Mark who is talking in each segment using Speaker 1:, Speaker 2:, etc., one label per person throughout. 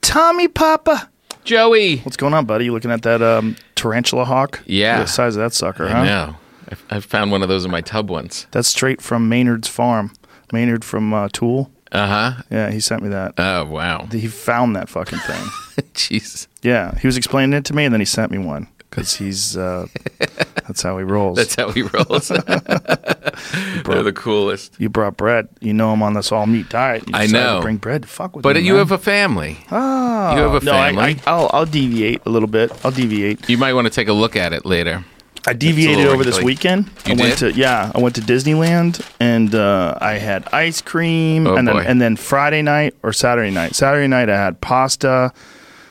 Speaker 1: Tommy Papa.
Speaker 2: Joey.
Speaker 1: What's going on, buddy? You looking at that um, tarantula hawk?
Speaker 2: Yeah.
Speaker 1: The size of that sucker, huh?
Speaker 2: I know. I, I found one of those in my tub once.
Speaker 1: That's straight from Maynard's farm. Maynard from uh, Tool.
Speaker 2: Uh huh.
Speaker 1: Yeah, he sent me that.
Speaker 2: Oh wow.
Speaker 1: he found that fucking thing.
Speaker 2: Jeez.
Speaker 1: yeah, he was explaining it to me, and then he sent me one because he's uh, that's how he rolls.
Speaker 2: That's how he rolls. They're the coolest.
Speaker 1: you brought bread. You know I'm on this all meat diet. You
Speaker 2: I
Speaker 1: decided
Speaker 2: know.
Speaker 1: To bring bread. to Fuck with
Speaker 2: But
Speaker 1: me,
Speaker 2: you
Speaker 1: man.
Speaker 2: have a family. Oh. You have a
Speaker 1: no. I,
Speaker 2: family.
Speaker 1: I, I'll I'll deviate a little bit. I'll deviate.
Speaker 2: you might want to take a look at it later.
Speaker 1: I deviated
Speaker 2: little
Speaker 1: over this
Speaker 2: wrinkly.
Speaker 1: weekend.
Speaker 2: You
Speaker 1: I went to
Speaker 2: did?
Speaker 1: yeah, I went to Disneyland and uh, I had ice cream
Speaker 2: Oh,
Speaker 1: and then
Speaker 2: boy.
Speaker 1: and then Friday night or Saturday night. Saturday night I had pasta.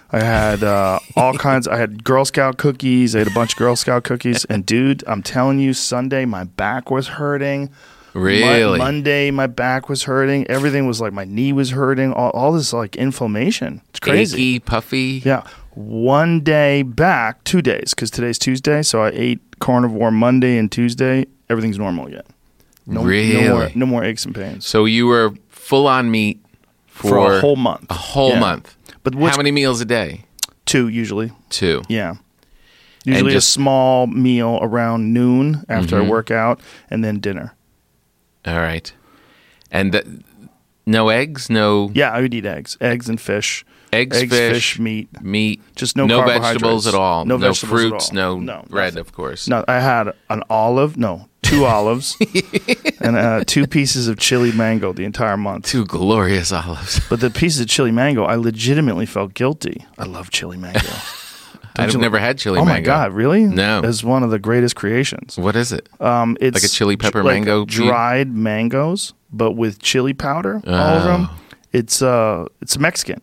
Speaker 1: I had uh, all kinds. I had Girl Scout cookies. I had a bunch of Girl Scout cookies. And dude, I'm telling you, Sunday my back was hurting. Mon-
Speaker 2: Really?
Speaker 1: Monday my back was hurting. Everything was like my knee was hurting. All, all this like inflammation. It's crazy.
Speaker 2: Achy, puffy.
Speaker 1: Yeah. One day back, two days, because today's Tuesday. So I ate carnivore Monday and Tuesday. Everything's normal again. No,
Speaker 2: Really?
Speaker 1: No more, no more aches and pains
Speaker 2: So you were full on meat for,
Speaker 1: for, a whole month.
Speaker 2: A whole
Speaker 1: Yeah.
Speaker 2: month.
Speaker 1: But what's
Speaker 2: How many meals a day?
Speaker 1: two usually?
Speaker 2: Two.
Speaker 1: Yeah. Usually
Speaker 2: just- Mm-hmm.
Speaker 1: a small meal around noon after I work out and then dinner.
Speaker 2: All right. And th- no eggs, no
Speaker 1: Yeah, I would eat eggs, eggs and fish,
Speaker 2: Eggs, fish,
Speaker 1: meat.
Speaker 2: meat,
Speaker 1: Just no
Speaker 2: vegetables
Speaker 1: carbohydrates.
Speaker 2: at all,
Speaker 1: No
Speaker 2: no,
Speaker 1: vegetables at
Speaker 2: fruits,
Speaker 1: all.
Speaker 2: no,
Speaker 1: No,
Speaker 2: bread,
Speaker 1: nothing.
Speaker 2: of course.
Speaker 1: No, I had an olive, no, two olives, and uh, two pieces of chili mango the entire month.
Speaker 2: Two glorious olives.
Speaker 1: But the pieces of chili mango, I legitimately felt guilty. I love chili mango.
Speaker 2: I've
Speaker 1: you-
Speaker 2: never had chili
Speaker 1: oh
Speaker 2: mango.
Speaker 1: my god, really?
Speaker 2: No.
Speaker 1: it's one of the greatest creations.
Speaker 2: What is it?
Speaker 1: Um, it's
Speaker 2: Like a chili pepper
Speaker 1: like
Speaker 2: mango pea?
Speaker 1: dried mangoes, but with chili powder. All of them. It's uh, it's Mexican.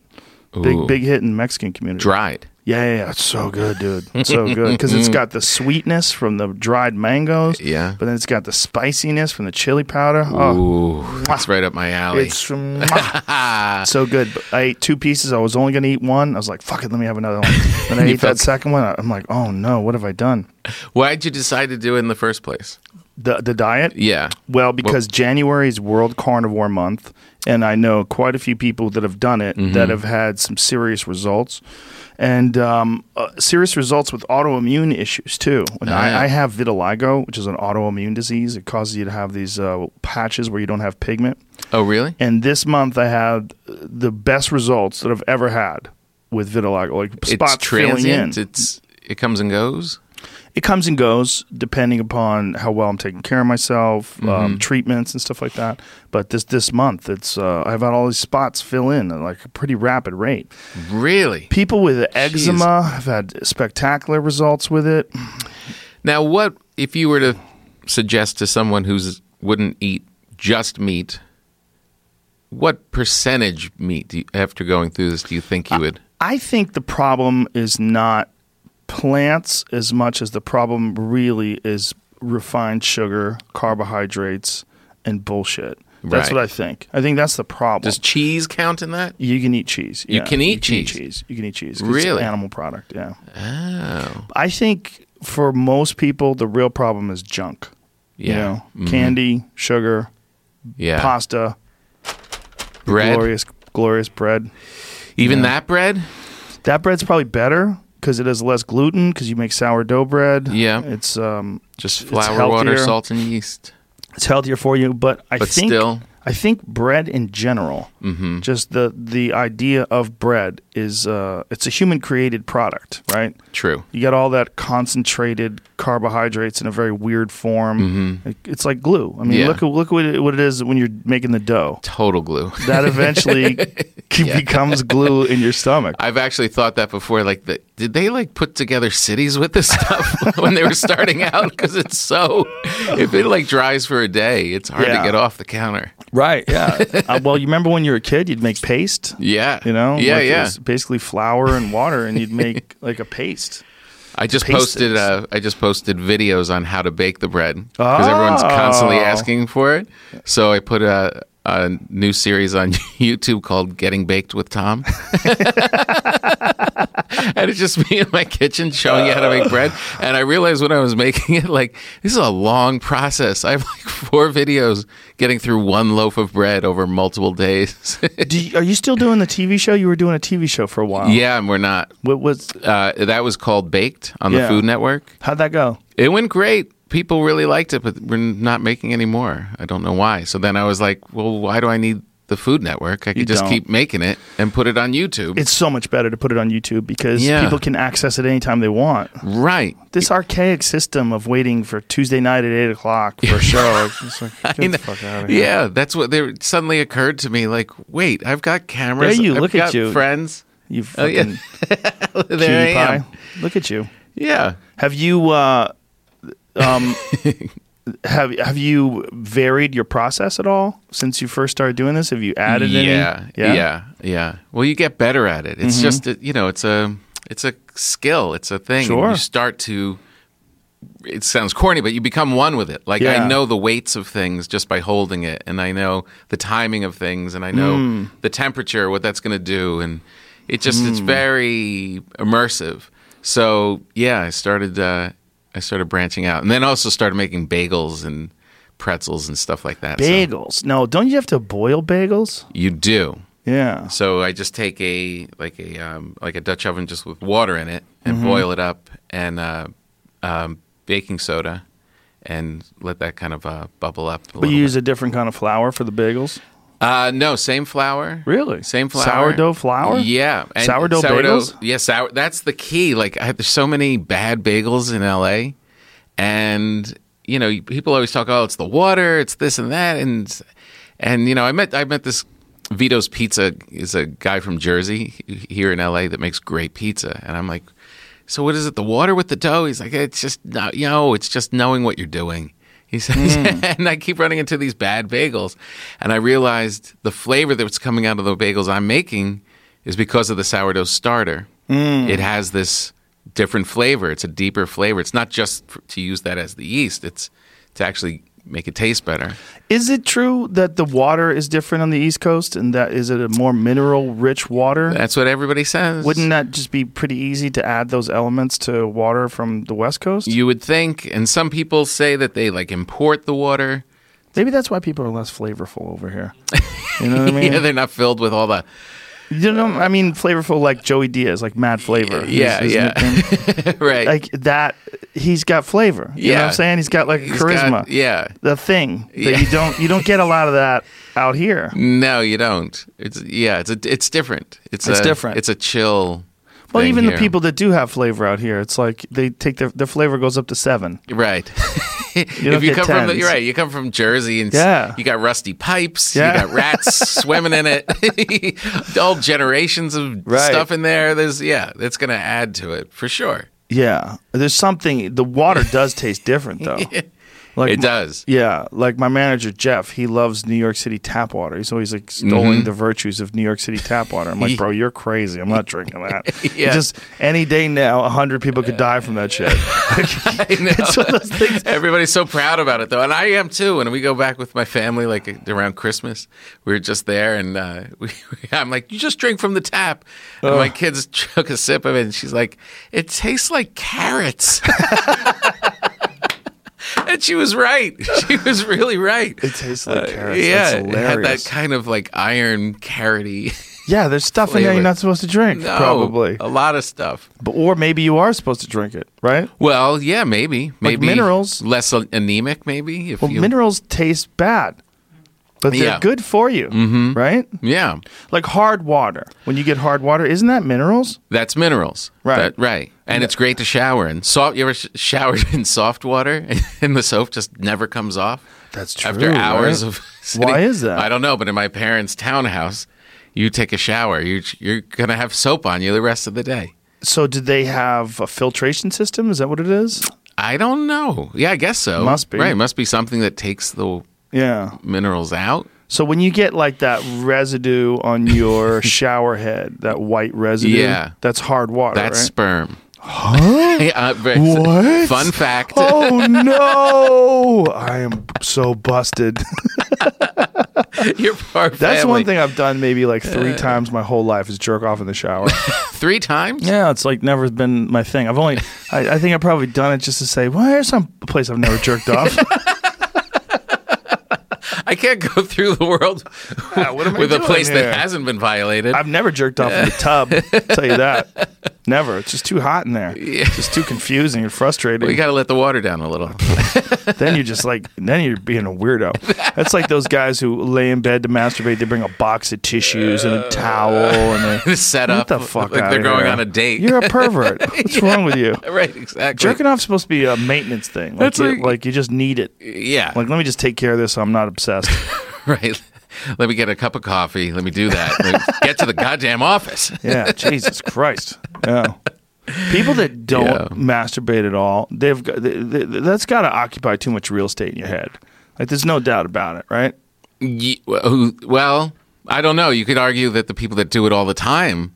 Speaker 2: Oh. Ooh.
Speaker 1: Big big hit in Mexican community.
Speaker 2: Dried.
Speaker 1: Yeah, yeah, yeah, it's so good, dude. It's so good because it's got the sweetness from the dried mangoes.
Speaker 2: Yeah.
Speaker 1: but then it's got the spiciness from the chili powder. Oh,
Speaker 2: Ooh, that's right up my alley.
Speaker 1: It's mwah. so good. But I ate two pieces. I was only going to eat one. I was like, fuck it, let me have another one. Then I
Speaker 2: You
Speaker 1: ate that
Speaker 2: felt-
Speaker 1: second one. I'm like, oh no, what have I done?
Speaker 2: Why'd you decide to do it in the first place?
Speaker 1: The, the diet?
Speaker 2: Yeah.
Speaker 1: Well, because January is World Carnivore Month, and I know quite a few people that have done it
Speaker 2: Mm-hmm.
Speaker 1: that have had some serious results, and um, uh, serious results with autoimmune issues too. And
Speaker 2: Ah.
Speaker 1: I, I have vitiligo, which is an autoimmune disease. It causes you to have these uh, patches where you don't have pigment.
Speaker 2: Oh, really?
Speaker 1: and this month I had the best results that I've ever had with vitiligo. Like
Speaker 2: It's
Speaker 1: spots filling in.
Speaker 2: transient. It's it comes and goes.
Speaker 1: It comes and goes depending upon how well I'm taking care of myself,
Speaker 2: Mm-hmm.
Speaker 1: um, treatments and stuff like that. But this this month, it's uh, I've had all these spots fill in at like a pretty rapid rate.
Speaker 2: Really?
Speaker 1: People with eczema have had spectacular results with it.
Speaker 2: Now, what if you were to suggest to someone who's wouldn't eat just meat? What percentage meat do you, after going through this do you think you
Speaker 1: Uh,
Speaker 2: would?
Speaker 1: I think the problem is not plants as much as the problem really is refined sugar, carbohydrates, and bullshit. That's
Speaker 2: Right.
Speaker 1: what I think. I think that's the problem.
Speaker 2: Does cheese count in that?
Speaker 1: you can eat cheese.
Speaker 2: You
Speaker 1: yeah.
Speaker 2: can eat cheese.
Speaker 1: You can eat cheese. 'cause It's
Speaker 2: Really?
Speaker 1: an animal product. Yeah.
Speaker 2: Oh,
Speaker 1: I think for most people, the real problem is junk. You
Speaker 2: Yeah. Mm-hmm.
Speaker 1: know, candy, sugar,
Speaker 2: yeah.
Speaker 1: pasta,
Speaker 2: bread,
Speaker 1: glorious, glorious bread.
Speaker 2: even that bread.
Speaker 1: That bread's probably better because it has less gluten because you make sourdough bread.
Speaker 2: Yeah.
Speaker 1: It's um
Speaker 2: Just
Speaker 1: it's
Speaker 2: flour, water,
Speaker 1: healthier.
Speaker 2: salt, and yeast.
Speaker 1: It's healthier for you, but I
Speaker 2: But
Speaker 1: think
Speaker 2: still- Mm-hmm.
Speaker 1: I think bread in general, just the the idea of bread is uh, it's a human created product, right?
Speaker 2: True.
Speaker 1: You got all that concentrated carbohydrates in a very weird form. It- it's like glue. I mean,
Speaker 2: Mm-hmm. Yeah.
Speaker 1: look at look what it, what it is when you're making the dough.
Speaker 2: Total glue.
Speaker 1: That eventually becomes glue in your stomach.
Speaker 2: I've actually thought that before. Like, the, did they like put together cities with this stuff when they were starting out? Because it's so, if it like dries for a day, it's hard
Speaker 1: Yeah.
Speaker 2: to get off the counter.
Speaker 1: Right. Yeah. uh, well, you remember when you were a kid, you'd make paste.
Speaker 2: Yeah.
Speaker 1: You know.
Speaker 2: Yeah,
Speaker 1: Like, it
Speaker 2: yeah.
Speaker 1: was Basically, flour and water, and you'd make like a paste.
Speaker 2: I just
Speaker 1: paste
Speaker 2: posted.
Speaker 1: things.
Speaker 2: Uh, I just posted videos on how to bake the bread because everyone's constantly
Speaker 1: Oh.
Speaker 2: asking for it. So I put a a new series on YouTube called Getting Baked with Tom. and it's just me in my kitchen showing you how to make bread. And I realized when I was making it, like, this is a long process. I have like four videos getting through one loaf of bread over multiple days.
Speaker 1: Do you, are you still doing the TV show? You were doing a TV show for a while.
Speaker 2: yeah, and we're not.
Speaker 1: What was
Speaker 2: Uh, that was called Baked on
Speaker 1: Yeah.
Speaker 2: the Food Network.
Speaker 1: how'd that go?
Speaker 2: It went great. People really liked it, but we're not making any more. I don't know why. So then I was like, well, why do I need the Food Network? I could just
Speaker 1: don't.
Speaker 2: keep making it and put it on YouTube.
Speaker 1: It's so much better to put it on YouTube because
Speaker 2: Yeah.
Speaker 1: people can access it anytime they want.
Speaker 2: right.
Speaker 1: This archaic system of waiting for Tuesday night at eight o'clock for a show. It's just like, get the fuck out of here.
Speaker 2: Yeah, that's what they suddenly occurred to me. Like, wait, I've got cameras.
Speaker 1: There you-
Speaker 2: I've
Speaker 1: look at
Speaker 2: got
Speaker 1: you.
Speaker 2: friends.
Speaker 1: You
Speaker 2: Oh, yeah.
Speaker 1: fucking
Speaker 2: there I am.
Speaker 1: PewDiePie. Look at you.
Speaker 2: Yeah.
Speaker 1: Have you uh, um, have have you varied your process at all since you first started doing this? Have you added any? Mm-hmm.
Speaker 2: yeah, yeah, yeah, Well, you get better at it. It's just a, you know, it's a it's a skill. It's a thing.
Speaker 1: Sure.
Speaker 2: You start to. It sounds corny, but you become one with it. Like
Speaker 1: Yeah.
Speaker 2: I know the weights of things just by holding it, and I know the timing of things, and I know
Speaker 1: Hmm.
Speaker 2: the temperature, what that's going to do, and it just
Speaker 1: Hmm.
Speaker 2: it's very immersive. So yeah, I started uh, I started branching out, and then also started making bagels and pretzels and stuff like that. So
Speaker 1: Bagels. No, don't you have to boil bagels?
Speaker 2: you do.
Speaker 1: Yeah.
Speaker 2: So I just take a like a um, like a Dutch oven just with water in it and
Speaker 1: Mm-hmm.
Speaker 2: boil it up and uh, um, baking soda and let that kind of uh, bubble up. A
Speaker 1: But
Speaker 2: little
Speaker 1: you use a different kind of flour for the bagels?
Speaker 2: bit. Uh, no, same flour.
Speaker 1: Really?
Speaker 2: Same flour.
Speaker 1: Sourdough flour?
Speaker 2: Yeah.
Speaker 1: Sourdough bagels?
Speaker 2: Yeah, sour. That's the key. Like I, there's so many bad bagels in LA, and you know people always talk, oh, it's the water, it's this and that, and and you know I met I met this Vito's Pizza is a guy from Jersey here in LA that makes great pizza, and I'm like, so what is it? The water with the dough? He's like, it's just not, you know, it's just knowing what you're doing. He says,
Speaker 1: Hmm.
Speaker 2: and I keep running into these bad bagels, and I realized the flavor that's coming out of the bagels I'm making is because of the sourdough starter.
Speaker 1: Mm.
Speaker 2: It has this different flavor. It's a deeper flavor. It's not just f to use that as the yeast. It's to actually make it taste better.
Speaker 1: Is it true that the water is different on the East Coast and that is it a more mineral rich water?
Speaker 2: That's what everybody says.
Speaker 1: Wouldn't that just be pretty easy to add those elements to water from the West Coast?
Speaker 2: you would think? And some people say that they like import the water.
Speaker 1: Maybe that's why people are less flavorful over here. You know what I mean?
Speaker 2: Yeah, they're not filled with all the
Speaker 1: You know, I mean flavorful like Joey Diaz, like Mad Flavor.
Speaker 2: yeah
Speaker 1: His- his
Speaker 2: yeah
Speaker 1: nickname.
Speaker 2: right
Speaker 1: like that, he's got flavor. You know what
Speaker 2: Yeah.
Speaker 1: I'm saying? He's got like a
Speaker 2: He's got-
Speaker 1: charisma.
Speaker 2: yeah.
Speaker 1: The thing that
Speaker 2: Yeah.
Speaker 1: you don't you don't get a lot of that out here.
Speaker 2: No, you don't. It's yeah. It's a, it's different. It's
Speaker 1: It's
Speaker 2: a,
Speaker 1: different.
Speaker 2: It's a chill.
Speaker 1: Well,
Speaker 2: thing
Speaker 1: even the
Speaker 2: here.
Speaker 1: people that do have flavor out here, it's like they take their their flavor goes up to seven.
Speaker 2: Right.
Speaker 1: don't
Speaker 2: if you
Speaker 1: get
Speaker 2: come from the,
Speaker 1: tens.
Speaker 2: you're right, you come from Jersey and s-
Speaker 1: Yeah.
Speaker 2: you got rusty pipes,
Speaker 1: Yeah.
Speaker 2: you got rats swimming in it, all generations of
Speaker 1: Right.
Speaker 2: stuff in there. There's yeah, that's gonna add to it for sure.
Speaker 1: Yeah, there's something. The water does taste different though. Like
Speaker 2: It does.
Speaker 1: Yeah, like my manager Jeff, he loves New York City tap water. He's always extolling
Speaker 2: Mm-hmm.
Speaker 1: the virtues of New York City tap water. I'm like, bro, you're crazy. I'm not drinking that.
Speaker 2: Yeah.
Speaker 1: Just any day now, hundred people could die from that shit.
Speaker 2: I know. Everybody's so proud about it though, and I am too. And we go back with my family like around Christmas. We were just there, and uh, we, I'm like, "You just drink from the tap." And my kids took a sip of it, and she's like, "It tastes like carrots." and she was right. She was really right.
Speaker 1: It tastes like carrots.
Speaker 2: Uh, yeah,
Speaker 1: That's
Speaker 2: it had that
Speaker 1: hilarious.
Speaker 2: kind of like iron carroty.
Speaker 1: yeah, there's stuff in there you're
Speaker 2: flavor.
Speaker 1: not supposed to drink,
Speaker 2: No,
Speaker 1: probably.
Speaker 2: a lot of stuff.
Speaker 1: But, or maybe you are supposed to drink it, right?
Speaker 2: Well, yeah, maybe, maybe
Speaker 1: minerals.
Speaker 2: less anemic, maybe. If
Speaker 1: Well,
Speaker 2: you,
Speaker 1: minerals taste bad, but they're
Speaker 2: Yeah. Mm-hmm.
Speaker 1: good for you, right?
Speaker 2: yeah.
Speaker 1: Like hard water. When you get hard water, isn't that minerals?
Speaker 2: That's minerals,
Speaker 1: Right.
Speaker 2: That- right, and it's great to shower in soft. You ever sh- showered in soft water, and the soap just never comes off
Speaker 1: That's
Speaker 2: after hours of. Sitting,
Speaker 1: Why is that?
Speaker 2: I don't know, but in my parents' townhouse, you take a shower. You you're gonna have soap on you the rest of the day.
Speaker 1: So, did they have a filtration system? Is that what it is?
Speaker 2: I don't know. Yeah, I guess so.
Speaker 1: Must be.
Speaker 2: right. Must be something that takes the
Speaker 1: Yeah.
Speaker 2: minerals out.
Speaker 1: So when you get like that residue on your shower head, that white residue,
Speaker 2: Yeah.
Speaker 1: that's hard water.
Speaker 2: That's
Speaker 1: right?
Speaker 2: sperm. Huh?
Speaker 1: What?
Speaker 2: Fun fact.
Speaker 1: Oh no! I am so busted.
Speaker 2: You're part
Speaker 1: That's
Speaker 2: family.
Speaker 1: one thing I've done maybe like three times my whole life is jerk off in the shower.
Speaker 2: Three times?
Speaker 1: yeah, it's like never been my thing. I've only, I, I think I've probably done it just to say, well, here's some place I've never jerked off.
Speaker 2: I can't go through the world
Speaker 1: what am I
Speaker 2: with a
Speaker 1: doing
Speaker 2: place
Speaker 1: here?
Speaker 2: that hasn't been violated.
Speaker 1: I've never jerked off in the tub. tell you that. Never. It's just too hot in there. It's just too confusing and frustrating.
Speaker 2: we got to let the water down a little.
Speaker 1: then you're just like, then you're being a weirdo. That's like those guys who lay in bed to masturbate. They bring a box of tissues and a towel and they
Speaker 2: Set
Speaker 1: Get
Speaker 2: Uh, up
Speaker 1: the fuck
Speaker 2: like
Speaker 1: out
Speaker 2: they're
Speaker 1: of
Speaker 2: going
Speaker 1: here.
Speaker 2: on a date.
Speaker 1: You're a pervert. What's wrong with you?
Speaker 2: right, exactly.
Speaker 1: Jerking off's supposed to be a maintenance thing. Like,
Speaker 2: That's
Speaker 1: you,
Speaker 2: like-
Speaker 1: like you just need it.
Speaker 2: yeah.
Speaker 1: Like let me just take care of this so I'm not obsessed.
Speaker 2: right. Let me get a cup of coffee. Let me do that. Let me get to the goddamn office.
Speaker 1: Yeah, Jesus Christ. Yeah. People that don't
Speaker 2: Yeah.
Speaker 1: masturbate at all, they've got, th th that's got to occupy too much real estate in your head. Like there's no doubt about it, right?
Speaker 2: Ye- who- Well, I don't know. You could argue that the people that do it all the time,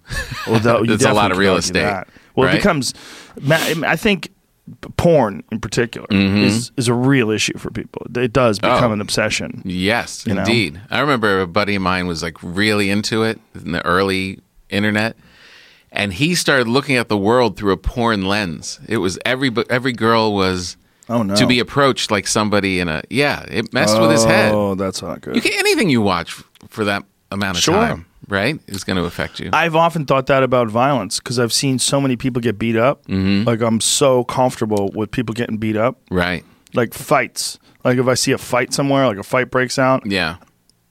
Speaker 1: Well, though, you
Speaker 2: There's a lot of
Speaker 1: definitely
Speaker 2: real
Speaker 1: could argue
Speaker 2: estate,
Speaker 1: that. Well,
Speaker 2: right?
Speaker 1: it becomes. ma- I think p- porn in particular is is a real issue for people. It does become
Speaker 2: Mm-hmm. Oh.
Speaker 1: an obsession.
Speaker 2: yes,
Speaker 1: know?
Speaker 2: indeed. I remember a buddy of mine was like really into it in the early internet, and he started looking at the world through a porn lens. It was every every girl was
Speaker 1: Oh, no.
Speaker 2: to be approached like somebody in a yeah. It messed with his head.
Speaker 1: Oh, that's not good.
Speaker 2: You can, anything you watch for that amount of
Speaker 1: Sure.
Speaker 2: time, right, is going to affect you.
Speaker 1: I've often thought that about violence because I've seen so many people get beat up.
Speaker 2: Mm-hmm.
Speaker 1: Like I'm so comfortable with people getting beat up,
Speaker 2: right.
Speaker 1: like fights. Like if I see a fight somewhere, like a fight breaks out,
Speaker 2: Yeah.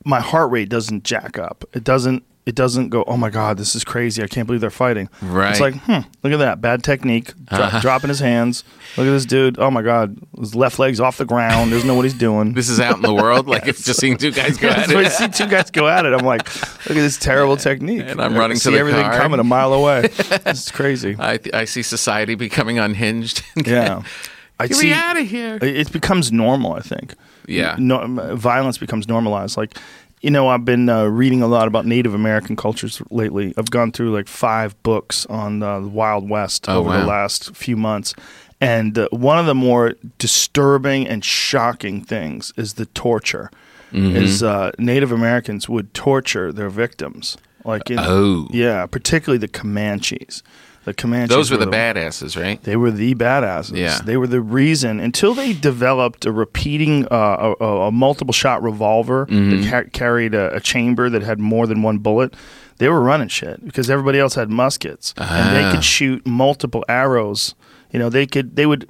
Speaker 1: my heart rate doesn't jack up. It doesn't. It doesn't go. Oh my god, this is crazy! I can't believe they're fighting.
Speaker 2: Right. Uh-huh.
Speaker 1: It's like, hmm. Look at that bad technique. Dro- Dropping his hands. Look at this dude. Oh my god, his left leg's off the ground. Doesn't know what he's doing.
Speaker 2: This is out in the world. Like it's just seeing two guys go at
Speaker 1: so I
Speaker 2: it.
Speaker 1: see two guys go at it. I'm like, look at this terrible technique.
Speaker 2: And I'm
Speaker 1: I
Speaker 2: running to
Speaker 1: see
Speaker 2: the
Speaker 1: everything
Speaker 2: car.
Speaker 1: coming a mile away. This is crazy.
Speaker 2: I, I see society becoming unhinged.
Speaker 1: Yeah. I
Speaker 2: Get me out of here.
Speaker 1: it it becomes normal i think
Speaker 2: Yeah.
Speaker 1: no, violence becomes normalized like you know i've been uh, reading a lot about native american cultures lately i've gone through like five books on uh, the wild west
Speaker 2: Oh,
Speaker 1: over the
Speaker 2: wow.
Speaker 1: last few months and uh, one of the more disturbing and shocking things is the torture
Speaker 2: Mm-hmm.
Speaker 1: is uh, native americans would torture their victims like in,
Speaker 2: Oh.
Speaker 1: yeah particularly the comanches the comanches
Speaker 2: Those were the
Speaker 1: the
Speaker 2: badasses, right?
Speaker 1: they were the badasses.
Speaker 2: Yeah.
Speaker 1: They were the reason until they developed a repeating, uh, a, a multiple shot revolver that ca- carried a, a chamber that had more than one bullet. They were running shit because everybody else had muskets and they could shoot multiple arrows. You know, they could, they would.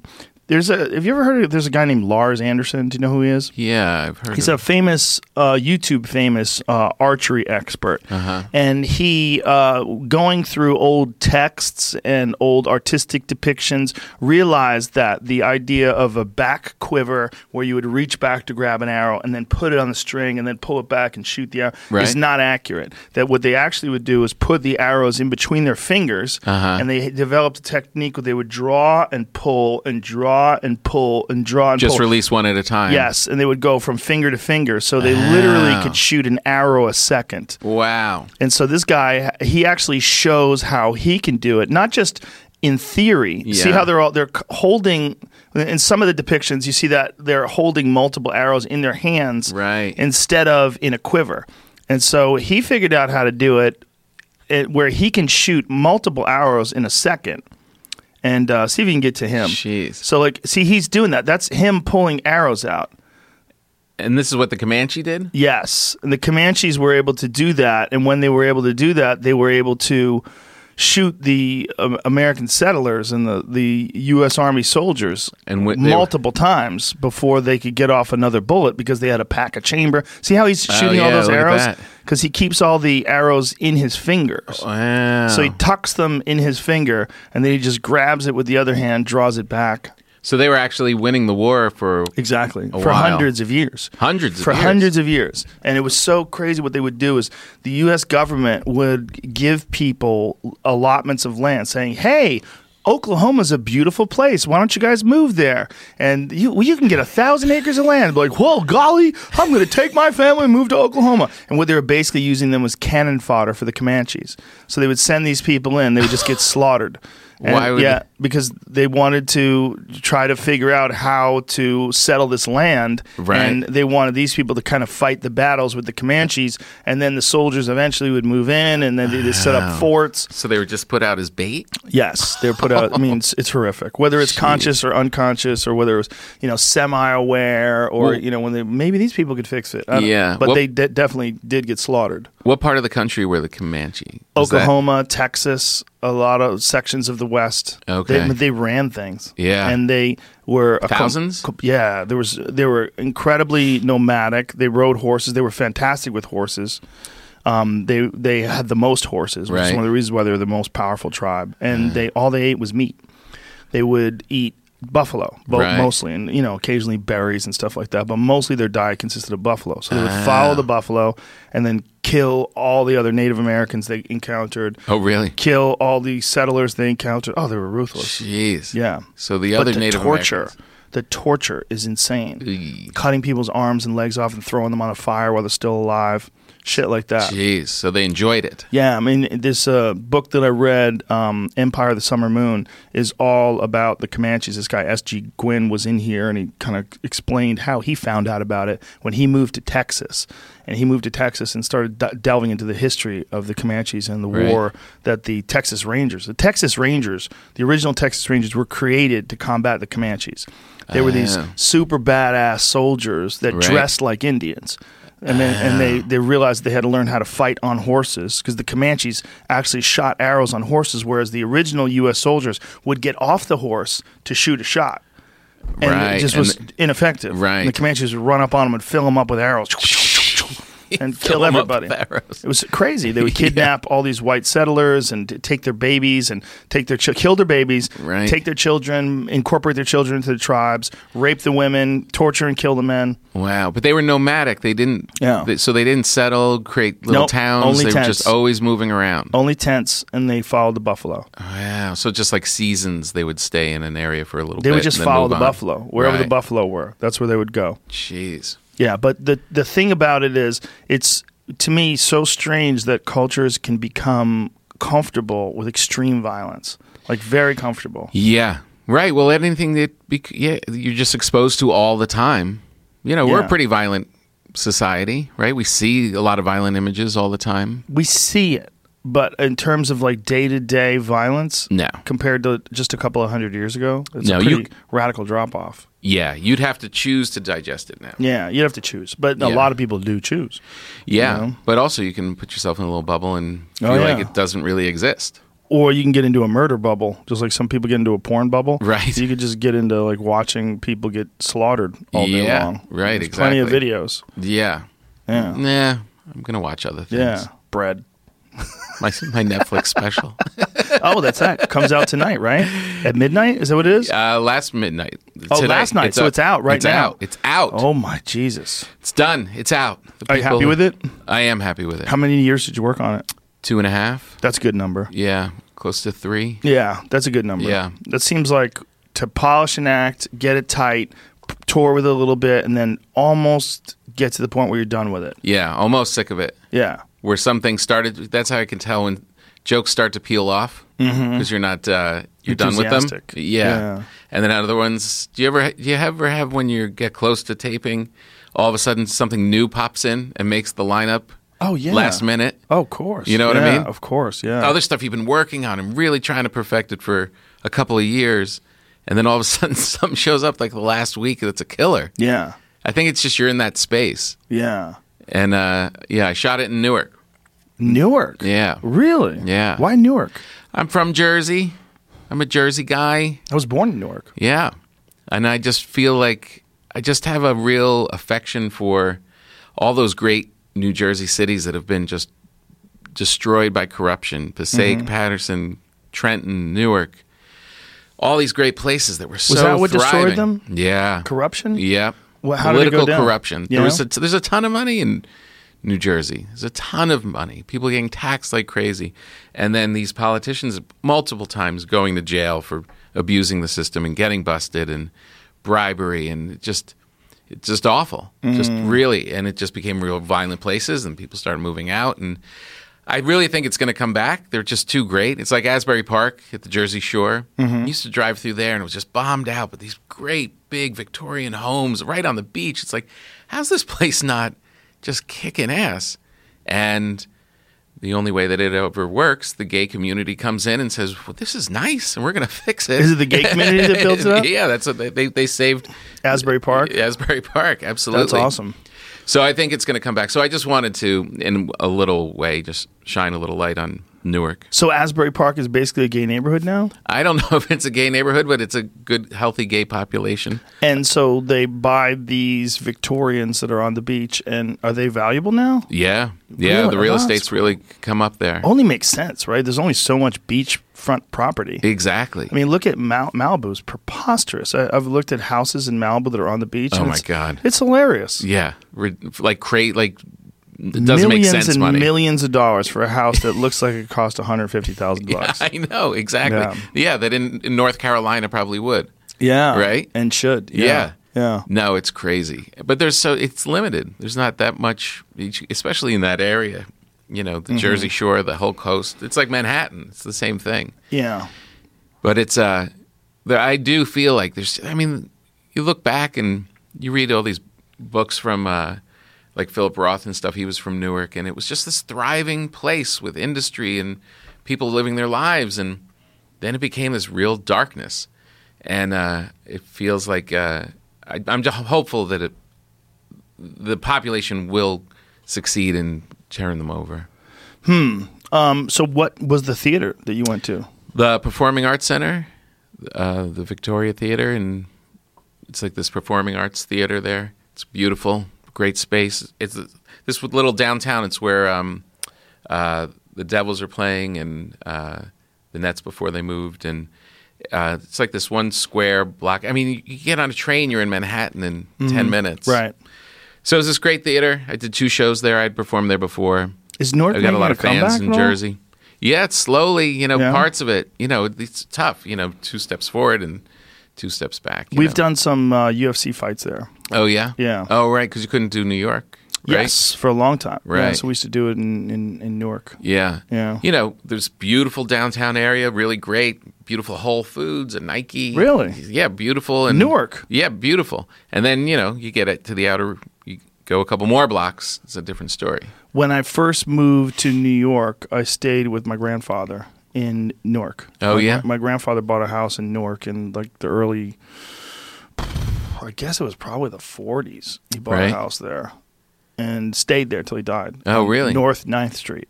Speaker 1: There's a, have you ever heard of, there's a guy named Lars Anderson. Do you know who he is?
Speaker 2: Yeah, I've heard.
Speaker 1: He's
Speaker 2: of,
Speaker 1: a famous uh, YouTube famous uh, archery expert,
Speaker 2: Uh-huh.
Speaker 1: and he uh, going through old texts and old artistic depictions realized that the idea of a back quiver where you would reach back to grab an arrow and then put it on the string and then pull it back and shoot the arrow
Speaker 2: Right.
Speaker 1: is not accurate. That what they actually would do is put the arrows in between their fingers,
Speaker 2: Uh-huh.
Speaker 1: and they developed a technique where they would draw and pull and draw and pull and draw and
Speaker 2: just
Speaker 1: pull.
Speaker 2: release one at a time.
Speaker 1: Yes, and they would go from finger to finger, so they literally could
Speaker 2: Ah.
Speaker 1: shoot an arrow a second.
Speaker 2: Wow.
Speaker 1: And so this guy, he actually shows how he can do it, not just in theory. See
Speaker 2: Yeah.
Speaker 1: how they're all they're c- holding in some of the depictions. You see that they're holding multiple arrows in their hands,
Speaker 2: Right.
Speaker 1: instead of in a quiver. And so he figured out how to do it, it where he can shoot multiple arrows in a second. And uh, see if you can get to him.
Speaker 2: Jeez.
Speaker 1: So like, see, he's doing that. That's him pulling arrows out.
Speaker 2: And this is what the Comanche did.
Speaker 1: Yes, and the Comanches were able to do that, and when they were able to do that, they were able to shoot the um, American settlers and the, the U.S. Army soldiers
Speaker 2: And when they were-
Speaker 1: multiple times before they could get off another bullet because they had a pack of chamber. See how he's shooting all
Speaker 2: Oh, yeah,
Speaker 1: those
Speaker 2: look at
Speaker 1: arrows
Speaker 2: that. Oh,
Speaker 1: because he keeps all the arrows in his fingers.
Speaker 2: Wow.
Speaker 1: So he tucks them in his finger, and then he just grabs it with the other hand, draws it back.
Speaker 2: So they were actually winning the war for
Speaker 1: Exactly. for
Speaker 2: while.
Speaker 1: hundreds of years.
Speaker 2: Hundreds of
Speaker 1: For
Speaker 2: years.
Speaker 1: hundreds of years. And it was so crazy what they would do is the US government would give people allotments of land saying, "Hey, Oklahoma's a beautiful place. Why don't you guys move there? And you well, you can get a thousand acres of land. Like, well, golly, I'm going to take my family and move to Oklahoma. And what they were basically using them was cannon fodder for the Comanches. So they would send these people in. They would just get slaughtered. And,
Speaker 2: Why would-
Speaker 1: yeah, because they wanted to try to figure out how to settle this land,
Speaker 2: Right.
Speaker 1: and they wanted these people to kind of fight the battles with the Comanches, and then the soldiers eventually would move in, and then they, they set up forts.
Speaker 2: So they were just put out as bait.
Speaker 1: Yes, they're put out. I mean, it's, it's horrific. Whether it's conscious or unconscious, or whether it was you know semi-aware, or you know when they maybe these people could fix it. I don't-
Speaker 2: Yeah.
Speaker 1: but
Speaker 2: Well-
Speaker 1: they de- definitely did get slaughtered.
Speaker 2: What part of the country were the Comanche? Was that-
Speaker 1: Oklahoma, Texas, a lot of sections of the West.
Speaker 2: Okay.
Speaker 1: they, they ran things.
Speaker 2: Yeah.
Speaker 1: and they were a com-
Speaker 2: Thousands?
Speaker 1: com- yeah, there was they were incredibly nomadic. They rode horses. They were fantastic with horses. Um, they they had the most horses, which is
Speaker 2: Right. Mm.
Speaker 1: one of the reasons why they were the most powerful tribe. And they all they ate was meat. They would eat buffalo, bo-
Speaker 2: Right.
Speaker 1: mostly, and you know occasionally berries and stuff like that. But mostly their diet consisted of buffalo. So they would
Speaker 2: Ah.
Speaker 1: follow the buffalo and then kill all the other Native Americans they encountered,
Speaker 2: Oh, really?
Speaker 1: kill all the settlers they encountered. Oh, they were ruthless.
Speaker 2: Jeez.
Speaker 1: Yeah,
Speaker 2: So the other
Speaker 1: but the
Speaker 2: Native
Speaker 1: torture,
Speaker 2: Americans.
Speaker 1: the torture is insane.
Speaker 2: Eee.
Speaker 1: Cutting people's arms and legs off and throwing them on a fire while they're still alive, shit like that.
Speaker 2: Jeez. So they enjoyed it.
Speaker 1: Yeah, I mean, this uh, book that I read, um, Empire of the Summer Moon, is all about the Comanches. This guy, S.G. Gwynn, was in here and he kind of explained how he found out about it when he moved to Texas. And he moved to Texas and started d- delving into the history of the Comanches and the
Speaker 2: Right.
Speaker 1: war that the Texas Rangers, the Texas Rangers, the original Texas Rangers, were created to combat the Comanches. They were these
Speaker 2: Ah.
Speaker 1: super badass soldiers that
Speaker 2: Right. Ah.
Speaker 1: dressed like Indians. And then, and they, they realized they had to learn how to fight on horses because the Comanches actually shot arrows on horses, whereas the original U.S. soldiers would get off the horse to shoot a shot, and
Speaker 2: Right,
Speaker 1: it just
Speaker 2: and
Speaker 1: was
Speaker 2: th-
Speaker 1: ineffective.
Speaker 2: Right.
Speaker 1: And the Comanches would run up on them and fill them up with arrows and
Speaker 2: Fill
Speaker 1: kill
Speaker 2: 'em up
Speaker 1: everybody.
Speaker 2: with arrows.
Speaker 1: It was crazy. They would kidnap all these white settlers and t- take their babies and take their ch- kill their babies,
Speaker 2: Right.
Speaker 1: take their children, incorporate their children into the tribes, rape the women, torture and kill the men.
Speaker 2: Wow. But they were nomadic. They didn't.
Speaker 1: Yeah.
Speaker 2: they- so they didn't settle, create little
Speaker 1: Nope,
Speaker 2: towns.
Speaker 1: only
Speaker 2: they were
Speaker 1: tents.
Speaker 2: just always moving around.
Speaker 1: Only tents, and they followed the buffalo.
Speaker 2: Wow. Oh, So just like seasons, they would stay in an area for a little
Speaker 1: They
Speaker 2: bit.
Speaker 1: would just
Speaker 2: and then
Speaker 1: follow
Speaker 2: move
Speaker 1: the
Speaker 2: on.
Speaker 1: buffalo wherever the
Speaker 2: Right.
Speaker 1: buffalo were. That's where they would go.
Speaker 2: Jeez.
Speaker 1: Yeah, but the the thing about it is, it's to me so strange that cultures can become comfortable with extreme violence, like very comfortable.
Speaker 2: Yeah. Right. Well, anything that bec- yeah, you're just exposed to all the time. You know, we're
Speaker 1: Yeah.
Speaker 2: a pretty violent society, right? We see a lot of violent images all the time.
Speaker 1: We see it, but in terms of like day to day violence,
Speaker 2: No.
Speaker 1: compared to just a couple of hundred years ago, it's
Speaker 2: No,
Speaker 1: a
Speaker 2: you-
Speaker 1: pretty radical drop off.
Speaker 2: Yeah, you'd have to choose to digest it now.
Speaker 1: Yeah, you'd have to choose, but a
Speaker 2: Yeah.
Speaker 1: lot of people do choose.
Speaker 2: Yeah,
Speaker 1: You know?
Speaker 2: but also you can put yourself in a little bubble and feel
Speaker 1: Oh,
Speaker 2: like
Speaker 1: yeah.
Speaker 2: it doesn't really exist.
Speaker 1: or you can get into a murder bubble, just like some people get into a porn bubble.
Speaker 2: Right.
Speaker 1: You could just get into like watching people get slaughtered all day
Speaker 2: Yeah,
Speaker 1: long.
Speaker 2: right,
Speaker 1: There's Plenty of
Speaker 2: exactly.
Speaker 1: videos.
Speaker 2: Yeah.
Speaker 1: Yeah.
Speaker 2: Nah, I'm gonna watch other things.
Speaker 1: Yeah. Bread.
Speaker 2: My my Netflix special.
Speaker 1: Oh, that's that. Comes out tonight, right? At midnight? Is that what it is?
Speaker 2: Uh, last midnight.
Speaker 1: Oh, last night, so
Speaker 2: up.
Speaker 1: it's out right
Speaker 2: it's
Speaker 1: now.
Speaker 2: Out. It's out.
Speaker 1: Oh my Jesus.
Speaker 2: It's done. It's out. The
Speaker 1: Are you
Speaker 2: people-
Speaker 1: happy with it?
Speaker 2: I am happy with it.
Speaker 1: How many years did you work on it?
Speaker 2: Two and a half.
Speaker 1: That's a good number.
Speaker 2: Yeah, close to three.
Speaker 1: Yeah, that's a good number.
Speaker 2: Yeah.
Speaker 1: That seems like to polish an act, get it tight, p- tour with it a little bit, and then almost get to the point where you're done with it.
Speaker 2: Yeah, almost sick of it.
Speaker 1: Yeah.
Speaker 2: Where some things started. That's how I can tell when jokes start to peel off because you're not uh, you're done with them.
Speaker 1: Mm-hmm. Enthusiastic.
Speaker 2: Yeah.
Speaker 1: Yeah.
Speaker 2: and then other ones. Do you ever do you ever have when you get close to taping, all of a sudden something new pops in and makes the lineup.
Speaker 1: Oh, yeah.
Speaker 2: last minute.
Speaker 1: Oh, of course.
Speaker 2: You know what I
Speaker 1: Yeah,
Speaker 2: mean?
Speaker 1: Of course, yeah.
Speaker 2: other stuff you've been working on and really trying to perfect it for a couple of years, and then all of a sudden something shows up like the last week that's a killer.
Speaker 1: Yeah.
Speaker 2: I think it's just you're in that space.
Speaker 1: Yeah.
Speaker 2: And uh, yeah, I shot it in Newark.
Speaker 1: Newark.
Speaker 2: Yeah.
Speaker 1: Really?
Speaker 2: Yeah.
Speaker 1: Why Newark?
Speaker 2: I'm from Jersey. I'm a Jersey guy.
Speaker 1: I was born in Newark.
Speaker 2: Yeah. And I just feel like I just have a real affection for all those great New Jersey cities that have been just destroyed by corruption Passaic,
Speaker 1: Mm-hmm.
Speaker 2: Patterson, Trenton, Newark. All these great places that were so
Speaker 1: that what destroyed
Speaker 2: thriving.
Speaker 1: them?
Speaker 2: Yeah.
Speaker 1: Corruption?
Speaker 2: Yeah.
Speaker 1: Well, how did it go
Speaker 2: Political
Speaker 1: down?
Speaker 2: corruption.
Speaker 1: You
Speaker 2: There was
Speaker 1: know?
Speaker 2: a, there's a ton of money in New Jersey. There's a ton of money. People getting taxed like crazy. And then these politicians multiple times going to jail for abusing the system and getting busted and bribery and it just it's just awful. Just
Speaker 1: Mm.
Speaker 2: really and it just became real violent places and people started moving out and I really think it's going to come back. They're just too great. It's like Asbury Park at the Jersey Shore.
Speaker 1: Mm-hmm.
Speaker 2: I used to drive through there and it was just bombed out, but these great big Victorian homes right on the beach. It's like, how's this place not just kicking ass? And the only way that it ever works, the gay community comes in and says, well, this is nice and we're going to fix it.
Speaker 1: Is it the gay community that builds it up?
Speaker 2: yeah, that's what they, they, they saved
Speaker 1: Asbury Park.
Speaker 2: Asbury Park. Absolutely.
Speaker 1: That's awesome.
Speaker 2: So I think it's going to come back. So I just wanted to, in a little way, just shine a little light on Newark.
Speaker 1: So Asbury Park is basically a gay neighborhood now,
Speaker 2: I don't know if it's a gay neighborhood, but it's a good, healthy gay population.
Speaker 1: and so they buy these Victorians that are on the beach, and are they valuable now?
Speaker 2: Yeah, yeah.
Speaker 1: Really? Oh,
Speaker 2: The real
Speaker 1: That's Oh.
Speaker 2: estate's really come up there.
Speaker 1: Only makes sense, right? There's only so much beachfront property.
Speaker 2: Exactly.
Speaker 1: I mean, look at Mal- Malibu's preposterous. I- I've looked at houses in Malibu that are on the beach.
Speaker 2: Oh
Speaker 1: and
Speaker 2: my
Speaker 1: it's-
Speaker 2: God.
Speaker 1: it's hilarious.
Speaker 2: yeah, Re- like crate, like it doesn't make
Speaker 1: millions
Speaker 2: sense
Speaker 1: and
Speaker 2: money.
Speaker 1: millions of dollars for a house that looks like it cost 150,000 bucks.
Speaker 2: I know exactly.
Speaker 1: Yeah.
Speaker 2: Yeah, that in, in North Carolina probably would.
Speaker 1: Yeah.
Speaker 2: Right?
Speaker 1: And should.
Speaker 2: Yeah.
Speaker 1: Yeah. Yeah.
Speaker 2: No, it's crazy. But there's so it's limited. There's not that much, each- especially in that area. You know, the Jersey Shore, the whole coast. It's like Manhattan. It's the same thing.
Speaker 1: Yeah.
Speaker 2: But it's uh, there, I do feel like there's. I mean, you look back and you read all these books from uh, like Philip Roth and stuff. He was from Newark, and it was just this thriving place with industry and people living their lives. And then it became this real darkness, and uh, it feels like uh, I, I'm just hopeful that it, the population will succeed in turn them over.
Speaker 1: Um, so, what was the theater that you went to?
Speaker 2: the Performing Arts Center, uh, the Victoria Theater, and it's like this performing arts theater there. It's beautiful, great space. It's this little downtown. It's where um, uh, the Devils are playing and uh, the Nets before they moved, and uh, it's like this one square block. I mean, you get on a train, you're in Manhattan in ten minutes.
Speaker 1: Right.
Speaker 2: So it's this great theater. I did two shows there. I'd performed there before.
Speaker 1: Is Newark
Speaker 2: I've got a
Speaker 1: making
Speaker 2: lot
Speaker 1: a
Speaker 2: of fans
Speaker 1: comeback
Speaker 2: in
Speaker 1: at all?
Speaker 2: Jersey. Yeah, it's slowly, you know,
Speaker 1: Yeah.
Speaker 2: parts of it, you know, it's tough, you know, two steps forward and two steps back. you
Speaker 1: We've
Speaker 2: know.
Speaker 1: done some uh, UFC fights there.
Speaker 2: Oh, yeah?
Speaker 1: Yeah.
Speaker 2: Oh, right, because you couldn't do New York, right?
Speaker 1: Yes. For a long time. Yeah,
Speaker 2: Right.
Speaker 1: so, we used to do it in, in, in Newark.
Speaker 2: Yeah.
Speaker 1: Yeah.
Speaker 2: You know, there's beautiful downtown area, really great, beautiful Whole Foods and Nike.
Speaker 1: Really?
Speaker 2: Yeah, beautiful. And
Speaker 1: Newark?
Speaker 2: Yeah, beautiful. And then, you know, you get it to the outer, you go a couple more blocks, it's a different story.
Speaker 1: When I first moved to New York, I stayed with my grandfather in Newark.
Speaker 2: Oh,
Speaker 1: My-
Speaker 2: yeah?
Speaker 1: My grandfather bought a house in Newark in like the early, I guess it was probably the 40s. He bought a
Speaker 2: Right.
Speaker 1: house there and stayed there till he died.
Speaker 2: Oh, really?
Speaker 1: North 9th Street.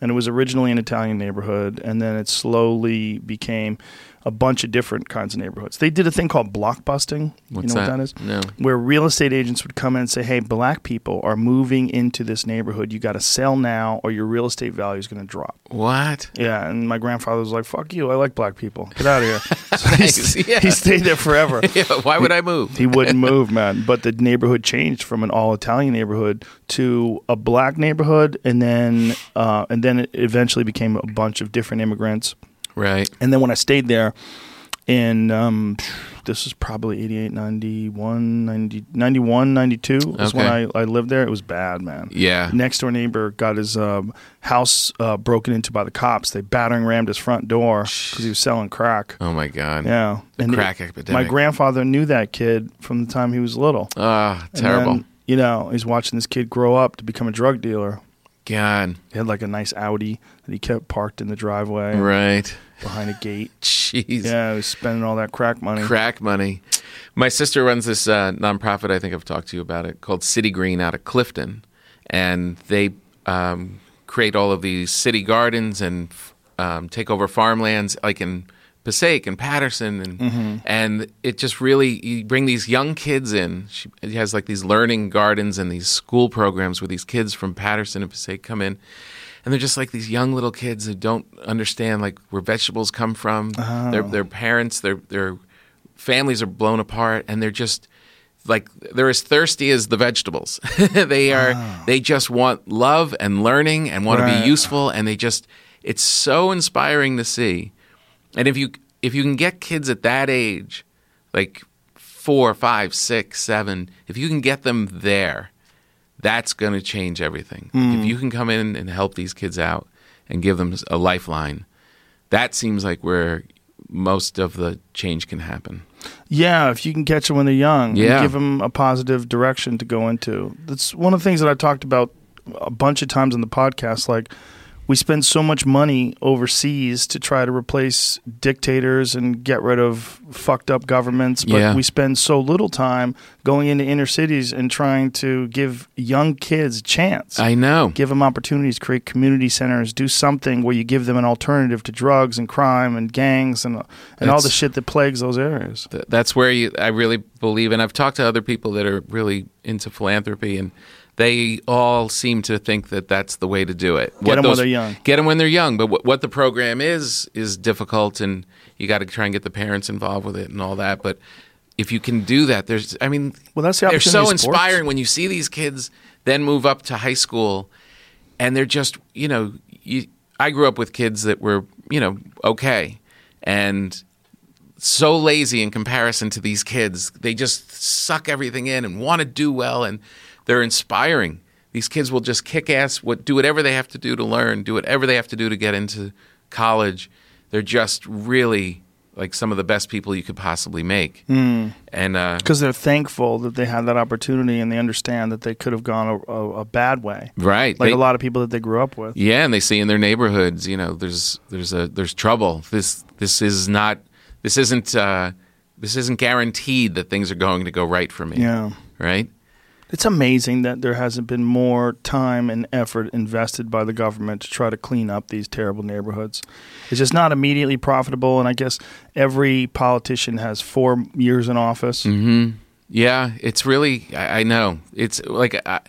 Speaker 1: And it was originally an Italian neighborhood, and then it slowly became a bunch of different kinds of neighborhoods. They did a thing called blockbusting. you
Speaker 2: What's
Speaker 1: know
Speaker 2: that?
Speaker 1: what that is?
Speaker 2: No.
Speaker 1: where real estate agents would come in and say, "Hey, black people are moving into this neighborhood. You got to sell now, or your real estate value is going to drop."
Speaker 2: What?
Speaker 1: Yeah, and my grandfather was like, "Fuck you! I like black people. Get out of here." So
Speaker 2: Nice,
Speaker 1: he,
Speaker 2: yeah.
Speaker 1: he stayed there forever.
Speaker 2: Yeah, why would I move?
Speaker 1: He wouldn't move, man. But the neighborhood changed from an all Italian neighborhood to a black neighborhood, and then uh, and then it eventually became a bunch of different immigrants.
Speaker 2: Right.
Speaker 1: And then when I stayed there in, um, this was probably 88, 91, 90, 91, 92 is when I,
Speaker 2: Okay.
Speaker 1: I lived there. It was bad, man.
Speaker 2: Yeah.
Speaker 1: Next door neighbor got his um, house uh, broken into by the cops. They battering rammed his front door because he was selling crack.
Speaker 2: Oh, my God.
Speaker 1: Yeah.
Speaker 2: The
Speaker 1: the-
Speaker 2: crack epidemic.
Speaker 1: My grandfather knew that kid from the time he was little.
Speaker 2: Ah,
Speaker 1: And
Speaker 2: terrible.
Speaker 1: then, you know, he's watching this kid grow up to become a drug dealer.
Speaker 2: God.
Speaker 1: He had like a nice Audi that he kept parked in the driveway
Speaker 2: Right.
Speaker 1: behind a gate.
Speaker 2: Jeez.
Speaker 1: Yeah, he was spending all that crack money.
Speaker 2: Crack money. My sister runs this uh, nonprofit. I think I've talked to you about it called City Green out of Clifton, and they um, create all of these city gardens and um, take over farmlands, like in Passaic and Patterson, and and it just really you bring these young kids in. She it has like these learning gardens and these school programs where these kids from Patterson and Passaic come in. And they're just like these young little kids who don't understand like where vegetables come from. Their, their parents, their their families are blown apart and they're just like they're as thirsty as the vegetables. they are they just want love and learning and want to
Speaker 1: Right.
Speaker 2: be useful and they just it's so inspiring to see. And if you if you can get kids at that age, like four, five, six, seven, if you can get them there, that's going to change everything. If you can come in and help these kids out and give them a lifeline, that seems like where most of the change can happen.
Speaker 1: Yeah, if you can catch them when they're young, and
Speaker 2: Yeah.
Speaker 1: give them a positive direction to go into. That's one of the things that I talked about a bunch of times on the podcast. Like, we spend so much money overseas to try to replace dictators and get rid of fucked up governments, but
Speaker 2: Yeah.
Speaker 1: we spend so little time going into inner cities and trying to give young kids a chance
Speaker 2: I know.
Speaker 1: give them opportunities, create community centers, do something where you give them an alternative to drugs and crime and gangs and and all
Speaker 2: That's-
Speaker 1: the shit that plagues those areas.
Speaker 2: Th- that's where you, I really believe. And I've talked to other people that are really into philanthropy, and they all seem to think that that's the way to do it. Get
Speaker 1: 'em when they're young.
Speaker 2: Get them when they're young. But what, what the program is is difficult, and you got to try and get the parents involved with it and all that. But if you can do that, there's. I mean,
Speaker 1: Well, that's the
Speaker 2: they're
Speaker 1: opportunity
Speaker 2: so
Speaker 1: in sports.
Speaker 2: inspiring when you see these kids then move up to high school, and they're just you know. You, I grew up with kids that were you know okay, and so lazy in comparison to these kids. They just suck everything in and want to do well, and they're inspiring. These kids will just kick ass, what, do whatever they have to do to learn, do whatever they have to do to get into college. They're just really like some of the best people you could possibly make.
Speaker 1: Hmm.
Speaker 2: And uh,
Speaker 1: Because they're thankful that they had that opportunity and they understand that they could have gone a, a, a bad way,
Speaker 2: right,
Speaker 1: like
Speaker 2: they-
Speaker 1: a lot of people that they grew up with.
Speaker 2: Yeah, and they see in their neighborhoods, you know, there's there's a there's trouble. This this is not this isn't uh, this isn't guaranteed that things are going to go right for me.
Speaker 1: Yeah.
Speaker 2: Right.
Speaker 1: It's amazing that there hasn't been more time and effort invested by the government to try to clean up these terrible neighborhoods. It's just not immediately profitable, and I guess every politician has four years in office.
Speaker 2: Yeah, it's really. I, I know. It's like I,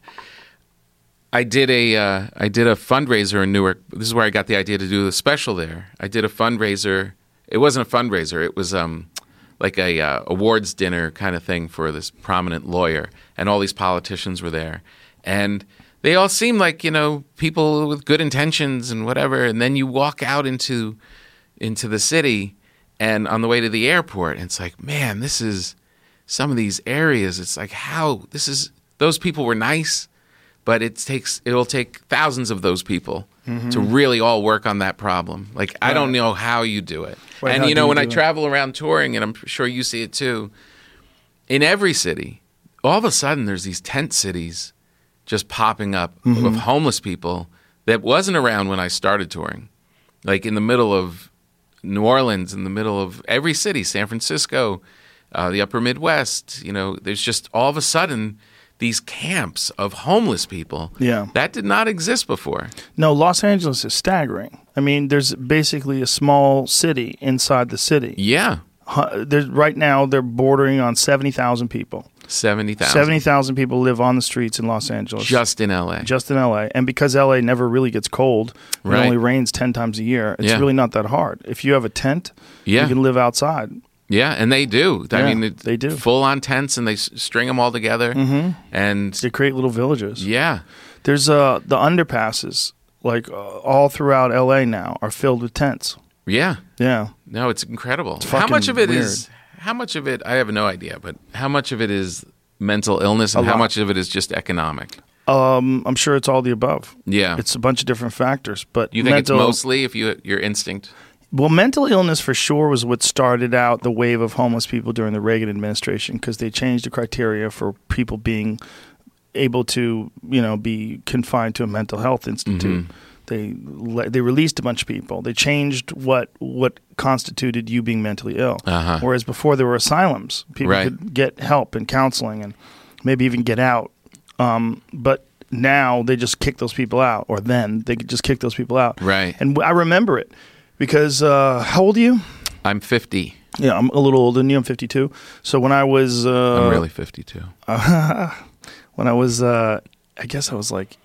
Speaker 2: I did a uh, I did a fundraiser in Newark. This is where I got the idea to do the special there. I did a fundraiser. It wasn't a fundraiser. It was um like a uh, awards dinner kind of thing for this prominent lawyer, and all these politicians were there, and they all seemed like you know people with good intentions and whatever. And then you walk out into into the city, and on the way to the airport, and it's like, man, this is some of these areas it's like how this is those people were nice but it takes it'll take thousands of those people to
Speaker 1: Mm-hmm.
Speaker 2: really all work on that problem like i don't know how you do it
Speaker 1: Right, how
Speaker 2: and you
Speaker 1: do
Speaker 2: know
Speaker 1: you
Speaker 2: when i
Speaker 1: do it?
Speaker 2: travel around touring and i'm sure you see it too in every city all of a sudden there's these tent cities just popping up
Speaker 1: Mm-hmm.
Speaker 2: of homeless people that wasn't around when i started touring like in the middle of New Orleans, in the middle of every city, San Francisco, uh, the upper Midwest, you know, there's just all of a sudden these camps of homeless people.
Speaker 1: Yeah.
Speaker 2: That did not exist before.
Speaker 1: No, Los Angeles is staggering. I mean, there's basically a small city inside the city.
Speaker 2: Yeah.
Speaker 1: Hu- There's, right now, they're bordering on 70,000 people.
Speaker 2: 70,000.
Speaker 1: 70,000 people live on the streets in Los Angeles.
Speaker 2: just in LA.
Speaker 1: just in LA. And because LA never really gets cold,
Speaker 2: Right.
Speaker 1: it only rains 10 times a year, it's
Speaker 2: Yeah.
Speaker 1: really not that hard. If you have a tent,
Speaker 2: Yeah.
Speaker 1: you can live outside.
Speaker 2: yeah. And they do. I
Speaker 1: Yeah,
Speaker 2: mean, it-
Speaker 1: they do. Mm-hmm.
Speaker 2: Full on tents and they s- string them all together. And
Speaker 1: They create little villages.
Speaker 2: yeah.
Speaker 1: There's uh, the underpasses, like uh, all throughout LA now, are filled with tents.
Speaker 2: Yeah.
Speaker 1: Yeah.
Speaker 2: No, it's incredible. how
Speaker 1: fucking
Speaker 2: much of it is?
Speaker 1: weird.
Speaker 2: How much of it? I have no idea, but how much of it is mental illness, and how
Speaker 1: lot.
Speaker 2: much of it is just economic?
Speaker 1: Um, I'm sure it's all the above.
Speaker 2: Yeah,
Speaker 1: It's a bunch of different factors, but
Speaker 2: you think
Speaker 1: mental,
Speaker 2: it's mostly if you your instinct.
Speaker 1: well, mental illness for sure was what started out the wave of homeless people during the Reagan administration because they changed the criteria for people being able to, you know, be confined to a mental health institute.
Speaker 2: Mm-hmm.
Speaker 1: They le- they released a bunch of people. They changed what what constituted you being mentally ill.
Speaker 2: Uh-huh.
Speaker 1: Whereas before there were asylums, people
Speaker 2: Right.
Speaker 1: could get help and counseling and maybe even get out. Um, but now they just kick those people out, or then they could just kick those people out.
Speaker 2: Right.
Speaker 1: And w- I remember it because uh, how old are you?
Speaker 2: I'm 50.
Speaker 1: Yeah, I'm a little older than you. I'm 52. So when I was, uh,
Speaker 2: I'm really 52.
Speaker 1: when I was, uh, I guess I was like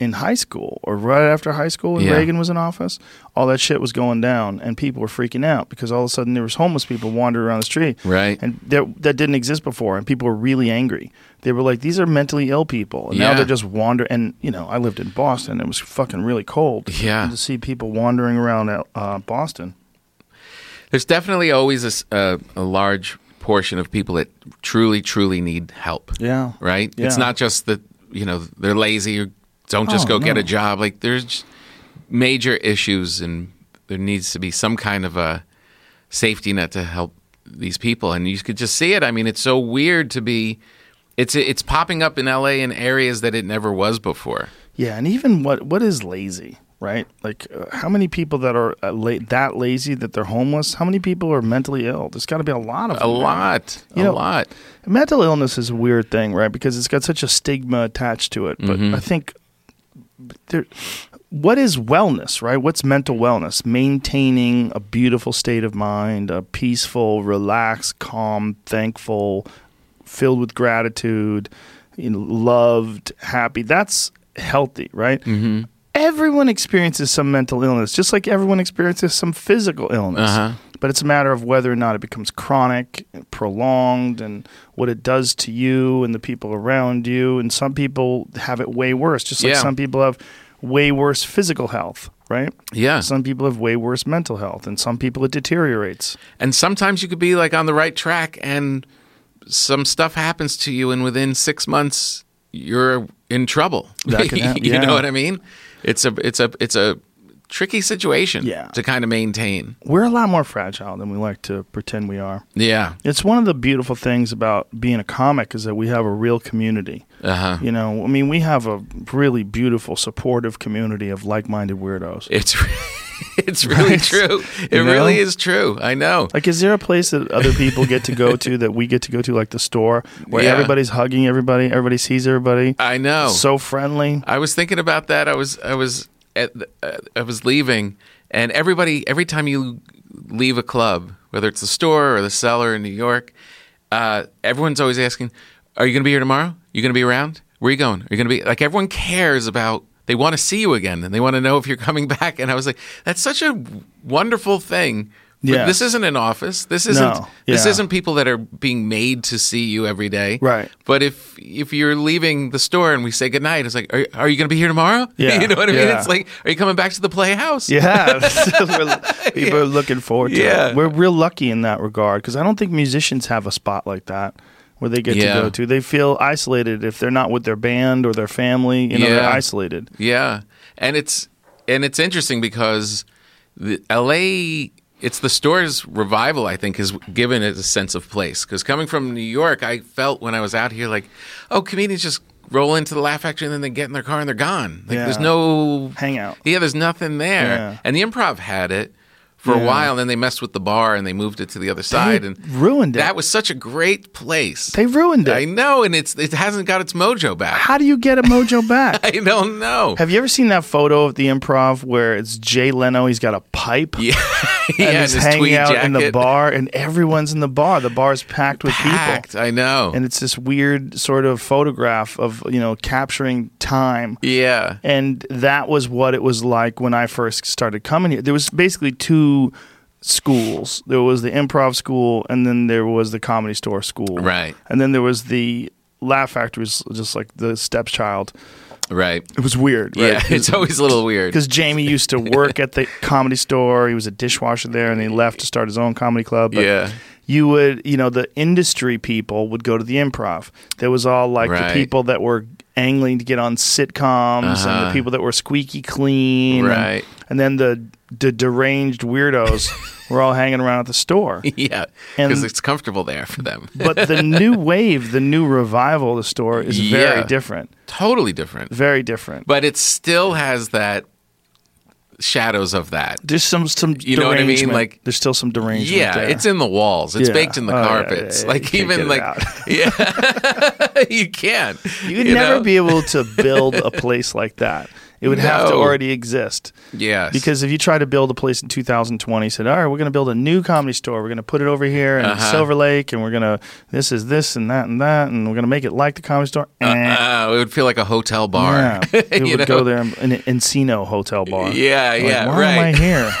Speaker 1: in high school or right after high school when
Speaker 2: Yeah.
Speaker 1: Reagan was in office, all that shit was going down and people were freaking out because all of a sudden there was homeless people wandering around the street.
Speaker 2: Right.
Speaker 1: And that that didn't exist before and people were really angry. They were like, These are mentally ill people and now
Speaker 2: Yeah.
Speaker 1: they're just wander and you know, I lived in Boston, it was fucking really cold.
Speaker 2: Yeah.
Speaker 1: And to see people wandering around uh, Boston.
Speaker 2: There's definitely always a s- a, a large portion of people that truly, truly need help.
Speaker 1: Yeah.
Speaker 2: Right? It's
Speaker 1: Yeah.
Speaker 2: not just that, you know, they're lazy or don't just
Speaker 1: Oh,
Speaker 2: go get
Speaker 1: no.
Speaker 2: a job. Like, there's j- major issues, and there needs to be some kind of a safety net to help these people. And you could just see it. I mean, it's so weird to be. It's it's popping up in LA in areas that it never was before.
Speaker 1: Yeah, and even what what is lazy, right? Like, uh, how many people that are uh, la- that lazy that they're homeless? How many people are mentally ill? There's got to be a lot of
Speaker 2: A
Speaker 1: them, right?
Speaker 2: lot,
Speaker 1: You
Speaker 2: a
Speaker 1: know,
Speaker 2: lot.
Speaker 1: Mental illness is a weird thing, right? Because it's got such a stigma attached to it. But I think there, what is wellness, right? What's mental wellness? Maintaining a beautiful state of mind, a peaceful, relaxed, calm, thankful, filled with gratitude, you know, loved, happy. That's healthy, right? Mm-hmm. Everyone experiences some mental illness, just like everyone experiences some physical illness.
Speaker 2: Uh-huh.
Speaker 1: But it's a matter of whether or not it becomes chronic, and prolonged, and what it does to you and the people around you. And some people have it way worse, just like
Speaker 2: Yeah.
Speaker 1: some people have way worse physical health, right?
Speaker 2: Yeah.
Speaker 1: Some people have way worse mental health, and some people it deteriorates.
Speaker 2: And sometimes you could be like on the right track and some stuff happens to you and within 6 months you're in trouble.
Speaker 1: That can hap-
Speaker 2: you
Speaker 1: yeah.
Speaker 2: know what I mean? It's a it's a it's a tricky situation
Speaker 1: Yeah.
Speaker 2: to kind of maintain.
Speaker 1: We're a lot more fragile than we like to pretend we are.
Speaker 2: Yeah.
Speaker 1: It's one of the beautiful things about being a comic is that we have a real community.
Speaker 2: Uh-huh.
Speaker 1: You know, I mean, we have a really beautiful, supportive community of like-minded weirdos.
Speaker 2: It's it's really true. It
Speaker 1: You know?
Speaker 2: really is true. I know.
Speaker 1: Like, is there a place that other people get to go to that we get to go to, like the store, where
Speaker 2: Yeah.
Speaker 1: everybody's hugging everybody, everybody sees everybody,
Speaker 2: I know.
Speaker 1: so friendly?
Speaker 2: I was thinking about that. I was I was at the, uh, I was leaving, and everybody every time you leave a club, whether it's the store or the cellar in New York, uh, everyone's always asking, "Are you going to be here tomorrow? You going to be around? Where are you going? Are you going to be like?" Everyone cares about. They want to see you again, and they want to know if you're coming back. And I was like, "That's such a wonderful thing." But
Speaker 1: Yeah.
Speaker 2: This isn't an office. This isn't. This
Speaker 1: yeah.
Speaker 2: isn't people that are being made to see you every day.
Speaker 1: Right.
Speaker 2: But if if you're leaving the store and we say goodnight, it's like, are, are you going to be here tomorrow?
Speaker 1: Yeah,
Speaker 2: you know what I mean?
Speaker 1: yeah.
Speaker 2: It's like, are you coming back to the playhouse?
Speaker 1: Yeah, We're- people are looking forward to
Speaker 2: Yeah.
Speaker 1: it. We're real lucky in that regard because I don't think musicians have a spot like that where they get
Speaker 2: Yeah.
Speaker 1: to go to. They feel isolated if they're not with their band or their family. You know, they're
Speaker 2: Yeah.
Speaker 1: isolated.
Speaker 2: Yeah. And it's and it's interesting because the LA it's the store's revival I think has given it a sense of place cuz coming from New York I felt when I was out here like oh comedians just roll into the laugh factory and then they get in their car and they're gone. Like there's
Speaker 1: Yeah.
Speaker 2: no
Speaker 1: Hangout.
Speaker 2: Yeah, there's nothing there.
Speaker 1: Yeah.
Speaker 2: And the improv had it for a
Speaker 1: Yeah.
Speaker 2: while and then they messed with the bar and they moved it to the other side and
Speaker 1: ruined it.
Speaker 2: That was such a great place.
Speaker 1: They ruined it.
Speaker 2: I know and it's it hasn't got its mojo back.
Speaker 1: How do you get a mojo back?
Speaker 2: I don't know.
Speaker 1: Have you ever seen that photo of the improv where it's Jay Leno? He's got a pipe.
Speaker 2: Yeah, yeah,
Speaker 1: and
Speaker 2: and
Speaker 1: he's
Speaker 2: his
Speaker 1: hanging
Speaker 2: tweed
Speaker 1: out in the
Speaker 2: jacket.
Speaker 1: bar, and everyone's in the bar. The bar's packed with people.
Speaker 2: Packed, I know.
Speaker 1: And it's this weird sort of photograph of, you know, capturing time.
Speaker 2: yeah,
Speaker 1: And that was what it was like when I first started coming here. There was basically two schools. There was the improv school and then there was the comedy store school.
Speaker 2: Right.
Speaker 1: And then there was the Laugh Factory was just like the stepchild.
Speaker 2: right.
Speaker 1: It was weird, right?
Speaker 2: Yeah, it's always a little weird.
Speaker 1: because Jamie used to work at the comedy store. He was a dishwasher there, and he left to start his own comedy club. But
Speaker 2: Yeah.
Speaker 1: you would, you know, the industry people would go to the improv. There was all like
Speaker 2: Right.
Speaker 1: the people that were angling to get on sitcoms, and
Speaker 2: Uh-huh.
Speaker 1: the people that were squeaky clean, and-
Speaker 2: Right.
Speaker 1: And, then the the deranged weirdos were all hanging around at the store.
Speaker 2: Yeah,
Speaker 1: And-
Speaker 2: because it's comfortable there for them.
Speaker 1: But the new wave, the new revival of the store is
Speaker 2: Yeah.
Speaker 1: very different.
Speaker 2: totally different,
Speaker 1: Very different.
Speaker 2: but it still has that shadows of that.
Speaker 1: There's some some
Speaker 2: You know what I mean?
Speaker 1: derangement.
Speaker 2: Like-
Speaker 1: there's still some derangement.
Speaker 2: Yeah,
Speaker 1: there.
Speaker 2: it's in the walls. It's
Speaker 1: Yeah.
Speaker 2: baked in the
Speaker 1: Oh, yeah,
Speaker 2: carpets.
Speaker 1: yeah, yeah.
Speaker 2: Like
Speaker 1: You can't
Speaker 2: even
Speaker 1: get
Speaker 2: like
Speaker 1: it out.
Speaker 2: yeah, you can't.
Speaker 1: You would
Speaker 2: know?
Speaker 1: never be able to build a place like that. It would have to
Speaker 2: No.
Speaker 1: already exist.
Speaker 2: Yes.
Speaker 1: Because if you try to build a place in 2020, said, all right, we're going to build a new comedy store. We're going to put it over here in
Speaker 2: Uh-huh.
Speaker 1: Silver Lake, and we're going to, this is this and that and that, and we're going to make it like the comedy store. Eh.
Speaker 2: Uh, it would feel like a hotel bar.
Speaker 1: Yeah. People
Speaker 2: You
Speaker 1: would
Speaker 2: know?
Speaker 1: go there, in an Encino hotel bar.
Speaker 2: Yeah,
Speaker 1: Like,
Speaker 2: yeah,
Speaker 1: Why am I
Speaker 2: right.
Speaker 1: here?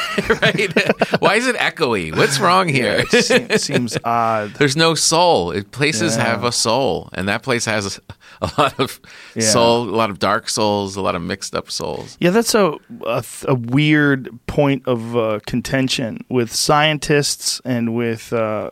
Speaker 2: right? Why is it echoey? What's wrong here?
Speaker 1: It se- seems odd.
Speaker 2: There's no soul. It, places
Speaker 1: Yeah.
Speaker 2: have a soul, and that place has a, lot of
Speaker 1: Yeah.
Speaker 2: soul, a lot of dark souls, a lot of mixed up souls.
Speaker 1: Yeah, that's a, a, th- a weird point of uh, contention with scientists and with uh,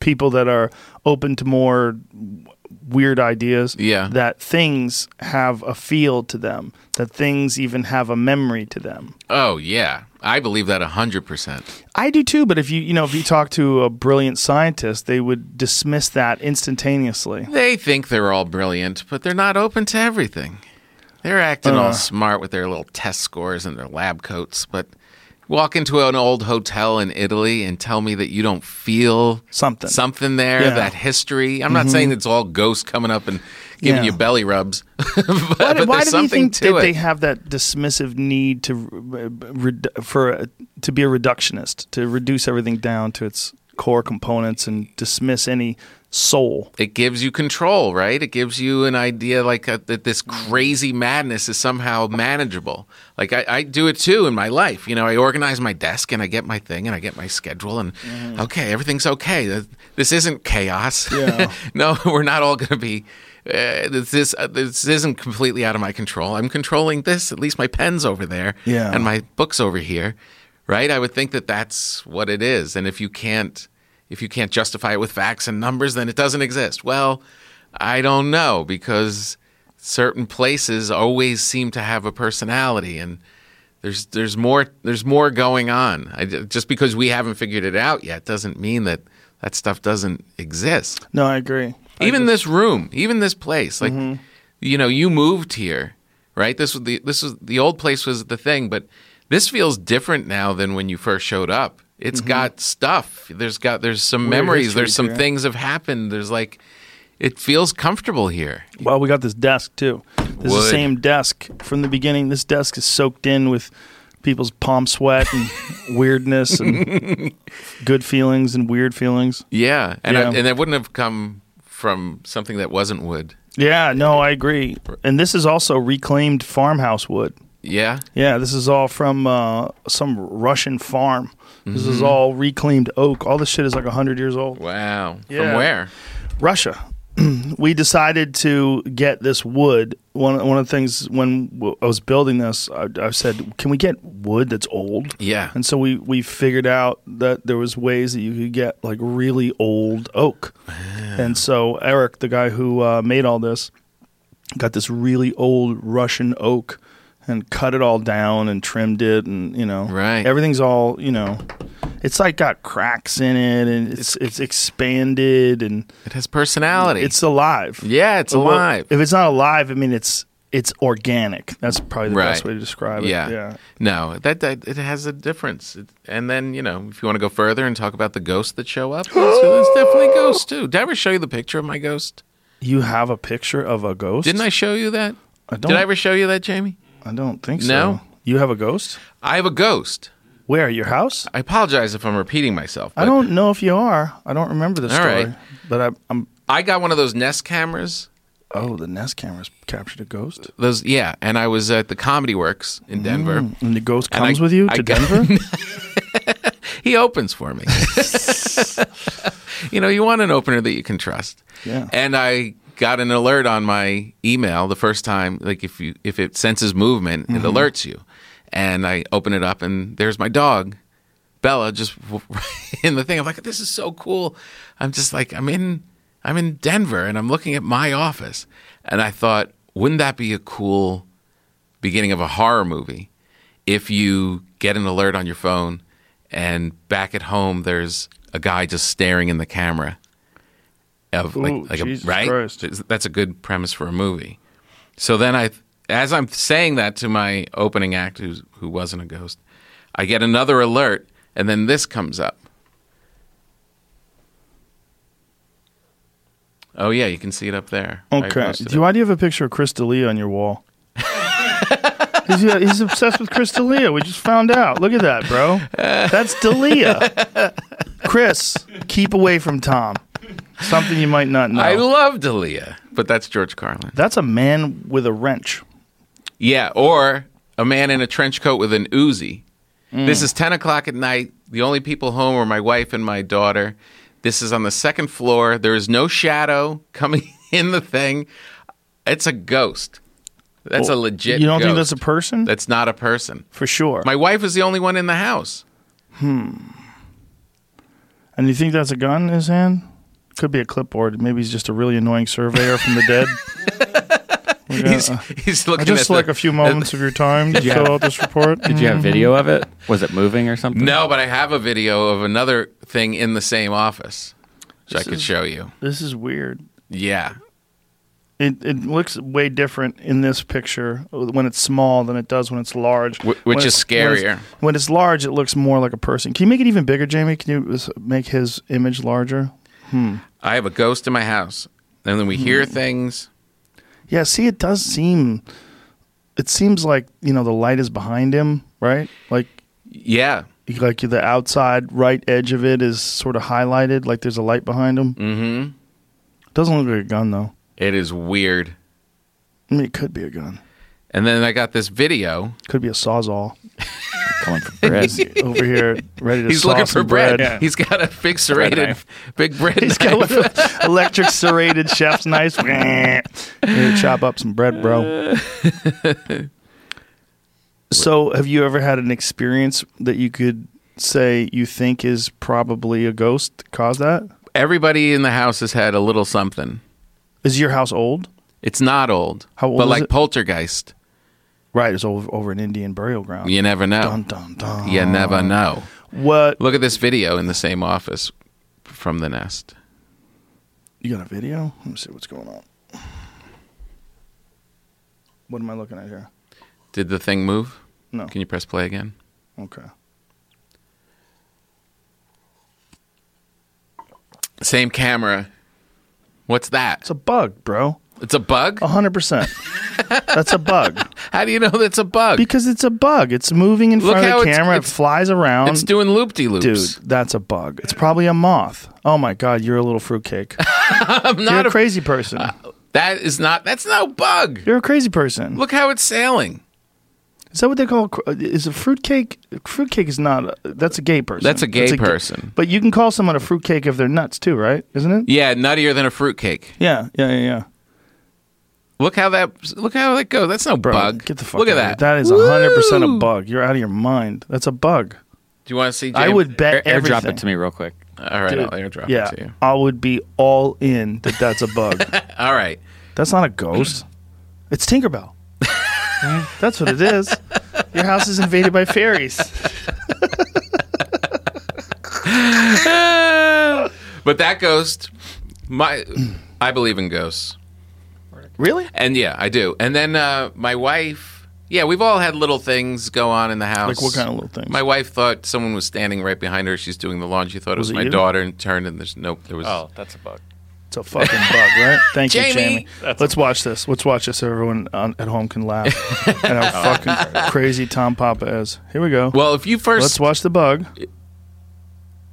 Speaker 1: people that are open to more w- weird ideas.
Speaker 2: Yeah.
Speaker 1: That things have a feel to them, that things even have a memory to them.
Speaker 2: Oh yeah, I believe that hundred percent.
Speaker 1: I do too, but if you you know if you talk to a brilliant scientist, they would dismiss that instantaneously.
Speaker 2: They think they're all brilliant, but they're not open to everything. They're acting
Speaker 1: Uh.
Speaker 2: all smart with their little test scores and their lab coats, but walk into an old hotel in Italy and tell me that you don't feel
Speaker 1: Something.
Speaker 2: something there,
Speaker 1: Yeah. Mm-hmm.
Speaker 2: that history. I'm not saying it's all ghosts coming up and giving
Speaker 1: Yeah.
Speaker 2: you belly rubs, but,
Speaker 1: Why,
Speaker 2: but
Speaker 1: why do you
Speaker 2: there's something
Speaker 1: think
Speaker 2: to
Speaker 1: that
Speaker 2: it.
Speaker 1: they have that dismissive need to re- redu- for uh, to be a reductionist, to reduce everything down to its core components and dismiss any soul?
Speaker 2: it gives you control, right? It gives you an idea like uh that this crazy madness is somehow manageable. Like I, I do it too in my life. You know, I organize my desk and I get my thing and I get my schedule and okay, everything's okay. Th- This isn't chaos.
Speaker 1: Yeah.
Speaker 2: no, we're not all going to be. Uh, this is- uh, this isn't completely out of my control. I'm controlling this. At least my pen's over there,
Speaker 1: Yeah.
Speaker 2: and my book's over here, right? I would think that that's what it is. And if you can't, if you can't justify it with facts and numbers, then it doesn't exist. Well, I don't know because certain places always seem to have a personality, and there's there's more there's more going on. I, just because we haven't figured it out yet doesn't mean that that stuff doesn't exist
Speaker 1: No, I agree. I just-
Speaker 2: even
Speaker 1: Mm-hmm.
Speaker 2: this room, even this place. Like, you know, you moved here, right? This was the this was the old place was the thing, but this feels different now than when you first showed up. It's got stuff. There's got there's some memories.
Speaker 1: Mm-hmm. history
Speaker 2: there's some
Speaker 1: to it.
Speaker 2: things have happened. There's like, it feels comfortable here.
Speaker 1: well, we got this desk too. This is the
Speaker 2: Wood.
Speaker 1: same desk from the beginning. This desk is soaked in with people's palm sweat and weirdness and good feelings and weird feelings.
Speaker 2: Yeah, and I,
Speaker 1: Yeah.
Speaker 2: and that wouldn't have come from something that wasn't wood.
Speaker 1: Yeah, no, I agree. And this is also reclaimed farmhouse wood.
Speaker 2: Yeah,
Speaker 1: Yeah, this is all from uh, some Russian farm. This is all reclaimed oak. All this shit is like 100 years old.
Speaker 2: wow.
Speaker 1: Yeah.
Speaker 2: From where?
Speaker 1: Russia. we decided to get this wood. One, one of the things when w- I was building this, I, I said, can we get wood that's old?
Speaker 2: Yeah.
Speaker 1: And so we, we figured out that there was ways that you could get like really old oak. And so Eric, the guy who uh, made all this, got this really old Russian oak and cut it all down and trimmed it and you know
Speaker 2: Right.
Speaker 1: everything's all you know it's like got cracks in it and it's it's expanded and
Speaker 2: It has personality.
Speaker 1: it's alive.
Speaker 2: yeah, it's
Speaker 1: Well,
Speaker 2: alive.
Speaker 1: if it's not alive, I mean it's it's organic. That's probably the best
Speaker 2: Right.
Speaker 1: way to describe it.
Speaker 2: Yeah.
Speaker 1: yeah.
Speaker 2: No, that, that it has a difference. It, and then you know, if you want to go further and talk about the ghosts that show up, there's, there's definitely ghosts too. Did I ever show you the picture of my ghost?
Speaker 1: You have a picture of a ghost?
Speaker 2: Didn't I show you that?
Speaker 1: I don't
Speaker 2: Did I ever show you that, Jamie?
Speaker 1: I don't think so.
Speaker 2: No?
Speaker 1: You have a ghost?
Speaker 2: I have a ghost.
Speaker 1: Where? Your house?
Speaker 2: I apologize if I'm repeating myself. But
Speaker 1: I don't know if you are. I don't remember the
Speaker 2: All
Speaker 1: story.
Speaker 2: right.
Speaker 1: But I, I'm.
Speaker 2: I got one of those Nest cameras.
Speaker 1: Oh, the Nest cameras captured a ghost.
Speaker 2: Those yeah, and I was at the Comedy Works in Denver.
Speaker 1: Hmm. And the ghost
Speaker 2: And I-
Speaker 1: comes with you
Speaker 2: I
Speaker 1: to
Speaker 2: got-
Speaker 1: Denver.
Speaker 2: He opens for me. you know, you want an opener that you can trust.
Speaker 1: Yeah.
Speaker 2: And I got an alert on my email the first time, like if you if it senses movement, it alerts you. And I open it up, and there's my dog, Bella, just w- in the thing. I'm like, this is so cool. I'm just like, I'm in, I'm in Denver, and I'm looking at my office, and I thought, wouldn't that be a cool beginning of a horror movie if you get an alert on your phone and back at home there's a guy just staring in the camera of like,
Speaker 1: Ooh,
Speaker 2: like
Speaker 1: Jesus
Speaker 2: a, right
Speaker 1: Christ.
Speaker 2: that's a good premise for a movie so then i as i'm saying that to my opening act who's, who wasn't a ghost i get another alert and then this comes up oh yeah you can see it up there I
Speaker 1: Okay.
Speaker 2: posted it.
Speaker 1: Do, why do you have a picture of Chris D'Elia on your wall? He's, yeah, he's obsessed with Chris D'Elia. We just found out. Look at that, bro. That's D'Elia. Chris, keep away from Tom. Something you might not know.
Speaker 2: I love Delia, but that's George Carlin.
Speaker 1: That's a man with a wrench.
Speaker 2: Yeah, or a man in a trench coat with an Uzi.
Speaker 1: Mm.
Speaker 2: This is 10 o'clock at night. The only people home are my wife and my daughter. This is on the second floor. There is no shadow coming in the thing. It's a ghost. That's a legit
Speaker 1: You don't think
Speaker 2: ghost.
Speaker 1: that's a person?
Speaker 2: That's not a person.
Speaker 1: For sure.
Speaker 2: My wife is the only one in the house.
Speaker 1: and you think that's a gun in his hand? Could be a clipboard. Maybe he's just a really annoying surveyor from the dead. We got-
Speaker 2: He's, he's looking at
Speaker 1: Uh, just
Speaker 2: the-
Speaker 1: like a few moments of your time to fill out this report.
Speaker 3: Did you have video of it? Was it moving or something?
Speaker 2: Uh, No, but I have a video of another thing in the same office, which I could show you.
Speaker 1: This is weird.
Speaker 2: Yeah.
Speaker 1: It, it looks way different in this picture when it's small than it does when it's large.
Speaker 2: Wh- which
Speaker 1: When
Speaker 2: is
Speaker 1: it's- when it's-
Speaker 2: scarier.
Speaker 1: When it's large, it looks more like a person. Can you make it even bigger, Jamie? Can you s- make his image larger?
Speaker 2: I have a ghost in my house. And then we hear
Speaker 1: Hmm.
Speaker 2: things.
Speaker 1: Yeah, see, it does seem. It seems like you know the light is behind him, right? Like
Speaker 2: Yeah.
Speaker 1: like the outside right edge of it is sort of highlighted, like there's a light behind him.
Speaker 2: Mm-hmm.
Speaker 1: Doesn't look like a gun though.
Speaker 2: It is weird.
Speaker 1: I mean, it could be a gun.
Speaker 2: And then I got this video.
Speaker 1: Could be a sawzall
Speaker 3: Coming from Chris.
Speaker 1: over here, ready to.
Speaker 2: He's
Speaker 1: saw
Speaker 2: looking
Speaker 1: some
Speaker 2: for bread.
Speaker 1: bread.
Speaker 2: He's got a big serrated, big bread
Speaker 1: He's
Speaker 2: knife.
Speaker 1: got one of those electric serrated chef's knives. Here, chop up some bread, bro. so, have you ever had an experience that you could say you think is probably a ghost that caused that?
Speaker 2: Everybody in the house has had a little something.
Speaker 1: Is your house old?
Speaker 2: It's not old,
Speaker 1: How old
Speaker 2: but
Speaker 1: is
Speaker 2: like
Speaker 1: it?
Speaker 2: poltergeist.
Speaker 1: Right, it's over, over an Indian burial ground.
Speaker 2: You never know.
Speaker 1: Dun dun dun.
Speaker 2: You never know.
Speaker 1: What?
Speaker 2: Look at this video in the same office from the nest.
Speaker 1: You got a video? Let me see what's going on. What am I looking at here?
Speaker 2: Did the thing move?
Speaker 1: No.
Speaker 2: Can you press play again?
Speaker 1: Okay.
Speaker 2: Same camera. What's that?
Speaker 1: It's a bug, bro.
Speaker 2: It's a
Speaker 1: Oh.
Speaker 2: bug?
Speaker 1: 100%. That's a bug.
Speaker 2: How do you know that's a bug?
Speaker 1: Because it's a bug. It's moving in
Speaker 2: Look
Speaker 1: front
Speaker 2: how
Speaker 1: of the
Speaker 2: it's-
Speaker 1: camera.
Speaker 2: it's-
Speaker 1: it flies around.
Speaker 2: it's doing loop de
Speaker 1: Dude,
Speaker 2: loops.
Speaker 1: that's a bug. It's probably a moth. Oh my god, you're a little fruitcake.
Speaker 2: I'm
Speaker 1: You're
Speaker 2: not
Speaker 1: a
Speaker 2: a, Uh,
Speaker 1: crazy person.
Speaker 2: That is not that's no bug.
Speaker 1: You're a crazy person.
Speaker 2: Look how it's sailing.
Speaker 1: Is that what they call? cr- uh, Is a fruitcake? Fruitcake is not. A, that's a gay person.
Speaker 2: That's a gay person.
Speaker 1: But you can call someone a fruitcake if they're nuts too, right? Isn't it?
Speaker 2: Yeah, nuttier than a fruitcake.
Speaker 1: Yeah, yeah, yeah. yeah.
Speaker 2: Look how that look how that goes. That's no
Speaker 1: Bro,
Speaker 2: bug.
Speaker 1: Get the fuck.
Speaker 2: Look
Speaker 1: out
Speaker 2: at
Speaker 1: of here.
Speaker 2: that.
Speaker 1: That is hundred percent a
Speaker 2: Woo!
Speaker 1: bug. You're out of your mind. That's a bug.
Speaker 2: Do you want to see?
Speaker 1: I
Speaker 2: Jamie?
Speaker 1: would bet
Speaker 3: Air-
Speaker 1: everything.
Speaker 3: airdrop it to me real quick.
Speaker 2: All right,
Speaker 1: Dude,
Speaker 2: I'll airdrop
Speaker 1: yeah,
Speaker 2: it to you.
Speaker 1: I would be all in that. That's a bug.
Speaker 2: All right.
Speaker 1: That's not a ghost. It's Tinkerbell. That's what it is. Your house is invaded by fairies.
Speaker 2: But that ghost, my, I believe in ghosts,
Speaker 1: Really?
Speaker 2: and yeah, I do. And then uh, my wife, yeah, we've all had little things go on in the house.
Speaker 1: Like what kind of little things?
Speaker 2: My wife thought someone was standing right behind her. She's doing the lawn. She thought it was,
Speaker 1: Was it
Speaker 2: my
Speaker 1: you?
Speaker 2: daughter, and turned, and there's nope. There was
Speaker 3: that's a bug.
Speaker 1: It's a fucking bug, right? Thank you,
Speaker 2: Jamie.
Speaker 1: Jamie. Let's watch this. Let's watch this so everyone on, at home can laugh at how fucking crazy Tom Papa is. Here we go.
Speaker 2: well. If you 1st
Speaker 1: Let's watch the bug.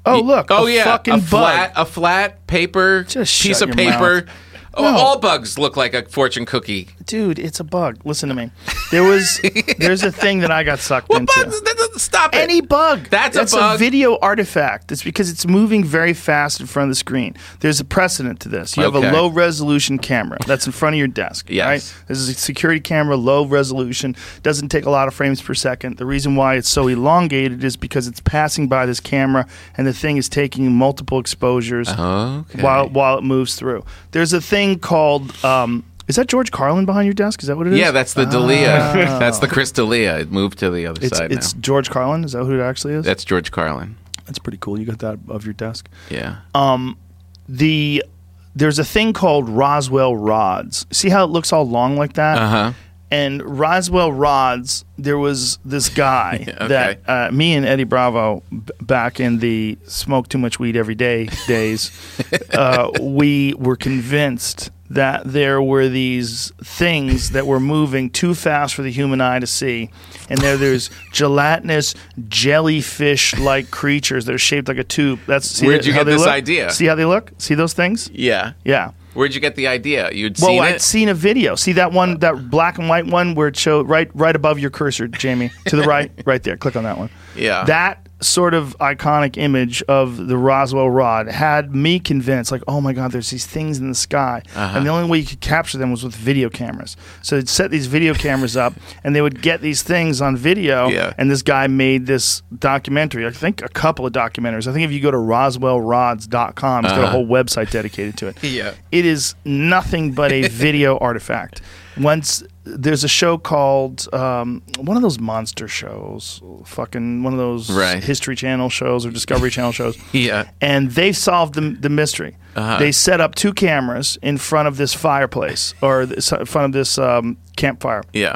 Speaker 1: Oh, look.
Speaker 2: Oh
Speaker 1: a
Speaker 2: yeah,
Speaker 1: Fucking
Speaker 2: a
Speaker 1: bug.
Speaker 2: flat, a flat paper
Speaker 1: Just
Speaker 2: piece
Speaker 1: shut
Speaker 2: of
Speaker 1: your
Speaker 2: paper.
Speaker 1: mouth.
Speaker 2: Oh,
Speaker 1: No.
Speaker 2: All bugs look like a fortune cookie.
Speaker 1: Dude, it's a bug. Listen to me. There was, there's a thing that I got sucked
Speaker 2: What
Speaker 1: into.
Speaker 2: bugs? That doesn't stop it.
Speaker 1: Any bug.
Speaker 2: That's a bug.
Speaker 1: video artifact. It's because it's moving very fast in front of the screen. There's a precedent to this. You have
Speaker 2: Okay.
Speaker 1: a low resolution camera that's in front of your desk.
Speaker 2: Yes.
Speaker 1: Right? This is a security camera, low resolution, doesn't take a lot of frames per second. The reason why it's so elongated is because it's passing by this camera and the thing is taking multiple exposures
Speaker 2: Okay.
Speaker 1: while while it moves through. There's a thing called um, is that George Carlin behind your desk? Is that what it is?
Speaker 2: yeah, that's the Dalia. That's the Chris Dalia. It moved to the other
Speaker 1: Oh. it's,
Speaker 2: side
Speaker 1: it's
Speaker 2: now.
Speaker 1: George Carlin. Is that who it actually is?
Speaker 2: That's George Carlin.
Speaker 1: That's pretty cool. You got that above your desk.
Speaker 2: Yeah.
Speaker 1: the there's a thing called Roswell rods. See how it looks all long like that?
Speaker 2: Uh-huh.
Speaker 1: And Roswell rods, there was this guy
Speaker 2: okay.
Speaker 1: that uh, me and Eddie Bravo b- back in the smoke too much weed every day days, uh, we were convinced that there were these things that were moving too fast for the human eye to see. And there there's gelatinous jellyfish like creatures that are shaped like a tube. That's see
Speaker 2: Where'd you
Speaker 1: how
Speaker 2: get
Speaker 1: they
Speaker 2: this
Speaker 1: look?
Speaker 2: idea?
Speaker 1: See how they look? See those things?
Speaker 2: Yeah.
Speaker 1: Yeah.
Speaker 2: Where'd you get the idea? You'd
Speaker 1: Well,
Speaker 2: seen
Speaker 1: I'd
Speaker 2: it. Uh,
Speaker 1: seen a video. See that one, that black and white one where it showed right, right above your cursor, Jamie, to the right, right there. Click on that one.
Speaker 2: Yeah.
Speaker 1: That sort of iconic image of the Roswell rod had me convinced, like, oh my God, there's these things in the sky, and
Speaker 2: Uh-huh.
Speaker 1: the only way you could capture them was with video cameras. So they'd set these video cameras up, and they would get these things on video.
Speaker 2: Yeah.
Speaker 1: And this guy made this documentary. I think a couple of documentaries. I think if you go to RoswellRods.com, it's got a whole website dedicated to it
Speaker 2: Uh-huh. Yeah.
Speaker 1: it is nothing but a video artifact. Once there's a show called um, one of those monster shows, fucking one of those
Speaker 2: Right.
Speaker 1: History Channel shows or Discovery Channel shows.
Speaker 2: Yeah. Uh-huh.
Speaker 1: And they solved the, the mystery. They set up two cameras in front of this fireplace or this, in front of this um, campfire.
Speaker 2: Yeah.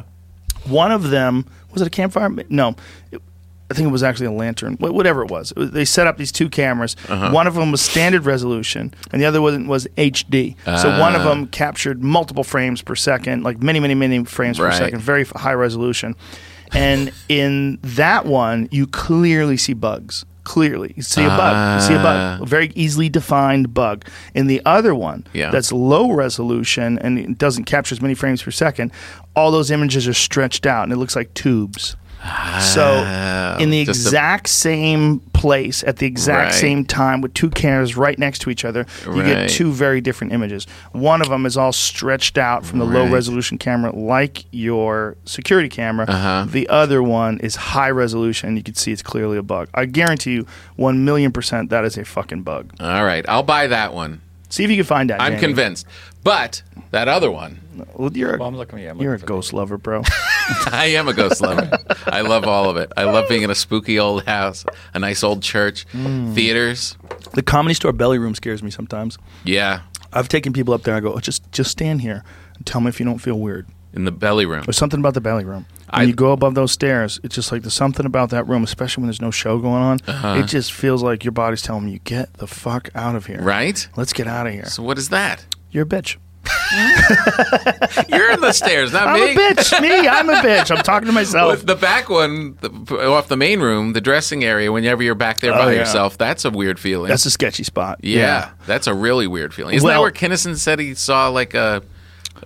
Speaker 1: One of them was it a campfire? No, It- I think it was actually a lantern. Wh- Whatever it was, It was- they set up these two cameras. One of them was standard resolution, and the other one was HD. So one of them captured multiple frames per second, like many, many, many frames
Speaker 2: Right.
Speaker 1: per second, very f- high resolution. And in that one, you clearly see bugs. Clearly, you see a bug. You see a
Speaker 2: Ah.
Speaker 1: bug, a very easily defined bug. In the other one,
Speaker 2: Yeah.
Speaker 1: that's low resolution and it doesn't capture as many frames per second, all those images are stretched out and it looks like tubes. So, in the
Speaker 2: just a-
Speaker 1: exact same place at the exact
Speaker 2: Right.
Speaker 1: same time with two cameras right next to each other, you
Speaker 2: Right.
Speaker 1: get two very different images. One of them is all stretched out from the low
Speaker 2: Right.
Speaker 1: resolution camera, like your security camera.
Speaker 2: Uh-huh.
Speaker 1: The other one is high resolution, and you can see it's clearly a bug. I guarantee you, 1 million percent, that is a fucking bug.
Speaker 2: All right. I'll buy that one.
Speaker 1: See if you can find that.
Speaker 2: I'm
Speaker 1: Jamie.
Speaker 2: convinced. But that other one,
Speaker 1: Well, you're a-
Speaker 3: Well, I'm looking. Yeah, I'm
Speaker 1: You're a
Speaker 3: looking for-
Speaker 1: ghost lover, bro.
Speaker 2: I am a ghost lover. I love all of it. I love being in a spooky old house, a nice old church,
Speaker 1: Mm.
Speaker 2: theaters.
Speaker 1: the comedy store belly room scares me sometimes.
Speaker 2: Yeah.
Speaker 1: I've taken people up there. I go, "Oh, just just stand here and tell me if you don't feel weird.
Speaker 2: In the belly room.
Speaker 1: There's something about the belly room. When
Speaker 2: I-
Speaker 1: you go above those stairs, it's just like there's something about that room, especially when there's no show going on.
Speaker 2: Uh-huh.
Speaker 1: It just feels like your body's telling you, get the fuck out of here.
Speaker 2: Right?
Speaker 1: Let's get out of here.
Speaker 2: So what is that?
Speaker 1: You're a bitch.
Speaker 2: You're in the stairs, not
Speaker 1: I'm
Speaker 2: me.
Speaker 1: a bitch. Me, I'm a bitch. I'm talking to myself.
Speaker 2: With the back one the, off the main room, the dressing area, whenever you're back there
Speaker 1: Oh,
Speaker 2: by
Speaker 1: yeah.
Speaker 2: yourself, that's a weird feeling.
Speaker 1: That's a sketchy spot.
Speaker 2: yeah, that's a really weird feeling. Isn't that
Speaker 1: Well-
Speaker 2: where Kinnison said he saw like a?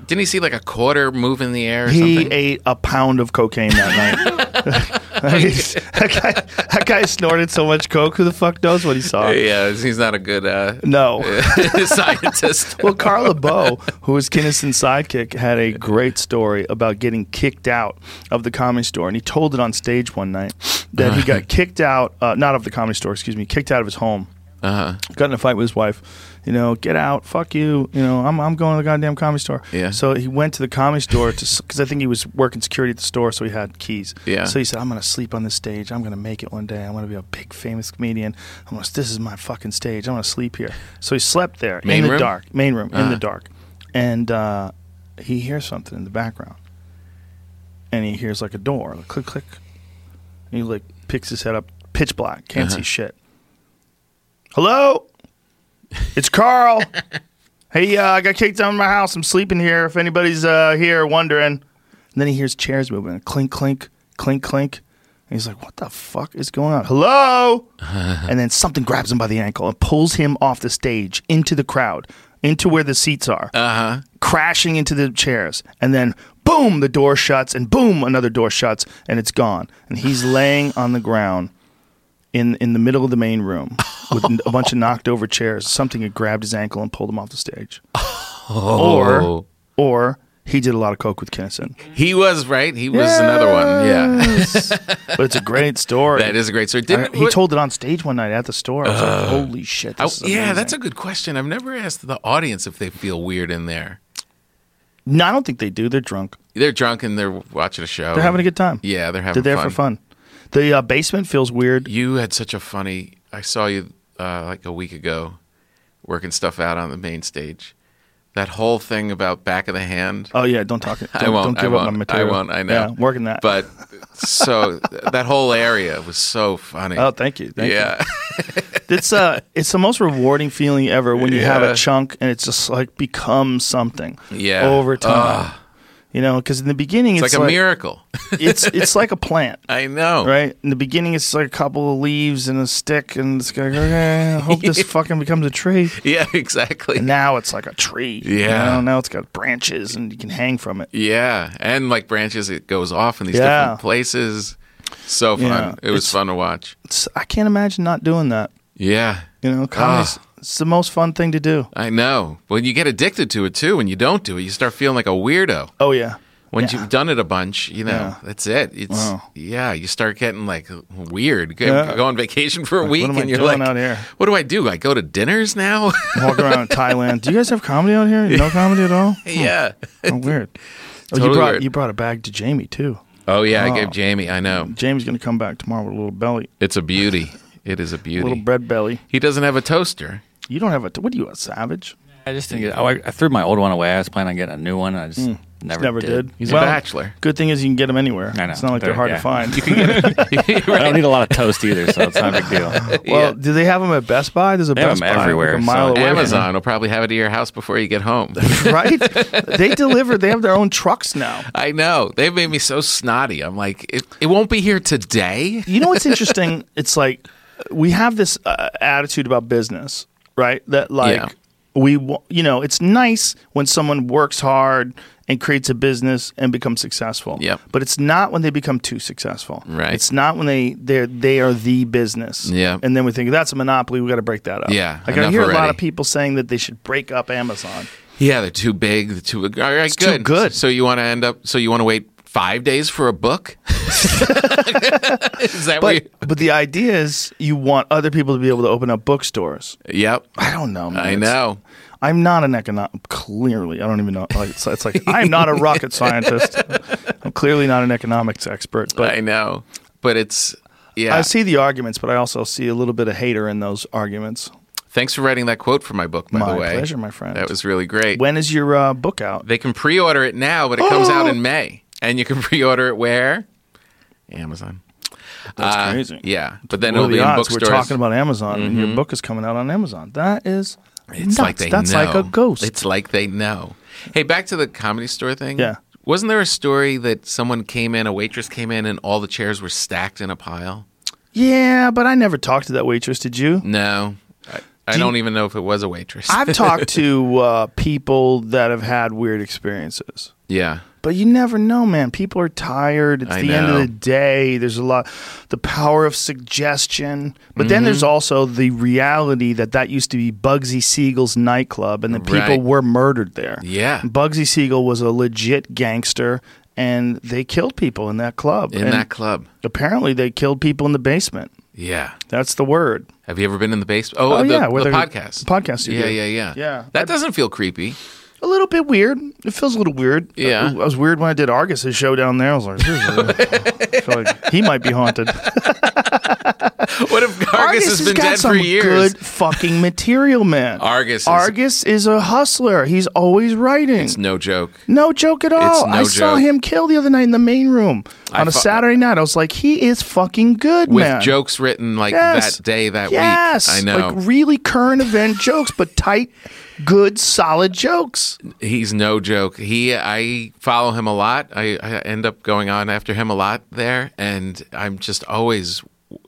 Speaker 2: Didn't he see like a quarter move in the air or
Speaker 1: He
Speaker 2: something?
Speaker 1: ate a pound of cocaine that night. I mean, that, guy, that guy snorted so much coke. Who the fuck knows what he saw?
Speaker 2: yeah, he's not a good uh,
Speaker 1: No.
Speaker 2: scientist.
Speaker 1: Well, Carla Bow, who was Kinnison's sidekick, had a great story about getting kicked out of the comedy store, and he told it on stage one night that he got kicked out, uh, not of the comedy store, excuse me, kicked out of his home.
Speaker 2: Uh-huh.
Speaker 1: Got in a fight with his wife. You know, get out, fuck you. You know, I'm, I'm going to the goddamn comedy store.
Speaker 2: Yeah.
Speaker 1: So he went to the comedy store to because I think he was working security at the store, so he had keys.
Speaker 2: Yeah.
Speaker 1: So he said, "I'm going to sleep on this stage. I'm going to make it one day. I'm going to be a big famous comedian. I'm going to. This is my fucking stage. I'm going to sleep here." So he slept there
Speaker 2: Main
Speaker 1: in the
Speaker 2: room?
Speaker 1: dark main room in
Speaker 2: Uh-huh.
Speaker 1: the dark, and uh, he hears something in the background, and he hears like a door, like click click, and he like picks his head up, pitch black, can't see shit. Hello, it's Carl. hey, uh, I got kicked out of my house. I'm sleeping here. If anybody's uh, here wondering, and then he hears chairs moving, clink clink, clink clink. And he's like, "What the fuck is going on?" Hello and then something grabs him by the ankle and pulls him off the stage into the crowd, into where the seats are,
Speaker 2: Uh huh.
Speaker 1: crashing into the chairs, and then boom, the door shuts, and boom, another door shuts, and it's gone, and he's laying on the ground. In, in the middle of the main room with n- a bunch of knocked over chairs, something had grabbed his ankle and pulled him off the stage. Or, or he did a lot of coke with Kinnison.
Speaker 2: He was right. He was another one. Yeah,
Speaker 1: but it's a great story.
Speaker 2: that is a great story.
Speaker 1: I-
Speaker 2: Didn't
Speaker 1: he
Speaker 2: what-
Speaker 1: told it on stage one night at the store. I was like, "Holy shit!"
Speaker 2: Oh,
Speaker 1: This is
Speaker 2: yeah,
Speaker 1: amazing.
Speaker 2: that's a good question. I've never asked the audience if they feel weird in there.
Speaker 1: No, I don't think they do. They're drunk.
Speaker 2: They're drunk and they're watching a show.
Speaker 1: They're having a good time.
Speaker 2: yeah, they're having
Speaker 1: They're there
Speaker 2: fun.
Speaker 1: for fun. The uh, basement feels weird.
Speaker 2: You had such a funny. I saw you uh, like a week ago, working stuff out on the main stage, That whole thing about back of the hand.
Speaker 1: Oh yeah, don't talk it. Don't,
Speaker 2: I won't.
Speaker 1: Don't give
Speaker 2: I
Speaker 1: up
Speaker 2: won't,
Speaker 1: my material.
Speaker 2: I won't. I know.
Speaker 1: Yeah, working that.
Speaker 2: But so that whole area was so funny.
Speaker 1: oh, thank you. Thank
Speaker 2: yeah.
Speaker 1: you. It's uh, it's the most rewarding feeling ever when you have
Speaker 2: Yeah.
Speaker 1: a chunk and it's just like becomes something.
Speaker 2: Yeah.
Speaker 1: Over time. You know, because in the beginning
Speaker 2: It's,
Speaker 1: it's,
Speaker 2: like a miracle.
Speaker 1: it's it's like a plant.
Speaker 2: I know.
Speaker 1: Right in the beginning, it's like a couple of leaves and a stick, and it's like, okay, I hope this fucking becomes a tree.
Speaker 2: Yeah, exactly.
Speaker 1: And now it's like a tree. you
Speaker 2: Yeah.
Speaker 1: know? Now it's got branches and you can hang from it.
Speaker 2: yeah. And like branches, it goes off in these
Speaker 1: Yeah.
Speaker 2: different places. So fun.
Speaker 1: Yeah.
Speaker 2: It was
Speaker 1: It's-
Speaker 2: fun to watch.
Speaker 1: It's, I can't imagine not doing that.
Speaker 2: Yeah.
Speaker 1: You know, comedy's
Speaker 2: Ah.
Speaker 1: it's the most fun thing to do.
Speaker 2: I know. Well, you get addicted to it too. When you don't do it, you start feeling like a weirdo.
Speaker 1: Oh yeah.
Speaker 2: Once
Speaker 1: Yeah.
Speaker 2: you've done it a bunch, you know,
Speaker 1: Yeah.
Speaker 2: that's it. It's
Speaker 1: Wow.
Speaker 2: yeah, you start getting like weird. Go,
Speaker 1: Yeah.
Speaker 2: go on vacation for a week
Speaker 1: what am I
Speaker 2: and you're
Speaker 1: doing
Speaker 2: like,
Speaker 1: out here?
Speaker 2: what do I do? I go to dinners now?
Speaker 1: walk around Thailand. Do you guys have comedy out here? No comedy at all.
Speaker 2: yeah.
Speaker 1: Oh, weird. Oh, you
Speaker 2: Totally
Speaker 1: brought
Speaker 2: weird.
Speaker 1: you brought a bag to Jamie too.
Speaker 2: Oh yeah, I gave Jamie. I know.
Speaker 1: Jamie's gonna come back tomorrow with a little belly,
Speaker 2: It's a beauty. It is a
Speaker 1: a
Speaker 2: beauty.
Speaker 1: little bread belly.
Speaker 2: he doesn't have a toaster.
Speaker 1: You don't have a. What are you a savage?
Speaker 3: I just think oh, I, I threw my old one away. I was planning on getting a new one. and I just never,
Speaker 1: Hmm. Never
Speaker 3: did.
Speaker 1: did.
Speaker 2: He's
Speaker 1: Well,
Speaker 2: a bachelor.
Speaker 1: Good thing is you can get them anywhere.
Speaker 3: I know.
Speaker 1: It's not like they're,
Speaker 3: They're-
Speaker 1: hard
Speaker 3: yeah.
Speaker 1: to find.
Speaker 3: I don't need a lot of toast either, so it's not a big deal.
Speaker 1: well, do they have them at Best Buy? There's a
Speaker 3: They have
Speaker 1: Best
Speaker 3: them
Speaker 1: Buy
Speaker 3: everywhere,
Speaker 1: like a
Speaker 3: so-
Speaker 1: mile away.
Speaker 2: Amazon will probably have it to your house before you get home.
Speaker 1: right? They deliver. They have their own trucks now.
Speaker 2: I know. They've made me so snotty. I'm like, it, it won't be here today.
Speaker 1: You know what's interesting? It's like we have this uh, attitude about business, right? That like
Speaker 2: Yeah.
Speaker 1: we, wa- you know, it's nice when someone works hard and creates a business and becomes successful.
Speaker 2: Yep.
Speaker 1: But it's not when they become too successful.
Speaker 2: Right.
Speaker 1: It's not when they they they are the business.
Speaker 2: Yeah.
Speaker 1: And then we think that's a monopoly. We got to break that up.
Speaker 2: Yeah,
Speaker 1: Like I
Speaker 2: enough
Speaker 1: hear a lot
Speaker 2: already.
Speaker 1: of people saying that they should break up Amazon.
Speaker 2: Yeah, they're too big. They're too. All right,
Speaker 1: too
Speaker 2: good.
Speaker 1: good.
Speaker 2: So you want to end up? So you want to wait five days for a book? Is that what?
Speaker 1: But but the idea is you want other people to be able to open up bookstores.
Speaker 2: You, yep.
Speaker 1: I don't know. Man.
Speaker 2: I
Speaker 1: It's-
Speaker 2: know.
Speaker 1: I'm not an economic. Clearly, I don't even know. Like, it's, it's like I'm not a rocket scientist. I'm clearly not an economics expert. But
Speaker 2: I know. But it's yeah.
Speaker 1: I see the arguments, but I also see a little bit of hater in those arguments.
Speaker 2: Thanks for writing that quote for my book. By
Speaker 1: My
Speaker 2: the way,
Speaker 1: pleasure, my friend.
Speaker 2: That was really great.
Speaker 1: When is your uh, book out?
Speaker 2: they can pre-order it now, but it comes out
Speaker 1: Oh!
Speaker 2: in May, and you can pre-order it where? Amazon.
Speaker 1: That's
Speaker 2: Uh,
Speaker 1: crazy.
Speaker 2: Yeah, but then
Speaker 1: What
Speaker 2: it'll
Speaker 1: are
Speaker 2: be
Speaker 1: the
Speaker 2: in
Speaker 1: odds? We're
Speaker 2: bookstores. Mm-hmm.
Speaker 1: talking about Amazon, and your book is coming out on Amazon. That is
Speaker 2: It's
Speaker 1: nuts.
Speaker 2: like they
Speaker 1: That's
Speaker 2: know.
Speaker 1: like a ghost.
Speaker 2: It's like they know. Hey, back to the comedy store thing.
Speaker 1: Yeah.
Speaker 2: Wasn't there a story that someone came in, a waitress came in, and all the chairs were stacked in a pile?
Speaker 1: yeah, but I never talked to that waitress. Did you?
Speaker 2: No. I, I don't even know if it was a waitress.
Speaker 1: I've talked to uh, people that have had weird experiences.
Speaker 2: yeah.
Speaker 1: But you never know, man. People are tired. It's
Speaker 2: I
Speaker 1: the end of
Speaker 2: know.
Speaker 1: the day. There's a lot, the power of suggestion. But then there's
Speaker 2: Mm-hmm.
Speaker 1: also the reality that that used to be Bugsy Siegel's nightclub, and the people
Speaker 2: Right.
Speaker 1: were murdered there.
Speaker 2: Yeah.
Speaker 1: Bugsy Siegel was a legit gangster, and they killed people in that club.
Speaker 2: In
Speaker 1: And
Speaker 2: that club.
Speaker 1: apparently, they killed people in the basement.
Speaker 2: Yeah.
Speaker 1: That's the word.
Speaker 2: Have you ever been in the basement? Oh,
Speaker 1: Oh,
Speaker 2: the,
Speaker 1: yeah, where
Speaker 2: the
Speaker 1: they-
Speaker 2: podcast.
Speaker 1: podcast studio.
Speaker 2: Yeah, yeah, yeah.
Speaker 1: Yeah.
Speaker 2: That doesn't feel creepy.
Speaker 1: A little bit weird. It feels a little weird.
Speaker 2: Yeah.
Speaker 1: I, I was weird when I did Argus's show down there. I was like, "This is weird." I feel like he might be haunted.
Speaker 2: What if Argus, has been
Speaker 1: got
Speaker 2: dead
Speaker 1: some
Speaker 2: for years?
Speaker 1: Good fucking material, man.
Speaker 2: Argus is-
Speaker 1: Argus is a hustler. He's always writing.
Speaker 2: It's no joke.
Speaker 1: no joke at all.
Speaker 2: no
Speaker 1: I saw
Speaker 2: joke.
Speaker 1: him kill the other night in the main room on a
Speaker 2: fu-
Speaker 1: Saturday night. I was like, he is fucking good,
Speaker 2: With
Speaker 1: man.
Speaker 2: jokes written like
Speaker 1: Yes.
Speaker 2: that day, that
Speaker 1: yes.
Speaker 2: week. I know.
Speaker 1: Like really current event jokes, but tight, good, solid jokes.
Speaker 2: He's no joke. He I follow him a lot. I, I end up going on after him a lot there, and I'm just always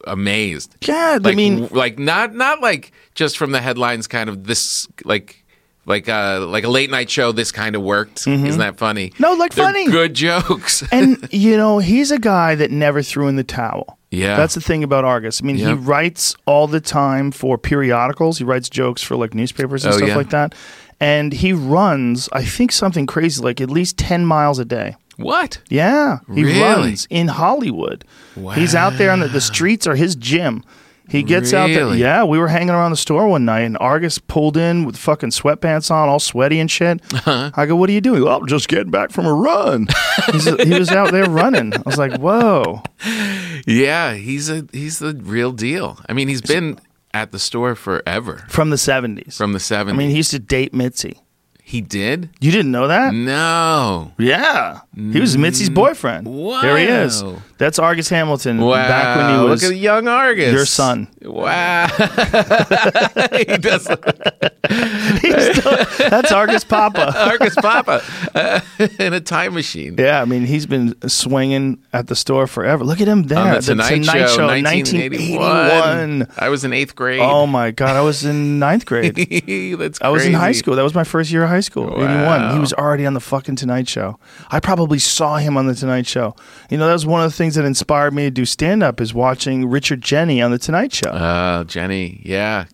Speaker 2: amazed.
Speaker 1: Yeah,
Speaker 2: Like,
Speaker 1: I mean,
Speaker 2: w- like not not like just from the headlines, kind of this like like uh like a late night show. This kind of worked. Isn't that funny?
Speaker 1: Mm-hmm. No, like
Speaker 2: They're
Speaker 1: funny.
Speaker 2: good jokes.
Speaker 1: and you know he's a guy that never threw in the towel
Speaker 2: Yeah.
Speaker 1: that's the thing about argus i mean he
Speaker 2: Yep.
Speaker 1: writes all the time for periodicals he writes jokes for like newspapers and
Speaker 2: Oh,
Speaker 1: stuff
Speaker 2: yeah.
Speaker 1: like that and he runs i think something crazy like at least 10 miles a day
Speaker 2: what?
Speaker 1: yeah he
Speaker 2: Really?
Speaker 1: runs in hollywood he's out there on the, the streets are his gym he gets out there.
Speaker 2: Really?
Speaker 1: Yeah, we were hanging around the store one night, and Argus pulled in with fucking sweatpants on, all sweaty and shit.
Speaker 2: Uh-huh.
Speaker 1: I go, "What are you doing?" Well, I'm just getting back from a run. He's, he was out there running. I was like, "Whoa!"
Speaker 2: Yeah, he's a he's the real deal. I mean, he's been at the store forever
Speaker 1: From the '70s.
Speaker 2: from the 70s.
Speaker 1: I mean, he used to date Mitzi.
Speaker 2: He did?
Speaker 1: You didn't know that?
Speaker 2: Mm. No.
Speaker 1: Yeah, he was Mitzi's boyfriend. There he is.
Speaker 2: Mm. Wow.
Speaker 1: That's Argus Hamilton.
Speaker 2: Wow.
Speaker 1: Back when he was
Speaker 2: Look at young Argus.
Speaker 1: your son.
Speaker 2: Wow. he does look like
Speaker 1: That's Argus Papa.
Speaker 2: Argus Papa uh, in a time machine.
Speaker 1: Yeah, I mean he's been swinging at the store forever. Look at him there.
Speaker 2: On the,
Speaker 1: The
Speaker 2: Tonight, Show, 1981.
Speaker 1: 1981.
Speaker 2: I was in eighth grade.
Speaker 1: Oh my god, I was in ninth grade.
Speaker 2: That's
Speaker 1: I was in high
Speaker 2: crazy.
Speaker 1: school. That was my first year of high school.
Speaker 2: Wow.
Speaker 1: Eighty-one. He was already on the fucking Tonight Show. I probably saw him on the Tonight Show. You know, that was one of the things that inspired me to do stand-up is watching Richard Jenny on the Tonight Show.
Speaker 2: Uh, Jenny, yeah,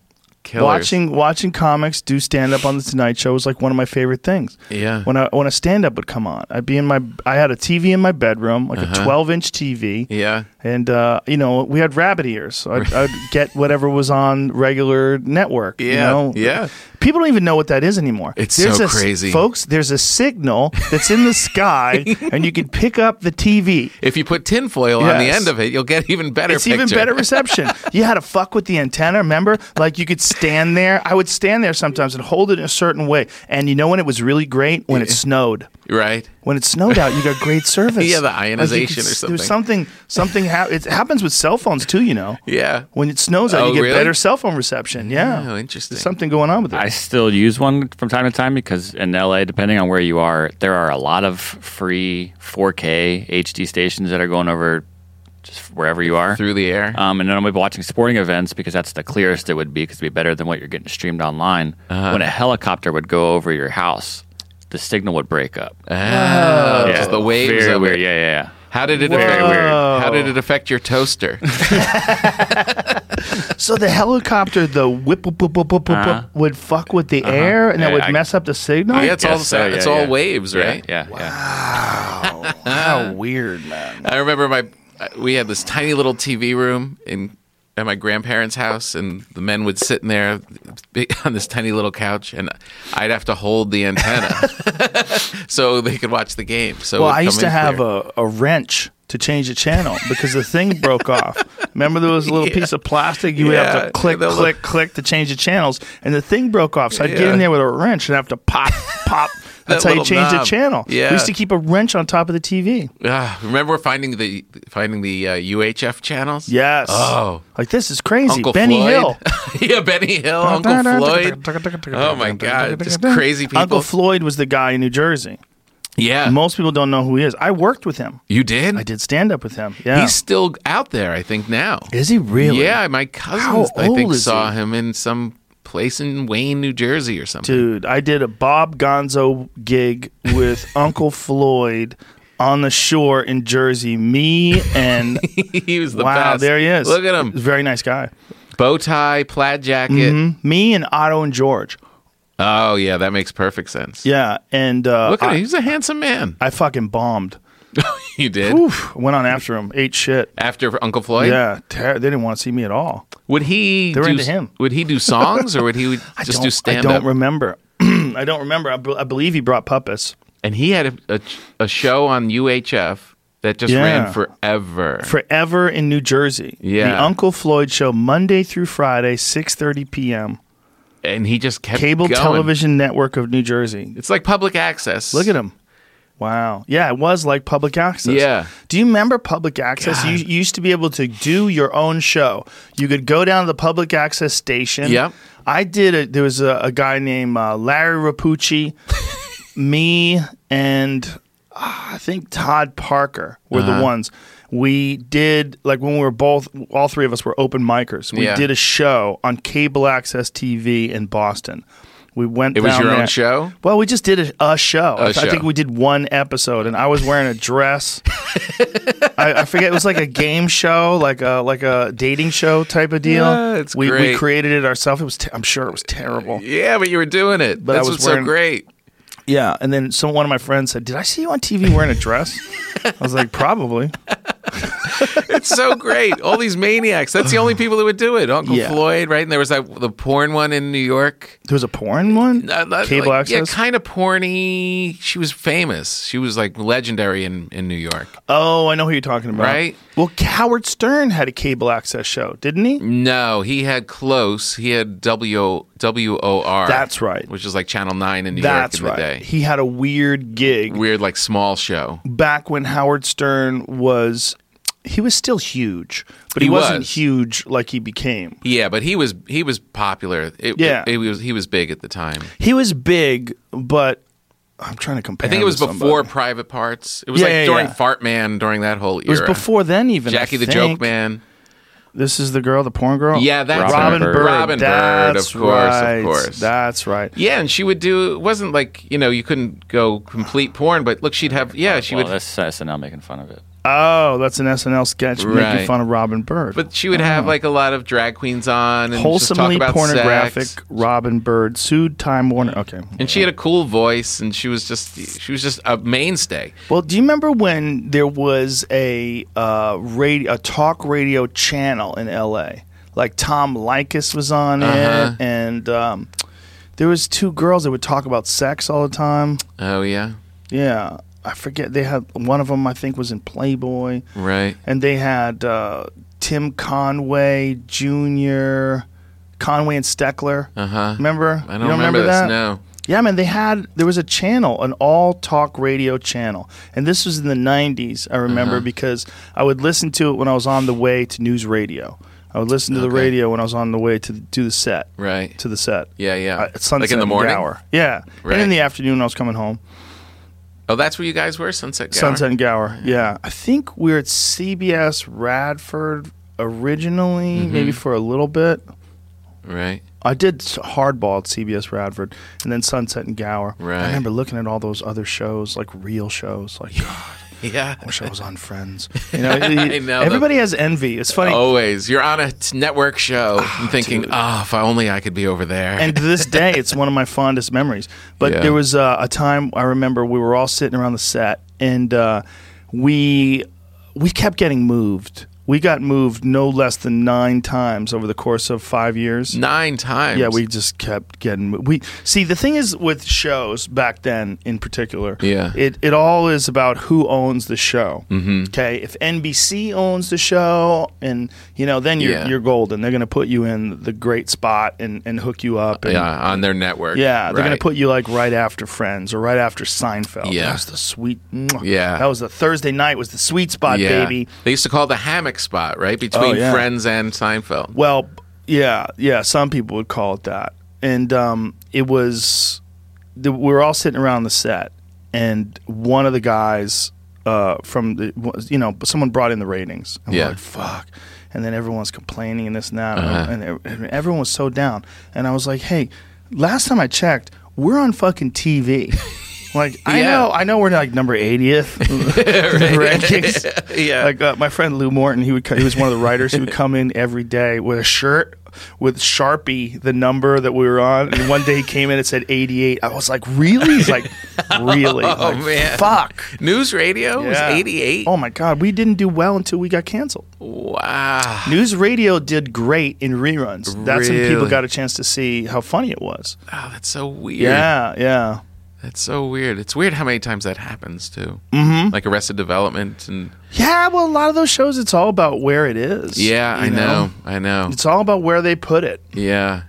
Speaker 2: killers.
Speaker 1: watching watching comics do stand up on the Tonight Show was like one of my favorite things.
Speaker 2: Yeah.
Speaker 1: When I when a stand up would come on, I'd be in my I had a TV in my bedroom, like a twelve inch TV.
Speaker 2: Uh-huh. Yeah,
Speaker 1: And uh, you know we had rabbit ears, so I'd, I'd get whatever was on regular network. you
Speaker 2: Yeah,
Speaker 1: know?
Speaker 2: yeah.
Speaker 1: People don't even know what that is anymore.
Speaker 2: It's
Speaker 1: There's
Speaker 2: so
Speaker 1: a s-
Speaker 2: crazy.
Speaker 1: folks. There's a signal that's in the sky, and you can pick up the TV.
Speaker 2: if you put tinfoil on the
Speaker 1: Yes.
Speaker 2: end of it, you'll get even better.
Speaker 1: It's even
Speaker 2: picture.
Speaker 1: better reception. you had to fuck with the antenna, remember? Like you could stand there. I would stand there sometimes and hold it in a certain way. And you know when it was really great? When it snowed.
Speaker 2: right?
Speaker 1: When it snowed out, you got great service.
Speaker 2: Yeah, the
Speaker 1: Like, you
Speaker 2: ionization
Speaker 1: could-
Speaker 2: or
Speaker 1: There's something, something hap- it happens with cell phones too, you know.
Speaker 2: Yeah.
Speaker 1: When it snows out,
Speaker 2: Oh,
Speaker 1: you get
Speaker 2: really?
Speaker 1: better cell phone reception. Yeah.
Speaker 2: Oh, interesting.
Speaker 1: There's something going on with it.
Speaker 3: I still use one from time to time because in LA, depending on where you are, there are a lot of free 4K HD stations that are going over just wherever you are.
Speaker 2: Through the air.
Speaker 3: Um, and then I'm watching sporting events because that's the clearest it would be because it'd be better than what you're getting streamed online.
Speaker 2: Uh-huh.
Speaker 3: When a helicopter would go over your house, the signal would break up.
Speaker 2: Ah, just the waves.
Speaker 3: Very
Speaker 2: of
Speaker 3: weird.
Speaker 2: it.
Speaker 3: Yeah, yeah,
Speaker 2: How did it affect?
Speaker 3: Very weird.
Speaker 2: How did it affect your toaster?
Speaker 1: So the helicopter, the whip, whip, whip, whip, whip, whip,
Speaker 3: Uh-huh.
Speaker 1: would fuck with the air and
Speaker 3: Yeah,
Speaker 1: it would
Speaker 3: I-
Speaker 1: mess up the signal.
Speaker 2: yeah, it's all
Speaker 3: guess so,
Speaker 2: sound- it's
Speaker 3: yeah,
Speaker 2: all
Speaker 3: yeah.
Speaker 2: waves,
Speaker 3: yeah. Yeah,
Speaker 2: right?
Speaker 3: Yeah, yeah.
Speaker 1: How weird, man.
Speaker 2: I remember my we had this tiny little TV room in at my grandparents' house, and the men would sit in there on this tiny little couch, and I'd have to hold the antenna so they could watch the game. So
Speaker 1: Well,
Speaker 2: it would
Speaker 1: I used
Speaker 2: come
Speaker 1: to
Speaker 2: in
Speaker 1: have
Speaker 2: clear.
Speaker 1: a, a wrench to change the channel because the thing broke off. Remember, there was a little piece of plastic you would have
Speaker 2: Yeah,
Speaker 1: to click,
Speaker 2: the
Speaker 1: click,
Speaker 2: little-
Speaker 1: click to change the channels, and the thing broke off. So I'd get
Speaker 2: Yeah.
Speaker 1: in there with a wrench and have to pop, pop. That's
Speaker 2: That
Speaker 1: how you
Speaker 2: little
Speaker 1: change the
Speaker 2: knob.
Speaker 1: channel.
Speaker 2: Yeah.
Speaker 1: We used to keep a wrench on top of the TV.
Speaker 2: Ah, remember finding the finding the uh, UHF channels?
Speaker 1: Yes.
Speaker 2: Oh.
Speaker 1: Like, this is crazy.
Speaker 2: Uncle
Speaker 1: Benny
Speaker 2: Floyd.
Speaker 1: Hill.
Speaker 2: yeah, Benny Hill, Uncle Floyd. Oh my God, just crazy people.
Speaker 1: Uncle Floyd was the guy in New Jersey.
Speaker 2: yeah,
Speaker 1: Most people don't know who he is. I worked with him.
Speaker 2: you did.
Speaker 1: I did stand up with him. Yeah.
Speaker 2: He's still out there, I think now.
Speaker 1: is he really?
Speaker 2: Yeah, my cousins
Speaker 1: How
Speaker 2: I think
Speaker 1: old is
Speaker 2: saw
Speaker 1: he?
Speaker 2: him in some place in Wayne, New Jersey or something.
Speaker 1: Dude, I did a Bob Gonzo gig with Uncle Floyd on the shore in Jersey. Me and
Speaker 2: he was the
Speaker 1: wow,
Speaker 2: best.
Speaker 1: there he is.
Speaker 2: Look at him.
Speaker 1: Very nice guy.
Speaker 2: Bow tie, plaid jacket.
Speaker 1: Me and Otto and George.
Speaker 2: Oh yeah, that makes perfect sense.
Speaker 1: Yeah, and uh,
Speaker 2: Look at
Speaker 1: I,
Speaker 2: him. He's a handsome man.
Speaker 1: I fucking bombed.
Speaker 2: you did.
Speaker 1: Oof, went on after him, ate shit.
Speaker 2: After Uncle Floyd?
Speaker 1: Yeah, ter- they didn't want to see me at all.
Speaker 2: Would he
Speaker 1: They were
Speaker 2: do,
Speaker 1: into him.
Speaker 2: Would he do songs or would he
Speaker 1: I
Speaker 2: just
Speaker 1: don't-
Speaker 2: do stand
Speaker 1: I
Speaker 2: up?
Speaker 1: don't remember. I don't remember. I, be- I believe he brought puppets
Speaker 2: and he had a, a, a show on UHF that just
Speaker 1: Yeah.
Speaker 2: ran forever.
Speaker 1: forever in New Jersey.
Speaker 2: Yeah.
Speaker 1: the Uncle Floyd show Monday through Friday, six thirty p.m.
Speaker 2: and he just kept
Speaker 1: Cable
Speaker 2: going.
Speaker 1: Television Network of New Jersey.
Speaker 2: It's like public access.
Speaker 1: Look at him. Wow. Yeah, it was like public access.
Speaker 2: Yeah.
Speaker 1: Do you remember public access? You, you used to be able to do your own show. You could go down to the public access station.
Speaker 2: Yep.
Speaker 1: I did it. There was a, a guy named uh, Larry Rapucci, me, and ah, I think Todd Parker were the
Speaker 2: Uh-huh.
Speaker 1: ones. We did, like, when we were both, all three of us were open micers. We
Speaker 2: Yeah.
Speaker 1: did a show on cable access TV in Boston. We went
Speaker 2: It was
Speaker 1: down
Speaker 2: your own
Speaker 1: there-
Speaker 2: show?
Speaker 1: well, we just did a, a show. I th- I
Speaker 2: show.
Speaker 1: think we did one episode, and I was wearing a dress. I, I forget it was like a game show, like a like a dating show type of deal.
Speaker 2: Yeah, it's
Speaker 1: we we
Speaker 2: great.
Speaker 1: created it ourselves. It was te- I'm sure it was terrible.
Speaker 2: Yeah, but you were doing it.
Speaker 1: But I
Speaker 2: That's
Speaker 1: was
Speaker 2: what's
Speaker 1: wearing-
Speaker 2: so great.
Speaker 1: Yeah, and then some one of my friends said, "Did I see you on TV wearing a dress?" I was like, "Probably."
Speaker 2: it's so great. All these maniacs. That's the only people that would do it. Uncle
Speaker 1: Yeah.
Speaker 2: Floyd, right? And there was that the porn one in New York.
Speaker 1: There was a porn one?
Speaker 2: Uh, uh,
Speaker 1: Cable
Speaker 2: like,
Speaker 1: access?
Speaker 2: Yeah, kind of porny. She was famous. She was like legendary in, in New York.
Speaker 1: oh, I know who you're talking about.
Speaker 2: Right?
Speaker 1: Well, Howard Stern had a cable access show, didn't he?
Speaker 2: No, he had close. He had W W O R.
Speaker 1: That's right.
Speaker 2: Which is like Channel Nine in New
Speaker 1: That's
Speaker 2: York in
Speaker 1: right.
Speaker 2: the day.
Speaker 1: He had a weird gig
Speaker 2: Weird, like small show.
Speaker 1: back when Howard Stern was he was still huge, but he,
Speaker 2: He
Speaker 1: wasn't
Speaker 2: was.
Speaker 1: huge like he became.
Speaker 2: Yeah, but he was he was popular. It,
Speaker 1: Yeah.
Speaker 2: it, was he was big at the time.
Speaker 1: He was big, but I'm trying to compare.
Speaker 2: I think it
Speaker 1: him
Speaker 2: was
Speaker 1: to
Speaker 2: before
Speaker 1: somebody.
Speaker 2: Private Parts. It was
Speaker 1: Yeah,
Speaker 2: like
Speaker 1: yeah,
Speaker 2: during
Speaker 1: yeah.
Speaker 2: Fart Man, during that whole
Speaker 1: It was
Speaker 2: era.
Speaker 1: before then, even I
Speaker 2: Jackie the
Speaker 1: think.
Speaker 2: Joke Man.
Speaker 1: This is the girl, the porn girl.
Speaker 2: Yeah, that's
Speaker 1: Robin
Speaker 3: Robin
Speaker 1: Bird.
Speaker 3: Bird.
Speaker 2: Robin Bird,
Speaker 1: That's
Speaker 2: of course,
Speaker 1: right.
Speaker 2: of course.
Speaker 1: That's right.
Speaker 2: Yeah, and she would do. It wasn't like you know you couldn't go complete porn, but look, she'd have. Yeah, she
Speaker 3: well,
Speaker 2: would.
Speaker 3: that's SNL making fun of it.
Speaker 1: Oh, that's an SNL sketch making
Speaker 2: Right.
Speaker 1: fun of Robin Bird.
Speaker 2: But she would have like a lot of drag queens on and just talk
Speaker 1: Oh. wholesomely
Speaker 2: about
Speaker 1: pornographic
Speaker 2: sex.
Speaker 1: Robin Bird sued Time Warner. Okay.
Speaker 2: And she had a cool voice, and she was just she was just a mainstay.
Speaker 1: Well, do you remember when there was a uh, radio, a talk radio channel in L.A. Like Tom Likas was on
Speaker 2: Uh-huh.
Speaker 1: it, and um, there was two girls that would talk about sex all the time.
Speaker 2: Oh yeah,
Speaker 1: Yeah, I forget. They had one of them. I think was in Playboy,
Speaker 2: right.
Speaker 1: and they had uh, Tim Conway Jr., Conway and Steckler.
Speaker 2: Uh huh.
Speaker 1: Remember?
Speaker 2: I
Speaker 1: You
Speaker 2: don't, remember, this.
Speaker 1: that?
Speaker 2: No.
Speaker 1: Yeah, man, they had there was a channel, an all talk radio channel, and this was in the '90s. I remember
Speaker 2: Mm-hmm.
Speaker 1: because I would listen to it when I was on the way to news radio. I would listen to the
Speaker 2: Okay.
Speaker 1: radio when I was on the way to do the set,
Speaker 2: Right.
Speaker 1: to the set.
Speaker 2: Yeah, yeah.
Speaker 1: Uh, at sunset
Speaker 2: like in the morning.
Speaker 1: Gower. Yeah, and
Speaker 2: Right.
Speaker 1: in the afternoon when I was coming home.
Speaker 2: Oh, that's where you guys were, Sunset Gower.
Speaker 1: Sunset and Gower. Yeah, I think we were at CBS Radford originally,
Speaker 2: Mm-hmm.
Speaker 1: maybe for a little bit.
Speaker 2: Right.
Speaker 1: I did s- Hardball at CBS Radford, and then Sunset and Gower. I
Speaker 2: Right.
Speaker 1: remember looking at all those other shows, like real shows, like God,
Speaker 2: Yeah.
Speaker 1: I wish I was on Friends. You know, the-
Speaker 2: know, Oh. the-
Speaker 1: everybody has envy. It's funny.
Speaker 2: Always, you're on a t- network show, and thinking, ah, if I only I could be over there.
Speaker 1: and to this day, it's one of my fondest memories. But
Speaker 2: Yeah.
Speaker 1: there was uh, a time I remember we were all sitting around the set, and uh, we we kept getting moved. We got moved no less than nine times over the course of five years.
Speaker 2: Nine times.
Speaker 1: Yeah, we just kept getting we see the thing is with shows back then in particular.
Speaker 2: Yeah.
Speaker 1: it it all is about who owns the show. Mm-hmm. Okay, if NBC owns the show, and you know, then you're
Speaker 2: Yeah.
Speaker 1: you're golden. They're going to put you in the great spot and and hook you up. And,
Speaker 2: yeah on their network.
Speaker 1: yeah, they're going
Speaker 2: Right.
Speaker 1: to put you like right after Friends or right after Seinfeld.
Speaker 2: Yeah.
Speaker 1: that was the sweet.
Speaker 2: Yeah.
Speaker 1: that was the Thursday night was the sweet spot, baby. Oh,
Speaker 2: They used to call it the hammock spot, right? Between
Speaker 1: yeah.
Speaker 2: Friends and Seinfeld.
Speaker 1: Well, yeah, yeah. Some people would call it that, and um, it was. The, we were all sitting around the set, and one of the guys uh, from the was- you know someone brought in the ratings. And
Speaker 2: Yeah. Uh-huh.
Speaker 1: We're like fuck. And then everyone's complaining and this and that, and, and everyone was so down. And I was like, hey, last time I checked, we're on fucking TV. Like I
Speaker 2: Yeah.
Speaker 1: know, I know we're like number 80th in the rankings.
Speaker 2: Yeah.
Speaker 1: Like uh, my friend Lou Morton, he would co- he was one of the writers who would come in every day with a shirt with Sharpie the number that we were on, and one day he came in and said eighty eight. I was like, really? He's like, really? Oh
Speaker 2: man.
Speaker 1: fuck.
Speaker 2: News radio was
Speaker 1: Yeah.
Speaker 2: 88.
Speaker 1: Oh my god, we didn't do well until we got canceled.
Speaker 2: Wow.
Speaker 1: News radio did great in reruns. That's when people
Speaker 2: Really?
Speaker 1: got a chance to see how funny it was.
Speaker 2: Oh, that's so weird.
Speaker 1: Yeah, yeah.
Speaker 2: That's so weird. It's weird how many times that happens, too. Mm-hmm. Like Arrested Development. and
Speaker 1: Yeah, well, a lot of those shows, it's all about where it is.
Speaker 2: Yeah,
Speaker 1: you
Speaker 2: I know. I know.
Speaker 1: It's all about where they put it.
Speaker 2: Yeah.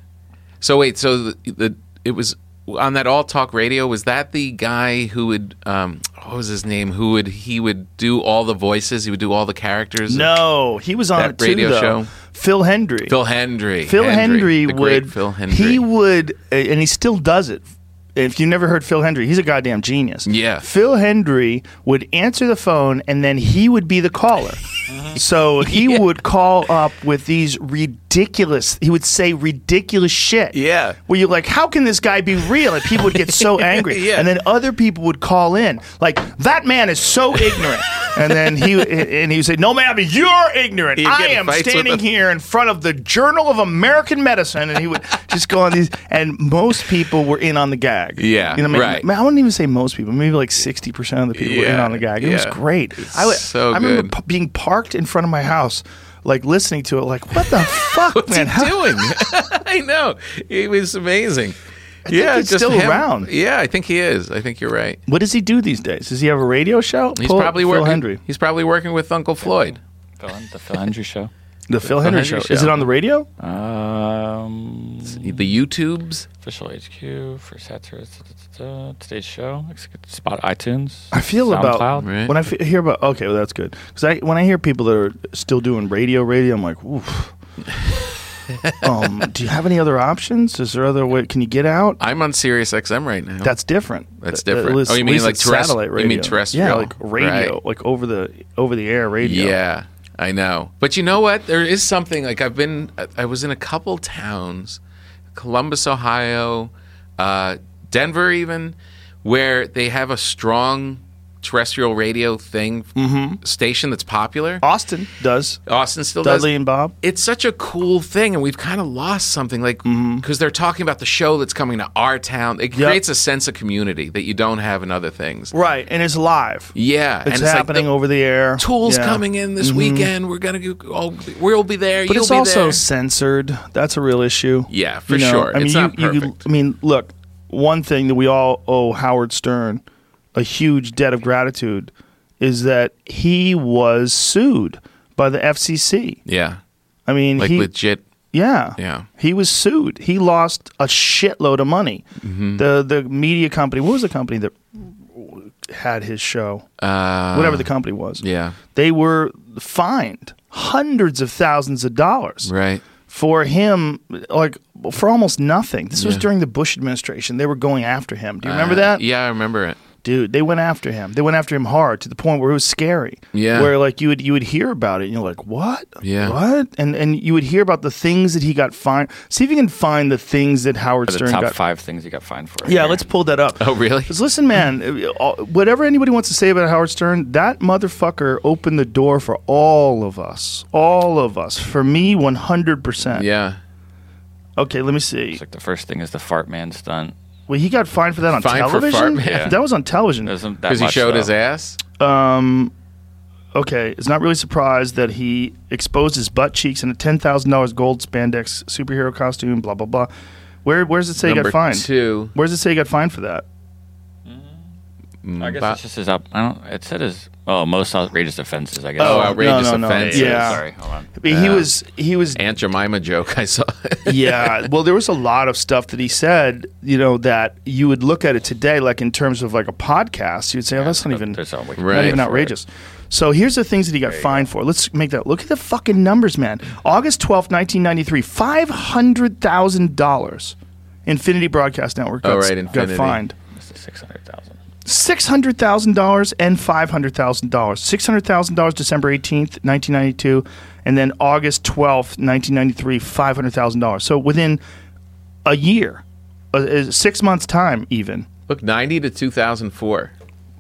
Speaker 2: So, wait, so the, the it was on that all talk radio was that the guy who would um what was his name who would he would do all the voices he would do all the characters
Speaker 1: No, he was on
Speaker 2: That
Speaker 1: it too,
Speaker 2: radio
Speaker 1: though.
Speaker 2: show?
Speaker 1: Phil Hendry.
Speaker 2: phil hendry
Speaker 1: Phil Hendry
Speaker 2: the
Speaker 1: would.
Speaker 2: great phil hendry
Speaker 1: He would, uh, and he still does it. If you never heard Phil Hendry, he's a goddamn genius.
Speaker 2: Yeah.
Speaker 1: Phil Hendry would answer the phone, and then he would be the caller. so he would call up with these ridiculous ridiculous. He would say ridiculous shit.
Speaker 2: Yeah.
Speaker 1: Where you're like, how can this guy be real? And people would get so angry.
Speaker 2: Yeah.
Speaker 1: And then other people would call in, like, that man is so ignorant. and then he and he would say, no, man, you're ignorant.
Speaker 2: He'd
Speaker 1: I
Speaker 2: get in
Speaker 1: am
Speaker 2: fights with
Speaker 1: standing
Speaker 2: them.
Speaker 1: here in front of the Journal of American Medicine. And he would just go on these. And most people were in on the gag.
Speaker 2: Yeah,
Speaker 1: You know what I mean?
Speaker 2: right.
Speaker 1: Man, I wouldn't even say most people. Maybe like 60% of the people were in
Speaker 2: Yeah,
Speaker 1: on the gag. It was
Speaker 2: yeah.
Speaker 1: great. I, would,
Speaker 2: so
Speaker 1: I remember
Speaker 2: good.
Speaker 1: p- being parked in front of my house, like listening to it, like, what the fuck,
Speaker 2: What's
Speaker 1: man?
Speaker 2: he
Speaker 1: How-
Speaker 2: doing? I know. It was amazing. yeah,
Speaker 1: he's
Speaker 2: just
Speaker 1: still
Speaker 2: him.
Speaker 1: around.
Speaker 2: Yeah, I think he is. I think you're right.
Speaker 1: what does he do these days? Does he have a radio show?
Speaker 2: He's
Speaker 1: Pull up
Speaker 2: probably
Speaker 1: Phil
Speaker 2: working.
Speaker 1: Hendry.
Speaker 2: He's probably working with Uncle Floyd.
Speaker 3: Phil, the Phil Hendry show.
Speaker 1: The Phil Hendry,
Speaker 2: Hendry
Speaker 1: show. Is
Speaker 2: Show.
Speaker 1: it on the radio?
Speaker 3: Um,
Speaker 2: The YouTubes.
Speaker 3: official HQ for Saturates. Today's show. Spot iTunes.
Speaker 1: I feel about
Speaker 3: SoundCloud.
Speaker 2: Right.
Speaker 1: when I fe- hear about. Okay, well that's good because I when I hear people that are still doing radio, radio, I'm like, oof. um, do you have any other options? Is there other way? Can you get out?
Speaker 2: I'm on Sirius XM right now.
Speaker 1: That's different.
Speaker 2: That's
Speaker 1: Th- at
Speaker 2: different.
Speaker 1: least-
Speaker 2: Oh, you
Speaker 1: at
Speaker 2: mean
Speaker 1: least
Speaker 2: like
Speaker 1: it's
Speaker 2: terrest-
Speaker 1: satellite
Speaker 2: you
Speaker 1: radio?
Speaker 2: mean terrestrial,
Speaker 1: Yeah, like radio,
Speaker 2: right.
Speaker 1: like over the over the air radio.
Speaker 2: Yeah, I know. But you know what? There is something like I've been. I- I was in a couple towns, Columbus, Ohio, uh, Denver, even, where they have a strong terrestrial radio thing
Speaker 1: Mm-hmm.
Speaker 2: station that's popular.
Speaker 1: Austin does.
Speaker 2: Austin still
Speaker 1: Dudley
Speaker 2: does.
Speaker 1: and Bob.
Speaker 2: It's such a cool thing, and we've kind of lost something, like because they're talking about the show that's coming to our town. It
Speaker 1: Mm-hmm. Yep.
Speaker 2: creates a sense of community that you don't have in other things.
Speaker 1: Right, and it's live.
Speaker 2: Yeah,
Speaker 1: It's
Speaker 2: and it's
Speaker 1: happening
Speaker 2: like the
Speaker 1: over the air.
Speaker 2: Tools
Speaker 1: Yeah. Mm-hmm.
Speaker 2: coming in this weekend. We're gonna go. all we'll be there.
Speaker 1: But
Speaker 2: You'll
Speaker 1: it's
Speaker 2: be
Speaker 1: also
Speaker 2: there.
Speaker 1: censored. That's a real issue.
Speaker 2: Yeah, for
Speaker 1: You know,
Speaker 2: sure.
Speaker 1: I mean,
Speaker 2: It's
Speaker 1: you,
Speaker 2: not
Speaker 1: you-
Speaker 2: perfect.
Speaker 1: I mean, look, one thing that we all owe Howard Stern a huge debt of gratitude is that he was sued by the FCC.
Speaker 2: Yeah,
Speaker 1: I mean,
Speaker 2: like
Speaker 1: he,
Speaker 2: legit.
Speaker 1: Yeah.
Speaker 2: Yeah.
Speaker 1: He was sued. He lost a shitload of money.
Speaker 2: Mm-hmm.
Speaker 1: The the media company, what was the company that had his show?
Speaker 2: Uh,
Speaker 1: Whatever the company was.
Speaker 2: yeah,
Speaker 1: They were fined hundreds of thousands of dollars
Speaker 2: right.
Speaker 1: for him like for almost nothing. This was during the Bush administration. They were going after him. Do you remember
Speaker 2: Uh,
Speaker 1: that?
Speaker 2: Yeah, I remember it.
Speaker 1: Dude, they went after him. They went after him hard to the point where it was scary.
Speaker 2: Yeah.
Speaker 1: Where like you would you would hear about it and you're like, "What?
Speaker 2: Yeah.
Speaker 1: What?" And and you would hear about the things that he got fined. See if you can find the things that Howard
Speaker 3: The
Speaker 1: Stern
Speaker 3: top
Speaker 1: got
Speaker 3: five things you got fined for.
Speaker 1: yeah, let's pull that up.
Speaker 2: Oh, really?
Speaker 1: 'Cause listen, man, uh, all- whatever anybody wants to say about Howard Stern, that motherfucker opened the door for all of us. All of us. For me, 100%.
Speaker 2: Yeah,
Speaker 1: Okay, let me see.
Speaker 3: It's like the first thing is the fart man stunt.
Speaker 1: Well, he got fined for that on
Speaker 2: Fined for
Speaker 1: television?
Speaker 2: fart, man.
Speaker 1: That was on television.
Speaker 3: Doesn't that
Speaker 2: because he
Speaker 3: much,
Speaker 2: showed
Speaker 3: though.
Speaker 2: his ass.
Speaker 1: Okay, it's not really surprised that he exposed his butt cheeks in a $10,000 gold spandex superhero costume, blah, blah, blah. Where, where does it say he
Speaker 2: Number
Speaker 1: got fined?
Speaker 2: two.
Speaker 1: Where does it say he got fined for that? Mm,
Speaker 3: I guess
Speaker 2: Bo-
Speaker 3: it's just his up. I don't. It said his. Oh, most outrageous offenses. I guess.
Speaker 2: Oh,
Speaker 1: no,
Speaker 2: outrageous
Speaker 1: no, no.
Speaker 2: offenses.
Speaker 1: Yeah.
Speaker 3: Sorry. Hold on.
Speaker 1: I mean, he was he was
Speaker 2: Aunt Jemima joke I saw.
Speaker 1: yeah. Well, there was a lot of stuff that he said, you know, that you would look at it today, like in terms of like a podcast, you'd say, oh, that's not even,
Speaker 3: There's
Speaker 1: not
Speaker 3: no way-
Speaker 2: Right.
Speaker 1: even outrageous. So here's the things that he got fined for. Let's make that. Look at the fucking numbers, man. August 12th, 1993, $500,000. Infinity Broadcast Network got,
Speaker 2: Oh, right,
Speaker 1: got
Speaker 2: Infinity.
Speaker 1: fined.
Speaker 3: This is six hundred thousand.
Speaker 1: $600,000 and $500,000. $600,000 December 18th, 1992, and then August 12th, 1993, $500,000. So within a year, uh, uh, six months' time, even.
Speaker 2: Look, ninety to two thousand four.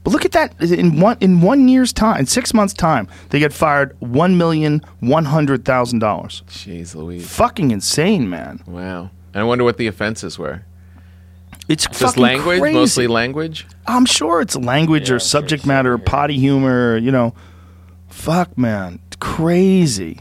Speaker 1: But look at that in one in one year's time, in six months' time, they get fired one million one hundred thousand dollars.
Speaker 2: Jeez Louise!
Speaker 1: Fucking insane, man!
Speaker 2: Wow. And I wonder what the offenses were.
Speaker 1: It's
Speaker 2: Just
Speaker 1: fucking
Speaker 2: language,
Speaker 1: crazy.
Speaker 2: mostly language.
Speaker 1: I'm sure it's language or subject matter, potty humor, you know. Fuck, man. It's crazy.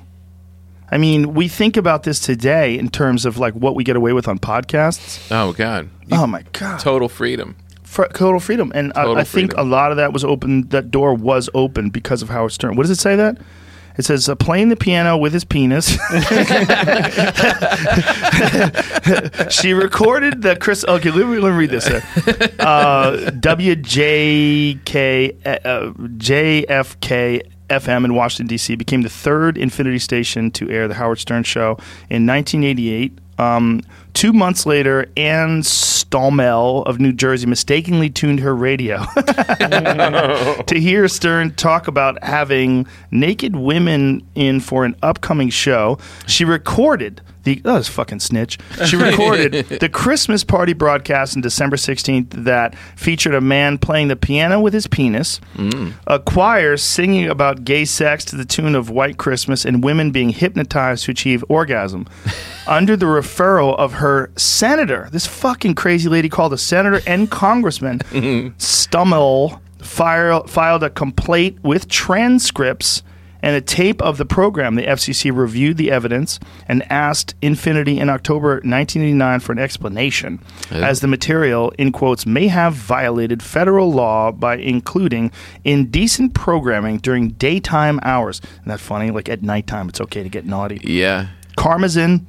Speaker 1: I mean, we think about this today in terms of like what we get away with on podcasts.
Speaker 2: Oh God,
Speaker 1: Oh my god,
Speaker 2: total freedom.
Speaker 1: Fr- total freedom, and
Speaker 2: Total
Speaker 1: I, I think
Speaker 2: freedom.
Speaker 1: a lot of that was open. That door was open because of Howard Stern. What does it say that? It says uh, playing the piano with his penis. she recorded the Chris. Okay, let me, let me read this. uh, Uh, WJK uh, JFK FM in Washington D.C. became the third Infinity station to air the Howard Stern Show in 1988. Um, two months later, Ann Staumel of New Jersey mistakenly tuned her radio to hear Stern talk about having naked women in for an upcoming show. She recorded the oh, this fucking snitch. She recorded the Christmas party broadcast on December 16th that featured a man playing the piano with his penis, a choir singing about gay sex to the tune of White Christmas, and women being hypnotized to achieve orgasm. Under the referral of her senator, this fucking crazy lady called a senator and congressman, Stummel file, filed a complaint with transcripts and a tape of the program. The FCC reviewed the evidence and asked Infinity in October 1989 for an explanation, as the material, in quotes, may have violated federal law by including indecent programming during daytime hours. Isn't that funny? Like at nighttime, it's okay to get naughty.
Speaker 2: Yeah.
Speaker 1: Karmazin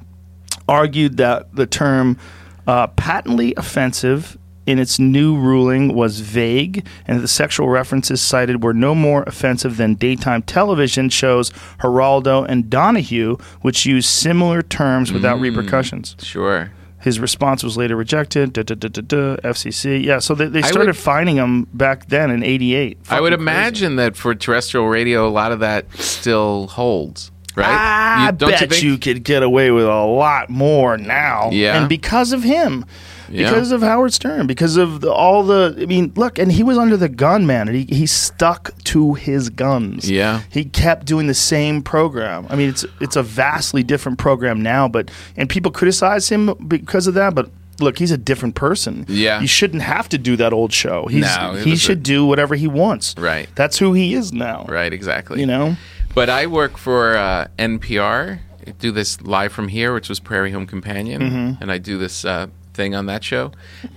Speaker 1: argued that the term uh, patently offensive in its new ruling was vague and that the sexual references cited were no more offensive than daytime television shows Geraldo and Donahue, which used similar terms without repercussions.
Speaker 2: Sure.
Speaker 1: His response was later rejected. Duh, duh, duh, duh, duh, FCC. Yeah, so they, they
Speaker 2: would-
Speaker 1: started fining him back then in 88.
Speaker 2: I would
Speaker 1: Fucking crazy.
Speaker 2: imagine that for terrestrial radio, a lot of that still holds, right?
Speaker 1: I
Speaker 2: don't
Speaker 1: Ah, bet you,
Speaker 2: think?
Speaker 1: could get away with a lot more now.
Speaker 2: Yeah.
Speaker 1: And because of him.
Speaker 2: Yeah.
Speaker 1: Because of Howard Stern, because of the, all the, I mean, look, and he was under the gun, man, and he, he stuck to his guns.
Speaker 2: Yeah.
Speaker 1: he kept doing the same program. I mean, it's it's a vastly different program now, but and people criticize him because of that. But look, he's a different person.
Speaker 2: Yeah.
Speaker 1: you shouldn't have to do that old show. He's,
Speaker 2: No, it
Speaker 1: he
Speaker 2: was a-
Speaker 1: should do whatever he wants.
Speaker 2: Right.
Speaker 1: that's who he is now.
Speaker 2: Right, exactly.
Speaker 1: you know.
Speaker 2: But I work for uh, NPR. I do this live from here, which was Prairie Home Companion, and I do this uh, thing on that show.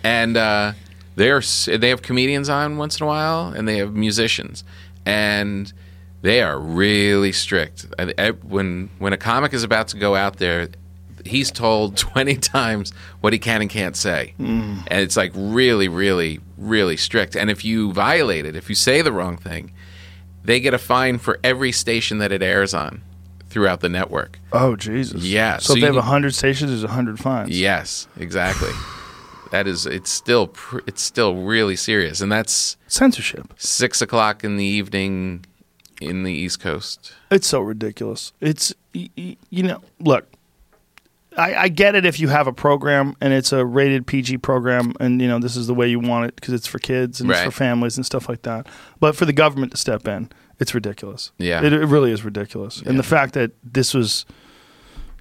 Speaker 2: And uh, they are s- they have comedians on once in a while, and they have musicians, and they are really strict. I- I- When when a comic is about to go out there, he's told twenty times what he can and can't say, and it's like really, really, really strict. And if you violate it, if you say the wrong thing, they get a fine for every station that it airs on throughout the network.
Speaker 1: Oh Jesus!
Speaker 2: Yeah,
Speaker 1: So,
Speaker 2: so
Speaker 1: if
Speaker 2: you
Speaker 1: they have
Speaker 2: need-
Speaker 1: hundred stations. There's hundred fines.
Speaker 2: Yes, exactly. that is, it's still, pr- it's still really serious, and that's
Speaker 1: Censorship.
Speaker 2: six o'clock in the evening in the East Coast.
Speaker 1: It's so ridiculous. It's y- y- you know, look. I, I get it if you have a program and it's a rated PG program, and you know this is the way you want it because it's for kids and it's
Speaker 2: Right.
Speaker 1: for families and stuff like that. But for the government to step in, it's ridiculous.
Speaker 2: Yeah.
Speaker 1: it, it really is ridiculous. And the fact that this was,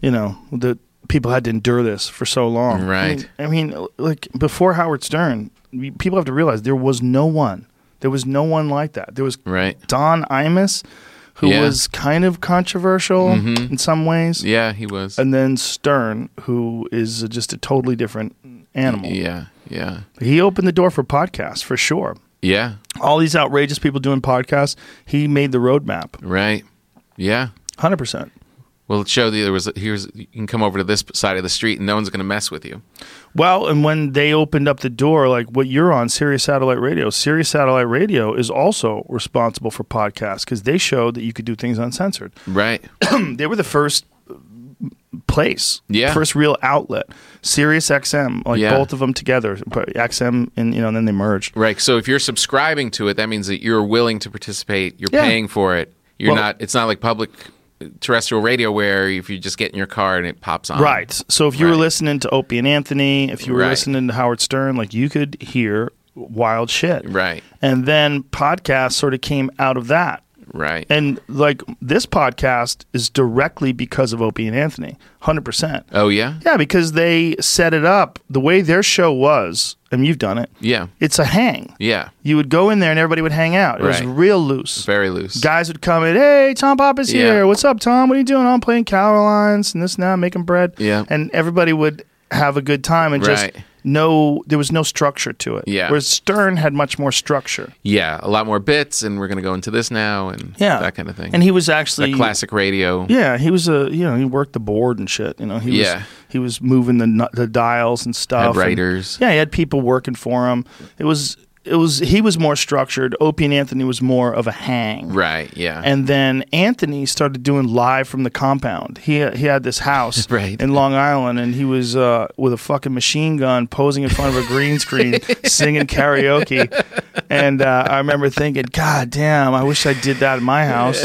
Speaker 1: you know, the people had to endure this for so long.
Speaker 2: Right.
Speaker 1: I mean, I mean, like before Howard Stern, we- people have to realize there was no one. There was no one like that. There was
Speaker 2: Right.
Speaker 1: Don Imus, who
Speaker 2: Yeah. Mm-hmm.
Speaker 1: was kind of controversial in some ways,
Speaker 2: Yeah, he was.
Speaker 1: and then Stern, who is just a totally different animal.
Speaker 2: Yeah, yeah,
Speaker 1: He opened the door for podcasts for sure.
Speaker 2: yeah.
Speaker 1: All these outrageous people doing podcasts, he made the roadmap,
Speaker 2: Right. Yeah.
Speaker 1: hundred percent.
Speaker 2: Well, it showed you there was here's you can come over to this side of the street and no one's going to mess with you.
Speaker 1: Well, and when they opened up the door, like what you're on, Sirius Satellite Radio, Sirius Satellite Radio is also responsible for podcasts because they showed that you could do things uncensored.
Speaker 2: Right.
Speaker 1: they were the first uh, place,
Speaker 2: Yeah.
Speaker 1: first real outlet. Sirius XM, like
Speaker 2: Yeah.
Speaker 1: both of them together, but XM and you know, and then they merged.
Speaker 2: Right. So if you're subscribing to it, that means that you're willing to participate. You're
Speaker 1: Yeah.
Speaker 2: paying for it. You're
Speaker 1: Well-
Speaker 2: not. It's not like public uh, terrestrial radio where if you just get in your car and it pops on.
Speaker 1: Right. So if you were
Speaker 2: Right.
Speaker 1: listening to Opie and Anthony, if you were
Speaker 2: Right.
Speaker 1: listening to Howard Stern, like you could hear wild shit.
Speaker 2: Right.
Speaker 1: And then podcasts sort of came out of that.
Speaker 2: Right.
Speaker 1: And like this podcast is directly because of Opie and Anthony, 100%.
Speaker 2: oh yeah.
Speaker 1: Yeah, because they set it up the way their show was, and you've done it.
Speaker 2: Yeah.
Speaker 1: It's a hang.
Speaker 2: Yeah.
Speaker 1: You would go in there and everybody would hang out. It was
Speaker 2: Right.
Speaker 1: real loose.
Speaker 2: Very loose.
Speaker 1: Guys would come in, hey, Tom Papa's
Speaker 2: Yeah.
Speaker 1: here. What's up, Tom? What are you doing? I'm playing Carolines and this and that, making bread.
Speaker 2: Yeah.
Speaker 1: And everybody would have a good time and
Speaker 2: Right.
Speaker 1: just no, there was no structure to it.
Speaker 2: Yeah.
Speaker 1: Whereas Stern had much more structure.
Speaker 2: yeah. A lot more bits, and we're going to go into this now, and
Speaker 1: Yeah.
Speaker 2: that kind of thing.
Speaker 1: And he was
Speaker 2: the
Speaker 1: actually.
Speaker 2: classic radio.
Speaker 1: Yeah, he was a you know he worked the board and shit. You know he
Speaker 2: Yeah.
Speaker 1: was he was moving the nu- the dials and stuff.
Speaker 2: Had writers.
Speaker 1: And, yeah, he had people working for him. It was it was he was more structured. Opie and Anthony was more of a hang.
Speaker 2: Right. Yeah.
Speaker 1: And then Anthony started doing live from the compound. He he had this house
Speaker 2: Right.
Speaker 1: in Long Island, and he was uh, with a fucking machine gun posing in front of a green screen singing karaoke. And uh, I remember thinking, God damn, I wish I did that in my house.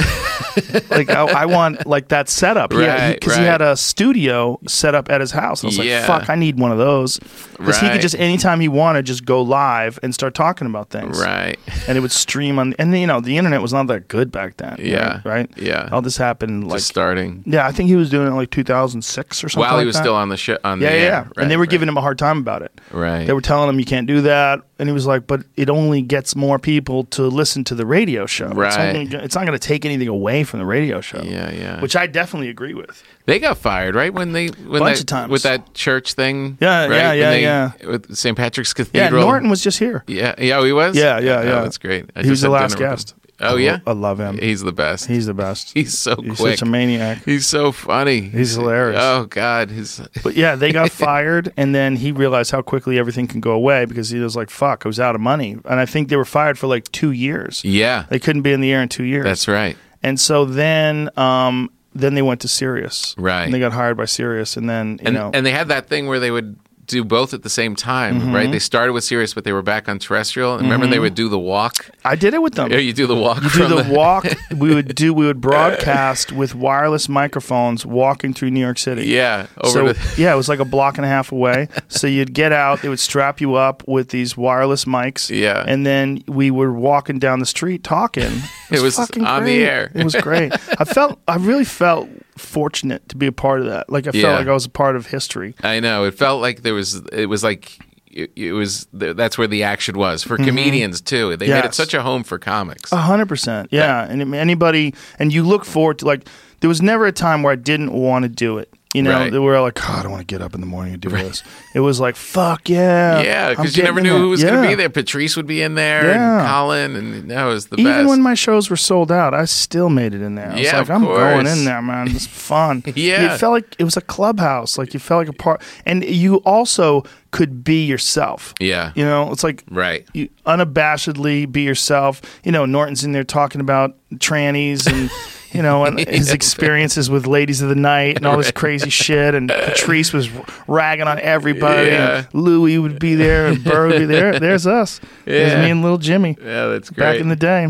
Speaker 1: like I, I want like that setup because he,
Speaker 2: Right,
Speaker 1: 'cause he
Speaker 2: right.
Speaker 1: had a studio set up at his house. And I was
Speaker 2: Yeah.
Speaker 1: like, fuck, I need one of those because he could
Speaker 2: Right.
Speaker 1: just anytime he wanted just go live and start talking about things
Speaker 2: right.
Speaker 1: and it would stream on and you know the internet was not that good back then
Speaker 2: Yeah.
Speaker 1: right, right?
Speaker 2: Yeah.
Speaker 1: all this happened like
Speaker 2: Just starting
Speaker 1: yeah i think he was doing it in, like 2006 or something
Speaker 2: while
Speaker 1: like
Speaker 2: he was
Speaker 1: that.
Speaker 2: still on the show. On
Speaker 1: yeah
Speaker 2: the
Speaker 1: yeah,
Speaker 2: air.
Speaker 1: yeah.
Speaker 2: Right,
Speaker 1: and they were
Speaker 2: right.
Speaker 1: giving him a hard time about it
Speaker 2: Right.
Speaker 1: they were telling him you can't do that and he was like but it only gets more people to listen to the radio show it's,
Speaker 2: Right.
Speaker 1: only, it's not going to take anything away from the radio show
Speaker 2: Yeah, yeah.
Speaker 1: which i definitely agree with
Speaker 2: They got fired, right? When they when
Speaker 1: Bunch
Speaker 2: that-
Speaker 1: of times.
Speaker 2: with that church thing.
Speaker 1: Yeah,
Speaker 2: right?
Speaker 1: yeah,
Speaker 2: When
Speaker 1: yeah,
Speaker 2: they-
Speaker 1: yeah.
Speaker 2: With St. Patrick's
Speaker 1: yeah
Speaker 2: Cathedral.
Speaker 1: norton was just here
Speaker 2: Yeah, yeah, oh, he was.
Speaker 1: Yeah, yeah,
Speaker 2: Oh,
Speaker 1: yeah.
Speaker 2: that's great. I
Speaker 1: he was
Speaker 2: just
Speaker 1: the
Speaker 2: had
Speaker 1: last
Speaker 2: dinner with
Speaker 1: guest
Speaker 2: him. Oh yeah,
Speaker 1: I, lo- I love him
Speaker 2: He's the best. He's,
Speaker 1: he's the best
Speaker 2: so
Speaker 1: he's
Speaker 2: quick.
Speaker 1: such a maniac
Speaker 2: He's so funny.
Speaker 1: He's hilarious.
Speaker 2: Oh God, his
Speaker 1: But yeah, they got fired, and then he realized how quickly everything can go away because he was like, "Fuck, I was out of money." And I think they were fired for like two years.
Speaker 2: yeah.
Speaker 1: They couldn't be in the air in two years.
Speaker 2: That's right.
Speaker 1: and so then, um, then they went to Sirius,
Speaker 2: Right.
Speaker 1: And they got hired by Sirius, and then you
Speaker 2: And
Speaker 1: know,
Speaker 2: and they had that thing where they would do both at the same time,
Speaker 1: Mm-hmm.
Speaker 2: right? They started with Sirius, but they were back on terrestrial. And remember, they would do the walk.
Speaker 1: I did it with them.
Speaker 2: Yeah, you do the walk.
Speaker 1: Mm-hmm. do
Speaker 2: from
Speaker 1: the walk. We would do. We would broadcast with wireless microphones, walking through New York City.
Speaker 2: Yeah,
Speaker 1: so
Speaker 2: over to
Speaker 1: yeah, it was like a block and a half away. so you'd get out. They would strap you up with these wireless mics.
Speaker 2: Yeah.
Speaker 1: and then we were walking down the street talking.
Speaker 2: It was
Speaker 1: fucking
Speaker 2: on the
Speaker 1: great.
Speaker 2: air.
Speaker 1: It was great. I felt. I really felt fortunate to be a part of that. Like I
Speaker 2: Yeah.
Speaker 1: felt like I was a part of history.
Speaker 2: I know. It felt like there was. It was like it, it was. That's where the action was for comedians too. They made it
Speaker 1: Mm-hmm. Yes. Oh,
Speaker 2: such a home for comics.
Speaker 1: A hundred percent. Yeah, and it- anybody, and you look forward to like. There was never a time where I didn't want to do it. You know,
Speaker 2: Right.
Speaker 1: they were like, "God, I don't want to get up in the morning and do this." It was like, "Fuck yeah!"
Speaker 2: yeah,
Speaker 1: I'm
Speaker 2: because you never
Speaker 1: getting
Speaker 2: knew
Speaker 1: in
Speaker 2: who was going
Speaker 1: Yeah.
Speaker 2: to be there. Patrice would be in there, and
Speaker 1: Yeah.
Speaker 2: Colin, and that was the
Speaker 1: Even
Speaker 2: best.
Speaker 1: when my shows were sold out, I still made it in there. I was
Speaker 2: Yeah,
Speaker 1: like,
Speaker 2: of
Speaker 1: I'm going
Speaker 2: course.
Speaker 1: in there, man. It's fun.
Speaker 2: Yeah.
Speaker 1: It felt like it was a clubhouse. Like you felt like a part. And you also could be yourself.
Speaker 2: Yeah.
Speaker 1: You know, it's like
Speaker 2: right.
Speaker 1: you unabashedly be yourself. You know, Norton's in there talking about trannies and you know and his experiences with ladies of the night and all this crazy shit. And Patrice was ragging on everybody.
Speaker 2: Yeah.
Speaker 1: And Louis would be there and Burr would be there. There's us. There's
Speaker 2: Yeah.
Speaker 1: me and little Jimmy
Speaker 2: Yeah, that's great.
Speaker 1: back in the day.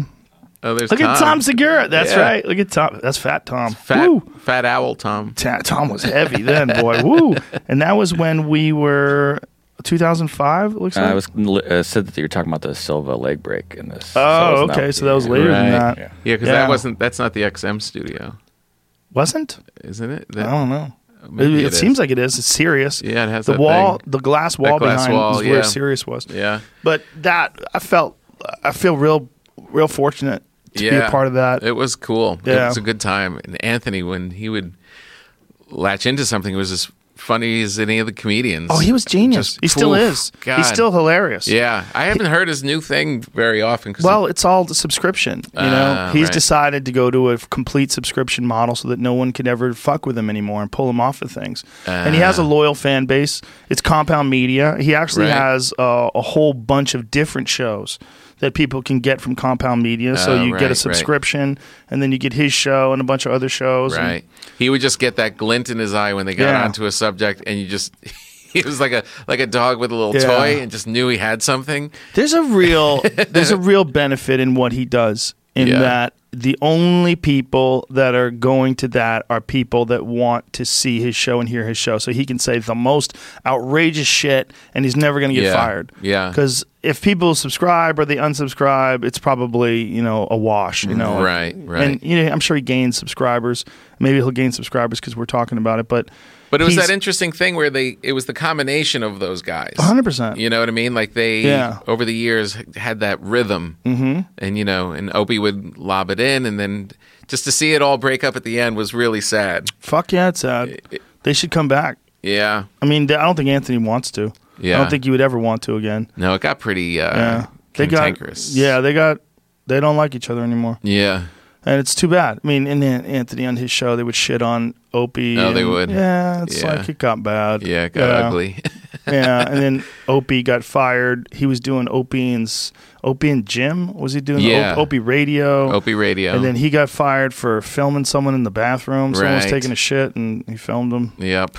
Speaker 2: oh, there's
Speaker 1: Look
Speaker 2: Tom.
Speaker 1: at Tom Segura. That's
Speaker 2: Yeah.
Speaker 1: right. Look at Tom. That's Fat Tom.
Speaker 2: fat
Speaker 1: Woo.
Speaker 2: fat owl Tom.
Speaker 1: Ta- Tom was heavy then, boy. Woo. And that was when we were 2005. It looks like.
Speaker 3: I was uh, said that you were talking about the Silva leg break in this.
Speaker 1: oh,
Speaker 3: it's not-
Speaker 1: okay. So that was later
Speaker 2: Right.
Speaker 1: than that.
Speaker 3: Yeah.
Speaker 2: Yeah, because
Speaker 1: Yeah.
Speaker 2: that wasn't. That's not the XM studio,
Speaker 1: Wasn't?
Speaker 2: isn't it?
Speaker 1: I
Speaker 2: That,
Speaker 1: don't know.
Speaker 2: maybe
Speaker 1: it
Speaker 2: it is.
Speaker 1: seems like it is. It's serious.
Speaker 2: Yeah, it has
Speaker 1: the
Speaker 2: that
Speaker 1: wall,
Speaker 2: thing.
Speaker 1: the glass wall
Speaker 2: glass
Speaker 1: behind
Speaker 2: wall,
Speaker 1: is where
Speaker 2: yeah.
Speaker 1: serious was.
Speaker 2: yeah.
Speaker 1: But that I felt, I feel real, real fortunate to be a part of that.
Speaker 2: It was cool. It
Speaker 1: Yeah.
Speaker 2: was a good time. And Anthony, when he would latch into something, was as funny as any of the comedians.
Speaker 1: oh, he was genius.
Speaker 2: Just-
Speaker 1: he still
Speaker 2: oof,
Speaker 1: is.
Speaker 2: God.
Speaker 1: He's still hilarious.
Speaker 2: Yeah, I haven't heard his new thing very often. 'cause
Speaker 1: Well, it's all the subscription. You know,
Speaker 2: Ah,
Speaker 1: he's
Speaker 2: right.
Speaker 1: decided to go to a complete subscription model so that no one could ever fuck with him anymore and pull him off of things. and he has a loyal fan base. It's Compound Media. He actually
Speaker 2: Ah. Right.
Speaker 1: has uh, a whole bunch of different shows that people can get from Compound Media. So
Speaker 2: Oh,
Speaker 1: you
Speaker 2: right,
Speaker 1: get a
Speaker 2: right.
Speaker 1: subscription, and then you get his show and a bunch of other shows. and-
Speaker 2: Right. He would just get that glint in his eye when they got
Speaker 1: Yeah.
Speaker 2: onto a subject, and you just. He was like a like a dog with a little
Speaker 1: Yeah.
Speaker 2: toy, and just knew he had something.
Speaker 1: There's a real there's a real benefit in what he does in
Speaker 2: Yeah.
Speaker 1: that the only people that are going to that are people that want to see his show and hear his show so he can say the most outrageous shit and he's never going to get
Speaker 2: Yeah.
Speaker 1: fired.
Speaker 2: Yeah.
Speaker 1: Cuz if people subscribe or they unsubscribe, it's probably, you know, a wash, you know.
Speaker 2: Mm, Right, right.
Speaker 1: And you know, I'm sure he gains subscribers. Maybe he'll gain subscribers cuz we're talking about it, but
Speaker 2: But it was
Speaker 1: he's-
Speaker 2: that interesting thing where they it was the combination of those guys.
Speaker 1: 100%.
Speaker 2: You know what I mean? Like they
Speaker 1: Yeah.
Speaker 2: over the years had that rhythm, mm-hmm. and you know, and Opie would lob it in, and then just to see it all break up at the end was really sad.
Speaker 1: Fuck yeah, it's sad. They should come back.
Speaker 2: Yeah.
Speaker 1: I mean, I don't think Anthony wants to. I
Speaker 2: Yeah.
Speaker 1: don't think he would ever want to again.
Speaker 2: No, it got pretty uh,
Speaker 1: Yeah. They got
Speaker 2: cantankerous.
Speaker 1: Yeah, they got they don't like each other anymore.
Speaker 2: Yeah.
Speaker 1: And it's too bad. I mean, and then Anthony on his show, they would shit on Opie.
Speaker 2: Oh, they
Speaker 1: and-
Speaker 2: would.
Speaker 1: Yeah, it's
Speaker 2: Yeah.
Speaker 1: like it got bad.
Speaker 2: Yeah. It got ugly.
Speaker 1: yeah, and then Opie got fired. He was doing Opie and s- Opie and Jim. Was he doing the
Speaker 2: Yeah.
Speaker 1: Op- Opie Radio?
Speaker 2: Opie Radio.
Speaker 1: And then he got fired for filming someone in the bathroom. Someone was
Speaker 2: Right.
Speaker 1: taking a shit, and he filmed him,
Speaker 2: yep.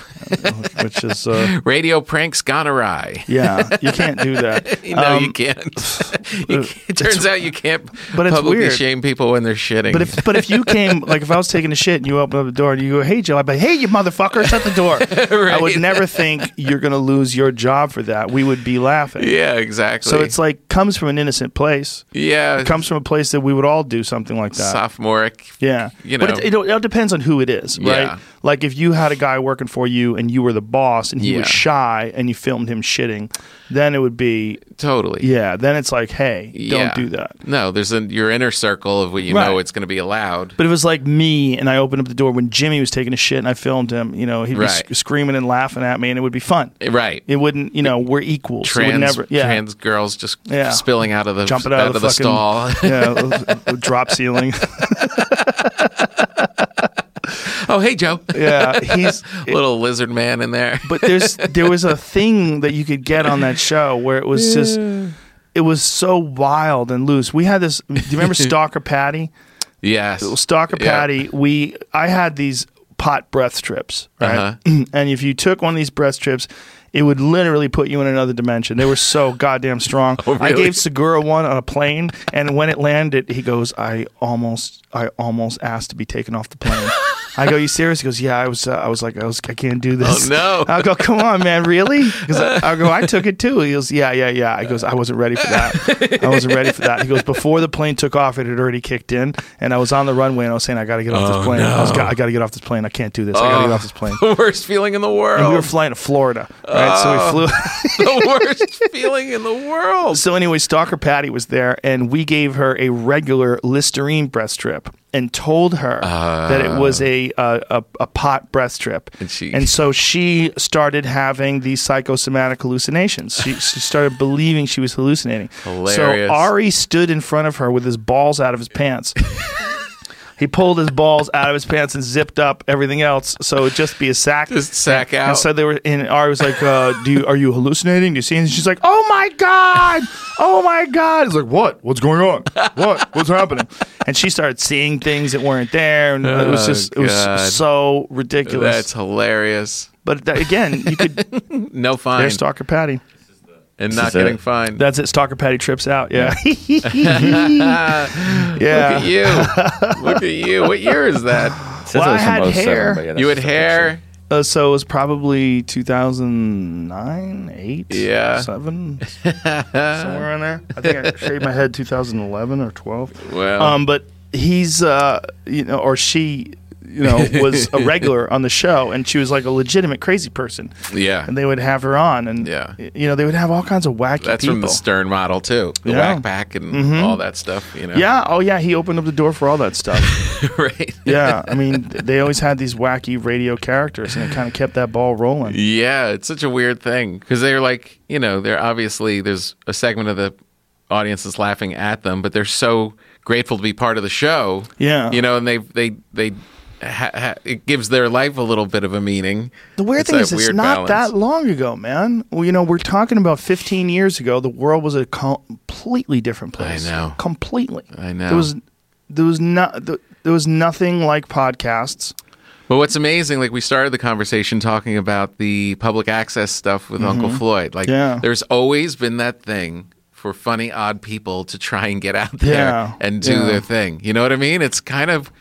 Speaker 1: which is uh,
Speaker 2: Radio pranks gone awry.
Speaker 1: yeah, you can't do that. Um,
Speaker 2: No, you can't. you can't. It turns out you can't
Speaker 1: but it's
Speaker 2: publicly
Speaker 1: weird.
Speaker 2: shame people when they're shitting.
Speaker 1: But if but if you came like if I was taking a shit and you open up the door and you go hey Joe I'd be like, hey you motherfucker shut the door I would
Speaker 2: Right.
Speaker 1: never think you're gonna lose your job for that we would be laughing
Speaker 2: yeah, exactly.
Speaker 1: so it's like comes from an innocent place
Speaker 2: yeah,
Speaker 1: it comes from a place that we would all do something like that
Speaker 2: sophomoric.
Speaker 1: yeah
Speaker 2: you
Speaker 1: but
Speaker 2: know.
Speaker 1: it, it, all- it all depends on who it is right
Speaker 2: Yeah.
Speaker 1: like if you had a guy working for you and you were the boss and he was
Speaker 2: Yeah.
Speaker 1: shy and you filmed him shitting then it would be
Speaker 2: Totally.
Speaker 1: yeah then it's like hey
Speaker 2: Yeah.
Speaker 1: don't do that
Speaker 2: No, there's a, your inner circle of what you know
Speaker 1: Right.
Speaker 2: it's going to be allowed.
Speaker 1: But it was like me, and I opened up the door when Jimmy was taking a shit, and I filmed him. You know, he'd be
Speaker 2: Right.
Speaker 1: sc- screaming and laughing at me, and it would be fun.
Speaker 2: Eh, Right.
Speaker 1: It wouldn't, you know, we're equals. it
Speaker 2: trans
Speaker 1: would never, yeah,
Speaker 2: trans girls just
Speaker 1: Yeah.
Speaker 2: spilling out of the
Speaker 1: jumping out, of the, fucking,
Speaker 2: stall.
Speaker 1: yeah, uh, drop ceiling.
Speaker 2: oh, hey Joe,
Speaker 1: yeah, he's.
Speaker 2: little lizard man in there.
Speaker 1: But there's there was a thing that you could get on that show where it was just, it was so wild and loose. We had this. Do you remember Stalker Patty?
Speaker 2: yes,
Speaker 1: Stalker
Speaker 2: Yeah.
Speaker 1: Patty, we I had these pot breath strips, right?
Speaker 2: Uh-huh.
Speaker 1: and if you took one of these breath strips, it would literally put you in another dimension. They were so goddamn strong. I
Speaker 2: Oh, really?
Speaker 1: gave Segura one on a plane, and when it landed, he goes, "I almost, I almost asked to be taken off the plane." I go, "You serious?" He goes, "Yeah." I was, uh, I was like, I was, I can't do this.
Speaker 2: no.
Speaker 1: I go, "Come on, man, really?" Because I, I go, "I took it too." He goes, "Yeah, yeah, yeah." I goes, "I wasn't ready for that. I wasn't ready for that." He goes, "Before the plane took off, it had already kicked in, and I was on the runway, and I was saying, I got to get off this plane. I, was, I got to get off this plane. I can't do this. I got to get off this plane."
Speaker 2: the worst feeling in the
Speaker 1: And
Speaker 2: world.
Speaker 1: we were flying to Florida, right? So we flew.
Speaker 2: the worst feeling in the world.
Speaker 1: So anyway, Stalker Patty was there, and we gave her a regular Listerine breath strip and told her that it was a a, a, a pot breath strip.
Speaker 2: Ah. And she-
Speaker 1: so she started having these psychosomatic hallucinations. She, she started believing she was hallucinating.
Speaker 2: Hilarious.
Speaker 1: So Ari stood in front of her with his balls out of his pants. he pulled his balls out of his pants and zipped up everything else, so it'd just be a sack.
Speaker 2: Just sack out.
Speaker 1: And so they were, and Ari was like, uh, "Do you are you hallucinating? Do you see?" And she's like, "Oh my god, oh my god!" It's like, "What? What's going on? What? What's happening?" And she started seeing things that weren't there, and it was
Speaker 2: Oh,
Speaker 1: just, it was
Speaker 2: God.
Speaker 1: so ridiculous.
Speaker 2: That's hilarious.
Speaker 1: but that, again, you could
Speaker 2: No fine
Speaker 1: there's Stalker Patty.
Speaker 2: and not
Speaker 3: is it.
Speaker 2: getting fined.
Speaker 1: That's it. Stalker Patty trips out. Yeah,
Speaker 2: Look at
Speaker 1: yeah.
Speaker 2: you. Look at you. What year is that?
Speaker 3: It says
Speaker 1: Well,
Speaker 3: it
Speaker 1: I
Speaker 3: was in
Speaker 1: had
Speaker 3: 07,
Speaker 1: hair.
Speaker 3: but yeah, that's
Speaker 2: You had
Speaker 3: just a picture.
Speaker 2: hair.
Speaker 1: Uh, so it was probably 2009, eight,
Speaker 2: Yeah.
Speaker 1: seven, somewhere in there. I think I shaved my head 2011 or 12.
Speaker 2: Well,
Speaker 1: Um, but he's, uh, you know, or she, you know, was a regular on the show, and she was like a legitimate crazy person.
Speaker 2: yeah.
Speaker 1: And they would have her on, and
Speaker 2: Yeah.
Speaker 1: you know, they would have all kinds of wacky
Speaker 2: That's
Speaker 1: people.
Speaker 2: from the Stern model too. The
Speaker 1: Yeah. Mm-hmm.
Speaker 2: whack pack and all that stuff. You know.
Speaker 1: yeah, oh yeah, he opened up the door for all that stuff.
Speaker 2: right.
Speaker 1: yeah, I mean, they always had these wacky radio characters, and it kind of kept that ball rolling.
Speaker 2: Yeah, it's such a weird thing because they're like, you know, they're obviously there's a segment of the audience that's laughing at them, but they're so grateful to be part of the show.
Speaker 1: Yeah.
Speaker 2: you know, and they they they ha- ha- it gives their life a little bit of a meaning.
Speaker 1: The weird thing is, it's not that long ago, man. Well, you know, we're talking about 15 years ago. The world was a completely different place.
Speaker 2: I know.
Speaker 1: completely.
Speaker 2: I know.
Speaker 1: There was, there was not, there was nothing like podcasts.
Speaker 2: But what's amazing, like we started the conversation talking about the public access stuff with Uncle Floyd. Like,
Speaker 1: Mm-hmm. Yeah.
Speaker 2: there's always been that thing for funny, odd people to try and get out there
Speaker 1: Yeah.
Speaker 2: and do
Speaker 1: Yeah.
Speaker 2: their thing. You know what I mean? It's kind of,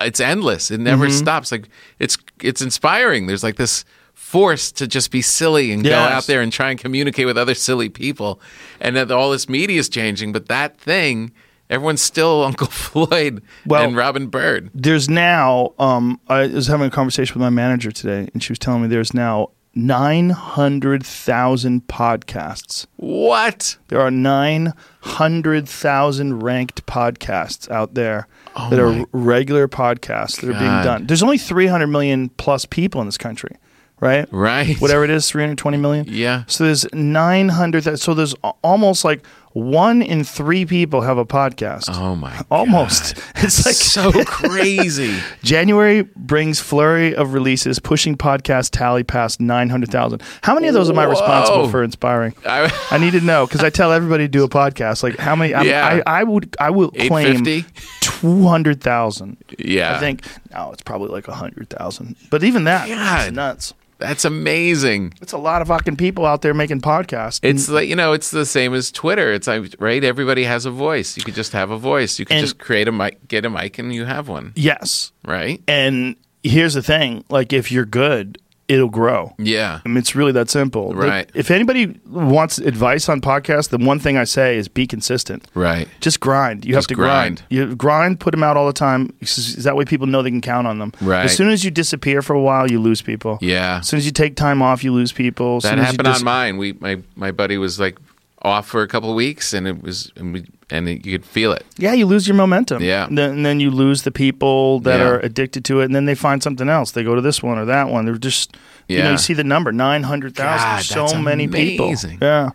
Speaker 2: it's endless. It never
Speaker 1: Mm-hmm.
Speaker 2: stops. Like, it's it's inspiring. There's like this force to just be silly and go
Speaker 1: Yes.
Speaker 2: out there and try and communicate with other silly people. And that all this media is changing, but that thing. Everyone's still Uncle Floyd
Speaker 1: Well-
Speaker 2: and Robin Bird.
Speaker 1: There's now. Um, I was having a conversation with my manager today, and she was telling me there's now 900,000 podcasts.
Speaker 2: What?
Speaker 1: There are 900,000 ranked podcasts out there that are regular podcasts that are being
Speaker 2: Oh God.
Speaker 1: done. There's only 300 million plus people in this country, right?
Speaker 2: Right.
Speaker 1: Whatever it is, 320 million.
Speaker 2: Yeah.
Speaker 1: So there's 900. That, so there's a- almost like one in three people have a podcast.
Speaker 2: Oh my.
Speaker 1: almost. It's like
Speaker 2: so crazy.
Speaker 1: January brings flurry of releases, pushing podcast tally past 900,000. How many of those am I responsible
Speaker 2: Whoa.
Speaker 1: for inspiring?
Speaker 2: I-
Speaker 1: I need to know because I tell everybody to do a podcast. Like how many? I'm,
Speaker 2: Yeah.
Speaker 1: I, I would I will claim
Speaker 2: 850?
Speaker 1: two hundred thousand.
Speaker 2: Yeah.
Speaker 1: I think no, it's probably like hundred thousand. But even that, it's
Speaker 2: God.
Speaker 1: nuts.
Speaker 2: That's amazing.
Speaker 1: It's a lot of fucking people out there making podcasts.
Speaker 2: It's like you know, it's the same as Twitter. It's like right, everybody has a voice. You could just have a voice. You could
Speaker 1: And-
Speaker 2: just create a mic, get a mic, and you have one.
Speaker 1: yes,
Speaker 2: Right?
Speaker 1: and here's the thing: like if you're good, it'll grow.
Speaker 2: Yeah.
Speaker 1: I mean, it's really that simple. The-
Speaker 2: Right.
Speaker 1: if anybody wants advice on podcasts, the one thing I say is be consistent.
Speaker 2: Right.
Speaker 1: Just grind. You have
Speaker 2: Just
Speaker 1: to grind.
Speaker 2: grind.
Speaker 1: You grind. Put them out all the time. S- That way, people know they can count on them.
Speaker 2: Right.
Speaker 1: As soon as you disappear for a while, you lose people.
Speaker 2: Yeah.
Speaker 1: As soon as you take time off, you lose people. As
Speaker 2: That
Speaker 1: soon as you
Speaker 2: happened
Speaker 1: dis-
Speaker 2: on mine. We my my buddy was like off for a couple of weeks, and it was and we and it, you could feel it.
Speaker 1: Yeah, you lose your momentum.
Speaker 2: Yeah.
Speaker 1: And then, and then you lose the people that
Speaker 2: Yeah.
Speaker 1: are addicted to it, and then they find something else. They go to this one or that one. They're just, you know,
Speaker 2: Yeah.
Speaker 1: you see the number nine hundred
Speaker 2: God,
Speaker 1: thousand. So
Speaker 2: that's
Speaker 1: many
Speaker 2: amazing.
Speaker 1: people. Yeah.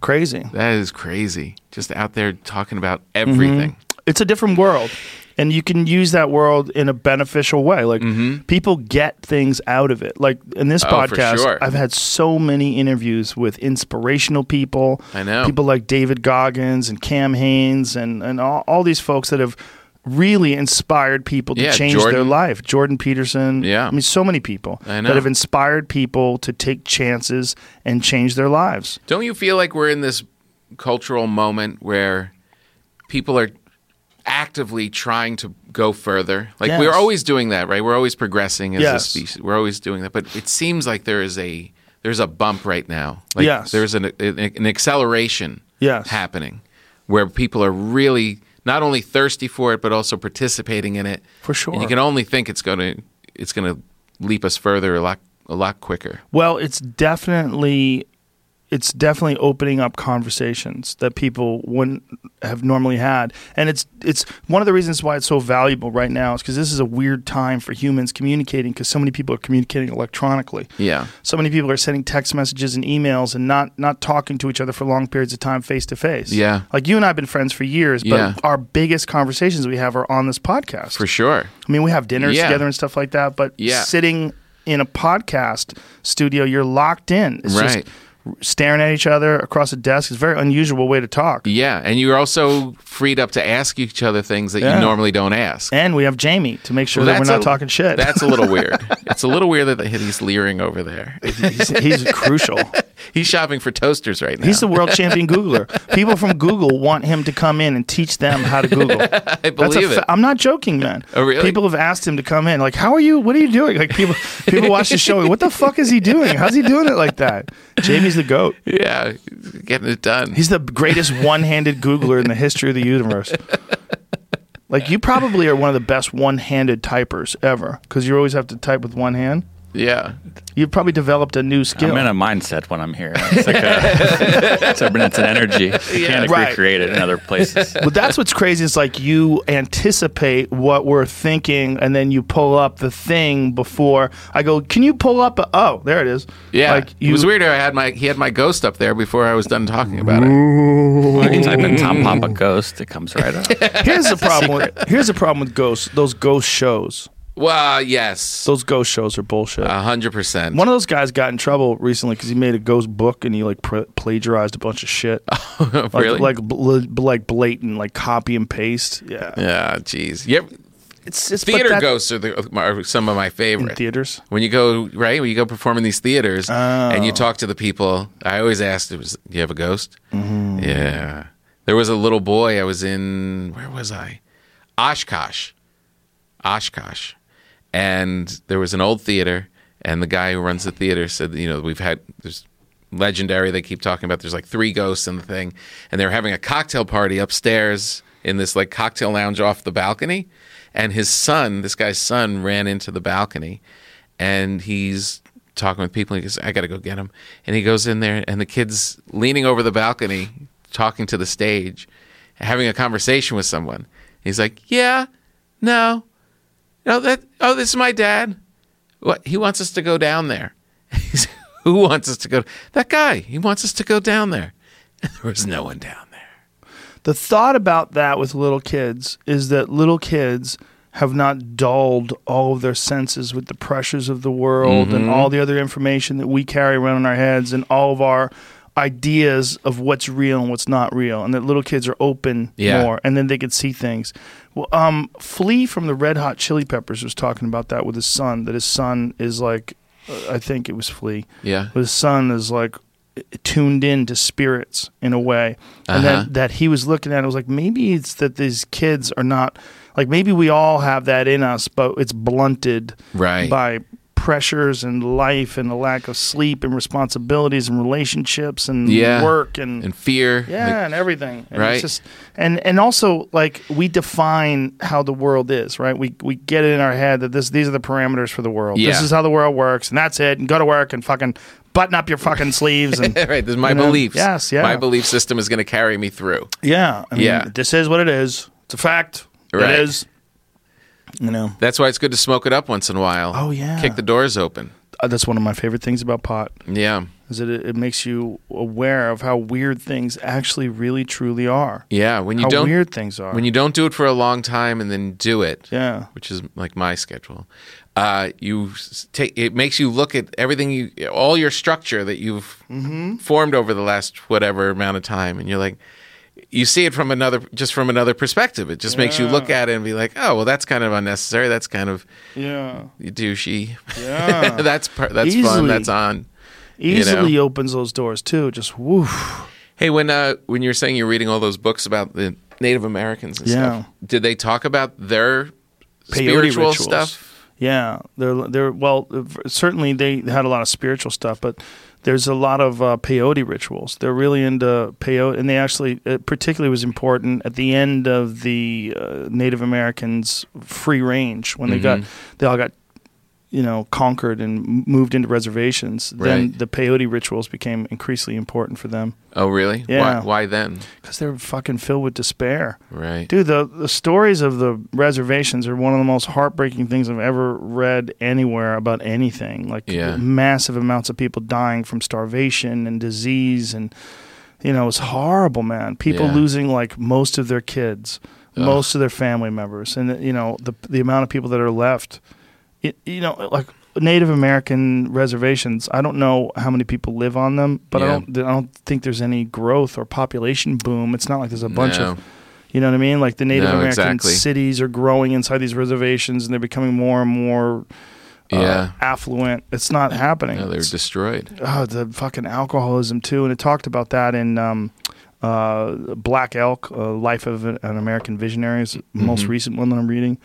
Speaker 1: Crazy.
Speaker 2: That is crazy. Just out there talking about
Speaker 1: Mm-hmm.
Speaker 2: everything.
Speaker 1: it's a different world and you can use that world in a beneficial way like people get things out of it like in this
Speaker 2: Mm-hmm. Oh, for
Speaker 1: podcast
Speaker 2: sure.
Speaker 1: i've had so many interviews with inspirational people
Speaker 2: I know.
Speaker 1: people like david goggins and cam haynes and, and all, all these folks that have really inspired people to
Speaker 2: Yeah,
Speaker 1: change their
Speaker 2: Jordan.
Speaker 1: life jordan peterson
Speaker 2: Yeah.
Speaker 1: i mean so many people
Speaker 2: I know.
Speaker 1: that have inspired people to take chances and change their lives
Speaker 2: Don't you feel like we're in this cultural moment where people are actively trying to go further? Like
Speaker 1: Yes.
Speaker 2: we're always doing that, right? We're always progressing as
Speaker 1: Yes.
Speaker 2: a species. We're always doing that, but it seems like there is a there's a bump right now. Like
Speaker 1: Yes.
Speaker 2: there's an an, an acceleration
Speaker 1: Yes.
Speaker 2: happening where people are really not only thirsty for it but also participating in it.
Speaker 1: For sure.
Speaker 2: And you can only think it's going to it's going to leap us further a lot a lot quicker.
Speaker 1: Well, it's definitely it's definitely opening up conversations that people wouldn't have normally had, and it's it's one of the reasons why it's so valuable right now is because this is a weird time for humans communicating because so many people are communicating electronically.
Speaker 2: Yeah.
Speaker 1: So many people are sending text messages and emails and not not talking to each other for long periods of time face to face.
Speaker 2: Yeah.
Speaker 1: Like you and I have been friends for years, but
Speaker 2: Yeah.
Speaker 1: our biggest conversations we have are on this podcast.
Speaker 2: For sure.
Speaker 1: I mean, we have dinners
Speaker 2: Yeah.
Speaker 1: together and stuff like that, but
Speaker 2: Yeah.
Speaker 1: sitting in a podcast studio, you're locked in. It's
Speaker 2: Right.
Speaker 1: just staring at each other across a desk. It's a very unusual way to talk.
Speaker 2: Yeah, and you're also freed up to ask each other things that
Speaker 1: Yeah.
Speaker 2: you normally don't ask.
Speaker 1: And we have Jamie to make sure
Speaker 2: Well,
Speaker 1: that we're
Speaker 2: that's
Speaker 1: not
Speaker 2: a-
Speaker 1: talking shit.
Speaker 2: That's a little weird. it's a little weird that he's leering over there.
Speaker 1: he's, he's crucial.
Speaker 2: He's shopping for toasters right now.
Speaker 1: He's the world champion Googler. People from Google want him to come in and teach them how to Google.
Speaker 2: I
Speaker 1: That's a
Speaker 2: believe it.
Speaker 1: fa- I'm not joking, man.
Speaker 2: Oh, really?
Speaker 1: People have asked him to come in. Like, how are you? What are you doing? Like, people people watch the show. What the fuck is he doing? How's he doing it like that? Jamie's the goat.
Speaker 2: yeah, getting it done.
Speaker 1: He's the greatest one-handed Googler in the history of the universe. Like you probably are one of the best one-handed typers ever because you always have to type with one hand.
Speaker 2: yeah,
Speaker 1: You've probably developed a new skill.
Speaker 3: I'm in a mindset when I'm here. It's like a, it's, a, it's an energy. You can't
Speaker 1: Right.
Speaker 3: recreate it in other places.
Speaker 1: but that's what's crazy is like you anticipate what we're thinking and then you pull up the thing before I go, "Can you pull up a Oh, there it is."
Speaker 2: yeah.
Speaker 1: Like you
Speaker 2: it was weirder. I had my he had my ghost up there before I was done talking about it.
Speaker 1: Mm.
Speaker 3: When you type in Tom Papa Ghost, it comes right up.
Speaker 1: Here's the problem with, Here's the problem with ghosts. Those ghost shows.
Speaker 2: Well, yes,
Speaker 1: Those ghost shows are bullshit.
Speaker 2: a hundred percent.
Speaker 1: One of those guys got in trouble recently because he made a ghost book and he like pr- plagiarized a bunch of shit, like
Speaker 2: Really?
Speaker 1: like bl- like blatant like copy and paste. Yeah,
Speaker 2: Yeah, jeez. Yep.
Speaker 1: it's, it's but
Speaker 2: Theater
Speaker 1: that-
Speaker 2: ghosts are, the, are some of my
Speaker 1: in
Speaker 2: favorite.
Speaker 1: theaters.
Speaker 2: when you go right when you go perform in these theaters and you talk to the people i always asked it was do you have a ghost yeah there was a little boy i was in where was i oshkosh oshkosh and there was an old theater and the guy who runs the theater said you know we've had there's legendary they keep talking about there's like three ghosts in the thing and they were having a cocktail party upstairs in this like cocktail lounge off the balcony and his son this guy's son ran into the balcony and he's talking with people and he goes i gotta go get him and he goes in there and the kid's leaning over the balcony talking to the stage having a conversation with someone he's like yeah oh, no no, that oh, this is my dad. What he wants us to go down there. Who wants us to go? That guy, he wants us to go down there. And there was no one down there.
Speaker 1: The thought about that with little kids is that little kids have not dulled all of their senses with the pressures of the world and all the other information that we carry around in our heads and all of our ideas of what's real and what's not real and that little kids are open
Speaker 2: Yeah.
Speaker 1: more and then they could see things. Well, um, Flea from the Red Hot Chili Peppers was talking about that with his son that his son is like uh, I think it was Flea
Speaker 2: Yeah.
Speaker 1: his son is like tuned in to spirits in a way and
Speaker 2: Uh-huh.
Speaker 1: then that he was looking at it was like maybe it's that these kids are not like maybe we all have that in us but it's blunted
Speaker 2: Right.
Speaker 1: by pressures and life and the lack of sleep and responsibilities and relationships and
Speaker 2: Yeah.
Speaker 1: work and,
Speaker 2: And fear.
Speaker 1: yeah
Speaker 2: Like,
Speaker 1: and everything and
Speaker 2: Right.
Speaker 1: it's just and and also like we define how the world is right we we get it in our head that this these are the parameters for the world
Speaker 2: Yeah.
Speaker 1: this is how the world works and that's it and go to work and fucking button up your fucking sleeves and
Speaker 2: right. This is my
Speaker 1: You know,
Speaker 2: beliefs.
Speaker 1: yes, yeah.
Speaker 2: My belief system is going to carry me through.
Speaker 1: yeah I mean,
Speaker 2: Yeah.
Speaker 1: this is what it is it's a fact
Speaker 2: Right.
Speaker 1: it is you know
Speaker 2: That's why it's good to smoke it up once in a while.
Speaker 1: Oh, yeah.
Speaker 2: Kick the doors open.
Speaker 1: Uh, that's one of my favorite things about pot
Speaker 2: Yeah.
Speaker 1: is that it, it makes you aware of how weird things actually really truly are
Speaker 2: Yeah. When you
Speaker 1: how
Speaker 2: don't
Speaker 1: weird things are
Speaker 2: when you don't do it for a long time and then do it,
Speaker 1: yeah
Speaker 2: which is like my schedule, uh, you s- take it makes you look at everything you all your structure that you've
Speaker 1: Mm-hmm.
Speaker 2: formed over the last whatever amount of time, and you're like. You see it from another, just from another perspective. It just makes you look at it and be like, "Oh, well, that's kind of unnecessary. That's kind of
Speaker 1: yeah
Speaker 2: douchey.
Speaker 1: Yeah.
Speaker 2: that's per- that's fun.
Speaker 1: Easily.
Speaker 2: That's on." You know.
Speaker 1: easily opens those doors too just woof
Speaker 2: Hey, when uh, when you were saying you're reading all those books about the Native Americans and
Speaker 1: Yeah.
Speaker 2: stuff, did they talk about their
Speaker 1: Peyote
Speaker 2: spiritual
Speaker 1: rituals.
Speaker 2: stuff?
Speaker 1: Yeah, they're they're well. Certainly, they had a lot of spiritual stuff, but there's a lot of uh, peyote rituals. They're really into peyote, and they actually, it particularly, was important at the end of the uh, Native Americans' free range when they got
Speaker 2: Mm-hmm.
Speaker 1: they all got you know conquered and m- moved into reservations. Then
Speaker 2: Right.
Speaker 1: the peyote rituals became increasingly important for them
Speaker 2: Oh, really?
Speaker 1: Yeah.
Speaker 2: Why, why then?
Speaker 1: because they were fucking filled with despair.
Speaker 2: Right.
Speaker 1: Dude, the, the stories of the reservations are one of the most heartbreaking things I've ever read anywhere about anything. Like
Speaker 2: Yeah.
Speaker 1: massive amounts of people dying from starvation and disease and you know, it's horrible, man. People
Speaker 2: Yeah.
Speaker 1: losing like most of their kids, most of their family members and you know, the the amount of people that are left it, you know, like Native American reservations. I don't know how many people live on them, but I
Speaker 2: Yeah.
Speaker 1: don't. I don't think there's any growth or population boom. It's not like there's a bunch
Speaker 2: No.
Speaker 1: of, you know what I mean? Like the Native
Speaker 2: No,
Speaker 1: American
Speaker 2: exactly.
Speaker 1: cities are growing inside these reservations, and they're becoming more and more uh,
Speaker 2: yeah.
Speaker 1: affluent. It's not happening.
Speaker 2: No, they were
Speaker 1: It's-
Speaker 2: destroyed.
Speaker 1: oh, the fucking alcoholism too, and it talked about that in um, uh, Black Elk, uh, Life of an an American Visionary, is the
Speaker 2: Mm-hmm.
Speaker 1: most recent one that I'm reading.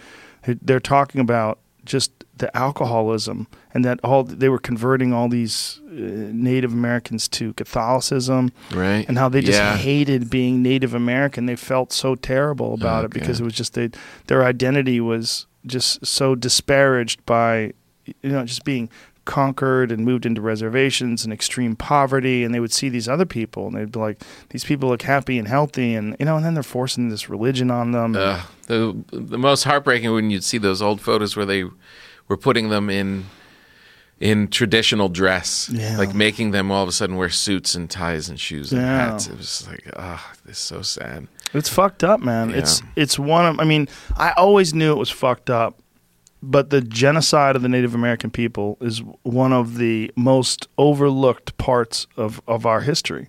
Speaker 1: They're- They're talking about just the alcoholism and that all they were converting all these uh, Native Americans to Catholicism
Speaker 2: Right.
Speaker 1: and how they just
Speaker 2: yeah.
Speaker 1: hated being Native American. They felt so terrible about it
Speaker 2: Okay.
Speaker 1: because it was just they, their identity was just so disparaged by you know just being conquered and moved into reservations and extreme poverty and they would see these other people and they'd be like these people look happy and healthy and you know and then they're forcing this religion on them
Speaker 2: Ugh. Uh, the the most heartbreaking when you'd see those old photos where they were putting them in in traditional dress,
Speaker 1: Yeah.
Speaker 2: like making them all of a sudden wear suits and ties and shoes and
Speaker 1: Yeah.
Speaker 2: hats. It was like, ah, this is so sad.
Speaker 1: It's fucked up, man.
Speaker 2: Yeah.
Speaker 1: It's it's one of I mean, I always knew it was fucked up, but the genocide of the Native American people is one of the most overlooked parts of of our history.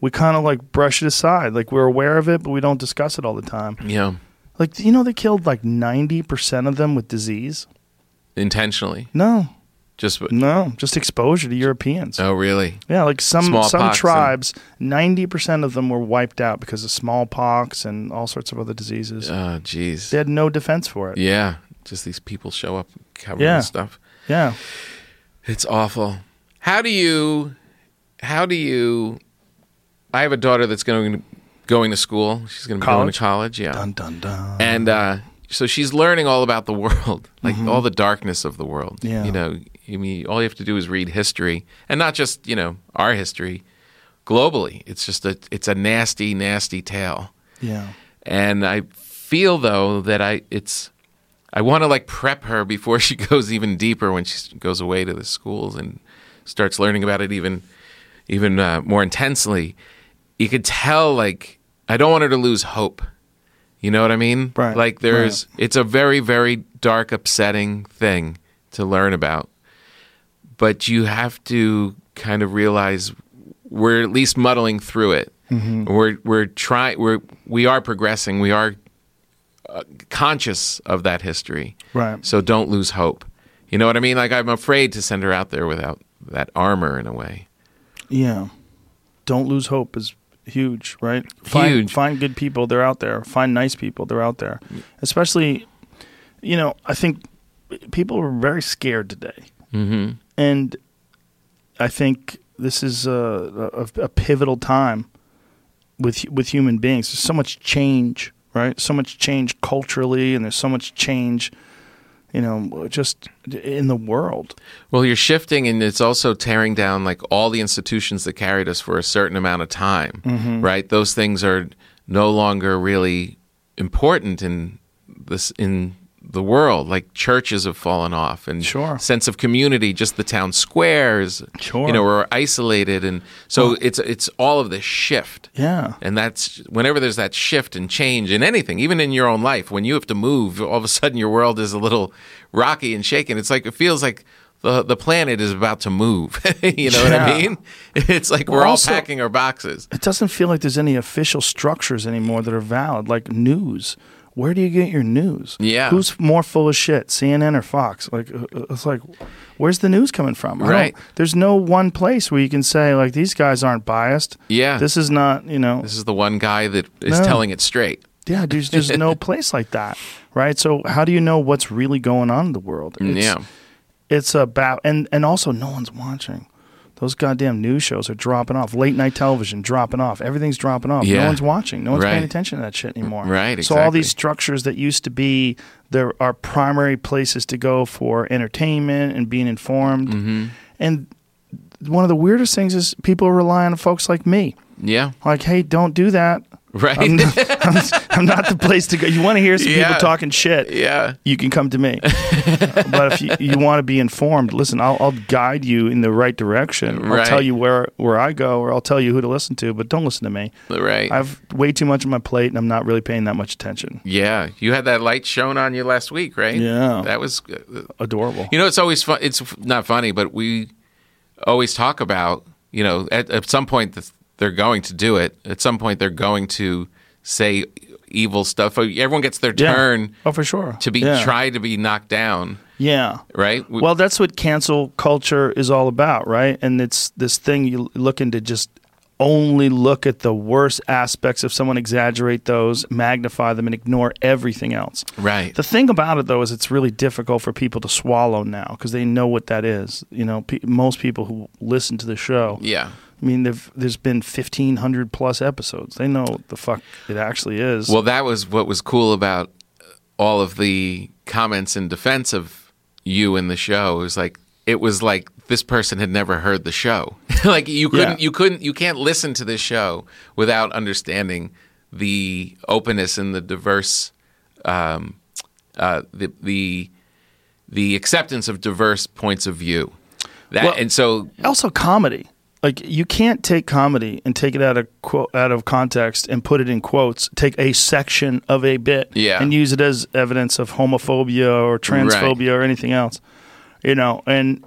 Speaker 1: We kind of like brush it aside. Like we're aware of it, but we don't discuss it all the time.
Speaker 2: Yeah,
Speaker 1: Like you know they killed like 90% of them with disease?
Speaker 2: intentionally,
Speaker 1: No.
Speaker 2: just
Speaker 1: No, just exposure to Europeans.
Speaker 2: Oh, really?
Speaker 1: Yeah, like some
Speaker 2: Smallpox
Speaker 1: some
Speaker 2: and-
Speaker 1: tribes, ninety percent of them were wiped out because of smallpox and all sorts of other diseases.
Speaker 2: Oh, jeez.
Speaker 1: They had no defense for it. Yeah.
Speaker 2: Yeah, just these people show up covered
Speaker 1: Yeah.
Speaker 2: in stuff. It's awful. How do you? How do you? I have a daughter that's going to going to school. She's going to be going
Speaker 1: College?
Speaker 2: to college. Yeah,
Speaker 1: Dun dun dun.
Speaker 2: and uh, so she's learning all about the world, like all the darkness of the world.
Speaker 1: Mm-hmm. Yeah.
Speaker 2: you know, I mean, all you have to do is read history, and not just you know our history. Globally, it's just a it's a nasty, nasty tale.
Speaker 1: Yeah.
Speaker 2: and I feel though that I it's I want to like prep her before she goes even deeper when she goes away to the schools and starts learning about it even even uh, more intensely, you could tell like I don't want her to lose hope. You know what I mean?
Speaker 1: Right.
Speaker 2: Like there's it's a very very dark upsetting thing to learn about. But you have to kind of realize we're at least muddling through it. We're we're trying we're we are progressing. We are uh, conscious of that history.
Speaker 1: Right.
Speaker 2: So don't lose hope. You know what I mean? Like I'm afraid to send her out there without that armor in a way.
Speaker 1: Yeah. Don't lose hope is huge, right? Find,
Speaker 2: Huge.
Speaker 1: Find good people. They're out there. Find nice people. They're out there. Especially, you know, I think people are very scared today.
Speaker 2: Mm-hmm.
Speaker 1: And I think this is a, a, a pivotal time with with human beings. There's so much change, right? So much change culturally, and there's so much change, you know, just in the world.
Speaker 2: Well, you're shifting, and it's also tearing down like all the institutions that carried us for a certain amount of time,
Speaker 1: Mm-hmm.
Speaker 2: right? Those things are no longer really important in this in the world. Like churches have fallen off, and
Speaker 1: Sure.
Speaker 2: sense of community, just the town squares,
Speaker 1: Sure.
Speaker 2: you know, are isolated, and so it's it's all of this shift.
Speaker 1: Yeah.
Speaker 2: And that's whenever there's that shift and change in anything, even in your own life, when you have to move, all of a sudden your world is a little rocky and shaken. It's like it feels like the the planet is about to move. you know what
Speaker 1: Yeah.
Speaker 2: I mean? It's like we're
Speaker 1: Also-
Speaker 2: all packing our boxes.
Speaker 1: it doesn't feel like there's any official structures anymore that are valid, like news. Where do you get your news?
Speaker 2: Yeah.
Speaker 1: Who's more full of shit, CNN or Fox? Like, uh, uh, it's like, where's the news coming from? I don't-
Speaker 2: Right.
Speaker 1: There's no one place where you can say, like, these guys aren't biased.
Speaker 2: Yeah.
Speaker 1: This is not, you know,
Speaker 2: This is the one guy that is
Speaker 1: No.
Speaker 2: telling it straight.
Speaker 1: yeah, there's just no place like that. Right. So, how do you know what's really going on in the world? It's-
Speaker 2: yeah.
Speaker 1: It's about, and, and also, no one's watching. Those goddamn news shows are dropping off. Late night television dropping off. Everything's dropping off. No
Speaker 2: Yeah.
Speaker 1: one's watching. No one's paying
Speaker 2: Right.
Speaker 1: attention to that shit anymore.
Speaker 2: Right,
Speaker 1: So all these
Speaker 2: exactly.
Speaker 1: structures that used to be there are primary places to go for entertainment and being informed.
Speaker 2: Mm-hmm.
Speaker 1: And one of the weirdest things is people are relying on folks like me.
Speaker 2: Yeah.
Speaker 1: Like, hey, don't do that.
Speaker 2: Right.
Speaker 1: I'm, I'm, I'm not the place to go. You want to hear some
Speaker 2: Yeah.
Speaker 1: people talking shit
Speaker 2: yeah.
Speaker 1: you can come to me. but if you, you want to be informed, listen, I'll, I'll guide you in the right direction. I'll
Speaker 2: Right.
Speaker 1: tell you where, where I go or I'll tell you who to listen to, but don't listen to me.
Speaker 2: Right.
Speaker 1: I have way too much on my plate and I'm not really paying that much attention.
Speaker 2: yeah. You had that light shown on you last week, right?
Speaker 1: Yeah.
Speaker 2: That was uh,
Speaker 1: Adorable.
Speaker 2: You know, it's always fun. It's f- not funny, but we always talk about, you know, at, at some point th- they're going to do it. At some point they're going to say evil stuff. Oh, Everyone gets their
Speaker 1: Yeah.
Speaker 2: turn
Speaker 1: Oh, for sure.
Speaker 2: to be
Speaker 1: yeah.
Speaker 2: tried to be knocked down,
Speaker 1: Yeah.
Speaker 2: right? We-
Speaker 1: Well, that's what cancel culture is all about, right? And it's this thing you looking to just only look at the worst aspects of someone, exaggerate those, magnify them, and ignore everything else.
Speaker 2: right.
Speaker 1: The thing about it, though, is it's really difficult for people to swallow now because they know what that is. You know, pe- most people who listen to the show,
Speaker 2: yeah.
Speaker 1: I mean, they've, there's been fifteen hundred plus episodes. They know what the fuck it actually is.
Speaker 2: Well, that was what was cool about all of the comments in defense of you in the show. It was like it was like this person had never heard the show. like you couldn't
Speaker 1: Yeah.
Speaker 2: you couldn't you can't listen to this show without understanding the openness and the diverse um, uh, the the the acceptance of diverse points of view. That
Speaker 1: Well-
Speaker 2: and so
Speaker 1: also comedy. Like you can't take comedy and take it out of quote out of context and put it in quotes. Take a section of a bit
Speaker 2: Yeah.
Speaker 1: and use it as evidence of homophobia or transphobia or anything else. You know, and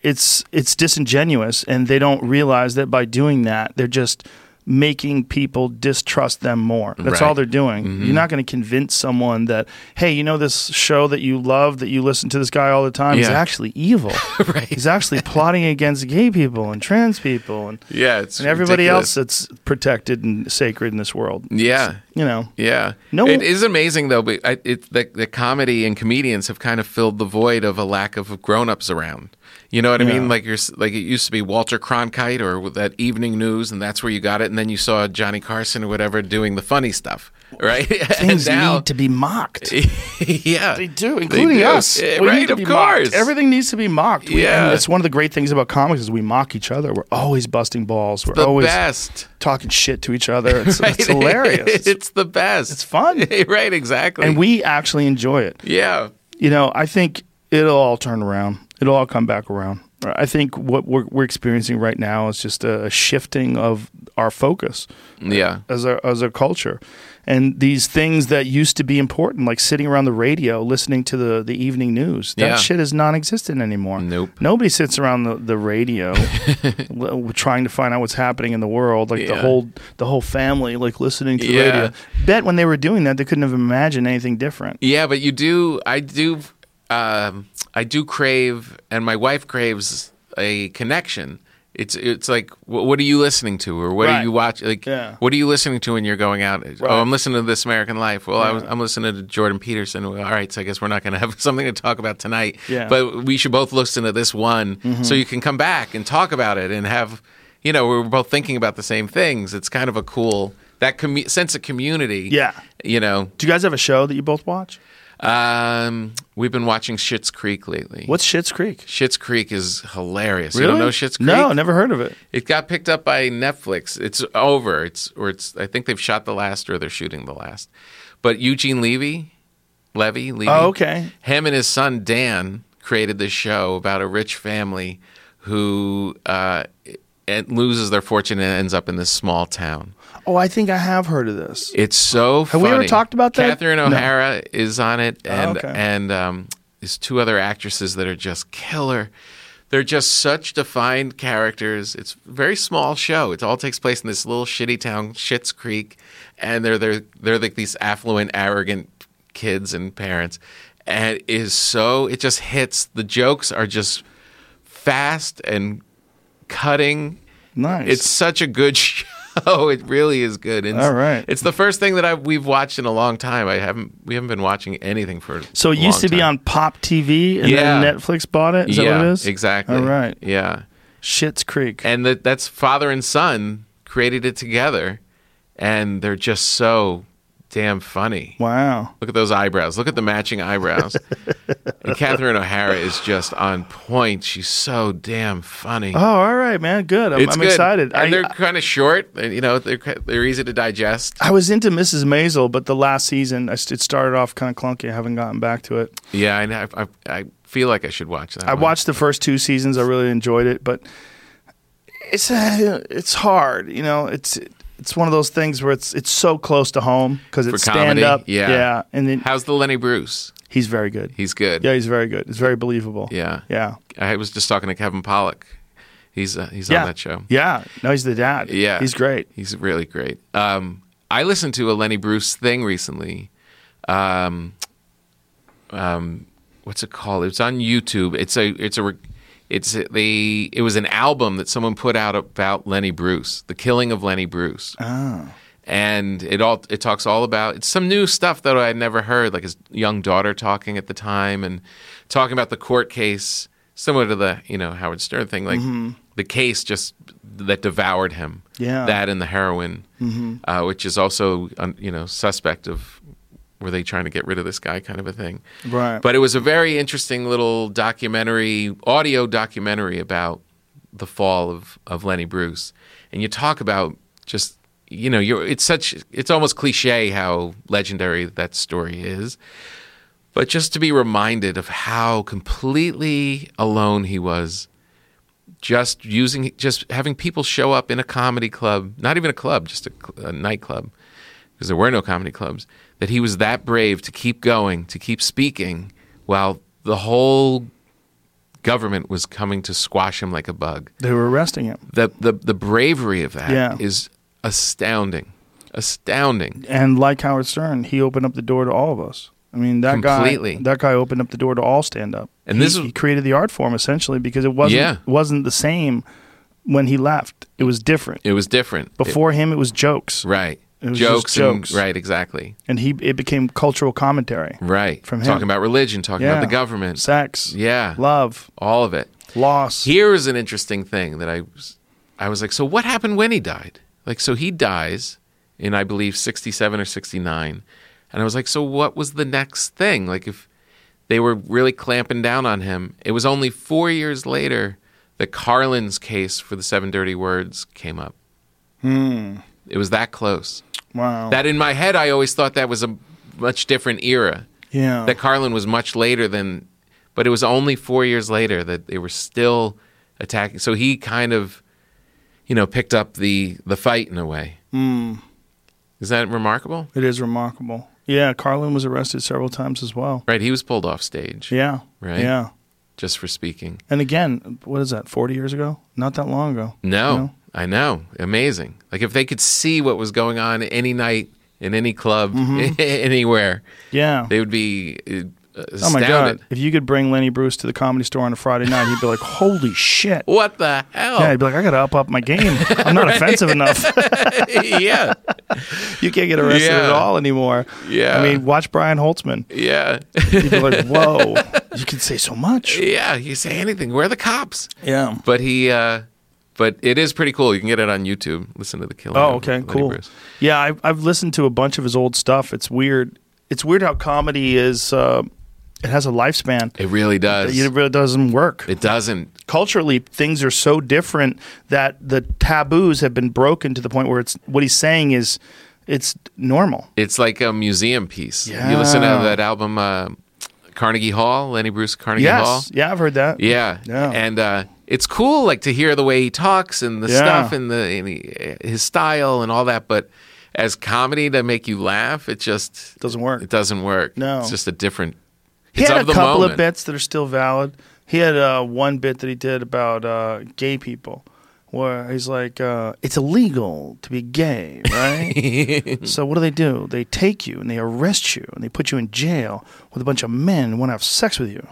Speaker 1: it's it's disingenuous, and they don't realize that by doing that, they're just making people distrust them more. That's all
Speaker 2: Right. Mm-hmm.
Speaker 1: they're doing. You're not going to convince someone that hey, you know this show that you love that you listen to this guy all the time is
Speaker 2: Yeah.
Speaker 1: actually evil.
Speaker 2: Right.
Speaker 1: He's actually plotting against gay people and trans people and,
Speaker 2: yeah, it's
Speaker 1: and everybody
Speaker 2: ridiculous.
Speaker 1: else that's protected and sacred in this world.
Speaker 2: Yeah.
Speaker 1: You know,
Speaker 2: Yeah,
Speaker 1: No-
Speaker 2: it is amazing though. But I, it, the the comedy and comedians have kind of filled the void of a lack of grown ups around. You know what I mean? Like you're s- like it used to be Walter Cronkite or with that evening news, and that's where you got it. And then you saw Johnny Carson or whatever doing the funny stuff, right? And
Speaker 1: things
Speaker 2: now-
Speaker 1: need to be mocked.
Speaker 2: yeah,
Speaker 1: They do, including
Speaker 2: do.
Speaker 1: us.
Speaker 2: Yeah,
Speaker 1: We
Speaker 2: right,
Speaker 1: need to
Speaker 2: of
Speaker 1: be
Speaker 2: course.
Speaker 1: mocked. Everything needs to be mocked. We-
Speaker 2: Yeah.
Speaker 1: and that's one of the great things about comics is we mock each other. We're always busting balls. We're
Speaker 2: the
Speaker 1: always
Speaker 2: best.
Speaker 1: talking shit to each other. It's, it's hilarious. It's,
Speaker 2: it's the best.
Speaker 1: it's fun.
Speaker 2: right? Exactly.
Speaker 1: and we actually enjoy it.
Speaker 2: yeah,
Speaker 1: You know, I think it'll all turn around. It'll all come back around. I think what we're, we're experiencing right now is just a, a shifting of our focus
Speaker 2: Yeah.
Speaker 1: as a as a culture, and these things that used to be important, like sitting around the radio listening to the the evening news, that
Speaker 2: Yeah.
Speaker 1: shit is non-existent anymore.
Speaker 2: Nope.
Speaker 1: Nobody sits around the, the radio li- trying to find out what's happening in the world. Like the
Speaker 2: Yeah.
Speaker 1: whole the whole family like listening to the
Speaker 2: Yeah.
Speaker 1: radio. Bet when they were doing that, they couldn't have imagined anything different.
Speaker 2: Yeah, but you do. I do. Um, I do crave, and my wife craves a connection. It's it's like wh- what are you listening to, or what
Speaker 1: Right.
Speaker 2: are you watch? Like,
Speaker 1: Yeah.
Speaker 2: what are you listening to when you're going out?
Speaker 1: Right.
Speaker 2: Oh, I'm listening to This American Life. Well, I was, I'm listening to Jordan Peterson. Well, all right, so I guess we're not going to have something to talk about tonight.
Speaker 1: Yeah. Mm-hmm.
Speaker 2: But we should both listen to this one, so you can come back and talk about it and have, you know, we're both thinking about the same things. It's kind of a cool that commu sense of community.
Speaker 1: Yeah.
Speaker 2: You know,
Speaker 1: Do you guys have a show that you both watch?
Speaker 2: um, we've been watching Shit's Creek lately.
Speaker 1: What's Shit's Creek?
Speaker 2: Shit's Creek is hilarious. You don't know Shit's Creek?
Speaker 1: No, never heard of it.
Speaker 2: It got picked up by Netflix. It's over. It's or it's. I think they've shot the last, or they're shooting the last. But Eugene Levy, Levy, Levy.
Speaker 1: Oh, okay.
Speaker 2: Him and his son Dan created this show about a rich family who uh, it loses their fortune and ends up in this small town.
Speaker 1: Oh, I think I have heard of this.
Speaker 2: It's so
Speaker 1: Have
Speaker 2: funny.
Speaker 1: we ever talked about that?
Speaker 2: Catherine
Speaker 1: No. Oh,
Speaker 2: O'Hara is on it, and
Speaker 1: okay.
Speaker 2: and um, there's two other actresses that are just killer. They're just such defined characters. It's a very small show. It all takes place in this little shitty town, Shit's Creek, and they're they're they're like these affluent, arrogant kids and parents, and it is so it just hits. The jokes are just fast and cutting
Speaker 1: Nice.
Speaker 2: it's such a good show. It really is good. It's,
Speaker 1: All right.
Speaker 2: It's the first thing that I we've watched in a long time. I haven't we haven't been watching anything for
Speaker 1: so it
Speaker 2: a
Speaker 1: used
Speaker 2: long
Speaker 1: to be
Speaker 2: time.
Speaker 1: on Pop TV, and
Speaker 2: Yeah.
Speaker 1: then Netflix bought it. Is
Speaker 2: yeah,
Speaker 1: that what it is?
Speaker 2: exactly.
Speaker 1: All right.
Speaker 2: Yeah,
Speaker 1: Shit's Creek.
Speaker 2: and that that's father and son created it together, and they're just so damn funny.
Speaker 1: wow.
Speaker 2: Look at those eyebrows. Look at the matching eyebrows. and Catherine O'Hara is just on point. She's so damn funny.
Speaker 1: Oh, all right, man. Good. I'm,
Speaker 2: it's
Speaker 1: I'm
Speaker 2: good.
Speaker 1: excited.
Speaker 2: And they're
Speaker 1: I,
Speaker 2: kind of short. and, You know, they're they're easy to digest.
Speaker 1: I was into Mrs. Maisel, but the last season I, st- it started off kind of clunky. I haven't gotten back to it.
Speaker 2: Yeah, I, know. I, I, I feel like I should watch that.
Speaker 1: I
Speaker 2: one.
Speaker 1: watched the first two seasons. I really enjoyed it, but it's uh, it's hard. You know, it's it's one of those things where it's it's so close to home because
Speaker 2: For
Speaker 1: it's stand
Speaker 2: comedy,
Speaker 1: up.
Speaker 2: yeah.
Speaker 1: yeah, and then
Speaker 2: How's the Lenny Bruce?
Speaker 1: he's very good.
Speaker 2: He's good.
Speaker 1: yeah, he's very good. It's very believable.
Speaker 2: Yeah.
Speaker 1: yeah,
Speaker 2: I was just talking to Kevin Pollock. He's uh, he's
Speaker 1: yeah.
Speaker 2: on that show.
Speaker 1: Yeah, no, he's the dad.
Speaker 2: Yeah.
Speaker 1: he's great.
Speaker 2: He's really great. Um, I listened to a Lenny Bruce thing recently. Um, um, what's it called? It's on YouTube. It's a it's a re- it's a- the it was an album that someone put out about Lenny Bruce, the killing of Lenny Bruce. Oh.
Speaker 1: Ah.
Speaker 2: And it all it talks all about it's some new stuff that I had never heard, like his young daughter talking at the time and talking about the court case, similar to the you know Howard Stern thing, like the case just that devoured him.
Speaker 1: Yeah.
Speaker 2: that and the heroin, uh, which is also um, you know suspect of were they trying to get rid of this guy kind of a thing.
Speaker 1: Right.
Speaker 2: But it was a very interesting little documentary, audio documentary about the fall of, of Lenny Bruce. And you talk about just you know, you're it's such it's almost cliche how legendary that story is. But just to be reminded of how completely alone he was, just using, just having people show up in a comedy club, not even a club, just a, cl- a nightclub, because there were no comedy clubs, that he was that brave to keep going, to keep speaking, while the whole government was coming to squash him like a bug.
Speaker 1: They were arresting him,
Speaker 2: The, the, the bravery of that is
Speaker 1: Yeah.
Speaker 2: astounding. Astounding.
Speaker 1: and like Howard Stern, he opened up the door to all of us. I mean, that
Speaker 2: Completely.
Speaker 1: guy that guy opened up the door to all stand up.
Speaker 2: And
Speaker 1: he,
Speaker 2: this is-
Speaker 1: he created the art form essentially because it wasn't
Speaker 2: Yeah.
Speaker 1: wasn't the same when he left. It was different.
Speaker 2: It was different. It-
Speaker 1: Before him, it was jokes,
Speaker 2: right.
Speaker 1: It was
Speaker 2: jokes,
Speaker 1: just jokes.
Speaker 2: And, right, exactly.
Speaker 1: and he it became cultural commentary,
Speaker 2: Right.
Speaker 1: From
Speaker 2: talking
Speaker 1: him.
Speaker 2: about religion, talking
Speaker 1: Yeah.
Speaker 2: about the government.
Speaker 1: sex,
Speaker 2: yeah.
Speaker 1: love,
Speaker 2: All of it.
Speaker 1: loss.
Speaker 2: Here is an interesting thing that I was, I was like, so what happened when he died? Like, so he dies in, I believe, 67 or 69. And I was like, so what was the next thing? Like, if they were really clamping down on him, it was only four years later that Carlin's case for the seven dirty words came up. Hmm. It was that close.
Speaker 1: wow,
Speaker 2: That in my head, I always thought that was a much different era
Speaker 1: yeah,
Speaker 2: that Carlin was much later than, but it was only four years later that they were still attacking. So he kind of, you know, picked up the the fight in a way.
Speaker 1: Hmm.
Speaker 2: Is that remarkable?
Speaker 1: It is remarkable. Yeah, Carlin was arrested several times as well.
Speaker 2: Right, he was pulled off stage
Speaker 1: Yeah.
Speaker 2: Right.
Speaker 1: Yeah.
Speaker 2: just for speaking.
Speaker 1: And again, what is that? Forty years ago? Not that long ago.
Speaker 2: No,
Speaker 1: You know?
Speaker 2: I know. Amazing. Like if they could see what was going on any night in any club
Speaker 1: Mm-hmm.
Speaker 2: anywhere,
Speaker 1: Yeah.
Speaker 2: they would be uh, astounded.
Speaker 1: oh my god! If you could bring Lenny Bruce to the comedy store on a Friday night, he'd be like, "Holy shit!"
Speaker 2: What the hell?
Speaker 1: Yeah, he'd be like, "I gotta up up my game. I'm not offensive enough.
Speaker 2: yeah.
Speaker 1: you can't get arrested
Speaker 2: Yeah.
Speaker 1: at all anymore."
Speaker 2: Yeah.
Speaker 1: I mean, watch Brian Holtzman.
Speaker 2: Yeah.
Speaker 1: You'd be like, "Whoa, you can say so much."
Speaker 2: yeah. You say anything. Where are the cops?
Speaker 1: Yeah.
Speaker 2: But he, uh, but it is pretty cool. You can get it on YouTube. Listen to the killing.
Speaker 1: Oh,
Speaker 2: of
Speaker 1: okay,
Speaker 2: Lenny
Speaker 1: cool.
Speaker 2: Bruce.
Speaker 1: Yeah, I've, I've listened to a bunch of his old stuff. It's weird. It's weird how comedy is. Uh, it has a lifespan.
Speaker 2: It really does.
Speaker 1: It really doesn't work.
Speaker 2: It doesn't.
Speaker 1: Culturally, things are so different that the taboos have been broken to the point where it's what he's saying is it's normal.
Speaker 2: It's like a museum piece. You listen to
Speaker 1: Yeah.
Speaker 2: that album, uh, Carnegie Hall, Lenny Bruce Carnegie
Speaker 1: Yes.
Speaker 2: Hall.
Speaker 1: Yeah, I've heard that.
Speaker 2: Yeah.
Speaker 1: Yeah.
Speaker 2: And uh, it's cool, like to hear the way he talks and the
Speaker 1: Yeah.
Speaker 2: stuff and the and he, his style and all that. But as comedy to make you laugh, it just
Speaker 1: Doesn't work.
Speaker 2: It doesn't work.
Speaker 1: No.
Speaker 2: it's just a different.
Speaker 1: He
Speaker 2: it's
Speaker 1: had
Speaker 2: of
Speaker 1: a
Speaker 2: the
Speaker 1: couple
Speaker 2: moment.
Speaker 1: of bits that are still valid. He had uh, one bit that he did about uh, gay people, where he's like, uh, "It's illegal to be gay, right? so what do they do? They take you and they arrest you and they put you in jail with a bunch of men who want to have sex with you."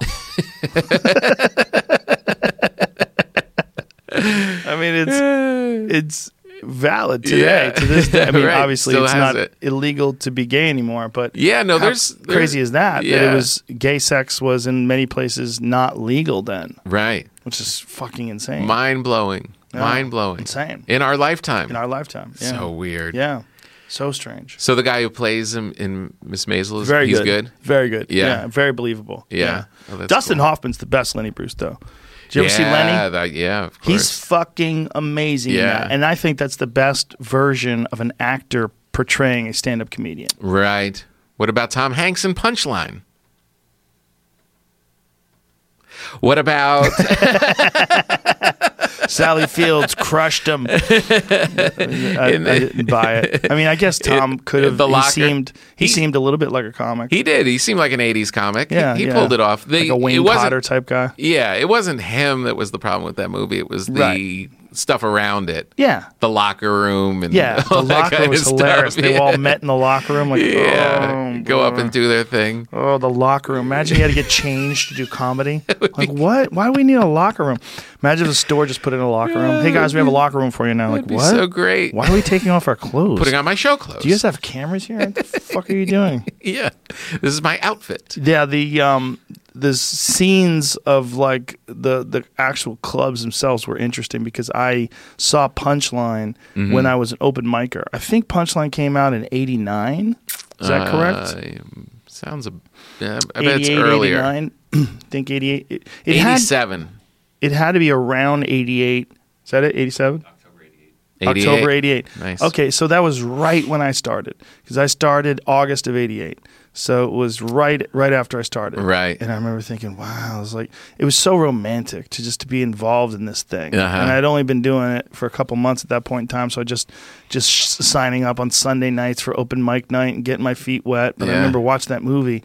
Speaker 1: I mean, it's it's valid today
Speaker 2: Yeah.
Speaker 1: to this day. I mean,
Speaker 2: Right.
Speaker 1: obviously,
Speaker 2: Still
Speaker 1: it's
Speaker 2: has
Speaker 1: not
Speaker 2: it.
Speaker 1: illegal to be gay anymore, but
Speaker 2: Yeah, no,
Speaker 1: how
Speaker 2: there's, there's
Speaker 1: crazy as that that
Speaker 2: yeah.
Speaker 1: it was gay sex was in many places not legal then,
Speaker 2: right,
Speaker 1: which is fucking insane.
Speaker 2: mind blowing, mind blowing,
Speaker 1: Insane.
Speaker 2: in our lifetime.
Speaker 1: in our lifetime. Yeah.
Speaker 2: So weird.
Speaker 1: yeah, so strange.
Speaker 2: So the guy who plays him in Miss Maisel is
Speaker 1: Very
Speaker 2: he's
Speaker 1: good.
Speaker 2: good.
Speaker 1: Very good.
Speaker 2: Yeah.
Speaker 1: Yeah. very believable.
Speaker 2: Yeah. Oh, that's
Speaker 1: Dustin
Speaker 2: cool.
Speaker 1: Hoffman's the best Lenny Bruce though. Did you ever see
Speaker 2: Yeah,
Speaker 1: Lenny?
Speaker 2: that- yeah, of course.
Speaker 1: He's fucking amazing. in
Speaker 2: Yeah.
Speaker 1: that. And I think that's the best version of an actor portraying a stand up comedian.
Speaker 2: Right. What about Tom Hanks in Punchline? What about
Speaker 1: Sally Fields crushed him. I, I didn't buy it. I mean, I guess Tom could have.
Speaker 2: the
Speaker 1: he
Speaker 2: locker.
Speaker 1: seemed he,
Speaker 2: He-
Speaker 1: seemed a little bit like a comic.
Speaker 2: he did? He seemed like an '80s comic. He-
Speaker 1: yeah,
Speaker 2: he,
Speaker 1: yeah.
Speaker 2: pulled it off.
Speaker 1: like
Speaker 2: They-
Speaker 1: a
Speaker 2: it
Speaker 1: Wayne
Speaker 2: wasn't-
Speaker 1: Potter type guy.
Speaker 2: Yeah, it wasn't him that was the problem with that movie. It was the
Speaker 1: Right.
Speaker 2: stuff around it.
Speaker 1: Yeah,
Speaker 2: The locker room and
Speaker 1: yeah. The
Speaker 2: all that
Speaker 1: locker
Speaker 2: kind
Speaker 1: was
Speaker 2: of stuff.
Speaker 1: hilarious. They
Speaker 2: Yeah.
Speaker 1: all met in the locker room. Like,
Speaker 2: yeah.
Speaker 1: oh,
Speaker 2: go up and do their thing.
Speaker 1: Oh, the locker room. Imagine you had to get changed to do comedy. Like, what? Why do we need a locker room? Imagine if a store just put in a locker room. Hey, guys, we have a locker room for you now. Like,
Speaker 2: It'd be
Speaker 1: what?
Speaker 2: so great.
Speaker 1: Why are we taking off our clothes?
Speaker 2: Putting on my show clothes.
Speaker 1: do you guys have cameras here? What the fuck are you doing?
Speaker 2: yeah, this is my outfit.
Speaker 1: Yeah, the um the scenes of like the the actual clubs themselves were interesting because I saw Punchline
Speaker 2: Mm-hmm.
Speaker 1: when I was an open micer. I think Punchline came out in 89. Is that correct?
Speaker 2: Uh, sounds a. Yeah, I bet it's earlier.
Speaker 1: 89. I think 88. It, it had
Speaker 2: 87.
Speaker 1: it had to be around 88. Is that it? 87?
Speaker 2: 88.
Speaker 1: October 88.
Speaker 2: Nice.
Speaker 1: Okay, so that was right when I started because I started August of 88. So it was right right after I started.
Speaker 2: Right.
Speaker 1: And I remember thinking, wow, it was like it was so romantic to just to be involved in this thing.
Speaker 2: Uh-huh.
Speaker 1: And I'd only been doing it for a couple months at that point in time, so I just just sh- signing up on Sunday nights for open mic night and getting my feet wet. But I
Speaker 2: Yeah.
Speaker 1: remember watching that movie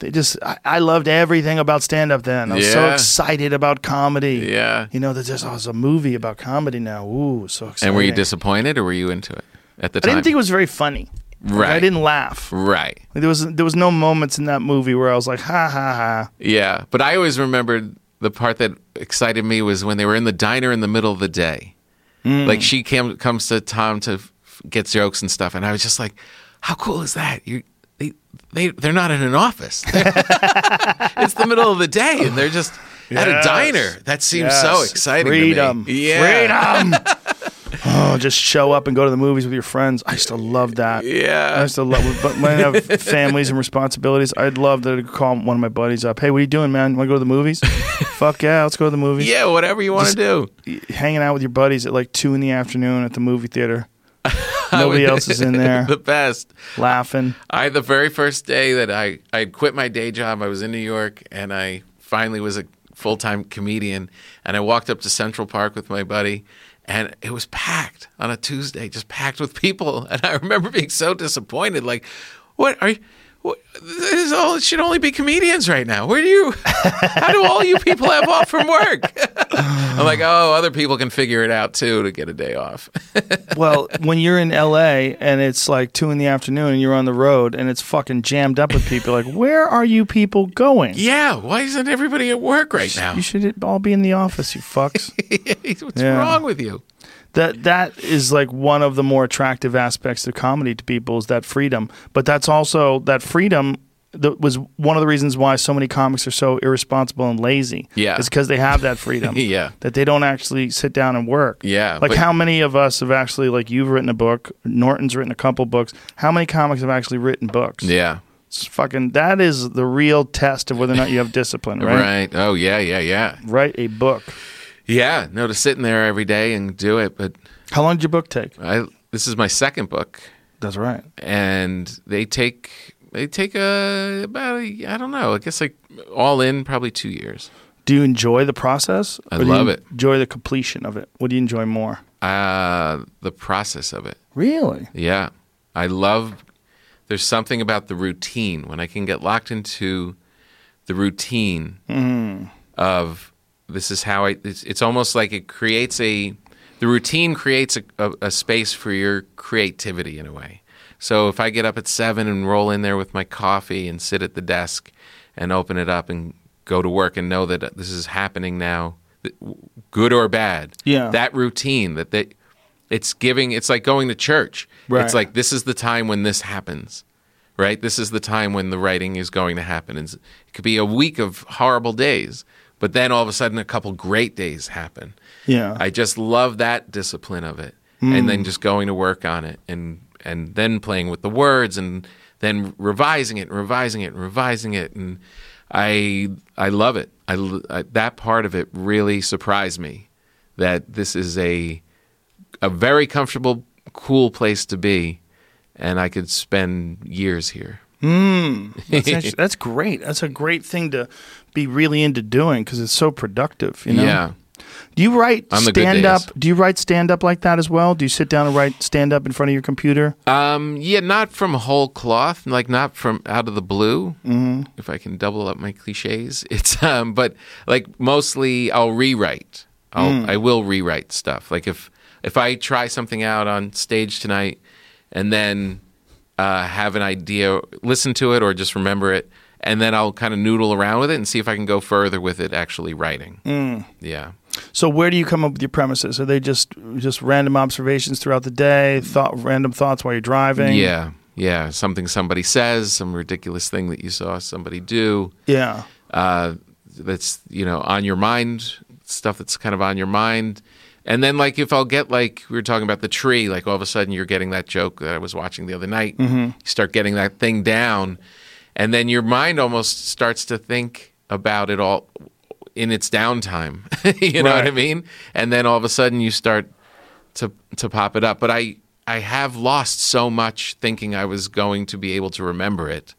Speaker 1: they just I, I loved everything about stand up then. I was so
Speaker 2: Yeah.
Speaker 1: excited about comedy.
Speaker 2: Yeah.
Speaker 1: You know, there's just oh, it's a movie about comedy now. Ooh, so exciting.
Speaker 2: And were you disappointed or were you into it at the
Speaker 1: I
Speaker 2: time?
Speaker 1: didn't think it was very funny. Like, I
Speaker 2: Right.
Speaker 1: didn't laugh.
Speaker 2: right.
Speaker 1: Like, there was there was no moments in that movie where I was like, ha ha ha.
Speaker 2: Yeah. But I always remembered the part that excited me was when they were in the diner in the middle of the day.
Speaker 1: Mm.
Speaker 2: Like she came, comes to Tom to f- get jokes and stuff. And I was just like, how cool is that? You, they, they, they're not in an office. it's the middle of the day and they're just at a
Speaker 1: Yes.
Speaker 2: diner. That seems so
Speaker 1: Yes.
Speaker 2: exciting. to me.
Speaker 1: Freedom.
Speaker 2: Yeah.
Speaker 1: Freedom. oh, just show up and go to the movies with your friends. I used to love that.
Speaker 2: Yeah.
Speaker 1: I used to love, but when I have families and responsibilities, I'd love to call one of my buddies up. Hey, what are you doing, man? Want to go to the movies? Fuck yeah, let's go to the movies.
Speaker 2: Yeah. Whatever you want to do.
Speaker 1: hanging out with your buddies at like two in the afternoon at the movie theater. Nobody else is in there
Speaker 2: the best.
Speaker 1: laughing.
Speaker 2: I the very first day that I I had quit my day job, I was in New York, and I finally was a, full time comedian. And I walked up to Central Park with my buddy, and it was packed on a Tuesday, just packed with people. And I remember being so disappointed. Like, what are you? What, this is all it should only be comedians right now. Where do you? How do all you people have off from work? I'm like, oh, other people can figure it out too to get a day off.
Speaker 1: Well, when you're in LA and it's like two in the afternoon and you're on the road and it's fucking jammed up with people, like, where are you people going?
Speaker 2: yeah, why isn't everybody at work right now?
Speaker 1: You should all be in the office, you fucks.
Speaker 2: What's
Speaker 1: Yeah.
Speaker 2: wrong with you?
Speaker 1: that that is like one of the more attractive aspects of comedy to people is that freedom. But that's also that freedom that was one of the reasons why so many comics are so irresponsible and lazy.
Speaker 2: Yeah.
Speaker 1: is because they have that freedom.
Speaker 2: Yeah.
Speaker 1: that they don't actually sit down and work.
Speaker 2: Yeah,
Speaker 1: like
Speaker 2: but-
Speaker 1: how many of us have actually like you've written a book, Norton's written a couple books. How many comics have actually written books?
Speaker 2: Yeah.
Speaker 1: it's fucking that is the real test of whether or not you have discipline,
Speaker 2: Right.
Speaker 1: right?
Speaker 2: Oh yeah, yeah, yeah.
Speaker 1: Write a book.
Speaker 2: Yeah. No, to sit in there every day and do it, but
Speaker 1: How long did your book take?
Speaker 2: I this is my second book
Speaker 1: That's right.
Speaker 2: and they take they take a about a, I don't know, I guess like all in probably 2 years.
Speaker 1: Do you enjoy the process?
Speaker 2: I
Speaker 1: or do you
Speaker 2: love it.
Speaker 1: Enjoy the completion of it. What do you enjoy more?
Speaker 2: Uh the process of it.
Speaker 1: Really?
Speaker 2: Yeah. I love there's something about the routine when I can get locked into the routine of this is how I it's, it's almost like it creates a the routine creates a, a, a space for your creativity in a way. So if I get up at 7 and roll in there with my coffee and sit at the desk and open it up and go to work and know that this is happening now th- good or bad.
Speaker 1: Yeah.
Speaker 2: That routine that they it's giving it's like going to church
Speaker 1: Right.
Speaker 2: it's like this is the time when this happens right this is the time when the writing is going to happen and it could be a week of horrible days but then all of a sudden a couple great days happen
Speaker 1: Yeah. Hmm.
Speaker 2: i just love that discipline of it and then just going to work on it and and then playing with the words and then revising it and revising it and revising it and i i love it I l I that part of it really surprised me that this is a a very comfortable, cool place to be, and I could spend years here.
Speaker 1: That's, inter- that's great. That's a great thing to be really into doing because it's so productive. You know?
Speaker 2: Yeah.
Speaker 1: Do you write
Speaker 2: On the good
Speaker 1: stand up?
Speaker 2: days.
Speaker 1: Do you write stand up like that as well? Do you sit down and write stand up in front of your computer?
Speaker 2: Um, yeah, not from whole cloth, like not from out of the blue. Mm-hmm. If I can double up my cliches, it's um, but like mostly I'll rewrite. I'll, I will rewrite stuff. Like if if I try something out on stage tonight, and then uh, have an idea, listen to it, or just remember it, and then I'll kind of noodle around with it and see if I can go further with it actually writing. Yeah.
Speaker 1: So where do you come up with your premises? Are they just just random observations throughout the day? Thought random thoughts while you're driving?
Speaker 2: Yeah, yeah. Something somebody says, some ridiculous thing that you saw somebody do.
Speaker 1: Yeah.
Speaker 2: Uh, that's you know on your mind, stuff that's kind of on your mind. And then like if I'll get like we were talking about the tree, like all of a sudden you're getting that joke that I was watching the other night. You start getting that thing down, and then your mind almost starts to think about it all in its downtime. you know what I
Speaker 1: Right.
Speaker 2: mean? And then all of a sudden you start to to pop it up. But I I have lost so much thinking I was going to be able to remember it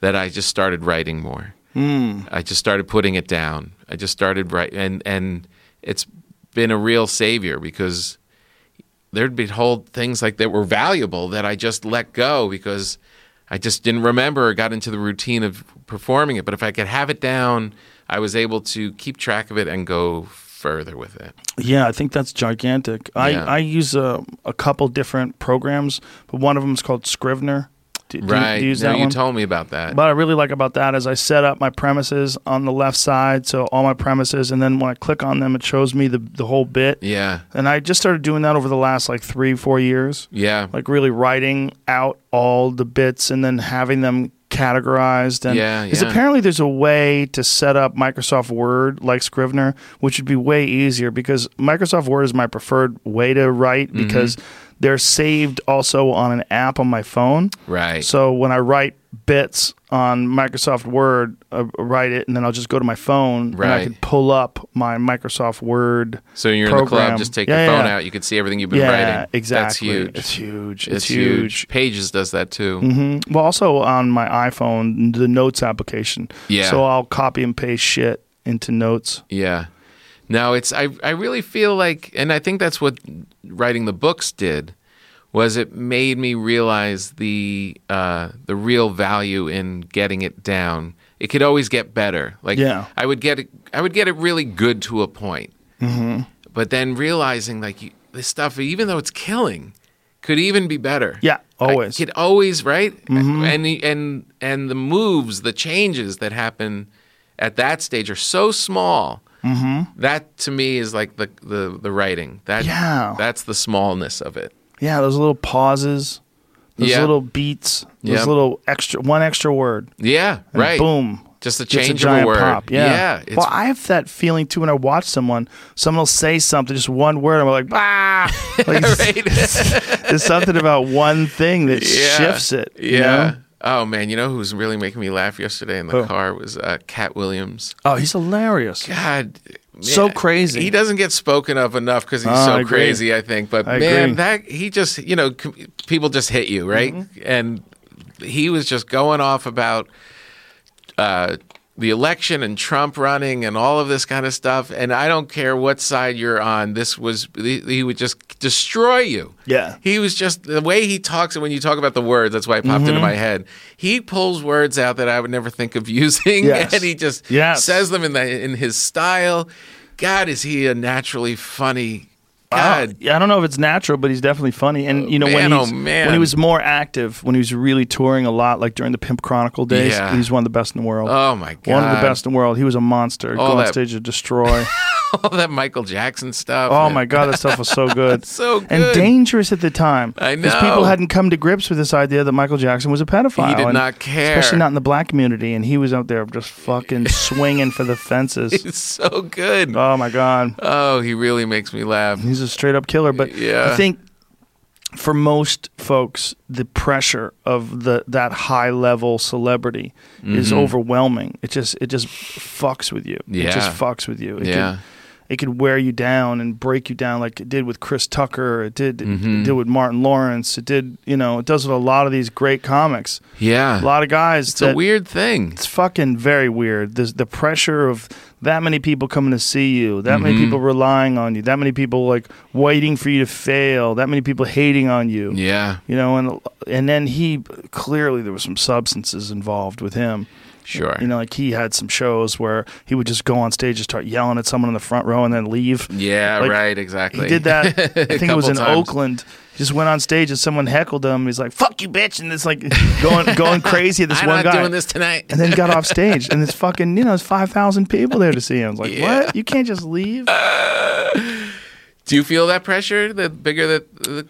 Speaker 2: that I just started writing more. I just started putting it down. I just started writing, and and it's been a real savior because there'd be whole things like that were valuable that I just let go because I just didn't remember or got into the routine of performing it. But if I could have it down, I was able to keep track of it and go further with it.
Speaker 1: Yeah, I think that's gigantic. I,
Speaker 2: Yeah.
Speaker 1: I use a, a couple different programs, but one of them is called Scrivener. Do, do you-
Speaker 2: right.
Speaker 1: do you use
Speaker 2: No,
Speaker 1: that
Speaker 2: you
Speaker 1: one?
Speaker 2: told me about that.
Speaker 1: what I really like about that is I set up my premises on the left side, so all my premises, and then when I click on them, it shows me the, the whole bit.
Speaker 2: yeah.
Speaker 1: And I just started doing that over the last like three, four years,
Speaker 2: Yeah.
Speaker 1: like really writing out all the bits and then having them categorized. And
Speaker 2: Yeah,
Speaker 1: because
Speaker 2: yeah.
Speaker 1: apparently there's a way to set up Microsoft Word like Scrivener, which would be way easier because Microsoft Word is my preferred way to write
Speaker 2: Mm-hmm.
Speaker 1: because they're saved also on an app on my phone.
Speaker 2: right.
Speaker 1: So when I write bits on Microsoft Word, I write it, and then I'll just go to my phone and I
Speaker 2: Right.
Speaker 1: can pull up my Microsoft Word.
Speaker 2: So when you're in the
Speaker 1: program.
Speaker 2: club, just take
Speaker 1: Yeah,
Speaker 2: your phone
Speaker 1: yeah.
Speaker 2: out. You can see everything you've been
Speaker 1: Yeah,
Speaker 2: writing.
Speaker 1: exactly.
Speaker 2: That's huge.
Speaker 1: It's huge. It's,
Speaker 2: It's
Speaker 1: huge.
Speaker 2: huge. Pages does that too.
Speaker 1: Mhm. Well, also on my iPhone, the Notes application.
Speaker 2: Yeah.
Speaker 1: So I'll copy and paste shit into notes.
Speaker 2: Yeah. No, it's I I really feel like and I think that's what writing the books did was it made me realize the uh, the real value in getting it down. It could always get better. Like
Speaker 1: Yeah.
Speaker 2: I would get it I would get it really good to a point. But then realizing like you, this stuff even though it's killing could even be better.
Speaker 1: Yeah, always. Mm-hmm.
Speaker 2: I could always, right? And the- and and the moves, the changes that happen at that stage are so small.
Speaker 1: Mm-hmm.
Speaker 2: That to me is like the the, the writing. That
Speaker 1: Yeah.
Speaker 2: that's the smallness of it.
Speaker 1: Yeah, those little pauses, those
Speaker 2: Yeah.
Speaker 1: little beats, those
Speaker 2: Yeah.
Speaker 1: little extra one extra word.
Speaker 2: Yeah,
Speaker 1: and
Speaker 2: right.
Speaker 1: Boom.
Speaker 2: Just a
Speaker 1: Gets
Speaker 2: change of a word. yeah it's,
Speaker 1: well, I have that feeling too when I watch someone. Someone will say something, just one word, and we're like, ah. Like,
Speaker 2: right?
Speaker 1: There's something about one thing that
Speaker 2: Yeah.
Speaker 1: shifts it.
Speaker 2: Yeah.
Speaker 1: you know?
Speaker 2: Oh man, you know who was really making me laugh yesterday in the
Speaker 1: Who?
Speaker 2: car was uh, Cat Williams.
Speaker 1: Oh, he's hilarious.
Speaker 2: God,
Speaker 1: So
Speaker 2: man,
Speaker 1: crazy.
Speaker 2: He doesn't get spoken of enough because he's
Speaker 1: Oh, I
Speaker 2: so
Speaker 1: agree.
Speaker 2: crazy. I think, but
Speaker 1: I
Speaker 2: man,
Speaker 1: agree.
Speaker 2: that he just you know com- people just hit you right,
Speaker 1: Mm-hmm.
Speaker 2: and he was just going off about uh, the election and Trump running and all of this kind of stuff. And I don't care what side you're on. This was he, he would just destroy you.
Speaker 1: Yeah.
Speaker 2: he was just the way he talks. And when you talk about the words, that's why it popped
Speaker 1: Mm-hmm.
Speaker 2: into my head. He pulls words out that I would never think of using,
Speaker 1: Yes.
Speaker 2: and he just
Speaker 1: Yes.
Speaker 2: says them in the, in his style. God, is he a naturally funny
Speaker 1: Wow.
Speaker 2: God?
Speaker 1: Oh, Yeah, I don't know if it's natural, but he's definitely funny. And you know
Speaker 2: man,
Speaker 1: when he's,
Speaker 2: oh, man.
Speaker 1: when he was more active, when he was really touring a lot, like during the Pimp Chronicle days,
Speaker 2: Yeah.
Speaker 1: he was one of the best in the world.
Speaker 2: Oh my god!
Speaker 1: one of the best in the world. He was a monster. Go
Speaker 2: All
Speaker 1: on
Speaker 2: that-
Speaker 1: stage to destroy.
Speaker 2: All that Michael Jackson stuff.
Speaker 1: Oh
Speaker 2: and-
Speaker 1: my god, that stuff was so good,
Speaker 2: So
Speaker 1: and
Speaker 2: good.
Speaker 1: dangerous at the time.
Speaker 2: I
Speaker 1: people
Speaker 2: know.
Speaker 1: hadn't come to grips with this idea that Michael Jackson was a pedophile.
Speaker 2: He did
Speaker 1: and
Speaker 2: not care.
Speaker 1: especially not in the black community. And he was out there just fucking swinging for the fences.
Speaker 2: It's so good.
Speaker 1: Oh my god,
Speaker 2: Oh, he really makes me laugh.
Speaker 1: he's a straight up killer. But
Speaker 2: Yeah.
Speaker 1: I think for most folks, the pressure of the that high level celebrity
Speaker 2: Mm-hmm.
Speaker 1: is overwhelming. It just it just fucks with you. It just
Speaker 2: Yeah.
Speaker 1: fucks with you. It
Speaker 2: Yeah.
Speaker 1: Could, it could wear you down and break you down, like it did with Chris Tucker. It did.
Speaker 2: Mm-hmm.
Speaker 1: It did with Martin Lawrence. It did. You know, it does with a lot of these great comics.
Speaker 2: Yeah.
Speaker 1: A lot of guys.
Speaker 2: it's
Speaker 1: that,
Speaker 2: a weird thing.
Speaker 1: it's fucking very weird. There's the pressure of that many people coming to see you, that
Speaker 2: Mm-hmm.
Speaker 1: many people relying on you, that many people like waiting for you to fail, that many people hating on you.
Speaker 2: Yeah.
Speaker 1: You know, and and then he clearly there was some substances involved with him.
Speaker 2: Sure.
Speaker 1: You know, like he had some shows where he would just go on stage and start yelling at someone in the front row and then leave.
Speaker 2: yeah.
Speaker 1: like,
Speaker 2: right. Exactly.
Speaker 1: He did that. I think it was
Speaker 2: couple
Speaker 1: in
Speaker 2: times.
Speaker 1: Oakland. He just went on stage and someone heckled him. He's like, "Fuck you, bitch!" And it's like going going crazy at this
Speaker 2: I'm
Speaker 1: one
Speaker 2: not
Speaker 1: guy
Speaker 2: doing this tonight.
Speaker 1: and then got off stage and it's fucking you know it's 5000 people there to see him I was like
Speaker 2: Yeah. Uh,
Speaker 1: what you can't just leave
Speaker 2: Do you feel that pressure? The bigger that the, this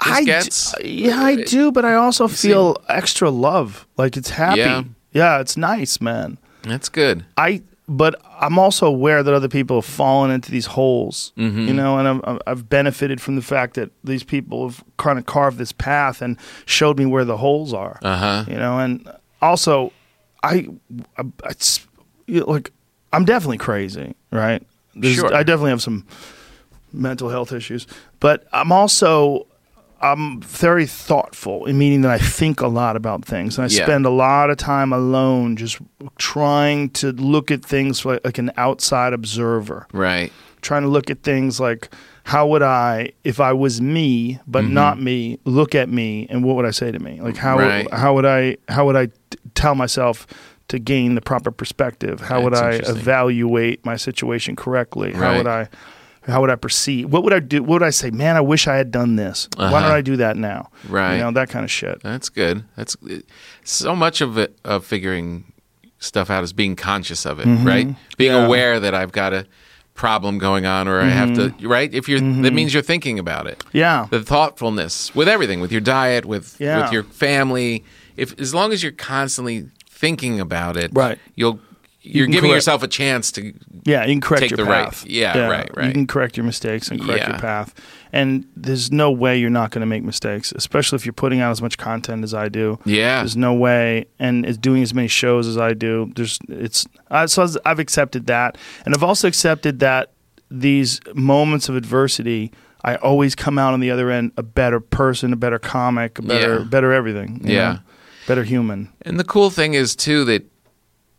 Speaker 1: I d-
Speaker 2: gets.
Speaker 1: yeah i do but i also feel extra love like it's happy
Speaker 2: Yeah.
Speaker 1: yeah. it's nice man
Speaker 2: That's good.
Speaker 1: i but i'm also aware that other people have fallen into these holes
Speaker 2: Mm-hmm.
Speaker 1: you know and I'm- I'm, i've benefited from the fact that these people have kind of carved this path and showed me where the holes are
Speaker 2: Uh huh.
Speaker 1: you know and also i, I, I s- you know, like i'm definitely crazy right There's-
Speaker 2: Sure.
Speaker 1: i definitely have some mental health issues but i'm also i'm very thoughtful in meaning that i think a lot about things and i
Speaker 2: Yeah.
Speaker 1: spend a lot of time alone just trying to look at things like, like an outside observer
Speaker 2: Right.
Speaker 1: trying to look at things like how would I, if I was me but
Speaker 2: Mm-hmm.
Speaker 1: not me, look at me and what would I say to me? Like how
Speaker 2: Right.
Speaker 1: how would I how would I t- tell myself to gain the proper perspective? How would
Speaker 2: That's
Speaker 1: I
Speaker 2: interesting.
Speaker 1: evaluate my situation correctly? How would I
Speaker 2: Right.
Speaker 1: how would I perceive? What would I do? What would I say? Man, I wish I had done this. Why don't
Speaker 2: Uh-huh.
Speaker 1: I do that now?
Speaker 2: Right.
Speaker 1: You know that kind of shit.
Speaker 2: That's good. That's so much of it of figuring stuff out is being conscious of it,
Speaker 1: Mm-hmm.
Speaker 2: right? Being aware that I've got a problem going on or I have
Speaker 1: Mm-hmm.
Speaker 2: to right? If you're that means you're thinking about it.
Speaker 1: Yeah.
Speaker 2: The thoughtfulness with everything, with your diet, with
Speaker 1: Yeah.
Speaker 2: with your family. If as long as you're constantly thinking about it,
Speaker 1: Right.
Speaker 2: you'll you're
Speaker 1: can
Speaker 2: giving
Speaker 1: correct-
Speaker 2: yourself a chance to
Speaker 1: Yeah, you can correct
Speaker 2: Take
Speaker 1: your
Speaker 2: the right-
Speaker 1: path.
Speaker 2: yeah, right,
Speaker 1: You
Speaker 2: right.
Speaker 1: can correct your mistakes and correct your
Speaker 2: Yeah.
Speaker 1: path. And there's no way you're not going to make mistakes, especially if you're putting out as much content as I do.
Speaker 2: Yeah.
Speaker 1: there's no way, and is doing as many shows as I do. There's it's I, so I've- I've accepted that, and I've also accepted that these moments of adversity. I always come out on the other end a better person, a better comic, a better,
Speaker 2: Yeah.
Speaker 1: better everything. you
Speaker 2: Yeah.
Speaker 1: know? better human.
Speaker 2: And the cool thing is too that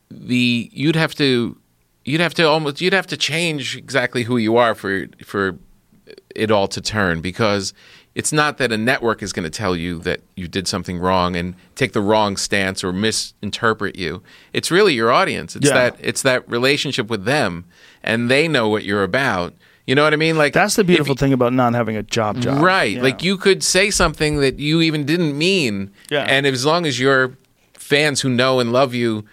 Speaker 2: the you'd have to you'd have to almost you'd have to change exactly who you are for for it all to turn because it's not that a network is going to tell you that you did something wrong and take the wrong stance or misinterpret you. It's really your audience. It's
Speaker 1: Yeah.
Speaker 2: that it's that relationship with them and they know what you're about. You know what I mean? Like
Speaker 1: That's the
Speaker 2: if-
Speaker 1: beautiful thing about not having a job job.
Speaker 2: Right. Like you could say something that you even didn't mean.
Speaker 1: Yeah.
Speaker 2: And as long as your fans who know and love you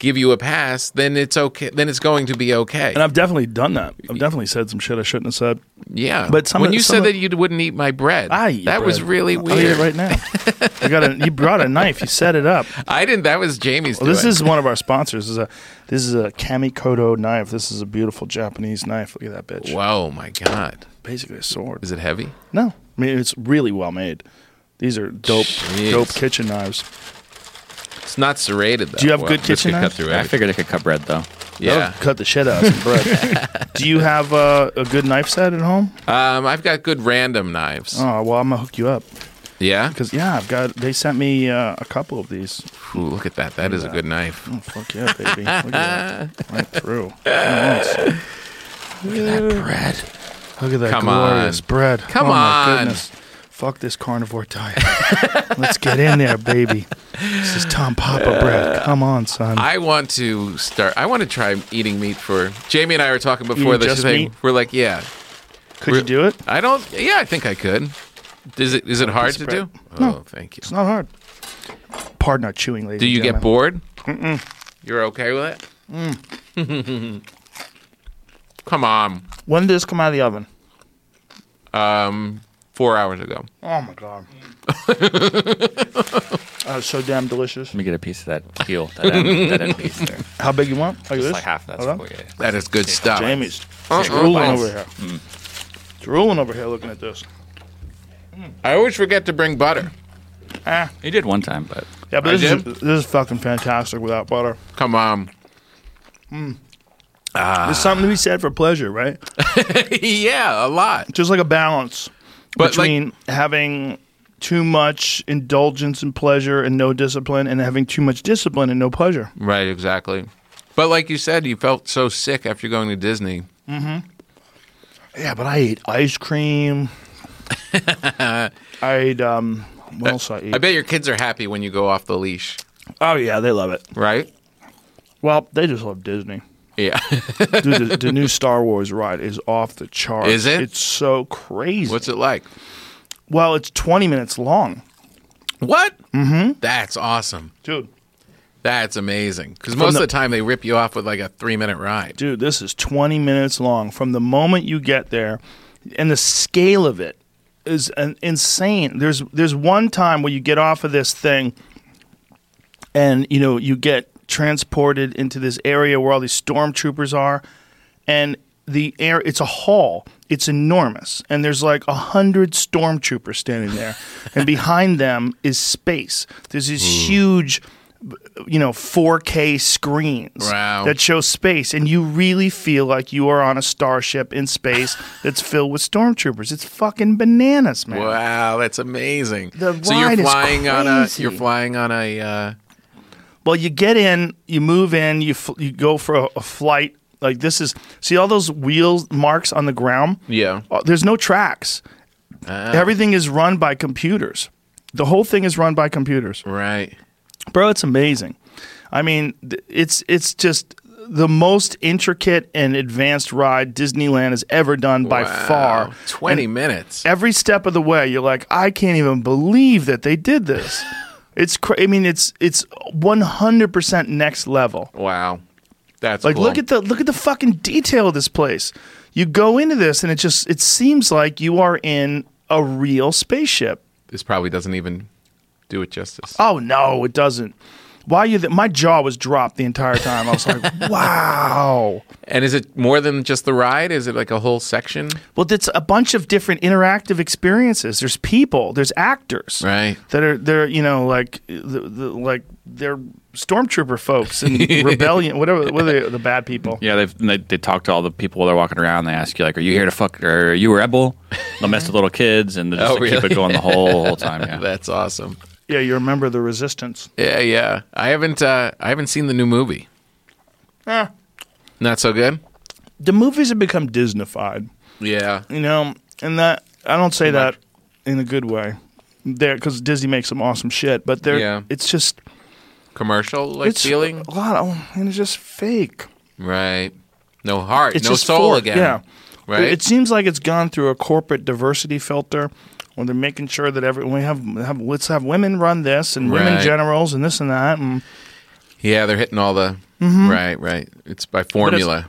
Speaker 2: give you a pass, then it's okay then it's going to be okay.
Speaker 1: And I've definitely done that. I've definitely said some shit I shouldn't have said.
Speaker 2: yeah.
Speaker 1: but some
Speaker 2: when
Speaker 1: of-
Speaker 2: you
Speaker 1: some
Speaker 2: said
Speaker 1: of-
Speaker 2: that you wouldn't eat my bread,
Speaker 1: I eat
Speaker 2: that was
Speaker 1: bread.
Speaker 2: really
Speaker 1: I'll eat it
Speaker 2: weird.
Speaker 1: right now. I got a, you brought a knife. You set it up.
Speaker 2: I didn't that was Jamie's
Speaker 1: Well, this
Speaker 2: doing.
Speaker 1: is one of our sponsors. This is a this is a kamikoto knife. This is a beautiful Japanese knife. Look at that bitch.
Speaker 2: Whoa, my god.
Speaker 1: Basically a sword.
Speaker 2: Is it heavy?
Speaker 1: No, I mean it's really well made. These are dope,
Speaker 2: Jeez.
Speaker 1: dope kitchen knives.
Speaker 2: It's not serrated though.
Speaker 1: Do you have good
Speaker 2: this
Speaker 1: kitchen
Speaker 2: could cut
Speaker 1: knives?
Speaker 2: through
Speaker 3: I
Speaker 2: everything.
Speaker 3: figured I could cut bread though.
Speaker 1: That'll
Speaker 2: Yeah.
Speaker 1: cut the shit out of some bread. Do you have uh, a good knife set at home?
Speaker 2: Um, I've got good random knives.
Speaker 1: Oh well, I'm gonna hook you up
Speaker 2: Yeah.
Speaker 1: because yeah, I've got. They sent me uh, a couple of these.
Speaker 2: Ooh, look at that. That is a good knife.
Speaker 1: Oh, fuck yeah, baby! Look at that. Right through. Nice.
Speaker 2: Bread.
Speaker 1: Look at that
Speaker 2: Come
Speaker 1: glorious
Speaker 2: on.
Speaker 1: bread.
Speaker 2: Come
Speaker 1: oh, My
Speaker 2: on.
Speaker 1: goodness. Fuck this carnivore diet. Let's get in there, baby. This is Tom Papa bread. Come on, son.
Speaker 2: Uh, I want to start. I want to try eating meat for. Jamie and I were talking before
Speaker 1: Eating
Speaker 2: this
Speaker 1: just
Speaker 2: thing.
Speaker 1: meat?
Speaker 2: We're like, yeah,
Speaker 1: Could you
Speaker 2: re-
Speaker 1: do it?
Speaker 2: I don't. Yeah, I think I could. Is it is it hard
Speaker 1: piece
Speaker 2: to
Speaker 1: of
Speaker 2: do?
Speaker 1: bread.
Speaker 2: Oh, thank you.
Speaker 1: It's not hard. Pardon our chewing, ladies.
Speaker 2: Do you
Speaker 1: and
Speaker 2: get
Speaker 1: gentlemen.
Speaker 2: bored? You're okay with it?
Speaker 1: Mm.
Speaker 2: Come on.
Speaker 1: When did this come out of the oven?
Speaker 2: Um, four hours ago.
Speaker 1: Oh my god. that was so damn delicious.
Speaker 3: Let me get a piece of that heel, that end, that end piece there.
Speaker 1: How big you want? Like
Speaker 3: Just
Speaker 1: this?
Speaker 3: like half of that.
Speaker 1: Hold
Speaker 3: square,
Speaker 1: on.
Speaker 3: yeah.
Speaker 2: That is good stuff.
Speaker 1: Jamie's
Speaker 2: Uh-uh.
Speaker 1: drooling over here. Drooling over here looking at this.
Speaker 2: I always forget to bring butter.
Speaker 1: Ah.
Speaker 3: He did one time, but
Speaker 1: Yeah, but
Speaker 2: I
Speaker 1: this is,
Speaker 2: did?
Speaker 1: this is fucking fantastic without butter.
Speaker 2: Come on. Ah.
Speaker 1: There's something to be said for pleasure, right?
Speaker 2: yeah, a lot.
Speaker 1: just like a balance
Speaker 2: But, like-
Speaker 1: between having too much indulgence and pleasure and no discipline and having too much discipline and no pleasure.
Speaker 2: Right, exactly. But like you said, you felt so sick after going to Disney.
Speaker 1: Yeah, but I ate ice cream. I ate um what else I ate?
Speaker 2: I bet your kids are happy when you go off the leash,
Speaker 1: oh yeah, they love it.
Speaker 2: right?
Speaker 1: Well, they just love Disney.
Speaker 2: Yeah.
Speaker 1: Dude, the, the new Star Wars ride is off the charts.
Speaker 2: Is it?
Speaker 1: It's so crazy.
Speaker 2: What's it like?
Speaker 1: well, it's 20 minutes long.
Speaker 2: What? Mm-hmm. That's awesome.
Speaker 1: Dude,
Speaker 2: That's amazing. Because most
Speaker 1: the-
Speaker 2: of the time they rip you off with like a three minute ride.
Speaker 1: dude, this is 20 minutes long from the moment you get there, and the scale of it is an insane. There's there's one time where you get off of this thing, and you know you get transported into this area where all these stormtroopers are, and the air it's a hall. It's enormous, and there's like a hundred stormtroopers standing there, and behind them is space. There's these huge, you know, 4K screens
Speaker 2: Wow.
Speaker 1: that show space, and you really feel like you are on a starship in space that's filled with stormtroopers. It's fucking bananas, man.
Speaker 2: Wow, that's amazing.
Speaker 1: The
Speaker 2: so you're
Speaker 1: ride is
Speaker 2: flying on a
Speaker 1: crazy.
Speaker 2: you're flying on a uh,
Speaker 1: Well, you get in, you move in, you fl- you go for a, a flight. Like this is see all those wheels marks on the ground.
Speaker 2: yeah. Ah.
Speaker 1: Uh, there's no tracks. Everything is run by computers. The whole thing is run by computers.
Speaker 2: Right.
Speaker 1: Bro, it's amazing. I mean, th- it's it's just the most intricate and advanced ride Disneyland has ever done by
Speaker 2: Wow.
Speaker 1: far.
Speaker 2: Twenty minutes.
Speaker 1: Every step of the way, you're like, I can't even believe that they did this. it's cra- I mean, it's it's 100% next level.
Speaker 2: Wow. That's
Speaker 1: Like
Speaker 2: cool.
Speaker 1: look at the look at the fucking detail of this place. You go into this and it just it seems like you are in a real spaceship.
Speaker 2: this probably doesn't even do it justice.
Speaker 1: Oh no, it doesn't. Why you? Th- my jaw was dropped the entire time. I was like, wow.
Speaker 2: And is it more than just the ride? Is it like a whole section?
Speaker 1: Well, it's a bunch of different interactive experiences. There's people. There's actors.
Speaker 2: Right.
Speaker 1: That are they're you know like the, the like they're stormtrooper folks and rebellion whatever what are they, the bad people.
Speaker 3: yeah, they've, they they talk to all the people while they're walking around. They ask you like, "Are you here to fuck? Or are you a rebel?" They'll mess with little kids, and they just
Speaker 2: Oh,
Speaker 3: like, keep
Speaker 2: really?
Speaker 3: it going the whole whole time. Yeah,
Speaker 2: That's awesome.
Speaker 1: Yeah, you remember the resistance. Eh.
Speaker 2: Yeah, yeah. I haven't uh I haven't seen the new movie. Not so good.
Speaker 1: The movies have become Disneyfied,
Speaker 2: Yeah.
Speaker 1: you know, and that I don't say that in a good way. There, because Disney makes some awesome shit, but there,
Speaker 2: Yeah.
Speaker 1: it's just
Speaker 2: Commercial like
Speaker 1: it's
Speaker 2: feeling.
Speaker 1: a lot, of, and it's just fake.
Speaker 2: Right. No heart.
Speaker 1: It's
Speaker 2: no
Speaker 1: just
Speaker 2: soul
Speaker 1: for-
Speaker 2: again.
Speaker 1: yeah.
Speaker 2: Right.
Speaker 1: It seems like it's gone through a corporate diversity filter when they're making sure that every we have, have let's have women run this and women
Speaker 2: Right.
Speaker 1: generals and this and that and
Speaker 2: yeah. They're hitting all the.
Speaker 1: Mm-hmm.
Speaker 2: Right. Right. It's by formula.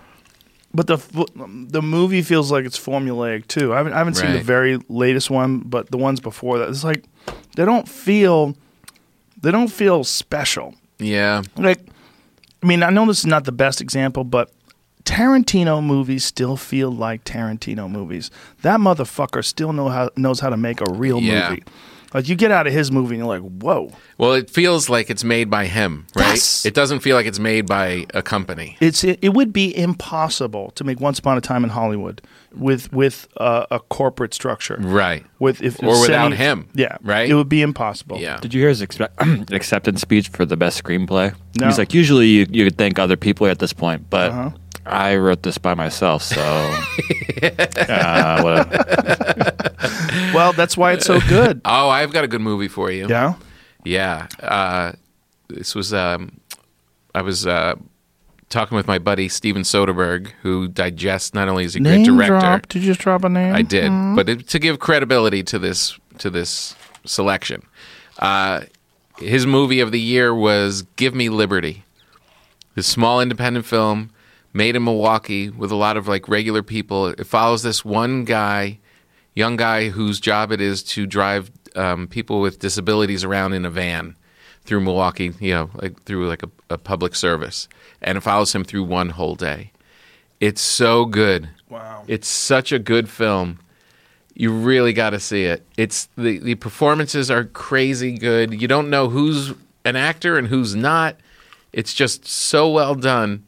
Speaker 1: but the f- the movie feels like it's formulaic too. I haven't, I haven't seen the
Speaker 2: Right.
Speaker 1: very latest one, but the ones before that, it's like they don't feel they don't feel special.
Speaker 2: yeah.
Speaker 1: Like, I mean, I know this is not the best example, but Tarantino movies still feel like Tarantino movies. That motherfucker still know how knows how to make a real
Speaker 2: Yeah.
Speaker 1: movie. Like you get out of his movie and you're like, whoa.
Speaker 2: Well, it feels like it's made by him, right?
Speaker 1: Yes.
Speaker 2: It doesn't feel like it's made by a company.
Speaker 1: it's it, it would be impossible to make Once Upon a Time in Hollywood with with uh, a corporate structure,
Speaker 2: Right.
Speaker 1: With if
Speaker 2: Or without
Speaker 1: Cine-
Speaker 2: him,
Speaker 1: yeah,
Speaker 2: right?
Speaker 1: It would be impossible.
Speaker 2: Yeah.
Speaker 3: Did you hear his expe- acceptance speech for the best screenplay?
Speaker 1: No. Uh-huh.
Speaker 3: He's like, usually you, you could thank other people at this point, but I wrote this by myself, so. uh, what-
Speaker 1: Well, that's why it's so good.
Speaker 2: Oh, I've got a good movie for you.
Speaker 1: yeah,
Speaker 2: Yeah. Uh, this was um, I was uh, talking with my buddy Steven Soderbergh, who digests not only is he a great
Speaker 1: name
Speaker 2: director.
Speaker 1: drop. Did you just drop a name?
Speaker 2: I did, but it, to give credibility to this to this selection, uh, his movie of the year was "Give Me Liberty," this small independent film made in Milwaukee with a lot of like regular people. It follows this one guy, young guy whose job it is to drive um, people with disabilities around in a van through Milwaukee, you know, like through like a, a public service, and it follows him through one whole day. It's so good.
Speaker 1: Wow.
Speaker 2: It's such a good film. You really got to see it. It's the the performances are crazy good. You don't know who's an actor and who's not. It's just so well done.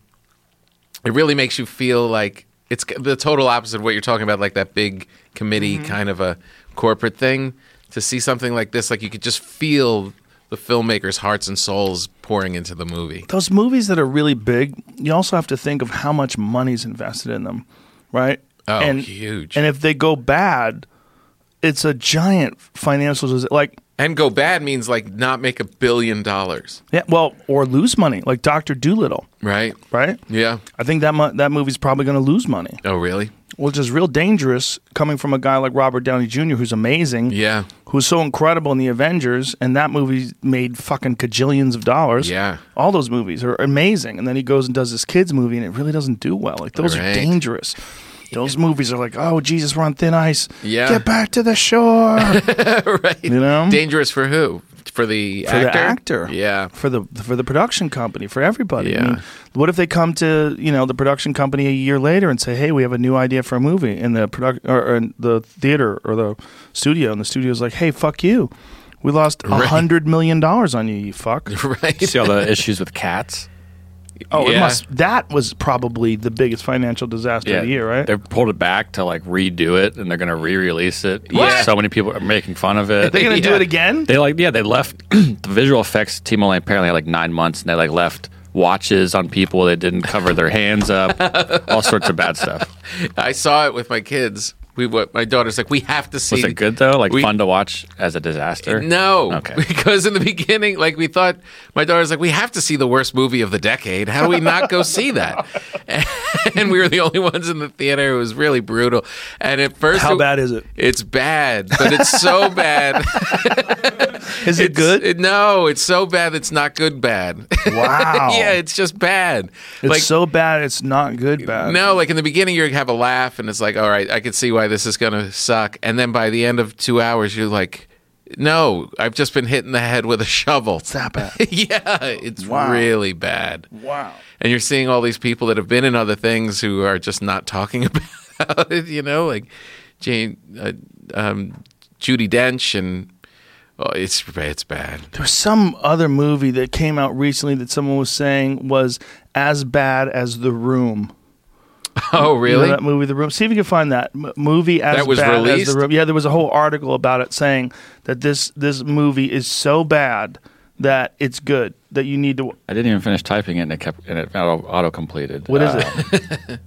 Speaker 2: It really makes you feel like it's c- the total opposite of what you're talking about, like that big committee kind of a corporate thing. To see something like this, like you could just feel the filmmakers' hearts and souls pouring into the movie.
Speaker 1: Those movies that are really big, you also have to think of how much money's invested in them, right?
Speaker 2: Oh,
Speaker 1: and,
Speaker 2: huge.
Speaker 1: And if they go bad, it's a giant financial dis- like
Speaker 2: And go bad means like not make a billion dollars,
Speaker 1: yeah, well, or lose money, like Doctor Doolittle,
Speaker 2: right?
Speaker 1: right?
Speaker 2: Yeah.
Speaker 1: I think that mu- that movie's probably going to lose money.
Speaker 2: Oh, really?
Speaker 1: which is real dangerous coming from a guy like Robert Downey Jr., who's amazing,
Speaker 2: Yeah.
Speaker 1: who's so incredible in the Avengers, and that movie made fucking cajillions of dollars.
Speaker 2: Yeah.
Speaker 1: all those movies are amazing, and then he goes and does this kids movie, and it really doesn't do well. Like those are
Speaker 2: Right.
Speaker 1: dangerous. Those movies are like, oh Jesus, we're on thin ice.
Speaker 2: Yeah.
Speaker 1: get back to the shore.
Speaker 2: right.
Speaker 1: You know,
Speaker 2: Dangerous for who? For the
Speaker 1: for
Speaker 2: actor?
Speaker 1: the actor.
Speaker 2: Yeah.
Speaker 1: uh, For the for the production company, for everybody. I
Speaker 2: Yeah.
Speaker 1: mean, what if they come to, you know, the production company a year later and say, "Hey, we have a new idea for a movie." And the product or, or the theater or the studio and the studio's like, "Hey, fuck you. We lost a
Speaker 2: Right.
Speaker 1: hundred million dollars on you, you fuck."
Speaker 2: Right.
Speaker 3: you see all the issues with cats?
Speaker 1: Oh, it
Speaker 2: Yeah.
Speaker 1: must that was probably the biggest financial disaster of the year, right?
Speaker 3: They pulled it back to like redo it, and they're going to re-release it.
Speaker 2: What?
Speaker 3: So many people are making fun of it.
Speaker 1: They're going to do
Speaker 2: Yeah.
Speaker 1: it again?
Speaker 3: They like yeah, they left the visual effects team only apparently had like nine months, and they like left watches on people that didn't cover their hands up, all sorts of bad stuff.
Speaker 2: I saw it with my kids. We what my daughter's like, we have to see
Speaker 3: Was it good though? Like
Speaker 2: we-
Speaker 3: fun to watch as a disaster?
Speaker 2: No.
Speaker 3: Okay.
Speaker 2: Because in the beginning, like we thought my daughter's like, we have to see the worst movie of the decade. How do we not go see that? and we were the only ones in the theater. It was really brutal. And at first
Speaker 1: How bad is it?
Speaker 2: It's bad, but it's so bad.
Speaker 1: Is it
Speaker 2: It's-
Speaker 1: good?
Speaker 2: it- no, it's so bad it's not good bad.
Speaker 1: wow.
Speaker 2: yeah, it's just bad.
Speaker 1: it's so bad it's not good bad.
Speaker 2: No, like in the beginning, you have a laugh, and it's like, all right, I can see why this is going to suck. And then by the end of two hours, you're like, no, I've just been hit in the head with a shovel.
Speaker 1: It's that bad.
Speaker 2: yeah, it's
Speaker 1: Wow.
Speaker 2: really bad.
Speaker 1: wow.
Speaker 2: And you're seeing all these people that have been in other things who are just not talking about it, you know, like Jane, uh, um, Judy Dench, and oh, it's it's bad.
Speaker 1: There was some other movie that came out recently that someone was saying was as bad as The Room. You
Speaker 2: Oh,
Speaker 1: know
Speaker 2: really?
Speaker 1: that movie, The Room. See if you can find that M- movie as
Speaker 2: That was
Speaker 1: bad as
Speaker 2: released?
Speaker 1: The Room. Yeah, there was a whole article about it saying that this this movie is so bad that it's good that you need to.
Speaker 3: I didn't even finish typing it, and it kept and it auto, auto completed.
Speaker 1: What is
Speaker 2: Uh.
Speaker 3: it?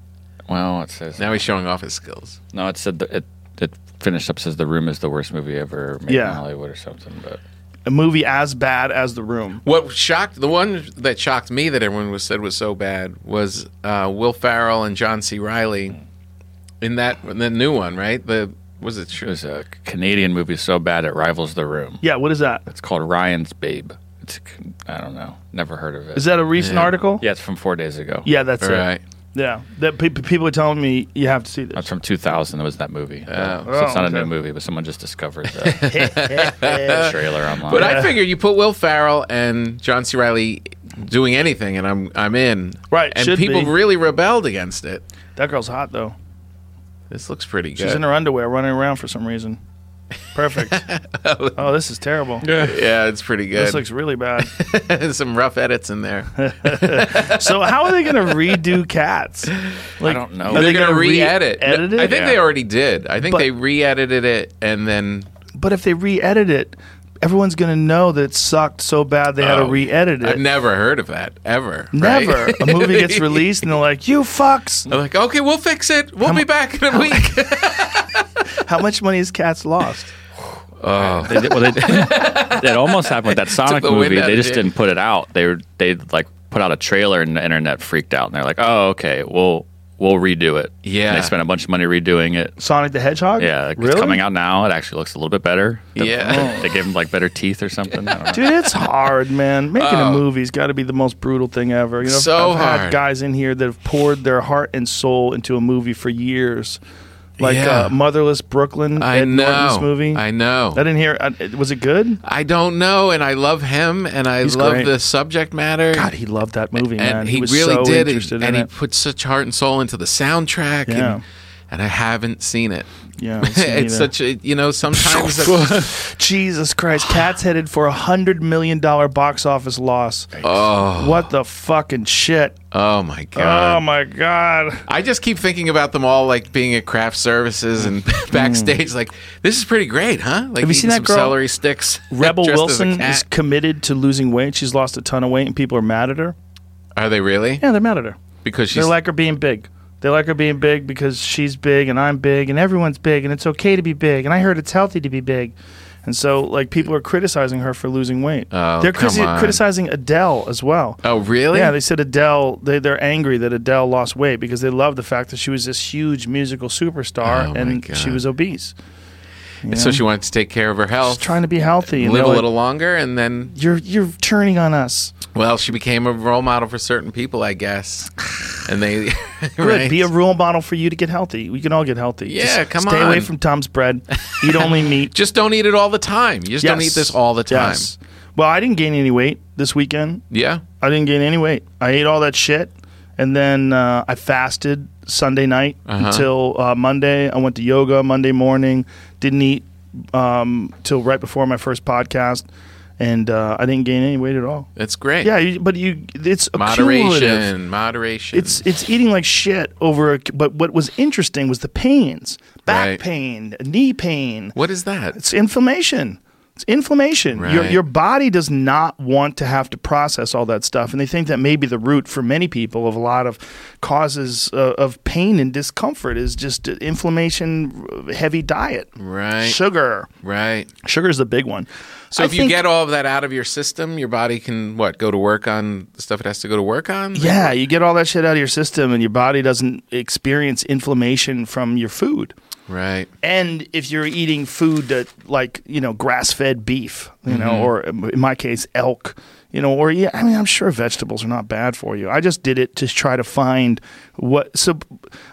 Speaker 3: well, it says
Speaker 2: Now he's showing off his skills.
Speaker 3: no. It said the, it it finished up says the room is the worst movie ever made
Speaker 1: Yeah.
Speaker 3: in Hollywood or something. But
Speaker 1: A movie as bad as The Room.
Speaker 2: What shocked the one that shocked me that everyone was said was so bad was uh, Will Farrell and John C. Riley in that in the new one, right? The was it
Speaker 3: it
Speaker 2: sure?
Speaker 3: was a Canadian movie so bad it rivals the room.
Speaker 1: Yeah, what is that?
Speaker 3: It's called Ryan's Babe. It's I don't know. Never heard of it.
Speaker 1: Is that a recent article?
Speaker 3: yeah, it's from four days ago.
Speaker 1: Yeah, that's
Speaker 2: All right. Uh.
Speaker 1: it. Yeah, that pe- pe- people are telling me you have to see this.
Speaker 3: That's from 2000. That was that movie.
Speaker 2: Oh.
Speaker 3: so it's not
Speaker 1: Oh,
Speaker 3: a
Speaker 1: okay.
Speaker 3: new movie, but someone just discovered the trailer online.
Speaker 2: But I figure you put Will Farrell and John C. Riley doing anything, and I'm I'm in.
Speaker 1: Right,
Speaker 2: and
Speaker 1: should
Speaker 2: people
Speaker 1: be.
Speaker 2: really rebelled against it.
Speaker 1: That girl's hot though.
Speaker 2: This looks pretty good.
Speaker 1: She's in her underwear running around for some reason. Perfect. oh, this is terrible.
Speaker 2: yeah, it's pretty good.
Speaker 1: This looks really bad.
Speaker 2: Some rough edits in there.
Speaker 1: So how are they going to redo cats? Like,
Speaker 3: don't know.
Speaker 1: are
Speaker 3: They're
Speaker 2: They're
Speaker 1: they
Speaker 2: going to re-edit.
Speaker 1: edit it?
Speaker 2: I think they already did. I think
Speaker 1: But-
Speaker 2: they re-edited it and then
Speaker 1: But if they re-edit it, everyone's going to know that it sucked so bad they had to
Speaker 2: Oh.
Speaker 1: re-edit it.
Speaker 2: I've never heard of that ever. right?
Speaker 1: Never. a movie gets released and they're like, "You fucks!
Speaker 2: I'm like, okay, we'll fix it. We'll be back in a week.
Speaker 1: How much money is Cats lost?"
Speaker 2: Oh,
Speaker 3: They did- well, they, that almost happened with that Sonic
Speaker 2: the wind
Speaker 3: movie.
Speaker 2: out
Speaker 3: They
Speaker 2: of
Speaker 3: just
Speaker 2: it.
Speaker 3: didn't put it out. They were- they like put out a trailer and the internet freaked out and they're like, oh okay, we'll we'll redo it.
Speaker 2: Yeah.
Speaker 3: and they spent a bunch of money redoing it.
Speaker 1: Sonic the Hedgehog.
Speaker 3: Yeah, like,
Speaker 1: really?
Speaker 3: it's coming out now. It actually looks a little bit better. They-
Speaker 2: Yeah.
Speaker 3: they, they gave him like better teeth or something. I don't know.
Speaker 1: Dude, it's hard, man. Making a movie's got to be the most brutal thing ever. You know,
Speaker 2: Oh. So
Speaker 1: I've had
Speaker 2: hard.
Speaker 1: guys in here that have poured their heart and soul into a movie for years, like
Speaker 2: Yeah.
Speaker 1: uh, Motherless Brooklyn.
Speaker 2: I
Speaker 1: Ed
Speaker 2: know.
Speaker 1: Norton's movie.
Speaker 2: I know.
Speaker 1: I didn't hear. I, was it good?
Speaker 2: I don't know, and I love him, and I
Speaker 1: He's
Speaker 2: love
Speaker 1: great.
Speaker 2: the subject matter.
Speaker 1: God, he loved that movie,
Speaker 2: and
Speaker 1: man.
Speaker 2: he,
Speaker 1: was
Speaker 2: really
Speaker 1: so
Speaker 2: did,
Speaker 1: interested
Speaker 2: and, and
Speaker 1: in
Speaker 2: he
Speaker 1: it.
Speaker 2: put such heart and soul into the soundtrack.
Speaker 1: Yeah.
Speaker 2: And, and I haven't seen it.
Speaker 1: Yeah, I haven't seen
Speaker 2: it's
Speaker 1: either.
Speaker 2: such a you know sometimes that-
Speaker 1: Jesus Christ, Cats headed for a hundred million dollar box office loss.
Speaker 2: oh
Speaker 1: What the fucking shit?
Speaker 2: oh my
Speaker 1: Oh
Speaker 2: god.
Speaker 1: my god.
Speaker 2: I just keep thinking about them all like being at craft services and backstage. Like this is pretty great, huh? Like
Speaker 1: Mm. Have you seen
Speaker 2: eating
Speaker 1: that
Speaker 2: some
Speaker 1: girl?
Speaker 2: celery sticks.
Speaker 1: Rebel
Speaker 2: dressed as a
Speaker 1: Wilson
Speaker 2: cat.
Speaker 1: is committed to losing weight. She's lost a ton of weight, and people are mad at her.
Speaker 2: Are they really?
Speaker 1: Yeah, they're mad at her.
Speaker 2: Because
Speaker 1: They
Speaker 2: she's
Speaker 1: like her being big. They like her being big because she's big and I'm big and everyone's big and it's okay to be big and I heard it's healthy to be big. And so, like, people are criticizing her for losing weight.
Speaker 2: Oh,
Speaker 1: they're
Speaker 2: come on.
Speaker 1: criticizing Adele as well.
Speaker 2: oh really?
Speaker 1: Yeah, they said Adele. They they're angry that Adele lost weight because they love the fact that she was this huge musical superstar
Speaker 2: Oh, my
Speaker 1: and
Speaker 2: God.
Speaker 1: she was obese.
Speaker 2: And so she wanted to take care of her
Speaker 1: She's
Speaker 2: health,
Speaker 1: trying to be healthy and
Speaker 2: live
Speaker 1: they're
Speaker 2: a
Speaker 1: like,
Speaker 2: little longer, and then
Speaker 1: You're you're turning on us.
Speaker 2: well, she became a role model for certain people, I guess. And they
Speaker 1: Good.
Speaker 2: right.
Speaker 1: Be a role model for you to get healthy. We can all get healthy.
Speaker 2: Yeah,
Speaker 1: Just
Speaker 2: come
Speaker 1: Stay away
Speaker 2: on.
Speaker 1: from Tom's bread. Eat only meat.
Speaker 2: just don't eat it all the time. You just don't eat
Speaker 1: Yes.
Speaker 2: this all the time.
Speaker 1: Yes. Well, I didn't gain any weight this weekend.
Speaker 2: Yeah.
Speaker 1: I didn't gain any weight. I ate all that shit, and then uh, I fasted Sunday night
Speaker 2: Uh-huh.
Speaker 1: until uh, Monday. I went to yoga Monday morning. Didn't eat um, till right before my first podcast, and uh, I didn't gain any weight at all.
Speaker 2: That's great.
Speaker 1: Yeah, you, but you, it's accumulative.
Speaker 2: Moderation. Moderation.
Speaker 1: It's it's eating like shit over. A, but what was interesting was the pains: back
Speaker 2: Right.
Speaker 1: pain, knee pain.
Speaker 2: what is that?
Speaker 1: It's inflammation. It's inflammation. Your,
Speaker 2: Right.
Speaker 1: your body does not want to have to process all that stuff. And they think that maybe the root for many people of a lot of causes uh, of pain and discomfort is just inflammation, r- heavy diet,
Speaker 2: Right.
Speaker 1: sugar.
Speaker 2: Right.
Speaker 1: Sugar is the big one.
Speaker 2: So
Speaker 1: I
Speaker 2: if you
Speaker 1: think-
Speaker 2: get all of that out of your system, your body can what go to work on the stuff it has to go to work on.
Speaker 1: Yeah, you get all that shit out of your system and your body doesn't experience inflammation from your food.
Speaker 2: Right.
Speaker 1: and if you're eating food that like you know grass-fed beef you know or in my case elk you know or yeah i mean i'm sure vegetables are not bad for you i just did it to try to find what so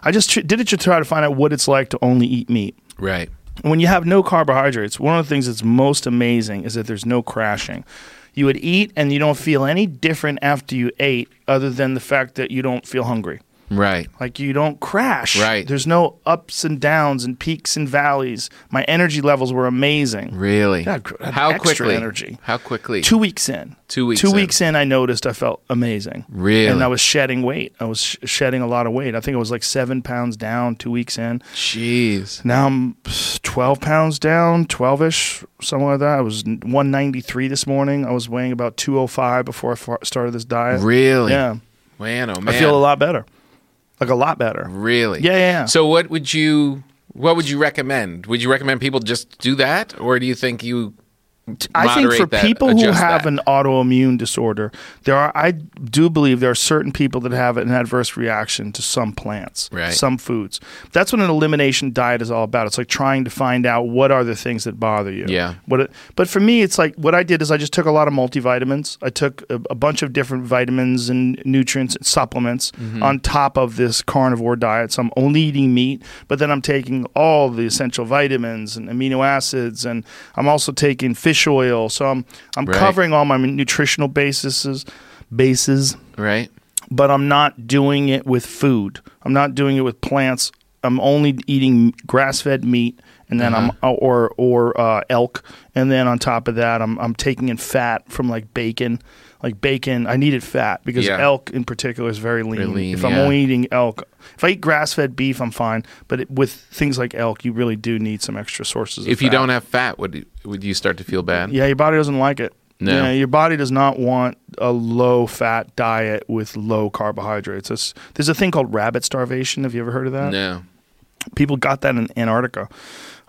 Speaker 1: i just tr- did it to try to find out what it's like to only eat meat
Speaker 2: Right.
Speaker 1: when you have no carbohydrates, one of the things that's most amazing is that there's no crashing. You would eat and you don't feel any different after you ate, other than the fact that you don't feel hungry.
Speaker 2: Right.
Speaker 1: Like you don't crash.
Speaker 2: Right.
Speaker 1: There's no ups and downs and peaks and valleys. My energy levels were amazing.
Speaker 2: Really.
Speaker 1: God, gr-
Speaker 2: How
Speaker 1: extra
Speaker 2: quickly?
Speaker 1: energy.
Speaker 2: How quickly?
Speaker 1: Two weeks in.
Speaker 2: Two weeks
Speaker 1: Two
Speaker 2: in.
Speaker 1: weeks in, I noticed I felt amazing.
Speaker 2: Really?
Speaker 1: And I was shedding weight. I was sh- shedding a lot of weight. I think it was like seven pounds down two weeks in.
Speaker 2: Jeez.
Speaker 1: Now I'm pff, 12 pounds down, 12 ish, something like that. I was n- 193 this morning. I was weighing about 205 before I fa- started this diet.
Speaker 2: Really.
Speaker 1: Yeah.
Speaker 2: Man. Oh man.
Speaker 1: I feel a lot better. Like a lot better.
Speaker 2: Really?
Speaker 1: Yeah, yeah, yeah.
Speaker 2: So what would you what would you recommend? Would you recommend people just do that or do you think you
Speaker 1: I think
Speaker 2: moderate
Speaker 1: for
Speaker 2: that,
Speaker 1: people who
Speaker 2: adjust
Speaker 1: have
Speaker 2: that?
Speaker 1: an autoimmune disorder, there are I do believe there are certain people that have an adverse reaction to some plants,
Speaker 2: Right.
Speaker 1: some foods. That's what an elimination diet is all about. It's like trying to find out what are the things that bother you.
Speaker 2: Yeah.
Speaker 1: What it, but for me, it's like what I did is I just took a lot of multivitamins. I took a, a bunch of different vitamins and nutrients and supplements on top of this carnivore diet. So I'm only eating meat, but then I'm taking all the essential vitamins and amino acids, and I'm also taking fish oil. So I'm I'm
Speaker 2: Right.
Speaker 1: covering all my nutritional bases bases
Speaker 2: right?
Speaker 1: but I'm not doing it with food. I'm not doing it with plants. I'm only eating grass-fed meat, and then
Speaker 2: Uh-huh.
Speaker 1: I'm or or uh, elk, and then on top of that, I'm I'm taking in fat from like bacon, like bacon. I needed fat because
Speaker 2: Yeah.
Speaker 1: elk in particular is very lean.
Speaker 2: lean,
Speaker 1: if I'm
Speaker 2: yeah.
Speaker 1: only eating elk, if I eat grass-fed beef, I'm fine. But it, with things like elk, you really do need some extra sources. Of
Speaker 2: If you
Speaker 1: fat.
Speaker 2: don't have fat, would would you start to feel bad?
Speaker 1: Yeah, your body doesn't like it.
Speaker 2: No.
Speaker 1: Yeah, your body does not want a low fat diet with low carbohydrates. It's, there's a thing called rabbit starvation. Have you ever heard of that?
Speaker 2: No.
Speaker 1: People got that in Antarctica.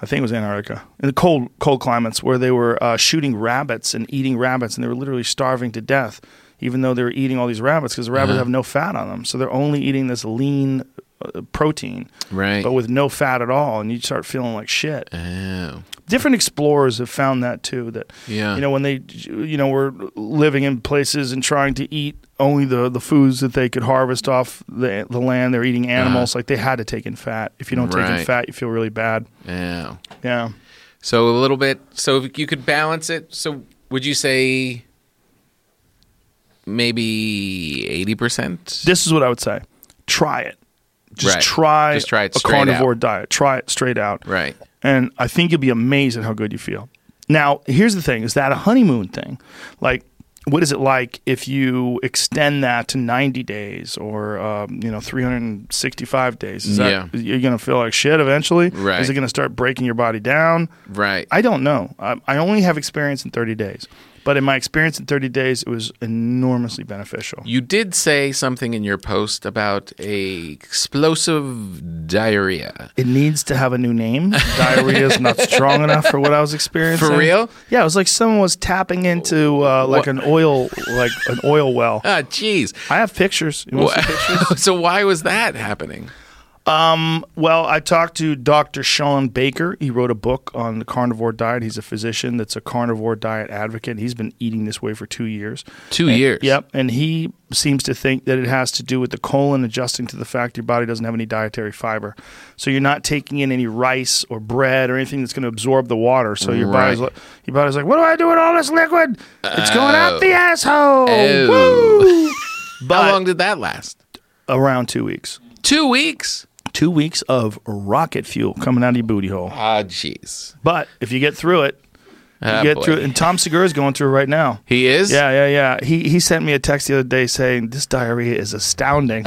Speaker 1: I think it was Antarctica. In the cold, cold climates where they were uh, shooting rabbits and eating rabbits and they were literally starving to death, even though they were eating all these rabbits because the rabbits
Speaker 2: Uh-huh.
Speaker 1: have no fat on them. So they're only eating this lean uh, protein,
Speaker 2: Right.
Speaker 1: but with no fat at all. And you start feeling like shit
Speaker 2: oh.
Speaker 1: different explorers have found that too that
Speaker 2: Yeah.
Speaker 1: you know when they you know were living in places and trying to eat only the the foods that they could harvest off the, the land they're eating animals like they had to take in fat if you don't take in
Speaker 2: Uh-huh. Right.
Speaker 1: fat you feel really bad
Speaker 2: Yeah.
Speaker 1: yeah
Speaker 2: So a little bit so if you could balance it. So would you say maybe 80%?
Speaker 1: this is what i would say try it just
Speaker 2: Right.
Speaker 1: try
Speaker 2: Just try it
Speaker 1: a
Speaker 2: straight
Speaker 1: carnivore diet try it straight out
Speaker 2: right.
Speaker 1: and I think you'll be amazed at how good you feel. Now, here's the thing: is that a honeymoon thing? Like, what is it like if you extend that to 90 days or um, you know 365 days? Is that
Speaker 2: Yeah.
Speaker 1: you're gonna feel like shit eventually?
Speaker 2: Right.
Speaker 1: Is it gonna start breaking your body down?
Speaker 2: Right.
Speaker 1: I don't know. I, I only have experience in 30 days, but in my experience in 30 days, it was enormously beneficial.
Speaker 2: You did say something in your post about a explosive diarrhea.
Speaker 1: It needs to have a new name. Diarrhea is not strong enough for what I was experiencing.
Speaker 2: For real?
Speaker 1: Yeah, it was like someone was tapping into uh, like an oil, like an oil well.
Speaker 2: Ah, jeez.
Speaker 1: I have pictures. You want to see pictures?
Speaker 2: so why was that happening?
Speaker 1: Well, I talked to Dr. Sean Baker. He wrote a book on the carnivore diet. He's a physician that's a carnivore diet advocate. He's been eating this way for two years.
Speaker 2: Two years.
Speaker 1: Yep, and he seems to think that it has to do with the colon adjusting to the fact your body doesn't have any dietary fiber. So you're not taking in any rice or bread or anything that's going to absorb the water. So your body's
Speaker 2: Right.
Speaker 1: like, your body's like, what do I do with all this liquid? It's going out the asshole.
Speaker 2: Oh.
Speaker 1: Woo!
Speaker 2: How
Speaker 1: But-
Speaker 2: long did that last?
Speaker 1: Around two weeks.
Speaker 2: Two weeks.
Speaker 1: Two weeks of rocket fuel coming out of your booty hole.
Speaker 2: Ah, jeez.
Speaker 1: But if you get through it, you
Speaker 2: Ah,
Speaker 1: get
Speaker 2: boy.
Speaker 1: through it. And Tom Segura's going through it right now.
Speaker 2: He is.
Speaker 1: Yeah, yeah, yeah. He he sent me a text the other day saying this diarrhea is astounding.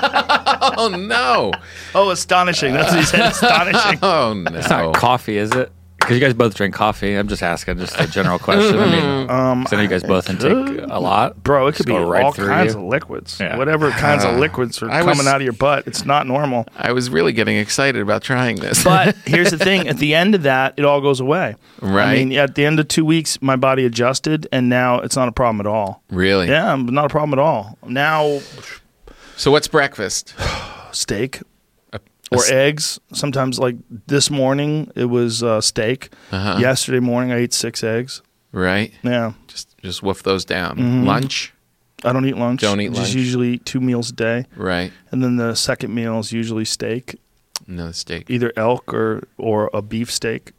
Speaker 2: Oh no.
Speaker 1: oh, astonishing! That's what he said. Astonishing.
Speaker 2: Oh no.
Speaker 3: It's not coffee, is it? Because you guys both drink coffee. I'm just asking, just a general question. I mean, so Um, I know you guys both intake a lot,
Speaker 1: Bro, it could
Speaker 3: Just
Speaker 1: be
Speaker 3: go
Speaker 1: all
Speaker 3: through
Speaker 1: kinds
Speaker 3: you.
Speaker 1: of liquids.
Speaker 3: Yeah.
Speaker 1: Whatever kinds of liquids are
Speaker 2: I
Speaker 1: coming
Speaker 2: was-
Speaker 1: out of your butt, it's not normal.
Speaker 2: I was really getting excited about trying this.
Speaker 1: But here's the thing: at the end of that, it all goes away. I
Speaker 2: Right.
Speaker 1: mean, at the end of two weeks, my body adjusted, and now it's not a problem at all.
Speaker 2: really.
Speaker 1: Yeah, not a problem at all. Now,
Speaker 2: So what's breakfast?
Speaker 1: steak or
Speaker 2: s-
Speaker 1: eggs. Sometimes, like this morning, it was uh, steak. Yesterday morning, I ate six eggs.
Speaker 2: Right.
Speaker 1: Yeah,
Speaker 2: Just just woof those down.
Speaker 1: Mm-hmm.
Speaker 2: Lunch.
Speaker 1: I don't eat lunch.
Speaker 2: Don't eat
Speaker 1: Just
Speaker 2: lunch.
Speaker 1: usually eat two meals a day,
Speaker 2: Right.
Speaker 1: and then the second meal is usually steak,
Speaker 2: Another steak.
Speaker 1: either elk or or a beef steak.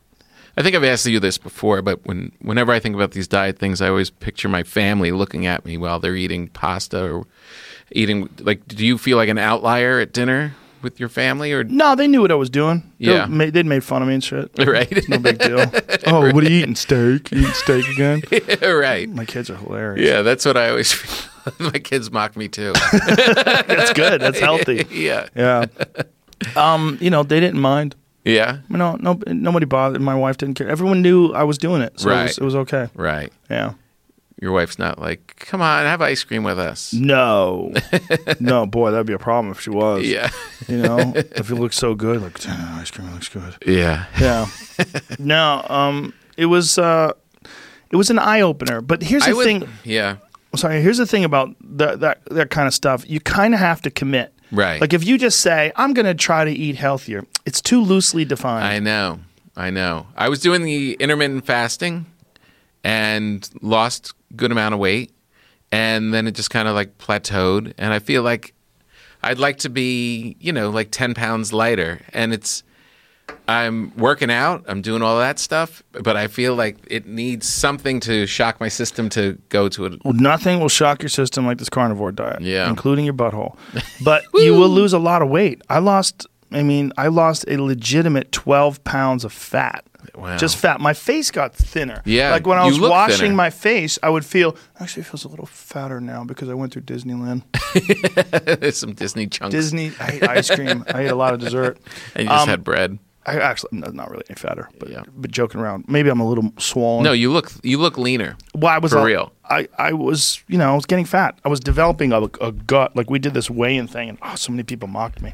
Speaker 2: I think I've asked you this before, but when whenever I think about these diet things, I always picture my family looking at me while they're eating pasta or eating? Like, do you feel like an outlier at dinner with your family, or
Speaker 1: No, they knew what I was doing. They
Speaker 2: Yeah.
Speaker 1: ma- they'd made fun of me and shit.
Speaker 2: right,
Speaker 1: No big deal. Oh, what are you eating? Steak? You eating steak again?
Speaker 2: right?
Speaker 1: My kids are hilarious.
Speaker 2: Yeah, that's what I always. feel. My kids mock me too.
Speaker 1: That's good. That's healthy.
Speaker 2: yeah,
Speaker 1: Yeah. Um, you know, they didn't mind.
Speaker 2: yeah,
Speaker 1: No, no, nobody bothered. My wife didn't care. Everyone knew I was doing it, so it,
Speaker 2: Right.
Speaker 1: was, it was okay.
Speaker 2: right.
Speaker 1: Yeah.
Speaker 2: Your wife's not like, come on, have ice cream with us.
Speaker 1: No, no, boy, that'd be a problem if she was.
Speaker 2: Yeah,
Speaker 1: You know, if it looks so good, like "Damn, ice cream looks good.
Speaker 2: yeah,
Speaker 1: Yeah. no, um, it was uh, it was an eye opener. But here's the
Speaker 2: I would.
Speaker 1: thing.
Speaker 2: Yeah,
Speaker 1: Sorry, here's the thing about that that that kind of stuff. You kind of have to commit.
Speaker 2: Right.
Speaker 1: Like if you just say, "I'm going to try to eat healthier," it's too loosely defined.
Speaker 2: I know, I know. I was doing the intermittent fasting, and lost good amount of weight, and then it just kind of like plateaued, and I feel like I'd like to be, you know, like ten pounds lighter, and it's. I'm working out, I'm doing all that stuff, but I feel like it needs something to shock my system to go to it.
Speaker 1: Well, nothing will shock your system like this carnivore diet,
Speaker 2: Yeah.
Speaker 1: including your butthole. But you will lose a lot of weight. I lost. I mean, I lost a legitimate twelve pounds of fat.
Speaker 2: Wow.
Speaker 1: Just fat. My face got thinner.
Speaker 2: Yeah,
Speaker 1: Like when I
Speaker 2: you
Speaker 1: was
Speaker 2: look
Speaker 1: washing
Speaker 2: thinner.
Speaker 1: my face, I would feel actually it feels a little fatter now because I went through Disneyland.
Speaker 2: Some Disney chunks.
Speaker 1: Disney. I ate ice cream. I ate a lot of dessert.
Speaker 2: And you just
Speaker 1: Um,
Speaker 2: had bread.
Speaker 1: I actually I'm not- not really any fatter, but
Speaker 2: Yeah.
Speaker 1: but joking around. Maybe I'm a little swollen.
Speaker 2: No, you look you look leaner.
Speaker 1: Well, I was
Speaker 2: For
Speaker 1: a-
Speaker 2: real.
Speaker 1: I, I was, you know, I was getting fat. I was developing a, a gut. Like we did this weigh-in thing, and oh, so many people mocked me.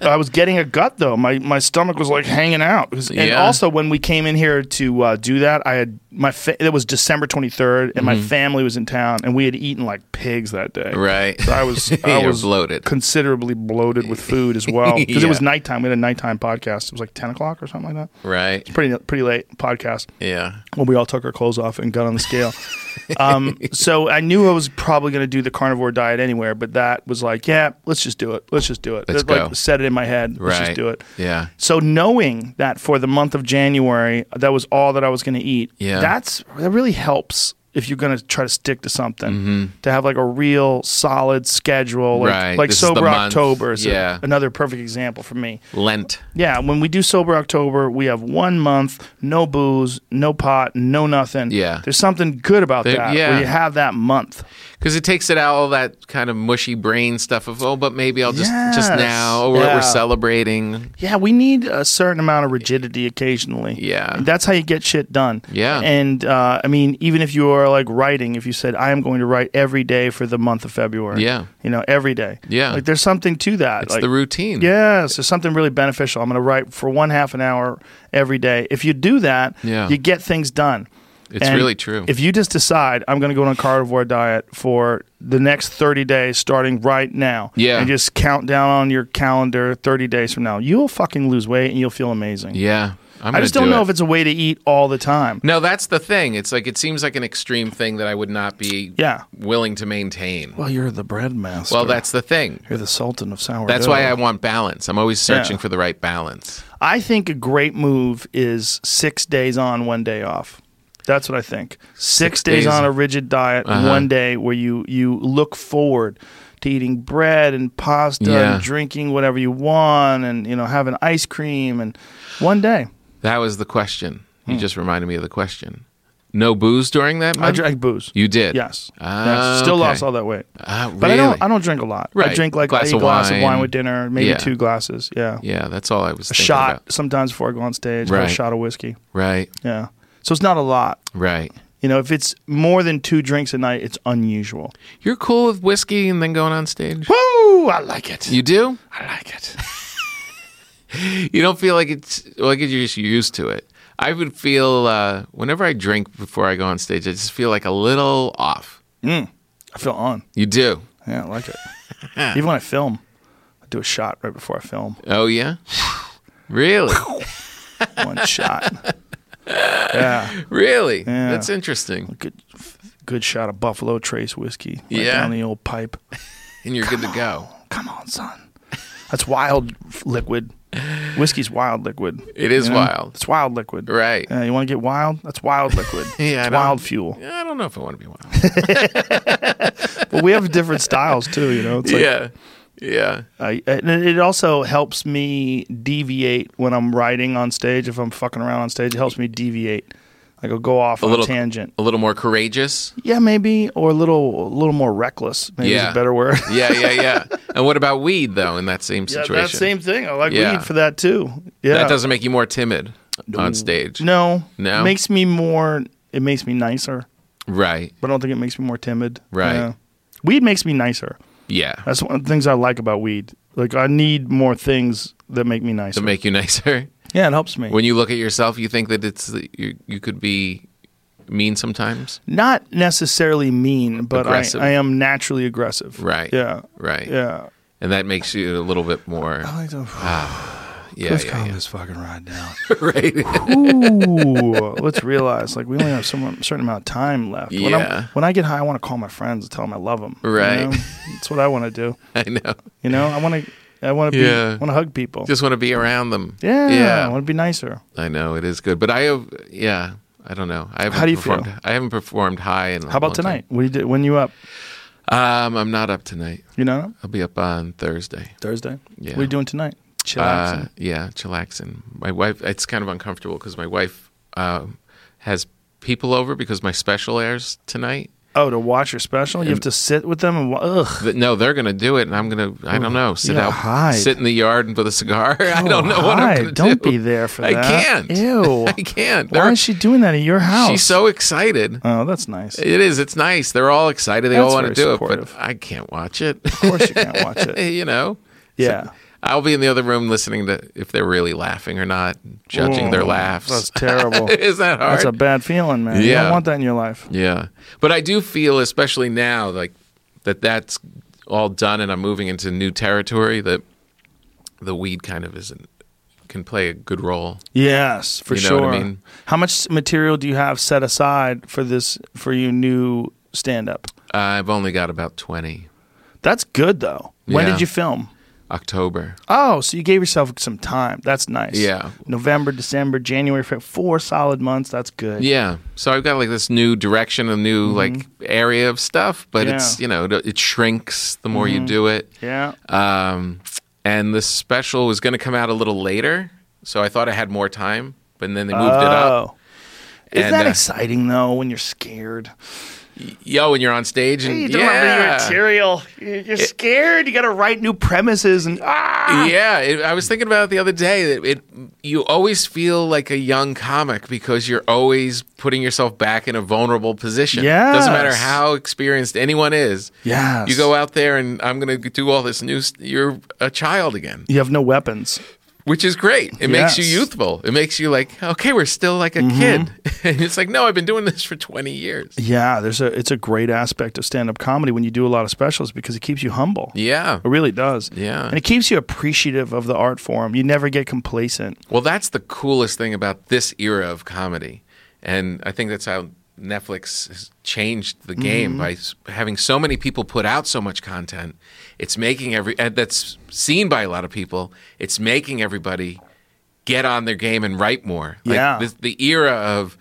Speaker 1: I was getting a gut though. My my stomach was like hanging out. It was- and
Speaker 2: Yeah.
Speaker 1: also, when we came in here to uh, do that, I had my fa- it was December twenty third, and
Speaker 2: Mm-hmm.
Speaker 1: my family was in town, and we had eaten like pigs that day.
Speaker 2: Right.
Speaker 1: So I was I
Speaker 2: You're
Speaker 1: was
Speaker 2: bloated.
Speaker 1: considerably bloated with food as well because
Speaker 2: Yeah.
Speaker 1: it was nighttime. We had a nighttime podcast. It was like ten o'clock or something like that.
Speaker 2: Right.
Speaker 1: Pretty pretty late podcast
Speaker 2: Yeah.
Speaker 1: when we all took our clothes off and got on the scale. um, so I knew I was probably going to do the carnivore diet anywhere, but that was like, yeah, let's just do it. Let's just do it.
Speaker 2: Let's
Speaker 1: It, like,
Speaker 2: go.
Speaker 1: Set it in my head.
Speaker 2: Right.
Speaker 1: Let's just do it.
Speaker 2: Yeah.
Speaker 1: So knowing that for the month of January, that was all that I was going to eat.
Speaker 2: Yeah.
Speaker 1: that's that really helps if you're going to try to stick to something to have like a real solid schedule. Like,
Speaker 2: Mm-hmm. Right.
Speaker 1: like
Speaker 2: This is the
Speaker 1: sober
Speaker 2: month.
Speaker 1: October is a-
Speaker 2: Yeah.
Speaker 1: another perfect example for me.
Speaker 2: Lent.
Speaker 1: Yeah, when we do sober October, we have one month, no booze, no pot, no nothing.
Speaker 2: Yeah.
Speaker 1: there's something good about
Speaker 2: There-
Speaker 1: that.
Speaker 2: yeah.
Speaker 1: where you have that month.
Speaker 2: Because it takes it out all that kind of mushy brain stuff of oh, but maybe I'll just just
Speaker 1: Yes.
Speaker 2: now. Or
Speaker 1: Yeah.
Speaker 2: we're celebrating.
Speaker 1: Yeah, we need a certain amount of rigidity occasionally.
Speaker 2: Yeah.
Speaker 1: that's how you get shit done.
Speaker 2: Yeah.
Speaker 1: and uh, I mean, even if you are like writing, if you said I am going to write every day for the month of February.
Speaker 2: Yeah.
Speaker 1: you know, every day.
Speaker 2: Yeah.
Speaker 1: like there's something to that.
Speaker 2: It's
Speaker 1: like,
Speaker 2: the routine.
Speaker 1: Yes, there's something really beneficial. I'm going to write for one half an hour every day. If you do that,
Speaker 2: Yeah.
Speaker 1: you get things done.
Speaker 2: It's really true.
Speaker 1: If you just decide I'm going to go on a carnivore diet for the next 30 days, starting right now,
Speaker 2: Yeah.
Speaker 1: and just count down on your calendar 30 days from now, you'll fucking lose weight and you'll feel amazing.
Speaker 2: Yeah. I'm
Speaker 1: I just don't know if
Speaker 2: it's
Speaker 1: it's a way to eat all the time.
Speaker 2: No, that's the thing. It's like it seems like an extreme thing that I would not be
Speaker 1: Yeah.
Speaker 2: willing to maintain.
Speaker 1: Well, you're the bread master.
Speaker 2: Well, that's the thing.
Speaker 1: you're the sultan of sourdough.
Speaker 2: That's why I want balance. I'm always searching
Speaker 1: Yeah.
Speaker 2: for the right balance.
Speaker 1: I think a great move is six days on, one day off. That's what I think. Six, days,
Speaker 2: days. Uh-huh.
Speaker 1: on a rigid diet, one day where you you look forward to eating bread and pasta
Speaker 2: Yeah.
Speaker 1: and drinking whatever you want, and you know having ice cream and one day.
Speaker 2: That was the question. You just reminded me of the question. No booze during that
Speaker 1: Hmm. I
Speaker 2: month?
Speaker 1: drank booze.
Speaker 2: You did?
Speaker 1: Yes.
Speaker 2: Ah,
Speaker 1: Yes. Still
Speaker 2: okay.
Speaker 1: lost all that weight.
Speaker 2: Ah,
Speaker 1: But I
Speaker 2: really?
Speaker 1: don't. I don't drink a lot. I
Speaker 2: Right.
Speaker 1: drink like
Speaker 2: Glass
Speaker 1: a
Speaker 2: of
Speaker 1: glass of wine
Speaker 2: wine.
Speaker 1: with dinner, maybe
Speaker 2: Yeah.
Speaker 1: two glasses. Yeah.
Speaker 2: Yeah, that's all I was
Speaker 1: A
Speaker 2: thinking
Speaker 1: shot
Speaker 2: about.
Speaker 1: sometimes before I go on stage. Or a
Speaker 2: Right.
Speaker 1: shot of whiskey.
Speaker 2: Right,
Speaker 1: Yeah. So it's not a lot.
Speaker 2: right.
Speaker 1: You know, if it's more than two drinks a night, it's unusual.
Speaker 2: You're cool with whiskey and then going on stage?
Speaker 1: Woo! I like it.
Speaker 2: You do?
Speaker 1: I like it.
Speaker 2: You don't feel like it's like you're just used to it. I would feel uh, whenever I drink before I go on stage, I just feel like a little off.
Speaker 1: I feel on.
Speaker 2: You do?
Speaker 1: Yeah, I like it. Even when I film, I do a shot right before I film.
Speaker 2: Oh yeah? Really?
Speaker 1: One shot. Yeah,
Speaker 2: Really?
Speaker 1: Yeah.
Speaker 2: That's interesting.
Speaker 1: good, good shot of Buffalo Trace whiskey. Right
Speaker 2: Yeah.
Speaker 1: down the old pipe.
Speaker 2: And you're good to go.
Speaker 1: Come on, son. That's wild f- liquid. Whiskey's wild liquid.
Speaker 2: It is wild.
Speaker 1: It's wild liquid.
Speaker 2: Right.
Speaker 1: Yeah, you want to get wild? That's wild liquid.
Speaker 2: Yeah, I
Speaker 1: it's
Speaker 2: don't-
Speaker 1: wild fuel.
Speaker 2: Yeah, I don't know if I want to be wild.
Speaker 1: well, we have different styles too. You know, it's like,
Speaker 2: yeah, yeah.
Speaker 1: I, Uh, and it also helps me deviate when I'm writing on stage. If I'm fucking around on stage, it helps me deviate. Like I'll go off on
Speaker 2: little-
Speaker 1: a tangent.
Speaker 2: A little more courageous.
Speaker 1: Yeah, maybe, or a little, a little more reckless. Maybe is
Speaker 2: Yeah.
Speaker 1: a better word.
Speaker 2: Yeah, yeah, yeah. and what about weed though? In that same
Speaker 1: Yeah,
Speaker 2: situation,
Speaker 1: that same thing. I like
Speaker 2: Yeah.
Speaker 1: weed for that too. Yeah,
Speaker 2: That doesn't make you more timid on stage.
Speaker 1: No,
Speaker 2: No?
Speaker 1: It makes me more. It makes me nicer,
Speaker 2: Right.
Speaker 1: but I don't think it makes me more timid.
Speaker 2: Right.
Speaker 1: Yeah. Weed makes me nicer.
Speaker 2: Yeah.
Speaker 1: That's one of the things I like about weed. Like I need more things that make me nicer.
Speaker 2: to make you nicer.
Speaker 1: yeah, it helps me.
Speaker 2: When you look at yourself, you think that it's that you, you could be mean sometimes.
Speaker 1: Not necessarily mean, but I,
Speaker 2: Aggressive.
Speaker 1: I am naturally aggressive.
Speaker 2: Right.
Speaker 1: Yeah.
Speaker 2: Right.
Speaker 1: Yeah. Oh,
Speaker 2: And that makes you a little bit more.
Speaker 1: I like to
Speaker 2: Ah, Yeah.
Speaker 1: let's
Speaker 2: yeah,
Speaker 1: calm this fucking ride down.
Speaker 2: yeah. right.
Speaker 1: Ooh, let's realize like we only have some certain amount of time left. When,
Speaker 2: Yeah.
Speaker 1: I'm, when I get high, I want to call my friends and tell them I love them.
Speaker 2: Right.
Speaker 1: That's what I want to do.
Speaker 2: I know.
Speaker 1: You know, I want to. I want to be.
Speaker 2: Yeah.
Speaker 1: Want to hug people.
Speaker 2: Just want to be around them.
Speaker 1: yeah, I
Speaker 2: Yeah.
Speaker 1: want to be nicer.
Speaker 2: I know it is good, but I have. Yeah. I don't know. I haven't
Speaker 1: How do you
Speaker 2: performed,
Speaker 1: feel?
Speaker 2: I haven't performed high in. a
Speaker 1: How about
Speaker 2: long time.
Speaker 1: tonight? What do you do? When you up?
Speaker 2: Um, I'm not up tonight.
Speaker 1: You know,
Speaker 2: I'll be up on Thursday.
Speaker 1: Thursday.
Speaker 2: Yeah.
Speaker 1: What are you doing tonight? Chillaxing.
Speaker 2: Uh, yeah, chillaxing. My wife. It's kind of uncomfortable because my wife um, has people over because my special airs tonight.
Speaker 1: oh, to watch your special, you have to sit with them and wa- ugh.
Speaker 2: Th- No, they're going to do it, and I'm going to. I don't know. Sit
Speaker 1: gotta
Speaker 2: out,
Speaker 1: hide.
Speaker 2: sit in the yard and with a cigar. I don't know what
Speaker 1: Hi,
Speaker 2: I'm going to do.
Speaker 1: Don't be there for
Speaker 2: I
Speaker 1: that.
Speaker 2: can't.
Speaker 1: Ew.
Speaker 2: I can't.
Speaker 1: Why
Speaker 2: They're-
Speaker 1: is she doing that at your house?
Speaker 2: She's so excited.
Speaker 1: Oh, that's nice. Of
Speaker 2: It is. It's nice. They're all excited. They all
Speaker 1: That's
Speaker 2: want to
Speaker 1: very
Speaker 2: do it,
Speaker 1: supportive.
Speaker 2: but I can't watch it.
Speaker 1: course you can't watch it.
Speaker 2: you know.
Speaker 1: Yeah.
Speaker 2: I'll be in the other room listening to if they're really laughing or not, judging their
Speaker 1: Oh,
Speaker 2: laughs.
Speaker 1: That's terrible.
Speaker 2: Is that hard?
Speaker 1: That's a bad feeling, man. You
Speaker 2: Yeah.
Speaker 1: don't want that in your life.
Speaker 2: Yeah. But I do feel, especially now, like that that's all done and I'm moving into new territory that the weed kind of isn't, can play a good role.
Speaker 1: Yes, for
Speaker 2: You know
Speaker 1: sure.
Speaker 2: what I mean?
Speaker 1: How much material do you have set aside for this for your new stand up?
Speaker 2: I've only got about 20
Speaker 1: That's good though. When
Speaker 2: Yeah.
Speaker 1: did you film?
Speaker 2: October.
Speaker 1: Oh, so you gave yourself some time. That's nice.
Speaker 2: Yeah.
Speaker 1: November, December, January, Feb- four solid months. That's good.
Speaker 2: Yeah. So I've got like this new direction, a new like area of stuff, but it's,
Speaker 1: Yeah.
Speaker 2: you know, it shrinks the more you do it.
Speaker 1: Yeah.
Speaker 2: Um, and this special was going to come out a little later. So I thought I had more time, but then they moved it up.
Speaker 1: Oh. Isn't
Speaker 2: And,
Speaker 1: that
Speaker 2: uh,
Speaker 1: exciting though when you're scared?
Speaker 2: Yo, when you're on stage and
Speaker 1: You don't
Speaker 2: yeah.
Speaker 1: have your material. You're you're scared. You got to write new premises and ah.
Speaker 2: Yeah, it, I was thinking about it the other day that it you always feel like a young comic because you're always putting yourself back in a vulnerable position. doesn't matter
Speaker 1: Yes.
Speaker 2: how experienced anyone is.
Speaker 1: Yes.
Speaker 2: you go out there and I'm going to do all this new. s- You're a child again,
Speaker 1: You have no weapons.
Speaker 2: which is great. It makes you
Speaker 1: Yes. Mm-hmm.
Speaker 2: youthful. It makes you like, okay, we're still like a kid, and it's like, no, I've been doing this for 20 years.
Speaker 1: Yeah, there's a it's a great aspect of stand up comedy when you do a lot of specials because it keeps you humble.
Speaker 2: Yeah.
Speaker 1: It really does.
Speaker 2: Yeah.
Speaker 1: And it keeps you appreciative of the art form. You never get complacent.
Speaker 2: Well, that's the coolest thing about this era of comedy. And I think that's how Netflix has changed
Speaker 1: Mm-hmm.
Speaker 2: the game by s- having so many people put out so much content. It's making every and that's seen by a lot of people. It's making everybody get on their game and write more. Like
Speaker 1: Yeah.
Speaker 2: this, the era of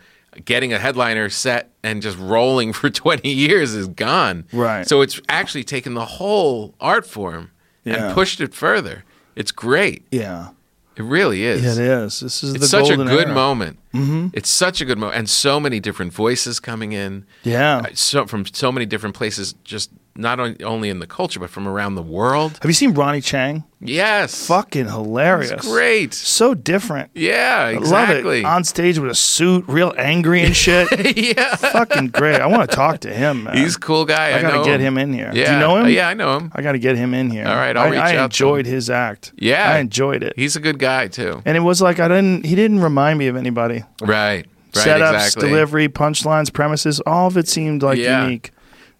Speaker 2: getting a headliner set and just rolling for 20 years is gone.
Speaker 1: Right.
Speaker 2: So it's actually taken the whole art form
Speaker 1: Yeah.
Speaker 2: and pushed it further. It's great.
Speaker 1: Yeah.
Speaker 2: It really is.
Speaker 1: It is. This is the
Speaker 2: It's such a
Speaker 1: golden
Speaker 2: good
Speaker 1: era. Mm-hmm.
Speaker 2: moment. It's such a good moment, and so many different voices coming in.
Speaker 1: Yeah.
Speaker 2: Uh, so from so many different places, just not on, only in the culture, but from around the world.
Speaker 1: Have you seen Ronnie Chang?
Speaker 2: Yes,
Speaker 1: Fucking hilarious.
Speaker 2: great.
Speaker 1: So different.
Speaker 2: Yeah,
Speaker 1: Love
Speaker 2: exactly.
Speaker 1: it. On stage with a suit, real angry and shit.
Speaker 2: yeah,
Speaker 1: Fucking great. I want to talk to him, man.
Speaker 2: he's a cool guy. I,
Speaker 1: I gotta
Speaker 2: know
Speaker 1: get him in here. Do you
Speaker 2: Yeah,
Speaker 1: know him?
Speaker 2: Uh, Yeah, I know him.
Speaker 1: I got to get him in here.
Speaker 2: All right, I'll
Speaker 1: I,
Speaker 2: reach out
Speaker 1: I
Speaker 2: to him.
Speaker 1: enjoyed his act.
Speaker 2: Yeah.
Speaker 1: I enjoyed it.
Speaker 2: He's a good guy too.
Speaker 1: and it was like I didn't. He didn't remind me of anybody.
Speaker 2: Right. Right.
Speaker 1: Setups,
Speaker 2: exactly.
Speaker 1: delivery, punchlines, premises, all of it seemed like
Speaker 2: Yeah.
Speaker 1: unique.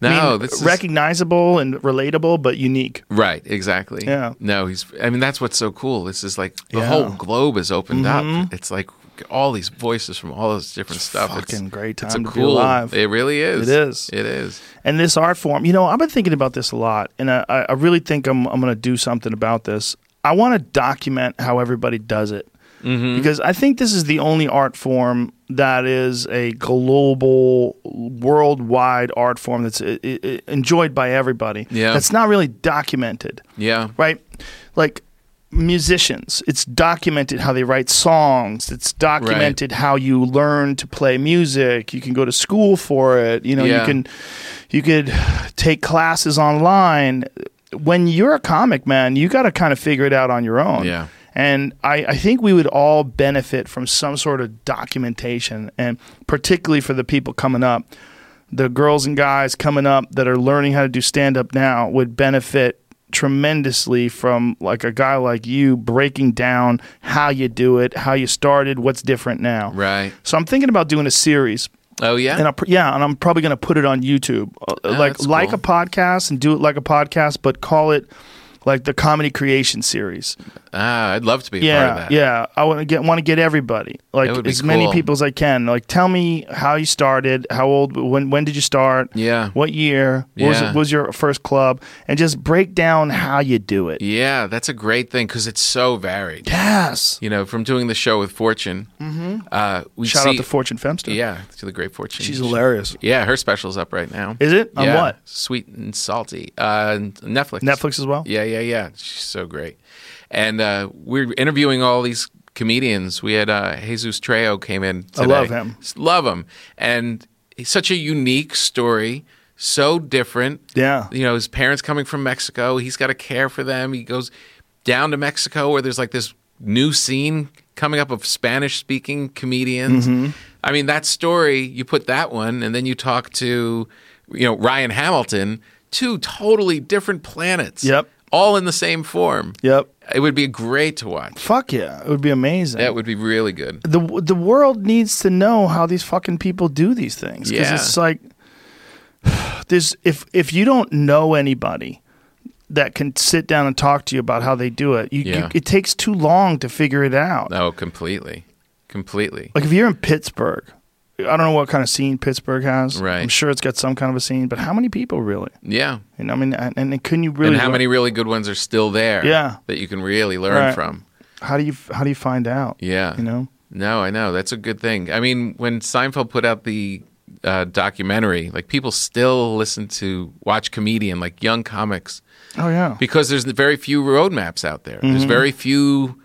Speaker 2: No,
Speaker 1: I mean,
Speaker 2: this is
Speaker 1: recognizable and relatable, but unique.
Speaker 2: Right, exactly.
Speaker 1: Yeah.
Speaker 2: No, he's. I mean, that's what's so cool. This is like
Speaker 1: Yeah.
Speaker 2: the
Speaker 1: Mm-hmm.
Speaker 2: whole globe is opened up. It's like all these voices from all this different stuff.
Speaker 1: fucking
Speaker 2: it's,
Speaker 1: great
Speaker 2: It's a
Speaker 1: time to be
Speaker 2: cool.
Speaker 1: alive.
Speaker 2: It really is.
Speaker 1: It is.
Speaker 2: It is.
Speaker 1: And this art form, you know, I've been thinking about this a lot, and I, I I really think I'm I'm going to do something about this. I want to document how everybody does it. because I think this is the only art form that is a global, worldwide art form that's uh, uh, enjoyed by everybody.
Speaker 2: Yeah.
Speaker 1: that's not really documented
Speaker 2: Yeah.
Speaker 1: right? Like musicians, it's documented how they write songs. It's documented how you learn to play music. You can go to school for it. You know,
Speaker 2: Yeah.
Speaker 1: you can you could take classes online. When you're a comic man, you got to kind of figure it out on your own.
Speaker 2: Yeah.
Speaker 1: And I, I think we would all benefit from some sort of documentation, and particularly for the people coming up, the girls and guys coming up that are learning how to do stand up now would benefit tremendously from like a guy like you breaking down how you do it, how you started, what's different now.
Speaker 2: Right.
Speaker 1: So I'm thinking about doing a series
Speaker 2: Oh yeah.
Speaker 1: and I'll, pr- yeah, and I'm probably going to put it on YouTube, Uh, like
Speaker 2: that's
Speaker 1: like
Speaker 2: cool.
Speaker 1: a podcast, and do it like a podcast, but call it like the comedy creation series.
Speaker 2: ah, I'd love to be a
Speaker 1: Yeah,
Speaker 2: part of that.
Speaker 1: yeah. I want to get want to get everybody, like
Speaker 2: That would be
Speaker 1: as many
Speaker 2: cool.
Speaker 1: people as I can. Like, tell me how you started, how old, when when did you start,
Speaker 2: Yeah.
Speaker 1: what year, what was,
Speaker 2: Yeah.
Speaker 1: what was your first club, and just break down how you do it.
Speaker 2: Yeah, that's a great thing because it's so varied.
Speaker 1: Yes.
Speaker 2: You know, from doing the show with Fortune, uh, we
Speaker 1: Mm-hmm. Shout
Speaker 2: see,
Speaker 1: out to Fortune Femster.
Speaker 2: yeah, to the great Fortune.
Speaker 1: she's hilarious.
Speaker 2: Yeah, her special's up right now.
Speaker 1: Is it on
Speaker 2: yeah,
Speaker 1: what
Speaker 2: Sweet and salty. Uh, Netflix.
Speaker 1: Netflix as well?
Speaker 2: Yeah, yeah, yeah. She's so great. And uh, we're interviewing all these comedians. We had uh, Jesus Trejo came in. Today.
Speaker 1: I love him.
Speaker 2: S- Love him. And he's such a unique story. So different.
Speaker 1: Yeah.
Speaker 2: You know, his parents coming from Mexico. He's got to care for them. He goes down to Mexico where there's like this new scene coming up of Spanish speaking comedians.
Speaker 1: Mm-hmm.
Speaker 2: I mean, that story, you put that one and then you talk to, you know, Ryan Hamilton, two totally different planets.
Speaker 1: Yep.
Speaker 2: All in the same form.
Speaker 1: Yep.
Speaker 2: It would be great to watch.
Speaker 1: Fuck yeah, it would be amazing.
Speaker 2: That would be really good.
Speaker 1: the the world needs to know how these fucking people do these things because
Speaker 2: Yeah.
Speaker 1: it's like there's if if you don't know anybody that can sit down and talk to you about how they do it, you,
Speaker 2: Yeah.
Speaker 1: you it takes too long to figure it out.
Speaker 2: Oh, completely. Completely.
Speaker 1: Like if you're in Pittsburgh, I don't know what kind of scene Pittsburgh has.
Speaker 2: Right.
Speaker 1: I'm sure it's got some kind of a scene, but how many people really?
Speaker 2: Yeah.
Speaker 1: And I mean, and, and couldn't you really?
Speaker 2: and how many really good ones are still there
Speaker 1: Yeah.
Speaker 2: that you can really learn
Speaker 1: Right.
Speaker 2: from?
Speaker 1: How do you how do you find out?
Speaker 2: Yeah.
Speaker 1: You know.
Speaker 2: No, I know. That's a good thing. I mean, when Seinfeld put out the uh, documentary, like people still listen to watch comedian, like young comics,
Speaker 1: Oh yeah.
Speaker 2: because there's very few roadmaps out there. There's very few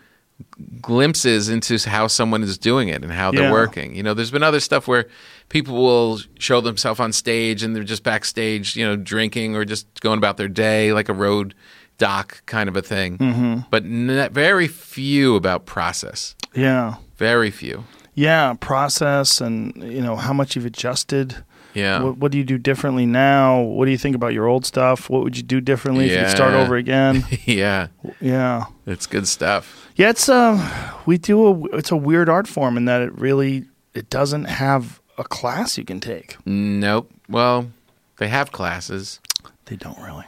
Speaker 2: glimpses into how someone is doing it and how they're
Speaker 1: Yeah.
Speaker 2: working. You know, there's been other stuff where people will show themselves on stage and they're just backstage, you know, drinking or just going about their day, like a road doc kind of a thing. But n- very few about process.
Speaker 1: yeah.
Speaker 2: Very few.
Speaker 1: Yeah. Process and you know how much you've adjusted.
Speaker 2: Yeah.
Speaker 1: What, what do you do differently now? What do you think about your old stuff? What would you do differently if you could start
Speaker 2: Yeah.
Speaker 1: over again?
Speaker 2: yeah.
Speaker 1: yeah.
Speaker 2: It's good stuff.
Speaker 1: Yeah, it's um we do a it's a weird art form in that it really it doesn't have a class you can take.
Speaker 2: Nope. Well, they have classes.
Speaker 1: They don't really.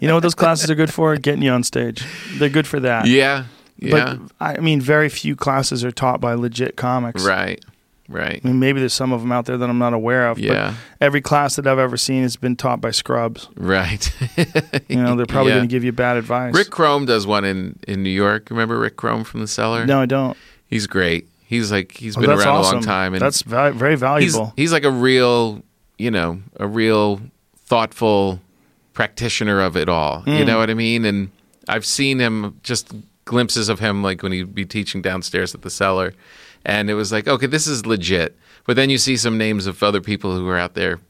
Speaker 1: you know what those classes are good for? Getting you on stage. They're good for that.
Speaker 2: Yeah. Yeah.
Speaker 1: Uh, But I mean very few classes are taught by legit comics.
Speaker 2: right. Right.
Speaker 1: I mean, maybe there's some of them out there that I'm not aware of.
Speaker 2: Yeah.
Speaker 1: But every class that I've ever seen has been taught by scrubs.
Speaker 2: Right.
Speaker 1: You know, they're probably
Speaker 2: Yeah.
Speaker 1: going to give you bad advice.
Speaker 2: Rick Chrome does one in, in New York. Remember Rick Chrome from the cellar?
Speaker 1: no, I don't.
Speaker 2: He's great. He's like he's
Speaker 1: Oh,
Speaker 2: been
Speaker 1: that's
Speaker 2: around
Speaker 1: awesome.
Speaker 2: a long time and
Speaker 1: that's va- very
Speaker 2: he's,
Speaker 1: valuable.
Speaker 2: he's like a real you know, a real thoughtful practitioner of it all.
Speaker 1: Mm.
Speaker 2: You know what I mean? And I've seen him just glimpses of him like when he'd be teaching downstairs at the cellar and it was like, okay, this is legit. But then you see some names of other people who are out there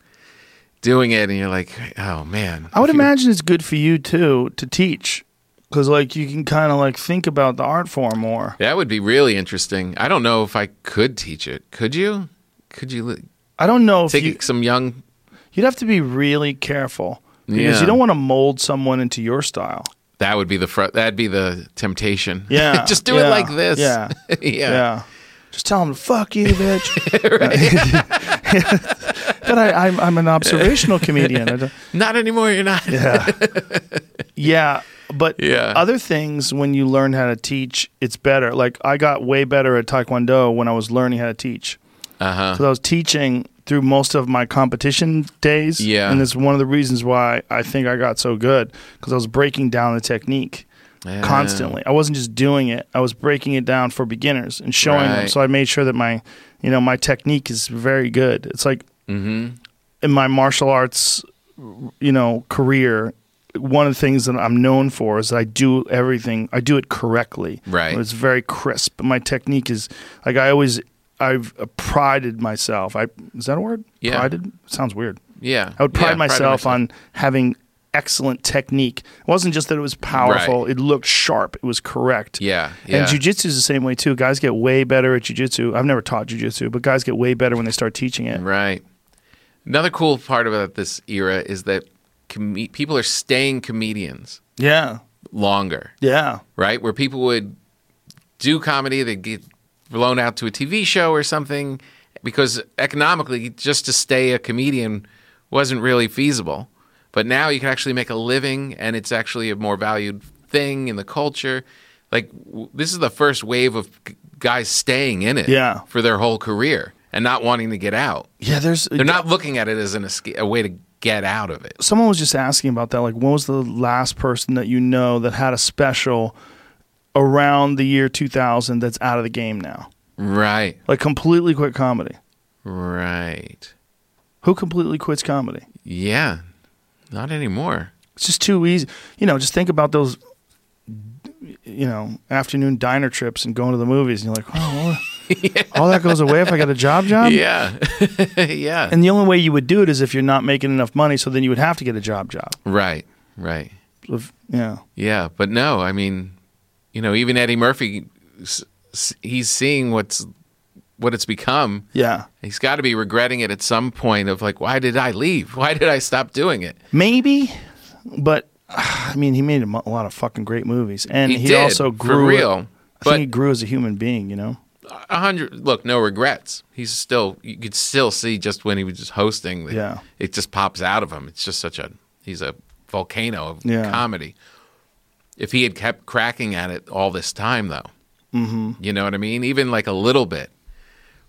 Speaker 2: doing it and you're like, oh man.
Speaker 1: I would
Speaker 2: If you-
Speaker 1: imagine it's good for you too to teach, because like you can kind of like think about the art form more.
Speaker 2: That would be really interesting. I don't know if I could teach it. Could you? Could you li-
Speaker 1: I don't know if
Speaker 2: take
Speaker 1: you,
Speaker 2: some young?
Speaker 1: you'd have to be really careful because
Speaker 2: Yeah.
Speaker 1: you don't want to mold someone into your style.
Speaker 2: That would be the fr- that'd be the temptation.
Speaker 1: Yeah,
Speaker 2: just do
Speaker 1: yeah,
Speaker 2: it like this.
Speaker 1: yeah,
Speaker 2: yeah.
Speaker 1: Yeah. Just tell them, fuck you, bitch. but I, I'm, I'm an observational comedian. I don't-
Speaker 2: Not anymore. You're not.
Speaker 1: Yeah. yeah. But
Speaker 2: Yeah.
Speaker 1: other things, when you learn how to teach, it's better. Like, I got way better at Taekwondo when I was learning how to teach.
Speaker 2: Uh huh.
Speaker 1: Because I was teaching through most of my competition days.
Speaker 2: Yeah.
Speaker 1: And it's one of the reasons why I think I got so good because I was breaking down the technique. constantly. I wasn't just doing it; I was breaking it down for beginners and showing them.
Speaker 2: Right.
Speaker 1: So I made sure that my, you know, my technique is very good. It's like
Speaker 2: Mm-hmm.
Speaker 1: in my martial arts, you know, career. One of the things that I'm known for is that I do everything. I do it correctly.
Speaker 2: Right.
Speaker 1: It's very crisp. My technique is like I always. I've prided myself. I is that a word?
Speaker 2: Yeah.
Speaker 1: Prided sounds weird.
Speaker 2: Yeah.
Speaker 1: I would
Speaker 2: Yeah,
Speaker 1: pride myself on having excellent technique. It wasn't just that it was powerful, it looked sharp, it was correct.
Speaker 2: Yeah, yeah.
Speaker 1: And jujitsu is the same way too. Guys get way better at jujitsu. I've never taught jujitsu, but guys get way better when they start teaching it.
Speaker 2: Right. Another cool part about this era is that com- people are staying comedians
Speaker 1: Yeah.
Speaker 2: longer,
Speaker 1: Yeah.
Speaker 2: right? Where people would do comedy, they'd get blown out to a TV show or something because economically, just to stay a comedian wasn't really feasible. But now you can actually make a living and it's actually a more valued thing in the culture. Like, w- this is the first wave of g- guys staying in it
Speaker 1: Yeah.
Speaker 2: for their whole career and not wanting to get out.
Speaker 1: Yeah, there's
Speaker 2: They're not looking at it as an escape, a way to get out of it.
Speaker 1: someone was just asking about that. Like, when was the last person that you know that had a special around the year 2000 that's out of the game now?
Speaker 2: Right.
Speaker 1: Like, completely quit comedy.
Speaker 2: Right.
Speaker 1: Who completely quits comedy?
Speaker 2: Yeah. Not anymore.
Speaker 1: It's just too easy. You know, just think about those, you know, afternoon diner trips and going to the movies. And you're like, oh, well, all that goes away if I got a job job?
Speaker 2: Yeah. yeah.
Speaker 1: And the only way you would do it is if you're not making enough money. So then you would have to get a job job.
Speaker 2: right. Right.
Speaker 1: If- yeah.
Speaker 2: Yeah. But no, I mean, you know, even Eddie Murphy, s- s- he's seeing what's what it's become.
Speaker 1: Yeah.
Speaker 2: He's got to be regretting it at some point of like, why did I leave? Why did I stop doing it?
Speaker 1: Maybe, but I mean, he made a mo- a lot of fucking great movies. And
Speaker 2: He
Speaker 1: he,
Speaker 2: did,
Speaker 1: also
Speaker 2: for
Speaker 1: grew.
Speaker 2: real,
Speaker 1: I
Speaker 2: but-
Speaker 1: think he grew as a human being, you know?
Speaker 2: a hundred. Look, no regrets. He's still. You could still see just when he was just hosting. that
Speaker 1: Yeah.
Speaker 2: It just pops out of him. It's just such a. He's a volcano of
Speaker 1: Yeah.
Speaker 2: comedy. If he had kept cracking at it all this time, though, mm-hmm. you know what I mean. Even like a little bit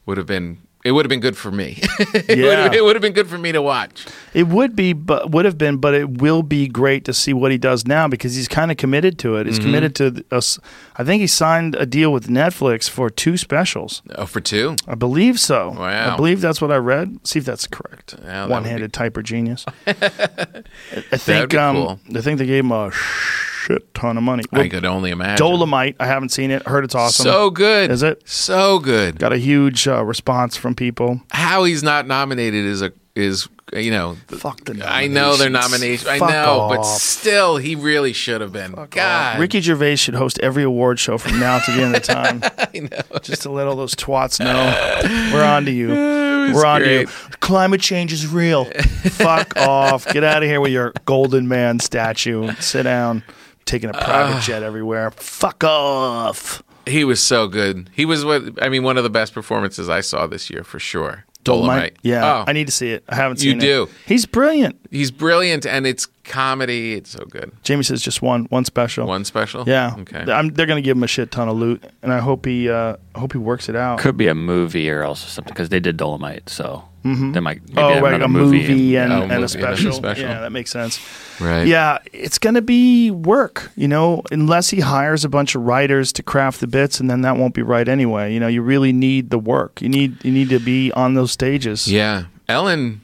Speaker 2: would have been. It would have been good for me. it, would
Speaker 1: Yeah.
Speaker 2: have, it would have been good for me to watch.
Speaker 1: It would be, but would have been, but it will be great to see what he does now because he's kind of committed to it. He's
Speaker 2: Mm-hmm.
Speaker 1: committed to us. I think he signed a deal with Netflix for two specials.
Speaker 2: Oh, for two.
Speaker 1: I believe so.
Speaker 2: Wow.
Speaker 1: I believe that's what I read. See if that's correct.
Speaker 2: that would be-
Speaker 1: One-handed typer genius. I I
Speaker 2: That'd
Speaker 1: think.
Speaker 2: be
Speaker 1: um,
Speaker 2: cool.
Speaker 1: I think they gave him a shit ton of money.
Speaker 2: I could only imagine.
Speaker 1: Dolomite. I haven't seen it. Heard it's awesome.
Speaker 2: So good.
Speaker 1: Is it?
Speaker 2: So good.
Speaker 1: Got a huge uh, response from people.
Speaker 2: how he's not nominated is a is you know
Speaker 1: Fuck the
Speaker 2: I know they're
Speaker 1: nominations.
Speaker 2: nominations. I
Speaker 1: Fuck
Speaker 2: know, but
Speaker 1: off.
Speaker 2: still, he really should have been. God,
Speaker 1: Ricky Gervais should host every award show from now to the end of time. I know. Just to let all those twats know we're on to you. We're on
Speaker 2: great.
Speaker 1: to you. Climate change is real. Fuck off. Get out of here with your golden man statue. Sit down. Taking a
Speaker 2: Ah.
Speaker 1: private jet everywhere. Fuck off.
Speaker 2: he was so good. He was what I mean, one of the best performances I saw this year for sure.
Speaker 1: Dolomite. Yeah.
Speaker 2: Oh,
Speaker 1: I need to see it. I haven't
Speaker 2: You
Speaker 1: seen it.
Speaker 2: do.
Speaker 1: He's brilliant.
Speaker 2: he's brilliant, and it's comedy. It's so good.
Speaker 1: Jamie says just one, one special.
Speaker 2: One special.
Speaker 1: Yeah.
Speaker 2: Okay.
Speaker 1: I'm, they're going to give him a shit ton of loot, and I hope he, uh, I hope he works it out.
Speaker 3: Could be a movie or also something because they did Dolomite, so they might. Maybe
Speaker 1: Oh,
Speaker 3: have
Speaker 1: right,
Speaker 3: another
Speaker 1: a movie and,
Speaker 2: Oh,
Speaker 1: and,
Speaker 2: movie
Speaker 1: a special. Yeah, that makes sense.
Speaker 2: Right.
Speaker 1: Yeah, it's going to be work, you know, unless he hires a bunch of writers to craft the bits, and then that won't be right anyway. You know, you really need the work. You need you need to be on those stages.
Speaker 2: Yeah. Ellen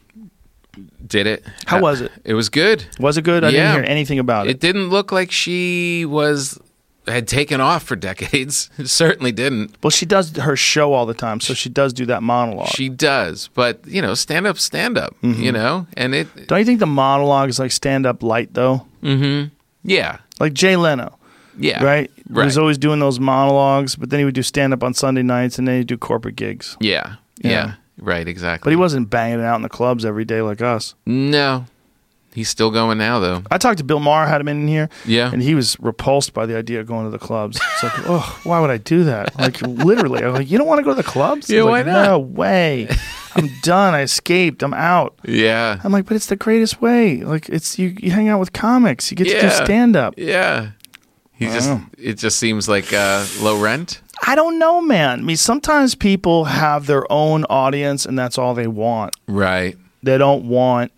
Speaker 2: did it.
Speaker 1: How was it?
Speaker 2: It was good.
Speaker 1: Was it good? I
Speaker 2: Yeah.
Speaker 1: didn't hear anything about it.
Speaker 2: It didn't look like she was had taken off for decades. It certainly didn't.
Speaker 1: Well, she does her show all the time, so she does do that monologue.
Speaker 2: She does, but you know, stand up, stand up.
Speaker 1: Mm-hmm.
Speaker 2: You know, and it,
Speaker 1: Don't you think the monologue is like stand up light though?
Speaker 2: Mm-hmm. yeah,
Speaker 1: Like Jay Leno.
Speaker 2: yeah,
Speaker 1: Right? He
Speaker 2: right,
Speaker 1: was always doing those monologues, but then he would do stand up on Sunday nights and then he'd do corporate gigs.
Speaker 2: yeah, yeah, right, exactly.
Speaker 1: But he wasn't banging it out in the clubs every day like us.
Speaker 2: no, he's still going now though.
Speaker 1: I talked to Bill Maher, had him in here,
Speaker 2: Yeah.
Speaker 1: and he was repulsed by the idea of going to the clubs. It's like, oh, why would I do that? Like, literally, I'm like, you don't want to go to the clubs?
Speaker 2: Yeah,
Speaker 1: He's
Speaker 2: why
Speaker 1: like, No way. I'm done. I escaped. I'm out.
Speaker 2: Yeah,
Speaker 1: I'm like, but it's the greatest way. Like, it's you. You hang out with comics. You get to do
Speaker 2: Yeah.
Speaker 1: stand up.
Speaker 2: yeah. He just it just seems like uh, low rent.
Speaker 1: I don't know, man. I mean, sometimes people have their own audience, and that's all they want.
Speaker 2: Right.
Speaker 1: They don't want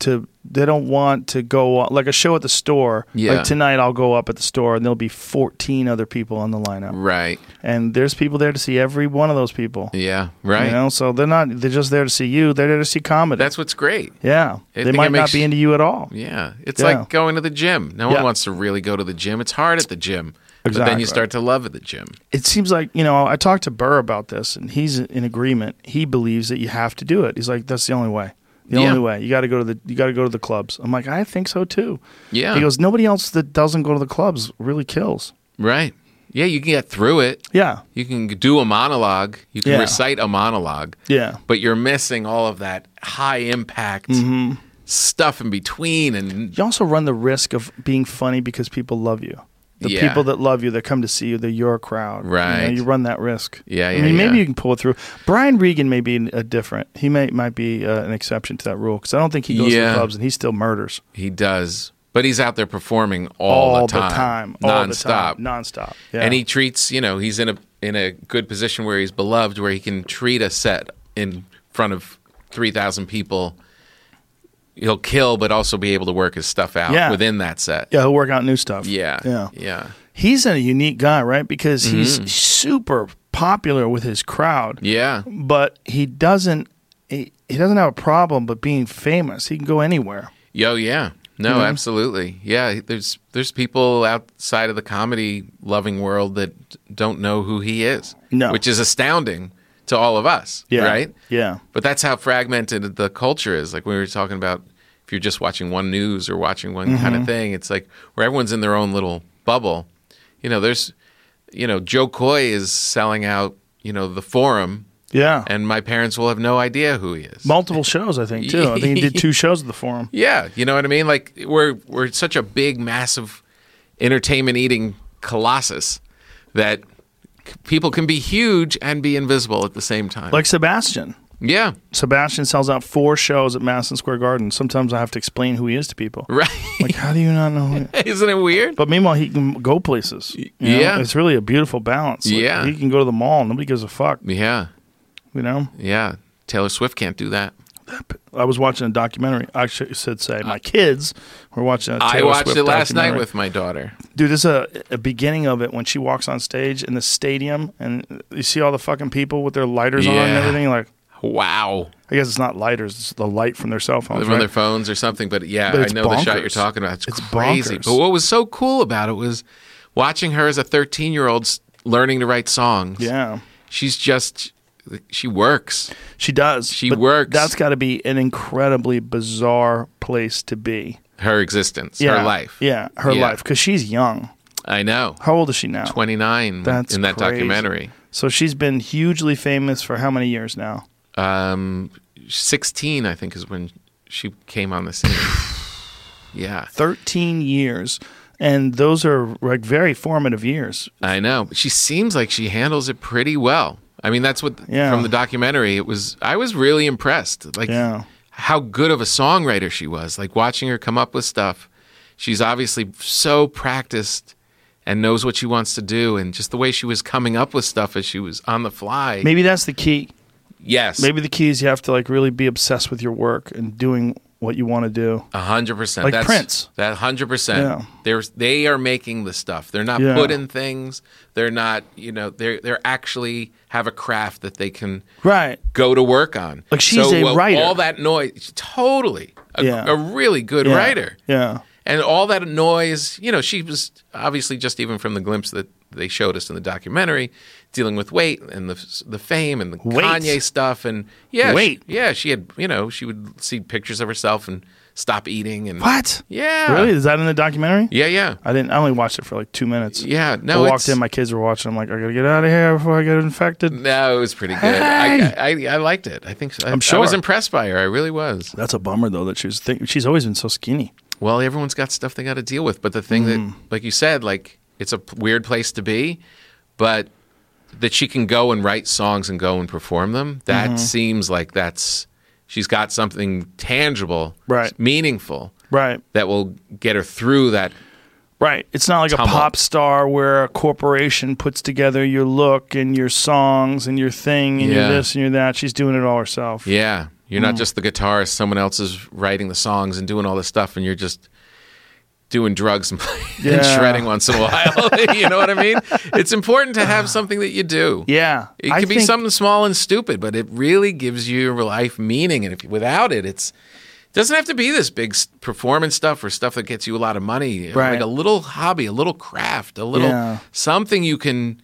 Speaker 1: to they don't want to go on, like a show at the store.
Speaker 2: Yeah.
Speaker 1: Like tonight, I'll go up at the store and there'll be 14 other people on the lineup,
Speaker 2: Right.
Speaker 1: and there's people there to see every one of those people.
Speaker 2: Mm. Yeah. Right.
Speaker 1: You know, so they're not they're just there to see you. They're there to see comedy.
Speaker 2: That's what's great.
Speaker 1: yeah.
Speaker 2: I
Speaker 1: They
Speaker 2: think it
Speaker 1: might not
Speaker 2: makes-
Speaker 1: be into you at all.
Speaker 2: Yeah. It's
Speaker 1: Yeah.
Speaker 2: like going to the gym. No
Speaker 1: Yeah.
Speaker 2: one wants to really go to the gym. It's hard at the gym. But then
Speaker 1: Exactly.
Speaker 2: you start to love at the gym.
Speaker 1: it seems like you know i talked to burr about this and he's in agreement he believes that you have to do it he's like that's the only way the
Speaker 2: Yeah.
Speaker 1: only way you got to go to the you got to go to the clubs i'm like i think so too
Speaker 2: Yeah.
Speaker 1: he goes nobody else that doesn't go to the clubs really kills
Speaker 2: right. Yeah, you can get through it.
Speaker 1: yeah
Speaker 2: You can do a monologue. You can
Speaker 1: Yeah.
Speaker 2: recite a monologue.
Speaker 1: yeah
Speaker 2: But you're missing all of that high impact
Speaker 1: Mm-hmm.
Speaker 2: stuff in between and
Speaker 1: you also run the risk of being funny because people love you the
Speaker 2: Yeah.
Speaker 1: people that love you that come to see you they're your crowd You know,
Speaker 2: Right.
Speaker 1: you, run that risk
Speaker 2: Yeah,
Speaker 1: i
Speaker 2: yeah,
Speaker 1: mean maybe
Speaker 2: yeah.
Speaker 1: you can pull it through brian regan may be a different he may might be uh, an exception to that rule because i don't think he goes to
Speaker 2: Yeah.
Speaker 1: the clubs and he still murders
Speaker 2: he does. But he's out there performing all,
Speaker 1: all the
Speaker 2: nonstop.
Speaker 1: time, nonstop. Yeah.
Speaker 2: and he treats you know he's in a in a good position where he's beloved where he can treat a set in front of 3000 people he'll kill but also be able to work his stuff out
Speaker 1: Yeah.
Speaker 2: within that set
Speaker 1: yeah, he'll work out new stuff.
Speaker 2: yeah
Speaker 1: yeah.
Speaker 2: yeah
Speaker 1: He's a unique guy, right? Because
Speaker 2: Mm-hmm.
Speaker 1: he's super popular with his crowd,
Speaker 2: yeah
Speaker 1: but he doesn't. He, he doesn't have a problem, but being famous, he can go anywhere.
Speaker 2: yo yeah no
Speaker 1: Mm-hmm.
Speaker 2: absolutely yeah there's there's people outside of the comedy loving world that don't know who he is
Speaker 1: No.
Speaker 2: which is astounding to all of us
Speaker 1: Yeah,
Speaker 2: right
Speaker 1: Yeah,
Speaker 2: But that's how fragmented the culture is. Like we were talking about, if you're just watching one news or watching one kind
Speaker 1: Mm-hmm.
Speaker 2: of thing, it's like where everyone's in their own little bubble. You know, there's, you know, Joe Coy is selling out, you know, the forum,
Speaker 1: yeah.
Speaker 2: and my parents will have no idea who he is.
Speaker 1: Multiple shows, I think too. I think he did two shows at the Forum.
Speaker 2: yeah, you know what I mean? Like we're we're such a big, massive, entertainment eating colossus that c- people can be huge and be invisible at the same time.
Speaker 1: Like Sebastian.
Speaker 2: yeah,
Speaker 1: Sebastian sells out four shows at Madison Square Garden. Sometimes I have to explain who he is to people.
Speaker 2: right.
Speaker 1: Like, how do you not know? Who he
Speaker 2: Isn't it weird?
Speaker 1: But meanwhile, he can go places. you know?
Speaker 2: yeah.
Speaker 1: it's really a beautiful balance. Like,
Speaker 2: Yeah.
Speaker 1: he can go to the mall. Nobody gives a fuck.
Speaker 2: Yeah.
Speaker 1: You know,
Speaker 2: Yeah, Taylor Swift can't do that.
Speaker 1: I was watching a documentary. I should should say my kids were watching. A
Speaker 2: I
Speaker 1: Taylor
Speaker 2: watched
Speaker 1: Swift
Speaker 2: it last night
Speaker 1: documentary.
Speaker 2: with my daughter.
Speaker 1: dude. There's a, a beginning of it when she walks on stage in the stadium, and you see all the fucking people with their lighters on and
Speaker 2: Yeah.
Speaker 1: everything. You're Like,
Speaker 2: Wow,
Speaker 1: I guess it's not lighters; it's the light from their cell phones.
Speaker 2: they're on
Speaker 1: right?
Speaker 2: their phones or something. But yeah,
Speaker 1: But
Speaker 2: I
Speaker 1: it's
Speaker 2: know the shot
Speaker 1: bonkers.
Speaker 2: you're talking about. It's,
Speaker 1: It's
Speaker 2: crazy.
Speaker 1: bonkers.
Speaker 2: But what was so cool about it was watching her as a 13 year old learning to write songs.
Speaker 1: yeah,
Speaker 2: she's just she works.
Speaker 1: she does.
Speaker 2: She
Speaker 1: but
Speaker 2: works.
Speaker 1: That's got to be an incredibly bizarre place to be.
Speaker 2: Her existence,
Speaker 1: Yeah,
Speaker 2: her life.
Speaker 1: Yeah, her
Speaker 2: Yeah.
Speaker 1: life because she's young.
Speaker 2: I know.
Speaker 1: How old is she now?
Speaker 2: 29
Speaker 1: That's
Speaker 2: in that
Speaker 1: crazy.
Speaker 2: documentary.
Speaker 1: So she's been hugely famous for how many years now?
Speaker 2: Um, 16, I think, is when she came on the scene. yeah.
Speaker 1: 13 years. And those are like very formative years.
Speaker 2: I know. She seems like she handles it pretty well. I mean, that's what
Speaker 1: Yeah.
Speaker 2: from the documentary. It was I was really impressed, like
Speaker 1: Yeah.
Speaker 2: how good of a songwriter she was. Like watching her come up with stuff. She's obviously so practiced and knows what she wants to do, and just the way she was coming up with stuff as she was on the fly.
Speaker 1: Maybe that's the key.
Speaker 2: yes,
Speaker 1: Maybe the key is you have to like really be obsessed with your work and doing what you want to do.
Speaker 2: a hundred percent.
Speaker 1: Like
Speaker 2: That's-
Speaker 1: Prince.
Speaker 2: That hundred
Speaker 1: Yeah.
Speaker 2: percent. They're they are making the stuff. They're not
Speaker 1: Yeah.
Speaker 2: putting things. They're not. You know. They're they're actually have a craft that they can.
Speaker 1: Right.
Speaker 2: go to work on.
Speaker 1: Like, she's a
Speaker 2: uh,
Speaker 1: writer.
Speaker 2: All that noise, totally. A,
Speaker 1: Yeah.
Speaker 2: a really good
Speaker 1: Yeah.
Speaker 2: writer.
Speaker 1: Yeah.
Speaker 2: And all that noise, you know, she was obviously just even from the glimpse that they showed us in the documentary, dealing with weight and the the fame and the
Speaker 1: Weight.
Speaker 2: Kanye stuff and yeah, she-
Speaker 1: Weight.
Speaker 2: yeah, she had you know she would see pictures of herself and stop eating and
Speaker 1: What?
Speaker 2: yeah,
Speaker 1: Really? Is that in the documentary?
Speaker 2: yeah, yeah,
Speaker 1: I didn't. I only watched it for like two minutes.
Speaker 2: yeah. No,
Speaker 1: I
Speaker 2: it's-
Speaker 1: walked in. My kids were watching. I'm like, I gotta get out of here before I get infected.
Speaker 2: no, it was pretty good. I, I I liked it. I think so. I,
Speaker 1: I'm
Speaker 2: I was
Speaker 1: sure.
Speaker 2: impressed by her. I really was.
Speaker 1: That's a bummer though. That she was. Think- she's always been so skinny.
Speaker 2: well, everyone's got stuff they got to deal with. But the thing
Speaker 1: Mm.
Speaker 2: that, like you said, like it's a p- weird place to be, but that she can go and write songs and go and perform them, that
Speaker 1: Mm-hmm.
Speaker 2: seems like that's she's got something tangible,
Speaker 1: Right.
Speaker 2: meaningful
Speaker 1: Right.
Speaker 2: that will get her through that.
Speaker 1: Right. It's not like
Speaker 2: Tumble.
Speaker 1: a pop star where a corporation puts together your look and your songs and your thing and
Speaker 2: Yeah.
Speaker 1: your this and your that. She's doing it all herself.
Speaker 2: Yeah, You're
Speaker 1: Mm.
Speaker 2: not just the guitarist. Someone else is writing the songs and doing all this stuff, and you're just doing drugs and, and
Speaker 1: Yeah.
Speaker 2: shredding once in a while. you know what I mean? It's important to have something that you do.
Speaker 1: Yeah,
Speaker 2: It
Speaker 1: I
Speaker 2: could be
Speaker 1: think-
Speaker 2: something small and stupid, but it really gives you your life meaning. And if without it, it's it doesn't have to be this big s- performance stuff or stuff that gets you a lot of money.
Speaker 1: Right.
Speaker 2: Like a little hobby, a little craft, a little
Speaker 1: Yeah.
Speaker 2: something you can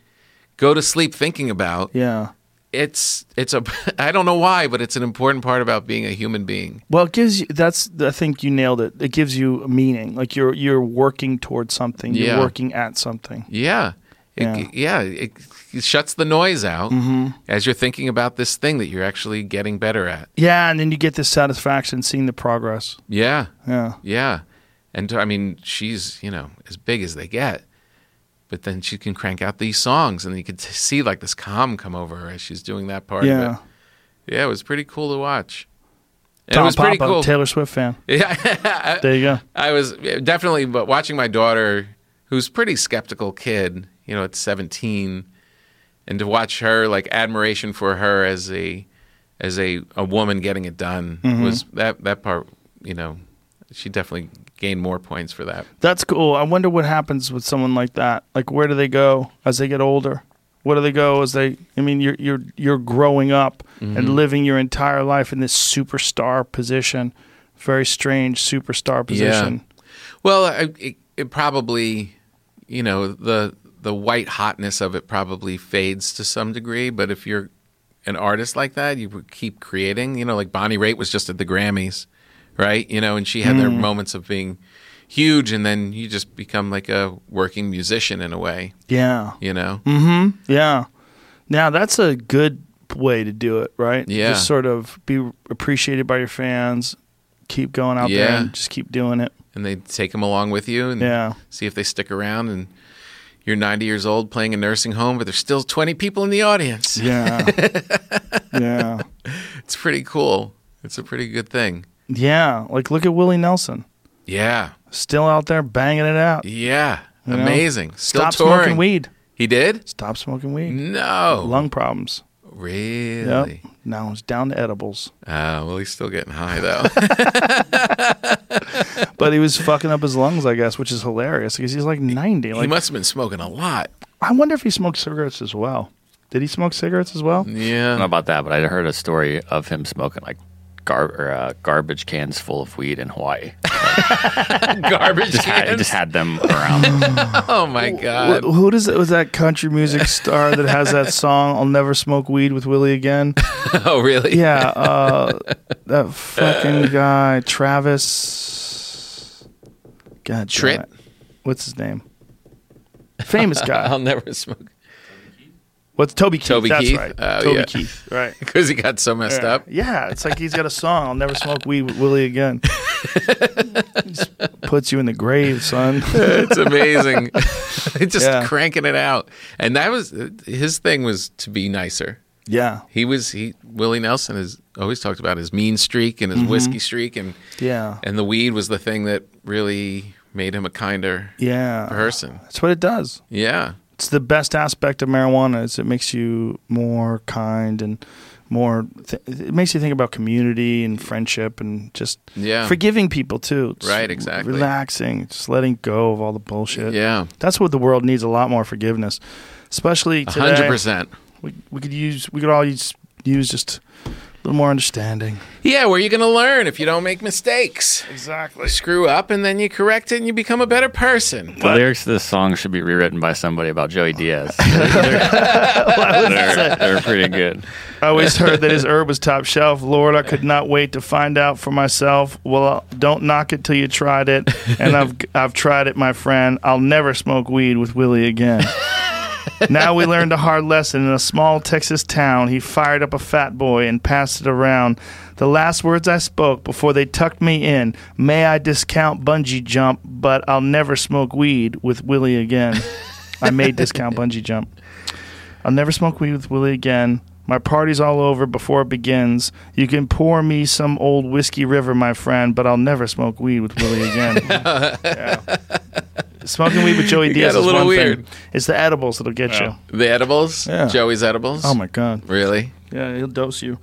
Speaker 2: go to sleep thinking about.
Speaker 1: Yeah.
Speaker 2: It's it's a I don't know why, but it's an important part about being a human being.
Speaker 1: Well, it gives you. That's I think you nailed it. It gives you a meaning. Like you're you're working towards something. You're
Speaker 2: Yeah.
Speaker 1: working at something. Yeah.
Speaker 2: Yeah.
Speaker 1: Mm-hmm.
Speaker 2: It, yeah, it, it shuts the noise out as you're thinking about this thing that you're actually getting better at.
Speaker 1: Yeah, and then you get this satisfaction seeing the progress.
Speaker 2: Yeah.
Speaker 1: Yeah.
Speaker 2: Yeah. And I mean, she's, you know, as big as they get. But then she can crank out these songs and you could see like this calm come over her as she's doing that part
Speaker 1: Yeah.
Speaker 2: of it. Yeah, it was pretty cool to watch. And it
Speaker 1: Tom
Speaker 2: was
Speaker 1: Papa,
Speaker 2: pretty cool.
Speaker 1: Taylor Swift fan.
Speaker 2: yeah.
Speaker 1: There you go.
Speaker 2: I was definitely, but watching my daughter, who's a pretty skeptical kid, you know, at 17, and to watch her like admiration for her as a as a, a woman getting it done was that that part, you know, she definitely gained more points for that.
Speaker 1: That's cool. I wonder what happens with someone like that. Like, where do they go as they get older? Where do they go as they? I mean, you're you're you're growing up and
Speaker 2: Mm-hmm.
Speaker 1: living your entire life in this superstar position, very strange superstar position.
Speaker 2: Well, I, it, it probably, you know, the the white hotness of it probably fades to some degree. But if you're an artist like that, you would keep creating. You know, like Bonnie Raitt was just at the Grammys, right? You know, and she had their
Speaker 1: Mm.
Speaker 2: moments of being huge, and then you just become like a working musician in a way.
Speaker 1: Yeah,
Speaker 2: You know,
Speaker 1: Mm. yeah. Now that's a good way to do it, right?
Speaker 2: Yeah.
Speaker 1: Just sort of be appreciated by your fans. Keep going out there
Speaker 2: Yeah.
Speaker 1: and just keep doing it.
Speaker 2: and they take them along with you, and
Speaker 1: Yeah.
Speaker 2: see if they stick around and. You're 90 years old playing a nursing home, but there's still 20 people in the audience.
Speaker 1: Yeah. yeah.
Speaker 2: It's pretty cool. It's a pretty good thing.
Speaker 1: Yeah. Like look at Willie Nelson.
Speaker 2: Yeah.
Speaker 1: Still out there banging it out.
Speaker 2: Yeah.
Speaker 1: know?
Speaker 2: Amazing. Still
Speaker 1: Stop
Speaker 2: touring.
Speaker 1: smoking weed.
Speaker 2: He did?
Speaker 1: Stop smoking weed.
Speaker 2: No.
Speaker 1: Lung problems. Yep.
Speaker 2: really?
Speaker 1: Now it's down to edibles.
Speaker 2: Uh, well, he's still getting high, though.
Speaker 1: But he was fucking up his lungs, I guess, which is hilarious because he's like 90.
Speaker 2: he
Speaker 1: Like,
Speaker 2: must have been smoking a lot.
Speaker 1: I wonder if he smoked cigarettes as well. Did he smoke cigarettes as well?
Speaker 3: I don't know
Speaker 2: Yeah.
Speaker 3: about that, but I heard a story of him smoking like gar- or, uh, garbage cans full of weed in Hawaii.
Speaker 2: Garbage
Speaker 3: Just had,
Speaker 2: cans.
Speaker 3: just had them around.
Speaker 2: Oh, my
Speaker 1: Wh-
Speaker 2: God.
Speaker 1: Who does it was that country music star that has that song "I'll Never Smoke Weed with Willie Again"?
Speaker 2: Oh, really?
Speaker 1: Yeah, uh, that fucking guy Travis. God, damn
Speaker 2: Tritt?
Speaker 1: it. What's his name? Famous guy.
Speaker 2: I'll never smoke.
Speaker 1: What's Toby Keith?
Speaker 2: Um, Toby
Speaker 1: That's
Speaker 2: Keith?
Speaker 1: right.
Speaker 2: Oh,
Speaker 1: Toby
Speaker 2: yeah.
Speaker 1: Keith. Right.
Speaker 2: Because he got so messed up.
Speaker 1: Yeah, it's like he's got a song. I'll never smoke weed with Willie again. Just puts you in the grave, son.
Speaker 2: It's amazing. just
Speaker 1: Yeah.
Speaker 2: cranking it out. And that was his thing was to be nicer.
Speaker 1: yeah,
Speaker 2: He was, he, Willie Nelson has always talked about his mean streak and his
Speaker 1: Mm-hmm.
Speaker 2: whiskey streak and,
Speaker 1: yeah,
Speaker 2: and the weed was the thing that really made him a kinder
Speaker 1: yeah.
Speaker 2: person.
Speaker 1: That's what it does.
Speaker 2: Yeah.
Speaker 1: It's the best aspect of marijuana is it makes you more kind and more. Th- it makes you think about community and friendship and just
Speaker 2: Yeah.
Speaker 1: forgiving people too. It's
Speaker 2: Right, exactly.
Speaker 1: Relaxing, just letting go of all the bullshit.
Speaker 2: Yeah.
Speaker 1: That's what the world needs a lot more forgiveness, especially
Speaker 2: A
Speaker 1: today.
Speaker 2: hundred percent.
Speaker 1: we, we could use we could all use use just a little more understanding.
Speaker 2: Yeah, where are you gonna learn if you don't make mistakes?
Speaker 1: Exactly.
Speaker 2: You screw up and then you correct it and you become a better person.
Speaker 3: the lyrics to this song should be rewritten by somebody about Joey Diaz. they're, they're pretty good.
Speaker 1: I always heard that his herb was top shelf. Lord, I could not wait to find out for myself. Well, don't knock it till you tried it, and I've I've tried it, my friend. I'll never smoke weed with Willie again. now we learned a hard lesson in a small Texas town. He fired up a fat boy and passed it around. The last words I spoke before they tucked me in. May I discount bungee jump, but I'll never smoke weed with Willie again. I made discount bungee jump. I'll never smoke weed with Willie again. My party's all over before it begins. You can pour me some old whiskey river, my friend, but I'll never smoke weed with Willie again. Yeah. Smoking weed with Joey
Speaker 2: It
Speaker 1: Diaz
Speaker 2: got a
Speaker 1: is
Speaker 2: little
Speaker 1: one
Speaker 2: weird.
Speaker 1: thing. It's the edibles that'll get you.
Speaker 2: The edibles,
Speaker 1: Yeah.
Speaker 2: Joey's edibles.
Speaker 1: Oh my god.
Speaker 2: Really?
Speaker 1: Yeah, he'll dose you.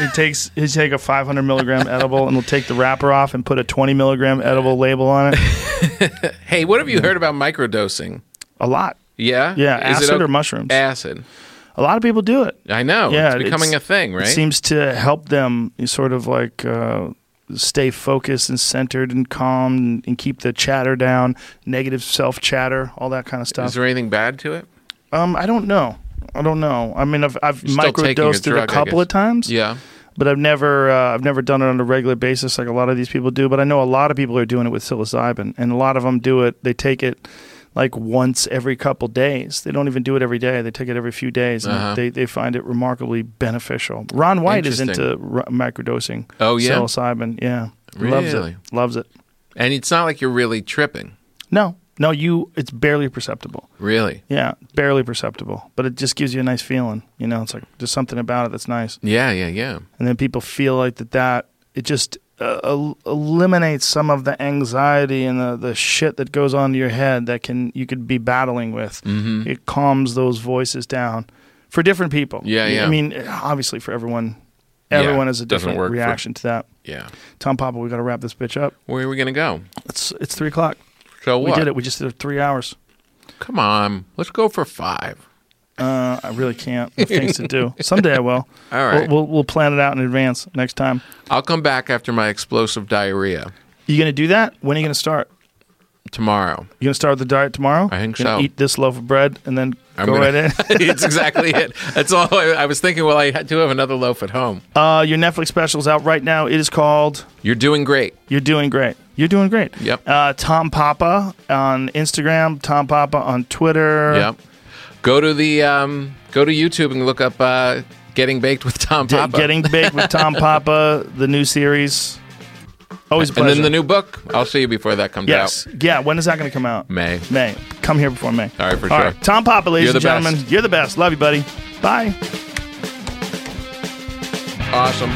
Speaker 1: he takes he take a 500 milligram edible and he'll take the wrapper off and put a 20 milligram edible label on it.
Speaker 2: Hey, what have you heard about microdosing?
Speaker 1: A lot.
Speaker 2: Yeah,
Speaker 1: Yeah,
Speaker 2: Is it
Speaker 1: acid
Speaker 2: o-
Speaker 1: or mushrooms.
Speaker 2: Acid.
Speaker 1: A lot of people do it.
Speaker 2: I know.
Speaker 1: Yeah,
Speaker 2: it's becoming
Speaker 1: it's-
Speaker 2: a thing, right?
Speaker 1: It seems to help them sort of like uh, stay focused and centered and calm and, and keep the chatter down, negative self chatter, all that kind of
Speaker 2: Is
Speaker 1: stuff.
Speaker 2: there anything bad to it?
Speaker 1: Um, I don't know. I don't know. I mean, I've I've
Speaker 2: still taking your
Speaker 1: microdosed it a
Speaker 2: drug, I
Speaker 1: couple of
Speaker 2: guess.
Speaker 1: times.
Speaker 2: Yeah.
Speaker 1: but I've never uh, I've never done it on a regular basis like a lot of these people do. But I know a lot of people are doing it with psilocybin, and a lot of them do it. They take it like once every couple days. They don't even do it every day. They take it every few days, and
Speaker 2: Uh-huh.
Speaker 1: they they find it remarkably beneficial. Ron White is
Speaker 2: Interesting.
Speaker 1: into r- microdosing.
Speaker 2: Oh, yeah?
Speaker 1: psilocybin. Yeah, loves
Speaker 2: Really?
Speaker 1: it. Loves it.
Speaker 2: And it's not like you're really tripping.
Speaker 1: No, no, you. It's barely perceptible.
Speaker 2: Really?
Speaker 1: Yeah, barely perceptible, but it just gives you a nice feeling. You know, it's like there's something about it that's nice.
Speaker 2: Yeah, yeah, yeah.
Speaker 1: and then people feel like that that it just uh, el- eliminates some of the anxiety and the, the shit that goes on in your head that can you could be battling with
Speaker 2: Mm-hmm.
Speaker 1: it calms those voices down for different people
Speaker 2: Yeah, yeah.
Speaker 1: i mean obviously for everyone
Speaker 2: Yeah,
Speaker 1: everyone has a
Speaker 2: doesn't
Speaker 1: different
Speaker 2: work for-
Speaker 1: reaction to that
Speaker 2: Yeah.
Speaker 1: tom papa we gotta wrap this bitch up
Speaker 2: Where are we going to go?
Speaker 1: it's it's three o'clock
Speaker 2: So
Speaker 1: we
Speaker 2: what?
Speaker 1: did it we just did it three hours
Speaker 2: Come on. Let's go for five.
Speaker 1: uh, i really can't I have things to do someday i will
Speaker 2: All right.
Speaker 1: we'll, we'll, we'll plan it out in advance next time
Speaker 2: I'll come back after my explosive diarrhea
Speaker 1: you gonna do that when are you gonna start
Speaker 2: tomorrow.
Speaker 1: You gonna start with the diet tomorrow?
Speaker 2: I think
Speaker 1: You gonna
Speaker 2: so.
Speaker 1: Eat this loaf of bread and then
Speaker 2: I'm
Speaker 1: go
Speaker 2: gonna-
Speaker 1: right in.
Speaker 2: It's exactly it. That's all I, I was thinking. Well, I do have another loaf at home.
Speaker 1: Uh, your Netflix special is out right now. It is called
Speaker 2: You're doing great.
Speaker 1: "You're Doing Great." You're doing great.
Speaker 2: Yep.
Speaker 1: Uh, Tom Papa on Instagram. Tom Papa on Twitter.
Speaker 2: Yep. Go to the um, go to YouTube and look up uh, "Getting Baked with Tom
Speaker 1: D-
Speaker 2: Papa."
Speaker 1: Getting big with Tom Papa. The new series. Always a
Speaker 2: and
Speaker 1: pleasure.
Speaker 2: then the new book. I'll see you before that comes
Speaker 1: Yes.
Speaker 2: out.
Speaker 1: Yeah. When is that gonna come out?
Speaker 2: May.
Speaker 1: May. Come here before May.
Speaker 2: All right, for
Speaker 1: All
Speaker 2: sure.
Speaker 1: right. Tom Papa, ladies
Speaker 2: You're the
Speaker 1: and gentlemen.
Speaker 2: best.
Speaker 1: You're the best. Love you, buddy. Bye.
Speaker 2: Awesome.